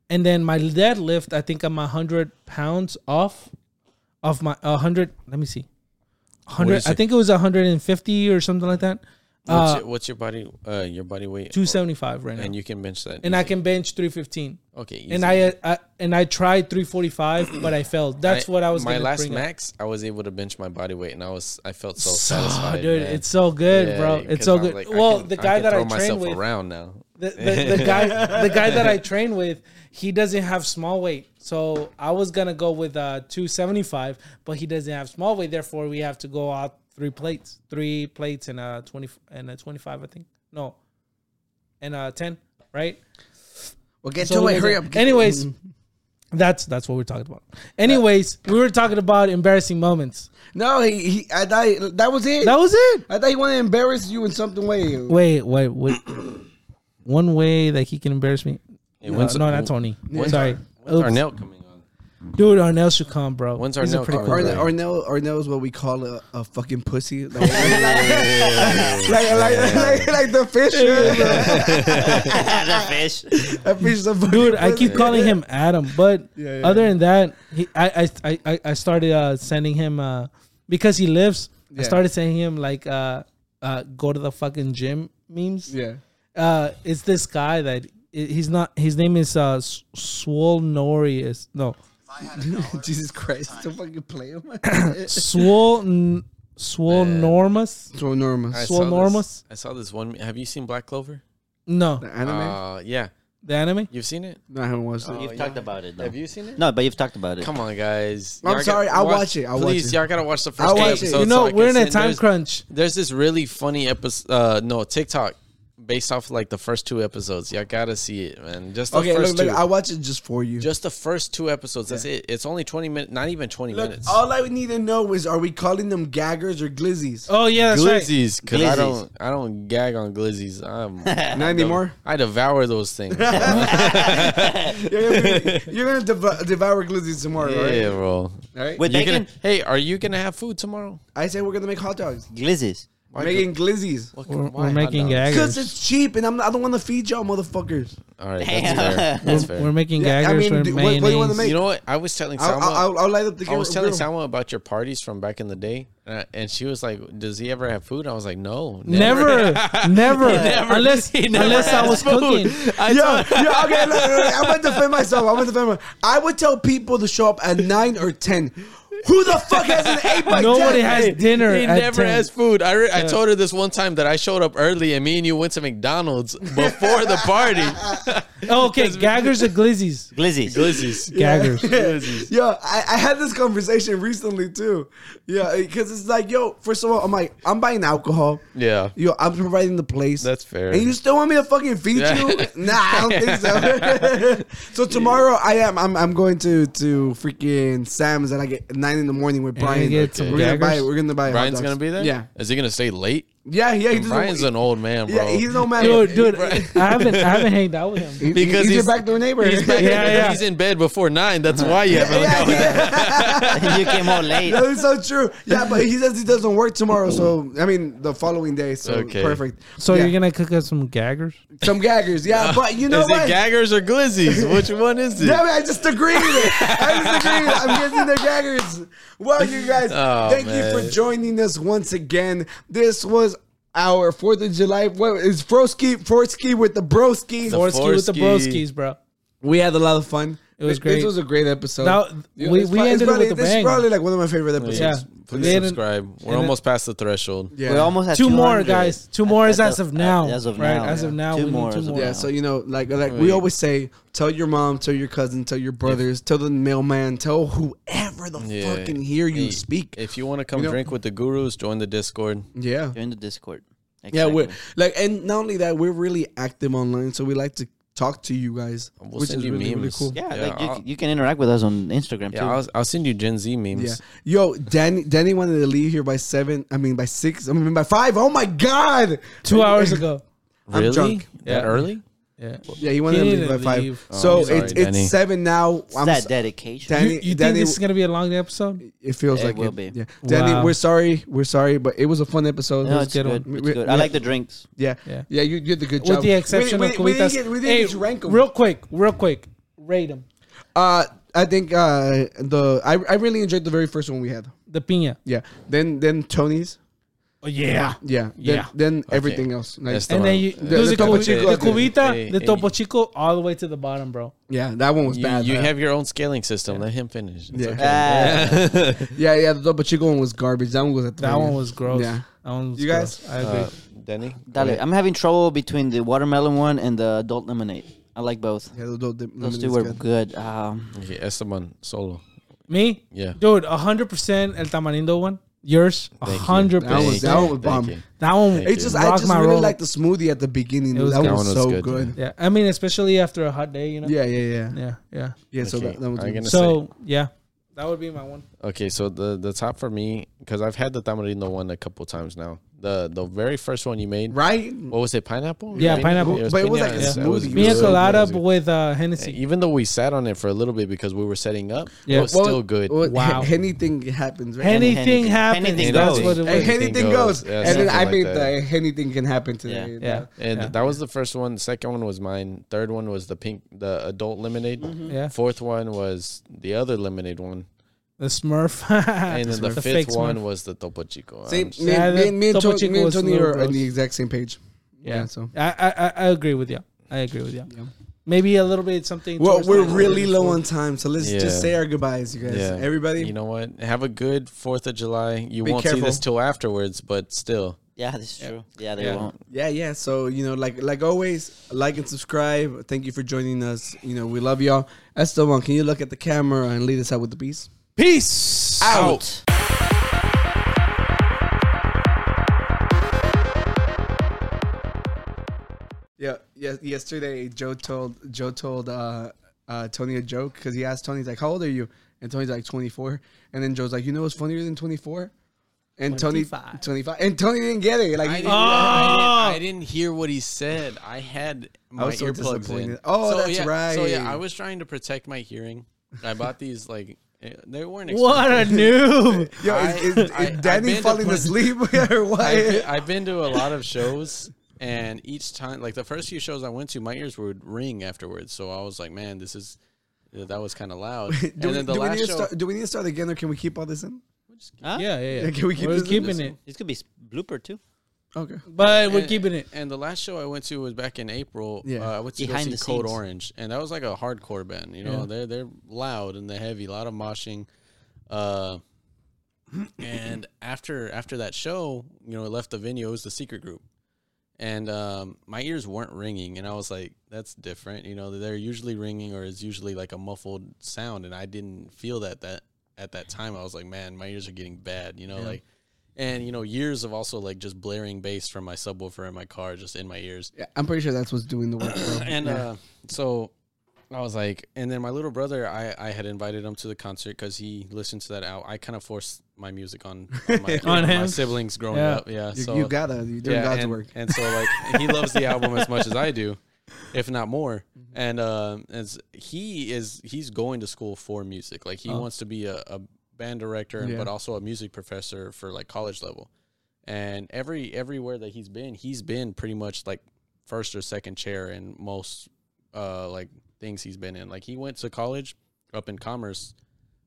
[SPEAKER 4] and then my deadlift. I think I'm hundred pounds off of my hundred. Let me see.
[SPEAKER 6] What
[SPEAKER 4] Hundred.
[SPEAKER 6] is
[SPEAKER 4] I
[SPEAKER 6] it?
[SPEAKER 4] think it was 150 or something like that.
[SPEAKER 6] what's,
[SPEAKER 4] Uh,
[SPEAKER 6] your, what's your body uh your body weight?
[SPEAKER 4] 275 right now.
[SPEAKER 6] And you can bench that.
[SPEAKER 4] and I can bench 315.
[SPEAKER 6] Okay,
[SPEAKER 4] And
[SPEAKER 6] easy.
[SPEAKER 4] I, I and I tried 345, but I failed. That's what I was.
[SPEAKER 6] My
[SPEAKER 4] gonna
[SPEAKER 6] last
[SPEAKER 4] bring up.
[SPEAKER 6] max, I was able to bench my body weight, and I was I felt so,
[SPEAKER 4] So-
[SPEAKER 6] satisfied.
[SPEAKER 4] dude,
[SPEAKER 6] man.
[SPEAKER 4] it's so good, bro. It's
[SPEAKER 6] 'cause
[SPEAKER 4] so
[SPEAKER 6] I'm
[SPEAKER 4] good.
[SPEAKER 6] like,
[SPEAKER 4] Well,
[SPEAKER 6] can-
[SPEAKER 4] the guy
[SPEAKER 6] can
[SPEAKER 4] that I
[SPEAKER 6] throw
[SPEAKER 4] train
[SPEAKER 6] myself
[SPEAKER 4] with-
[SPEAKER 6] around now.
[SPEAKER 4] the, the, the guy the guy that I train with, he doesn't have small weight. So I was gonna go with uh 275, but he doesn't have small weight. Therefore, we have to go out three plates, three plates and a 20 and a 25, I think. No, and a 10, right?
[SPEAKER 5] Well,
[SPEAKER 14] get to it. Hurry up. Get-
[SPEAKER 4] Anyways, that's that's what we're talking about. Anyways, we were talking about embarrassing moments.
[SPEAKER 5] No, he, he I thought that was it.
[SPEAKER 4] That was it.
[SPEAKER 5] I thought he wanted to embarrass you in something way.
[SPEAKER 4] Wait, wait, wait. One way that he can embarrass me.
[SPEAKER 6] Hey,
[SPEAKER 4] no,
[SPEAKER 6] when's-
[SPEAKER 4] no, not Tony.
[SPEAKER 5] when's
[SPEAKER 4] Sorry.
[SPEAKER 5] Ar-
[SPEAKER 6] when's
[SPEAKER 4] Oops.
[SPEAKER 6] Arnell coming
[SPEAKER 4] Dude, Arnell should come, bro.
[SPEAKER 6] When's
[SPEAKER 4] He's a
[SPEAKER 6] Arnell
[SPEAKER 4] pretty
[SPEAKER 6] coming
[SPEAKER 4] cool guy.
[SPEAKER 6] on?
[SPEAKER 5] Arnell, Arnell, Arnell is what we call a, a fucking pussy. Like, like, like, like, like the fish.
[SPEAKER 2] the fish.
[SPEAKER 5] That fish is a fucking
[SPEAKER 4] Dude, I keep
[SPEAKER 5] pussy.
[SPEAKER 4] calling him Adam, but
[SPEAKER 5] Yeah, yeah,
[SPEAKER 4] other
[SPEAKER 5] yeah.
[SPEAKER 4] than that, he, I, I- I, I, I started uh, sending him uh, because he lives. I
[SPEAKER 5] Yeah.
[SPEAKER 4] started sending him like uh, uh, go to the fucking gym memes.
[SPEAKER 5] Yeah.
[SPEAKER 4] uh, it's this guy that i- he's not. His name is uh, S- Swole Norius. No,
[SPEAKER 5] Jesus Christ! Don't fucking play him.
[SPEAKER 4] Swole N- Swole Normus.
[SPEAKER 5] Swole Normus.
[SPEAKER 6] I
[SPEAKER 4] Swole
[SPEAKER 6] saw
[SPEAKER 4] Normus.
[SPEAKER 6] This, I saw this one. Have you seen Black Clover?
[SPEAKER 4] No,
[SPEAKER 5] The anime?
[SPEAKER 6] Uh, yeah.
[SPEAKER 4] the anime.
[SPEAKER 6] You've seen it?
[SPEAKER 5] No, I haven't watched it.
[SPEAKER 2] You've talked about it. Though.
[SPEAKER 6] Have you seen it?
[SPEAKER 2] No, but you've talked about it.
[SPEAKER 6] Come on, guys.
[SPEAKER 5] I'm
[SPEAKER 6] Y'all
[SPEAKER 5] sorry,
[SPEAKER 6] gotta
[SPEAKER 5] I'll watch it, I'll watch
[SPEAKER 6] please,
[SPEAKER 5] it.
[SPEAKER 6] y'all gotta watch the first
[SPEAKER 5] I'll
[SPEAKER 6] couple
[SPEAKER 5] watch it.
[SPEAKER 6] episodes
[SPEAKER 5] You
[SPEAKER 4] know,
[SPEAKER 6] Oh, I can
[SPEAKER 4] we're in a
[SPEAKER 6] send-
[SPEAKER 4] time
[SPEAKER 6] there's-
[SPEAKER 4] crunch.
[SPEAKER 6] There's this really funny episode. Uh, no, TikTok based off like the first two episodes. Y'all gotta see it, man. Just the
[SPEAKER 5] Okay,
[SPEAKER 6] first
[SPEAKER 5] look, look,
[SPEAKER 6] two.
[SPEAKER 5] I watch it just for you.
[SPEAKER 6] Just the first two episodes. That's it. It's only twenty minutes. Not even twenty minutes.
[SPEAKER 5] All I need to know is, are we calling them gaggers or glizzies?
[SPEAKER 4] Oh yeah, that's right.
[SPEAKER 6] glizzies, because I
[SPEAKER 2] Glizzies.
[SPEAKER 6] don't, I don't gag on glizzies. I'm not
[SPEAKER 5] anymore?
[SPEAKER 6] I devour those things.
[SPEAKER 5] You're gonna, be- you're gonna dev- devour glizzies tomorrow,
[SPEAKER 6] Yeah,
[SPEAKER 5] right?
[SPEAKER 6] bro.
[SPEAKER 5] All right.
[SPEAKER 2] With
[SPEAKER 6] You gonna,
[SPEAKER 2] bacon?
[SPEAKER 6] hey, are you gonna have food tomorrow?
[SPEAKER 5] I say we're gonna make hot dogs.
[SPEAKER 2] Glizzies.
[SPEAKER 6] Why
[SPEAKER 5] making glizzies.
[SPEAKER 6] What-
[SPEAKER 4] We're,
[SPEAKER 6] why
[SPEAKER 4] we're
[SPEAKER 6] hot
[SPEAKER 4] making
[SPEAKER 6] dogs?
[SPEAKER 5] Because
[SPEAKER 4] gaggers.
[SPEAKER 5] it's cheap, and I'm, I don't want to feed y'all motherfuckers.
[SPEAKER 6] All right, that's fair. That's fair.
[SPEAKER 4] We're making
[SPEAKER 5] Yeah, I
[SPEAKER 4] gaggers.
[SPEAKER 5] mean,
[SPEAKER 4] we're
[SPEAKER 5] do- what- what do you wanna
[SPEAKER 4] mayonnaise.
[SPEAKER 5] make?
[SPEAKER 6] You know what? I was telling
[SPEAKER 5] I'll,
[SPEAKER 6] Salma.
[SPEAKER 5] I'll, I'll, I'll light up the
[SPEAKER 6] I was telling
[SPEAKER 5] grill.
[SPEAKER 6] Salma about your parties from back in the day, uh, and she was like, "Does he ever have food?" I was like, "No,
[SPEAKER 4] Never, never, unless unless I was cooking.
[SPEAKER 5] Yo, yo, okay, look, look, look, I'm gonna defend myself. I'm gonna defend myself. I would tell people to show up at nine or ten. Who the fuck has an eight by
[SPEAKER 4] Nobody
[SPEAKER 5] ten?
[SPEAKER 4] has dinner.
[SPEAKER 6] He
[SPEAKER 4] at
[SPEAKER 6] never
[SPEAKER 4] 10.
[SPEAKER 6] has food. I, re- I told her this one time that I showed up early, and me and you went to McDonald's before the party.
[SPEAKER 4] Oh, Okay, gaggers or glizzies.
[SPEAKER 2] Glizzies.
[SPEAKER 6] Glizzies.
[SPEAKER 4] Gaggers.
[SPEAKER 5] Yo, I, I had this conversation recently too. Yeah, because it's like, yo, first of all, I'm like, I'm buying alcohol.
[SPEAKER 6] Yeah.
[SPEAKER 5] Yo, I'm providing the place.
[SPEAKER 6] That's fair.
[SPEAKER 5] And you still want me to fucking feed
[SPEAKER 6] Yeah.
[SPEAKER 5] you? Nah, I don't think so. so tomorrow I am I'm, I'm going to to freaking Sam's and I get at nine in the morning with
[SPEAKER 4] you
[SPEAKER 5] Brian.
[SPEAKER 4] get some
[SPEAKER 5] We're gonna buy
[SPEAKER 4] daggers?
[SPEAKER 5] we're gonna buy hot
[SPEAKER 6] Brian's
[SPEAKER 5] dogs.
[SPEAKER 6] gonna be there.
[SPEAKER 5] Yeah.
[SPEAKER 6] Is he gonna stay late?
[SPEAKER 5] Yeah, yeah, he doesn't-
[SPEAKER 6] Brian's an old man, bro.
[SPEAKER 5] Yeah, he's no man.
[SPEAKER 4] Dude, dude, I haven't I haven't hanged out with him.
[SPEAKER 6] Because
[SPEAKER 5] because he's,
[SPEAKER 6] he's-
[SPEAKER 5] your back door neighbor.
[SPEAKER 6] He's back-
[SPEAKER 4] Yeah, yeah. Uh-huh.
[SPEAKER 6] He's in bed before nine. That's why you haven't.
[SPEAKER 5] yeah, yeah.
[SPEAKER 2] you came out late.
[SPEAKER 5] That is so true. Yeah, but he says he doesn't work tomorrow, so I mean the following day. So
[SPEAKER 6] Okay.
[SPEAKER 5] perfect.
[SPEAKER 4] So
[SPEAKER 5] yeah.
[SPEAKER 4] you're gonna cook us some gaggers?
[SPEAKER 5] some gaggers. Yeah, but you know
[SPEAKER 6] is
[SPEAKER 5] what?
[SPEAKER 6] it gaggers or glizzies? Which one is it?
[SPEAKER 5] Yeah, I just agree with it. I just agree. With it. I'm guessing they're gaggers. Well, you guys,
[SPEAKER 6] Oh,
[SPEAKER 5] thank you for
[SPEAKER 6] man.
[SPEAKER 5] joining us once again. This was our Fourth of July. What is Froski? Froski with the Broski.
[SPEAKER 6] The
[SPEAKER 4] Borski with the
[SPEAKER 6] Forsky.
[SPEAKER 4] broskies, bro.
[SPEAKER 5] We had a lot of fun.
[SPEAKER 4] It
[SPEAKER 5] This-
[SPEAKER 4] was great.
[SPEAKER 5] This was a great episode.
[SPEAKER 4] That-
[SPEAKER 5] Yeah,
[SPEAKER 4] we
[SPEAKER 5] it's
[SPEAKER 4] we
[SPEAKER 5] pro- it's
[SPEAKER 4] ended
[SPEAKER 5] probably,
[SPEAKER 4] it with a
[SPEAKER 5] this is
[SPEAKER 4] bang.
[SPEAKER 5] probably like one of my favorite episodes.
[SPEAKER 4] Yeah.
[SPEAKER 6] Please
[SPEAKER 4] We ended-
[SPEAKER 6] subscribe. We're
[SPEAKER 4] and
[SPEAKER 6] almost past the threshold.
[SPEAKER 5] Yeah. We're almost at
[SPEAKER 4] two
[SPEAKER 5] 200.
[SPEAKER 4] more guys. Two more is
[SPEAKER 5] As
[SPEAKER 4] as
[SPEAKER 5] of-
[SPEAKER 4] of now.
[SPEAKER 5] as of
[SPEAKER 4] right?
[SPEAKER 5] now,
[SPEAKER 4] As of
[SPEAKER 5] yeah.
[SPEAKER 4] now,
[SPEAKER 5] Two
[SPEAKER 4] we
[SPEAKER 5] more
[SPEAKER 4] need two more.
[SPEAKER 5] Yeah, so you know, like like we
[SPEAKER 4] Wait.
[SPEAKER 5] always say, tell your mom, tell your cousin, tell your brothers, tell the mailman, tell whoever the
[SPEAKER 6] Yeah.
[SPEAKER 5] fucking hear you
[SPEAKER 6] Hey,
[SPEAKER 5] speak.
[SPEAKER 6] If you want to come
[SPEAKER 5] You know-
[SPEAKER 6] drink with the gurus, join the Discord.
[SPEAKER 5] Yeah.
[SPEAKER 2] Join the Discord.
[SPEAKER 5] Yeah, we're like, and not only that, we're really active online, so we like to talk to you guys, which
[SPEAKER 6] send
[SPEAKER 5] is
[SPEAKER 6] you
[SPEAKER 5] really really
[SPEAKER 6] memes.
[SPEAKER 5] cool.
[SPEAKER 2] Yeah,
[SPEAKER 6] Yeah,
[SPEAKER 2] like
[SPEAKER 6] I'll-
[SPEAKER 2] you, you can interact with us on Instagram
[SPEAKER 6] Yeah,
[SPEAKER 2] too.
[SPEAKER 6] I'll, I'll send you Gen Z memes.
[SPEAKER 5] Yeah, yo, Danny, Danny wanted to leave here by seven. I mean, by six. I mean, by five. Oh my god,
[SPEAKER 4] two hours ago.
[SPEAKER 5] I'm
[SPEAKER 6] Really?
[SPEAKER 5] drunk.
[SPEAKER 6] That
[SPEAKER 4] Yeah.
[SPEAKER 6] early?
[SPEAKER 4] Yeah.
[SPEAKER 5] Yeah, he wanted
[SPEAKER 4] He
[SPEAKER 5] to leave by
[SPEAKER 4] didn't
[SPEAKER 5] five.
[SPEAKER 4] leave.
[SPEAKER 6] Oh,
[SPEAKER 5] so
[SPEAKER 6] I'm sorry,
[SPEAKER 5] it's it's
[SPEAKER 6] Danny.
[SPEAKER 5] seven now. I'm
[SPEAKER 2] that
[SPEAKER 5] so-
[SPEAKER 2] dedication.
[SPEAKER 5] Danny,
[SPEAKER 4] you you think
[SPEAKER 5] Danny,
[SPEAKER 4] this is gonna be a long episode?
[SPEAKER 5] it feels
[SPEAKER 2] It
[SPEAKER 5] like
[SPEAKER 2] will
[SPEAKER 5] it.
[SPEAKER 2] be.
[SPEAKER 5] Yeah, Danny,
[SPEAKER 4] Wow.
[SPEAKER 5] we're sorry, we're sorry, but it was a fun episode.
[SPEAKER 2] No,
[SPEAKER 5] It was
[SPEAKER 2] it's
[SPEAKER 5] a
[SPEAKER 2] good.
[SPEAKER 5] one.
[SPEAKER 2] It's
[SPEAKER 5] We-
[SPEAKER 2] good.
[SPEAKER 5] we-
[SPEAKER 2] I like the drinks.
[SPEAKER 5] Yeah,
[SPEAKER 4] Yeah.
[SPEAKER 5] yeah, you did the good job.
[SPEAKER 4] With the exception
[SPEAKER 5] we,
[SPEAKER 4] of
[SPEAKER 5] we, we didn't
[SPEAKER 4] Kuitas.
[SPEAKER 5] get, we didn't
[SPEAKER 4] Hey,
[SPEAKER 5] get to rank 'em.
[SPEAKER 4] real quick, real quick, rate them.
[SPEAKER 5] Uh, I think uh the I, I really enjoyed the very first one we had.
[SPEAKER 4] The piña.
[SPEAKER 5] Yeah. Then then Tony's.
[SPEAKER 4] Oh yeah.
[SPEAKER 5] Yeah.
[SPEAKER 4] Yeah.
[SPEAKER 5] Then, then
[SPEAKER 6] Okay.
[SPEAKER 5] everything else. Like,
[SPEAKER 6] That's the
[SPEAKER 4] And
[SPEAKER 6] one.
[SPEAKER 4] then you,
[SPEAKER 5] The-
[SPEAKER 4] there's
[SPEAKER 5] the
[SPEAKER 4] a cubi-
[SPEAKER 5] Topo Chico.
[SPEAKER 4] the cubita,
[SPEAKER 6] Hey,
[SPEAKER 4] the
[SPEAKER 6] hey.
[SPEAKER 4] topo chico, all the way to the bottom, bro.
[SPEAKER 5] yeah, that one was
[SPEAKER 6] You,
[SPEAKER 5] bad.
[SPEAKER 6] you have your own scaling system. Let him finish. It's
[SPEAKER 5] Yeah.
[SPEAKER 6] okay.
[SPEAKER 5] yeah, yeah. The double chico one was garbage. That one was at the
[SPEAKER 4] That
[SPEAKER 5] very
[SPEAKER 4] one
[SPEAKER 5] end.
[SPEAKER 4] was gross.
[SPEAKER 5] Yeah.
[SPEAKER 4] That one was
[SPEAKER 5] You guys?
[SPEAKER 4] gross. I agree.
[SPEAKER 6] Uh, Denny? go
[SPEAKER 2] Dale,
[SPEAKER 6] ahead.
[SPEAKER 2] I'm having trouble between the watermelon one and the adult lemonade. I like both.
[SPEAKER 5] Yeah, the, the, the,
[SPEAKER 2] Those two were good. Um,
[SPEAKER 6] Okay, Esteban, solo.
[SPEAKER 4] Me?
[SPEAKER 6] Yeah.
[SPEAKER 4] Dude, 100% El Tamarindo one. Yours?
[SPEAKER 6] Thank you.
[SPEAKER 5] That one was
[SPEAKER 4] 100%.
[SPEAKER 5] that one was
[SPEAKER 6] Thank
[SPEAKER 5] bomb.
[SPEAKER 6] you.
[SPEAKER 4] That one
[SPEAKER 5] It's just I
[SPEAKER 4] rocked
[SPEAKER 5] just
[SPEAKER 4] my
[SPEAKER 5] really
[SPEAKER 4] roll.
[SPEAKER 5] like the smoothie at the beginning.
[SPEAKER 4] It was
[SPEAKER 5] that
[SPEAKER 4] good.
[SPEAKER 5] was
[SPEAKER 6] That one
[SPEAKER 5] so
[SPEAKER 6] was good,
[SPEAKER 5] good.
[SPEAKER 4] Yeah. I mean, especially after a hot day, you know?
[SPEAKER 5] Yeah, yeah, yeah. Yeah,
[SPEAKER 4] Yeah. Yeah.
[SPEAKER 5] so
[SPEAKER 6] Okay,
[SPEAKER 5] that, that was
[SPEAKER 6] I'm gonna
[SPEAKER 4] So, yeah. That would be my one.
[SPEAKER 6] Okay, so the the top for me because I've had the tamarindo one a couple times now. The the very first one you made,
[SPEAKER 5] right.
[SPEAKER 6] what was it? Pineapple?
[SPEAKER 4] Yeah,
[SPEAKER 6] Piña?
[SPEAKER 4] pineapple.
[SPEAKER 5] But it was
[SPEAKER 6] piña.
[SPEAKER 5] like a
[SPEAKER 6] Yeah, it was
[SPEAKER 5] smoothie.
[SPEAKER 6] good.
[SPEAKER 4] Mia
[SPEAKER 6] It was
[SPEAKER 4] colada
[SPEAKER 6] good.
[SPEAKER 4] with uh, Hennessy.
[SPEAKER 6] Even though we sat on it for a little bit because we were setting up,
[SPEAKER 4] Yeah.
[SPEAKER 6] it was
[SPEAKER 5] Well,
[SPEAKER 6] still good.
[SPEAKER 5] well,
[SPEAKER 4] Wow.
[SPEAKER 5] Anything happens, right?
[SPEAKER 4] Anything,
[SPEAKER 2] Anything
[SPEAKER 4] happens.
[SPEAKER 2] goes.
[SPEAKER 4] That's what
[SPEAKER 5] Hey,
[SPEAKER 4] it was.
[SPEAKER 6] Anything
[SPEAKER 5] anything
[SPEAKER 6] goes.
[SPEAKER 5] goes.
[SPEAKER 6] Yeah,
[SPEAKER 5] and then
[SPEAKER 6] something
[SPEAKER 5] I
[SPEAKER 6] like
[SPEAKER 5] made
[SPEAKER 6] that.
[SPEAKER 5] the anything can happen today. you
[SPEAKER 4] Yeah.
[SPEAKER 5] know?
[SPEAKER 6] and
[SPEAKER 4] yeah.
[SPEAKER 6] that was the first one. The second one was mine. Third one was the pink, the adult lemonade.
[SPEAKER 5] Mm-hmm.
[SPEAKER 4] Yeah.
[SPEAKER 6] Fourth one was the other lemonade one,
[SPEAKER 4] The Smurf.
[SPEAKER 6] and then Ah, the,
[SPEAKER 4] The fake
[SPEAKER 6] fifth one
[SPEAKER 4] Smurf.
[SPEAKER 6] was the topo chico. I'm
[SPEAKER 5] Same.
[SPEAKER 6] s-
[SPEAKER 5] Me,
[SPEAKER 4] Yeah,
[SPEAKER 5] me-
[SPEAKER 4] the
[SPEAKER 5] me and
[SPEAKER 4] Topo
[SPEAKER 5] Tony,
[SPEAKER 4] Chico
[SPEAKER 5] me and
[SPEAKER 4] was a
[SPEAKER 5] Tony
[SPEAKER 4] little
[SPEAKER 5] are on
[SPEAKER 4] gross.
[SPEAKER 5] the exact same page.
[SPEAKER 4] Yeah.
[SPEAKER 5] so.
[SPEAKER 4] I, I, I- I agree with you. I agree with you. Maybe a little bit something.
[SPEAKER 5] Well,
[SPEAKER 4] towards
[SPEAKER 5] we're
[SPEAKER 4] the-
[SPEAKER 5] really low on time, so let's
[SPEAKER 6] Yeah.
[SPEAKER 5] just say our goodbyes, you guys.
[SPEAKER 6] Yeah.
[SPEAKER 5] Everybody,
[SPEAKER 6] You know what? Have a good Fourth of July. You
[SPEAKER 5] Be
[SPEAKER 6] won't see this
[SPEAKER 5] careful.
[SPEAKER 6] till afterwards, but still.
[SPEAKER 2] yeah, that's true. Yeah, they
[SPEAKER 6] Yeah.
[SPEAKER 2] won't.
[SPEAKER 5] yeah, yeah. So you know, like like always, like and subscribe. Thank you for joining us. You know, we love y'all. Esteban, can you look at the camera and lead us out with the peace?
[SPEAKER 4] Peace.
[SPEAKER 2] Out.
[SPEAKER 5] Yeah, yes. Yesterday, Joe told Joe told uh, uh, Tony a joke because he asked Tony he's like, "How old are you?" And Tony's like, "24." And then Joe's like, "You know what's funnier than 24?" And Tony,
[SPEAKER 4] 25.
[SPEAKER 5] 25. And Tony didn't get it. Like,
[SPEAKER 6] didn't,
[SPEAKER 4] I
[SPEAKER 6] didn't, hear what he said. I had my
[SPEAKER 5] was so disappointed. Oh, that's
[SPEAKER 6] yeah, So
[SPEAKER 5] right.
[SPEAKER 6] yeah, I was trying to protect my hearing. I bought these like eh, they weren't.
[SPEAKER 4] What a noob.
[SPEAKER 5] yo,
[SPEAKER 6] I-
[SPEAKER 5] is, is,
[SPEAKER 6] I-
[SPEAKER 5] is
[SPEAKER 6] I've
[SPEAKER 5] Danny
[SPEAKER 6] been to
[SPEAKER 5] falling
[SPEAKER 6] plen-
[SPEAKER 5] asleep or what?
[SPEAKER 6] I've, been- I've been to a lot of shows, and each time, like the first few shows I went to, my ears would ring afterwards. So I was like, man, this is that was kind of loud. and
[SPEAKER 5] do, we,
[SPEAKER 6] then the
[SPEAKER 5] do we
[SPEAKER 6] last
[SPEAKER 5] need to
[SPEAKER 6] show,
[SPEAKER 5] start, do we need to start again, or can we keep all this in?
[SPEAKER 2] Huh?
[SPEAKER 4] Yeah, yeah, yeah.
[SPEAKER 5] Can we keep
[SPEAKER 4] we're
[SPEAKER 5] this Eh, in?
[SPEAKER 4] keeping it,
[SPEAKER 2] This could be s- blooper too.
[SPEAKER 5] Okay.
[SPEAKER 4] but we're
[SPEAKER 6] and-
[SPEAKER 4] keeping it.
[SPEAKER 6] And the last show I went to was back in April.
[SPEAKER 5] Yeah.
[SPEAKER 6] uh, I went to
[SPEAKER 2] Behind
[SPEAKER 6] go
[SPEAKER 2] the
[SPEAKER 6] see Code
[SPEAKER 2] scenes.
[SPEAKER 6] Orange, and that was like a hardcore band. You know,
[SPEAKER 4] Yeah.
[SPEAKER 6] they're they're loud and they're heavy, a lot of moshing. Uh, and after after that show, you know, I left the venue. It was the secret group, and um, my ears weren't ringing, and I was like, "That's different." You know, they're usually ringing, or it's usually like a muffled sound, and I didn't feel that that at that time. I was like, "Man, my ears are getting bad." You know, like. And you know, years of also like just blaring bass from my subwoofer in my car, just in my ears
[SPEAKER 5] Yeah, I'm pretty sure that's what's doing the work. bro.
[SPEAKER 6] and
[SPEAKER 5] Yeah.
[SPEAKER 6] uh, so I was like, and then my little brother, I, I had invited him to the concert because he listened to that out. I kind of forced my music on, on, my,
[SPEAKER 4] On
[SPEAKER 6] my
[SPEAKER 4] him?
[SPEAKER 6] siblings growing
[SPEAKER 4] Yeah.
[SPEAKER 6] up. Yeah,
[SPEAKER 5] you,
[SPEAKER 6] so
[SPEAKER 5] you gotta, you're doing God's
[SPEAKER 6] and,
[SPEAKER 5] work.
[SPEAKER 6] And so like he loves the album as much as I do, if not more.
[SPEAKER 4] Mm-hmm.
[SPEAKER 6] And um, as he is, he's going to school for music. Like he
[SPEAKER 4] Oh.
[SPEAKER 6] wants to be a, a band director, and
[SPEAKER 5] Yeah.
[SPEAKER 6] but also a music professor for like college level. And every everywhere that he's been, he's been pretty much like first or second chair in most uh like things he's been in. Like he went to college up in Commerce,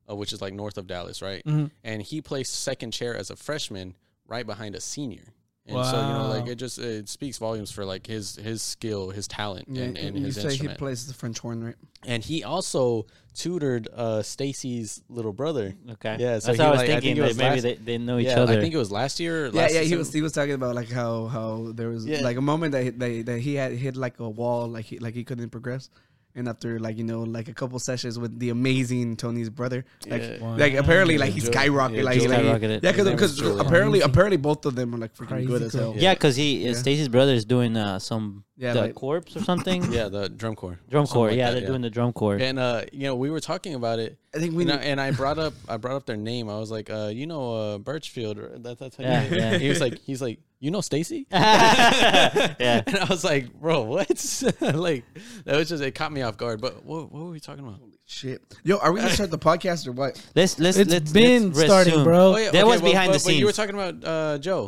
[SPEAKER 6] uh, which is like
[SPEAKER 5] Mm-hmm.
[SPEAKER 6] north of Dallas, right? And he placed second chair as a freshman, right behind a senior And so you know,
[SPEAKER 5] Wow.
[SPEAKER 6] like it just it speaks volumes for like his his skill, his talent,
[SPEAKER 5] Yeah,
[SPEAKER 6] and, and
[SPEAKER 5] you
[SPEAKER 6] his
[SPEAKER 5] say
[SPEAKER 6] instrument.
[SPEAKER 5] he plays the French horn, right?
[SPEAKER 6] and he also tutored uh Stacy's little brother.
[SPEAKER 2] Okay.
[SPEAKER 6] yeah,
[SPEAKER 2] That's
[SPEAKER 6] so he,
[SPEAKER 2] what I was
[SPEAKER 6] like,
[SPEAKER 2] thinking,
[SPEAKER 6] it
[SPEAKER 2] that
[SPEAKER 6] was
[SPEAKER 2] maybe
[SPEAKER 6] last-
[SPEAKER 2] they- they know each
[SPEAKER 6] yeah,
[SPEAKER 2] other.
[SPEAKER 6] I think it was last year. or
[SPEAKER 5] Yeah,
[SPEAKER 6] last
[SPEAKER 5] yeah. He
[SPEAKER 6] season.
[SPEAKER 5] was he was talking about like how how there was
[SPEAKER 6] Yeah.
[SPEAKER 5] like a moment that he- that that he had hit like a wall, like he like he couldn't progress. And after like you know like a couple sessions with the amazing Tony's brother, like
[SPEAKER 4] Yeah.
[SPEAKER 5] like
[SPEAKER 4] Wow.
[SPEAKER 5] apparently like he
[SPEAKER 4] Yeah, Joe-
[SPEAKER 5] skyrocketed,
[SPEAKER 4] yeah,
[SPEAKER 5] like,
[SPEAKER 4] Joe-
[SPEAKER 5] like he-
[SPEAKER 4] Skyrocketed.
[SPEAKER 5] yeah,
[SPEAKER 4] His name was
[SPEAKER 5] because
[SPEAKER 4] Julian.
[SPEAKER 5] apparently
[SPEAKER 4] Crazy.
[SPEAKER 5] apparently both of them are like freaking
[SPEAKER 4] Crazy
[SPEAKER 5] good as hell.
[SPEAKER 2] Yeah, because he
[SPEAKER 5] Yeah.
[SPEAKER 2] Stacy's brother is doing uh, some
[SPEAKER 5] Yeah,
[SPEAKER 2] the
[SPEAKER 5] like-
[SPEAKER 2] corpse or something.
[SPEAKER 6] Yeah, the drum corps.
[SPEAKER 2] Drum
[SPEAKER 6] Something
[SPEAKER 2] corps.
[SPEAKER 6] like
[SPEAKER 2] yeah,
[SPEAKER 6] that,
[SPEAKER 2] they're doing the drum corps.
[SPEAKER 6] And uh, you know, we were talking about it.
[SPEAKER 5] I think we
[SPEAKER 6] and I,
[SPEAKER 5] need-
[SPEAKER 6] and I brought up I brought up their name. I was like, uh, you know, uh, Birchfield. Right? That, that's her
[SPEAKER 2] Yeah,
[SPEAKER 6] name.
[SPEAKER 2] yeah.
[SPEAKER 6] He was like, he's like, you know, Stacy. yeah. And I was like, bro, what? like, that was just it caught me off guard. But what, what were we talking about?
[SPEAKER 5] Shit. Yo, are we gonna start the podcast or what?
[SPEAKER 2] Let's let's
[SPEAKER 5] It's
[SPEAKER 2] let's
[SPEAKER 5] been
[SPEAKER 2] let's
[SPEAKER 5] starting,
[SPEAKER 2] resume.
[SPEAKER 5] bro.
[SPEAKER 6] Oh, yeah,
[SPEAKER 2] That
[SPEAKER 6] okay,
[SPEAKER 2] was
[SPEAKER 6] well,
[SPEAKER 2] behind
[SPEAKER 6] but,
[SPEAKER 2] the
[SPEAKER 6] but
[SPEAKER 2] scenes.
[SPEAKER 6] you were talking about uh, Joe.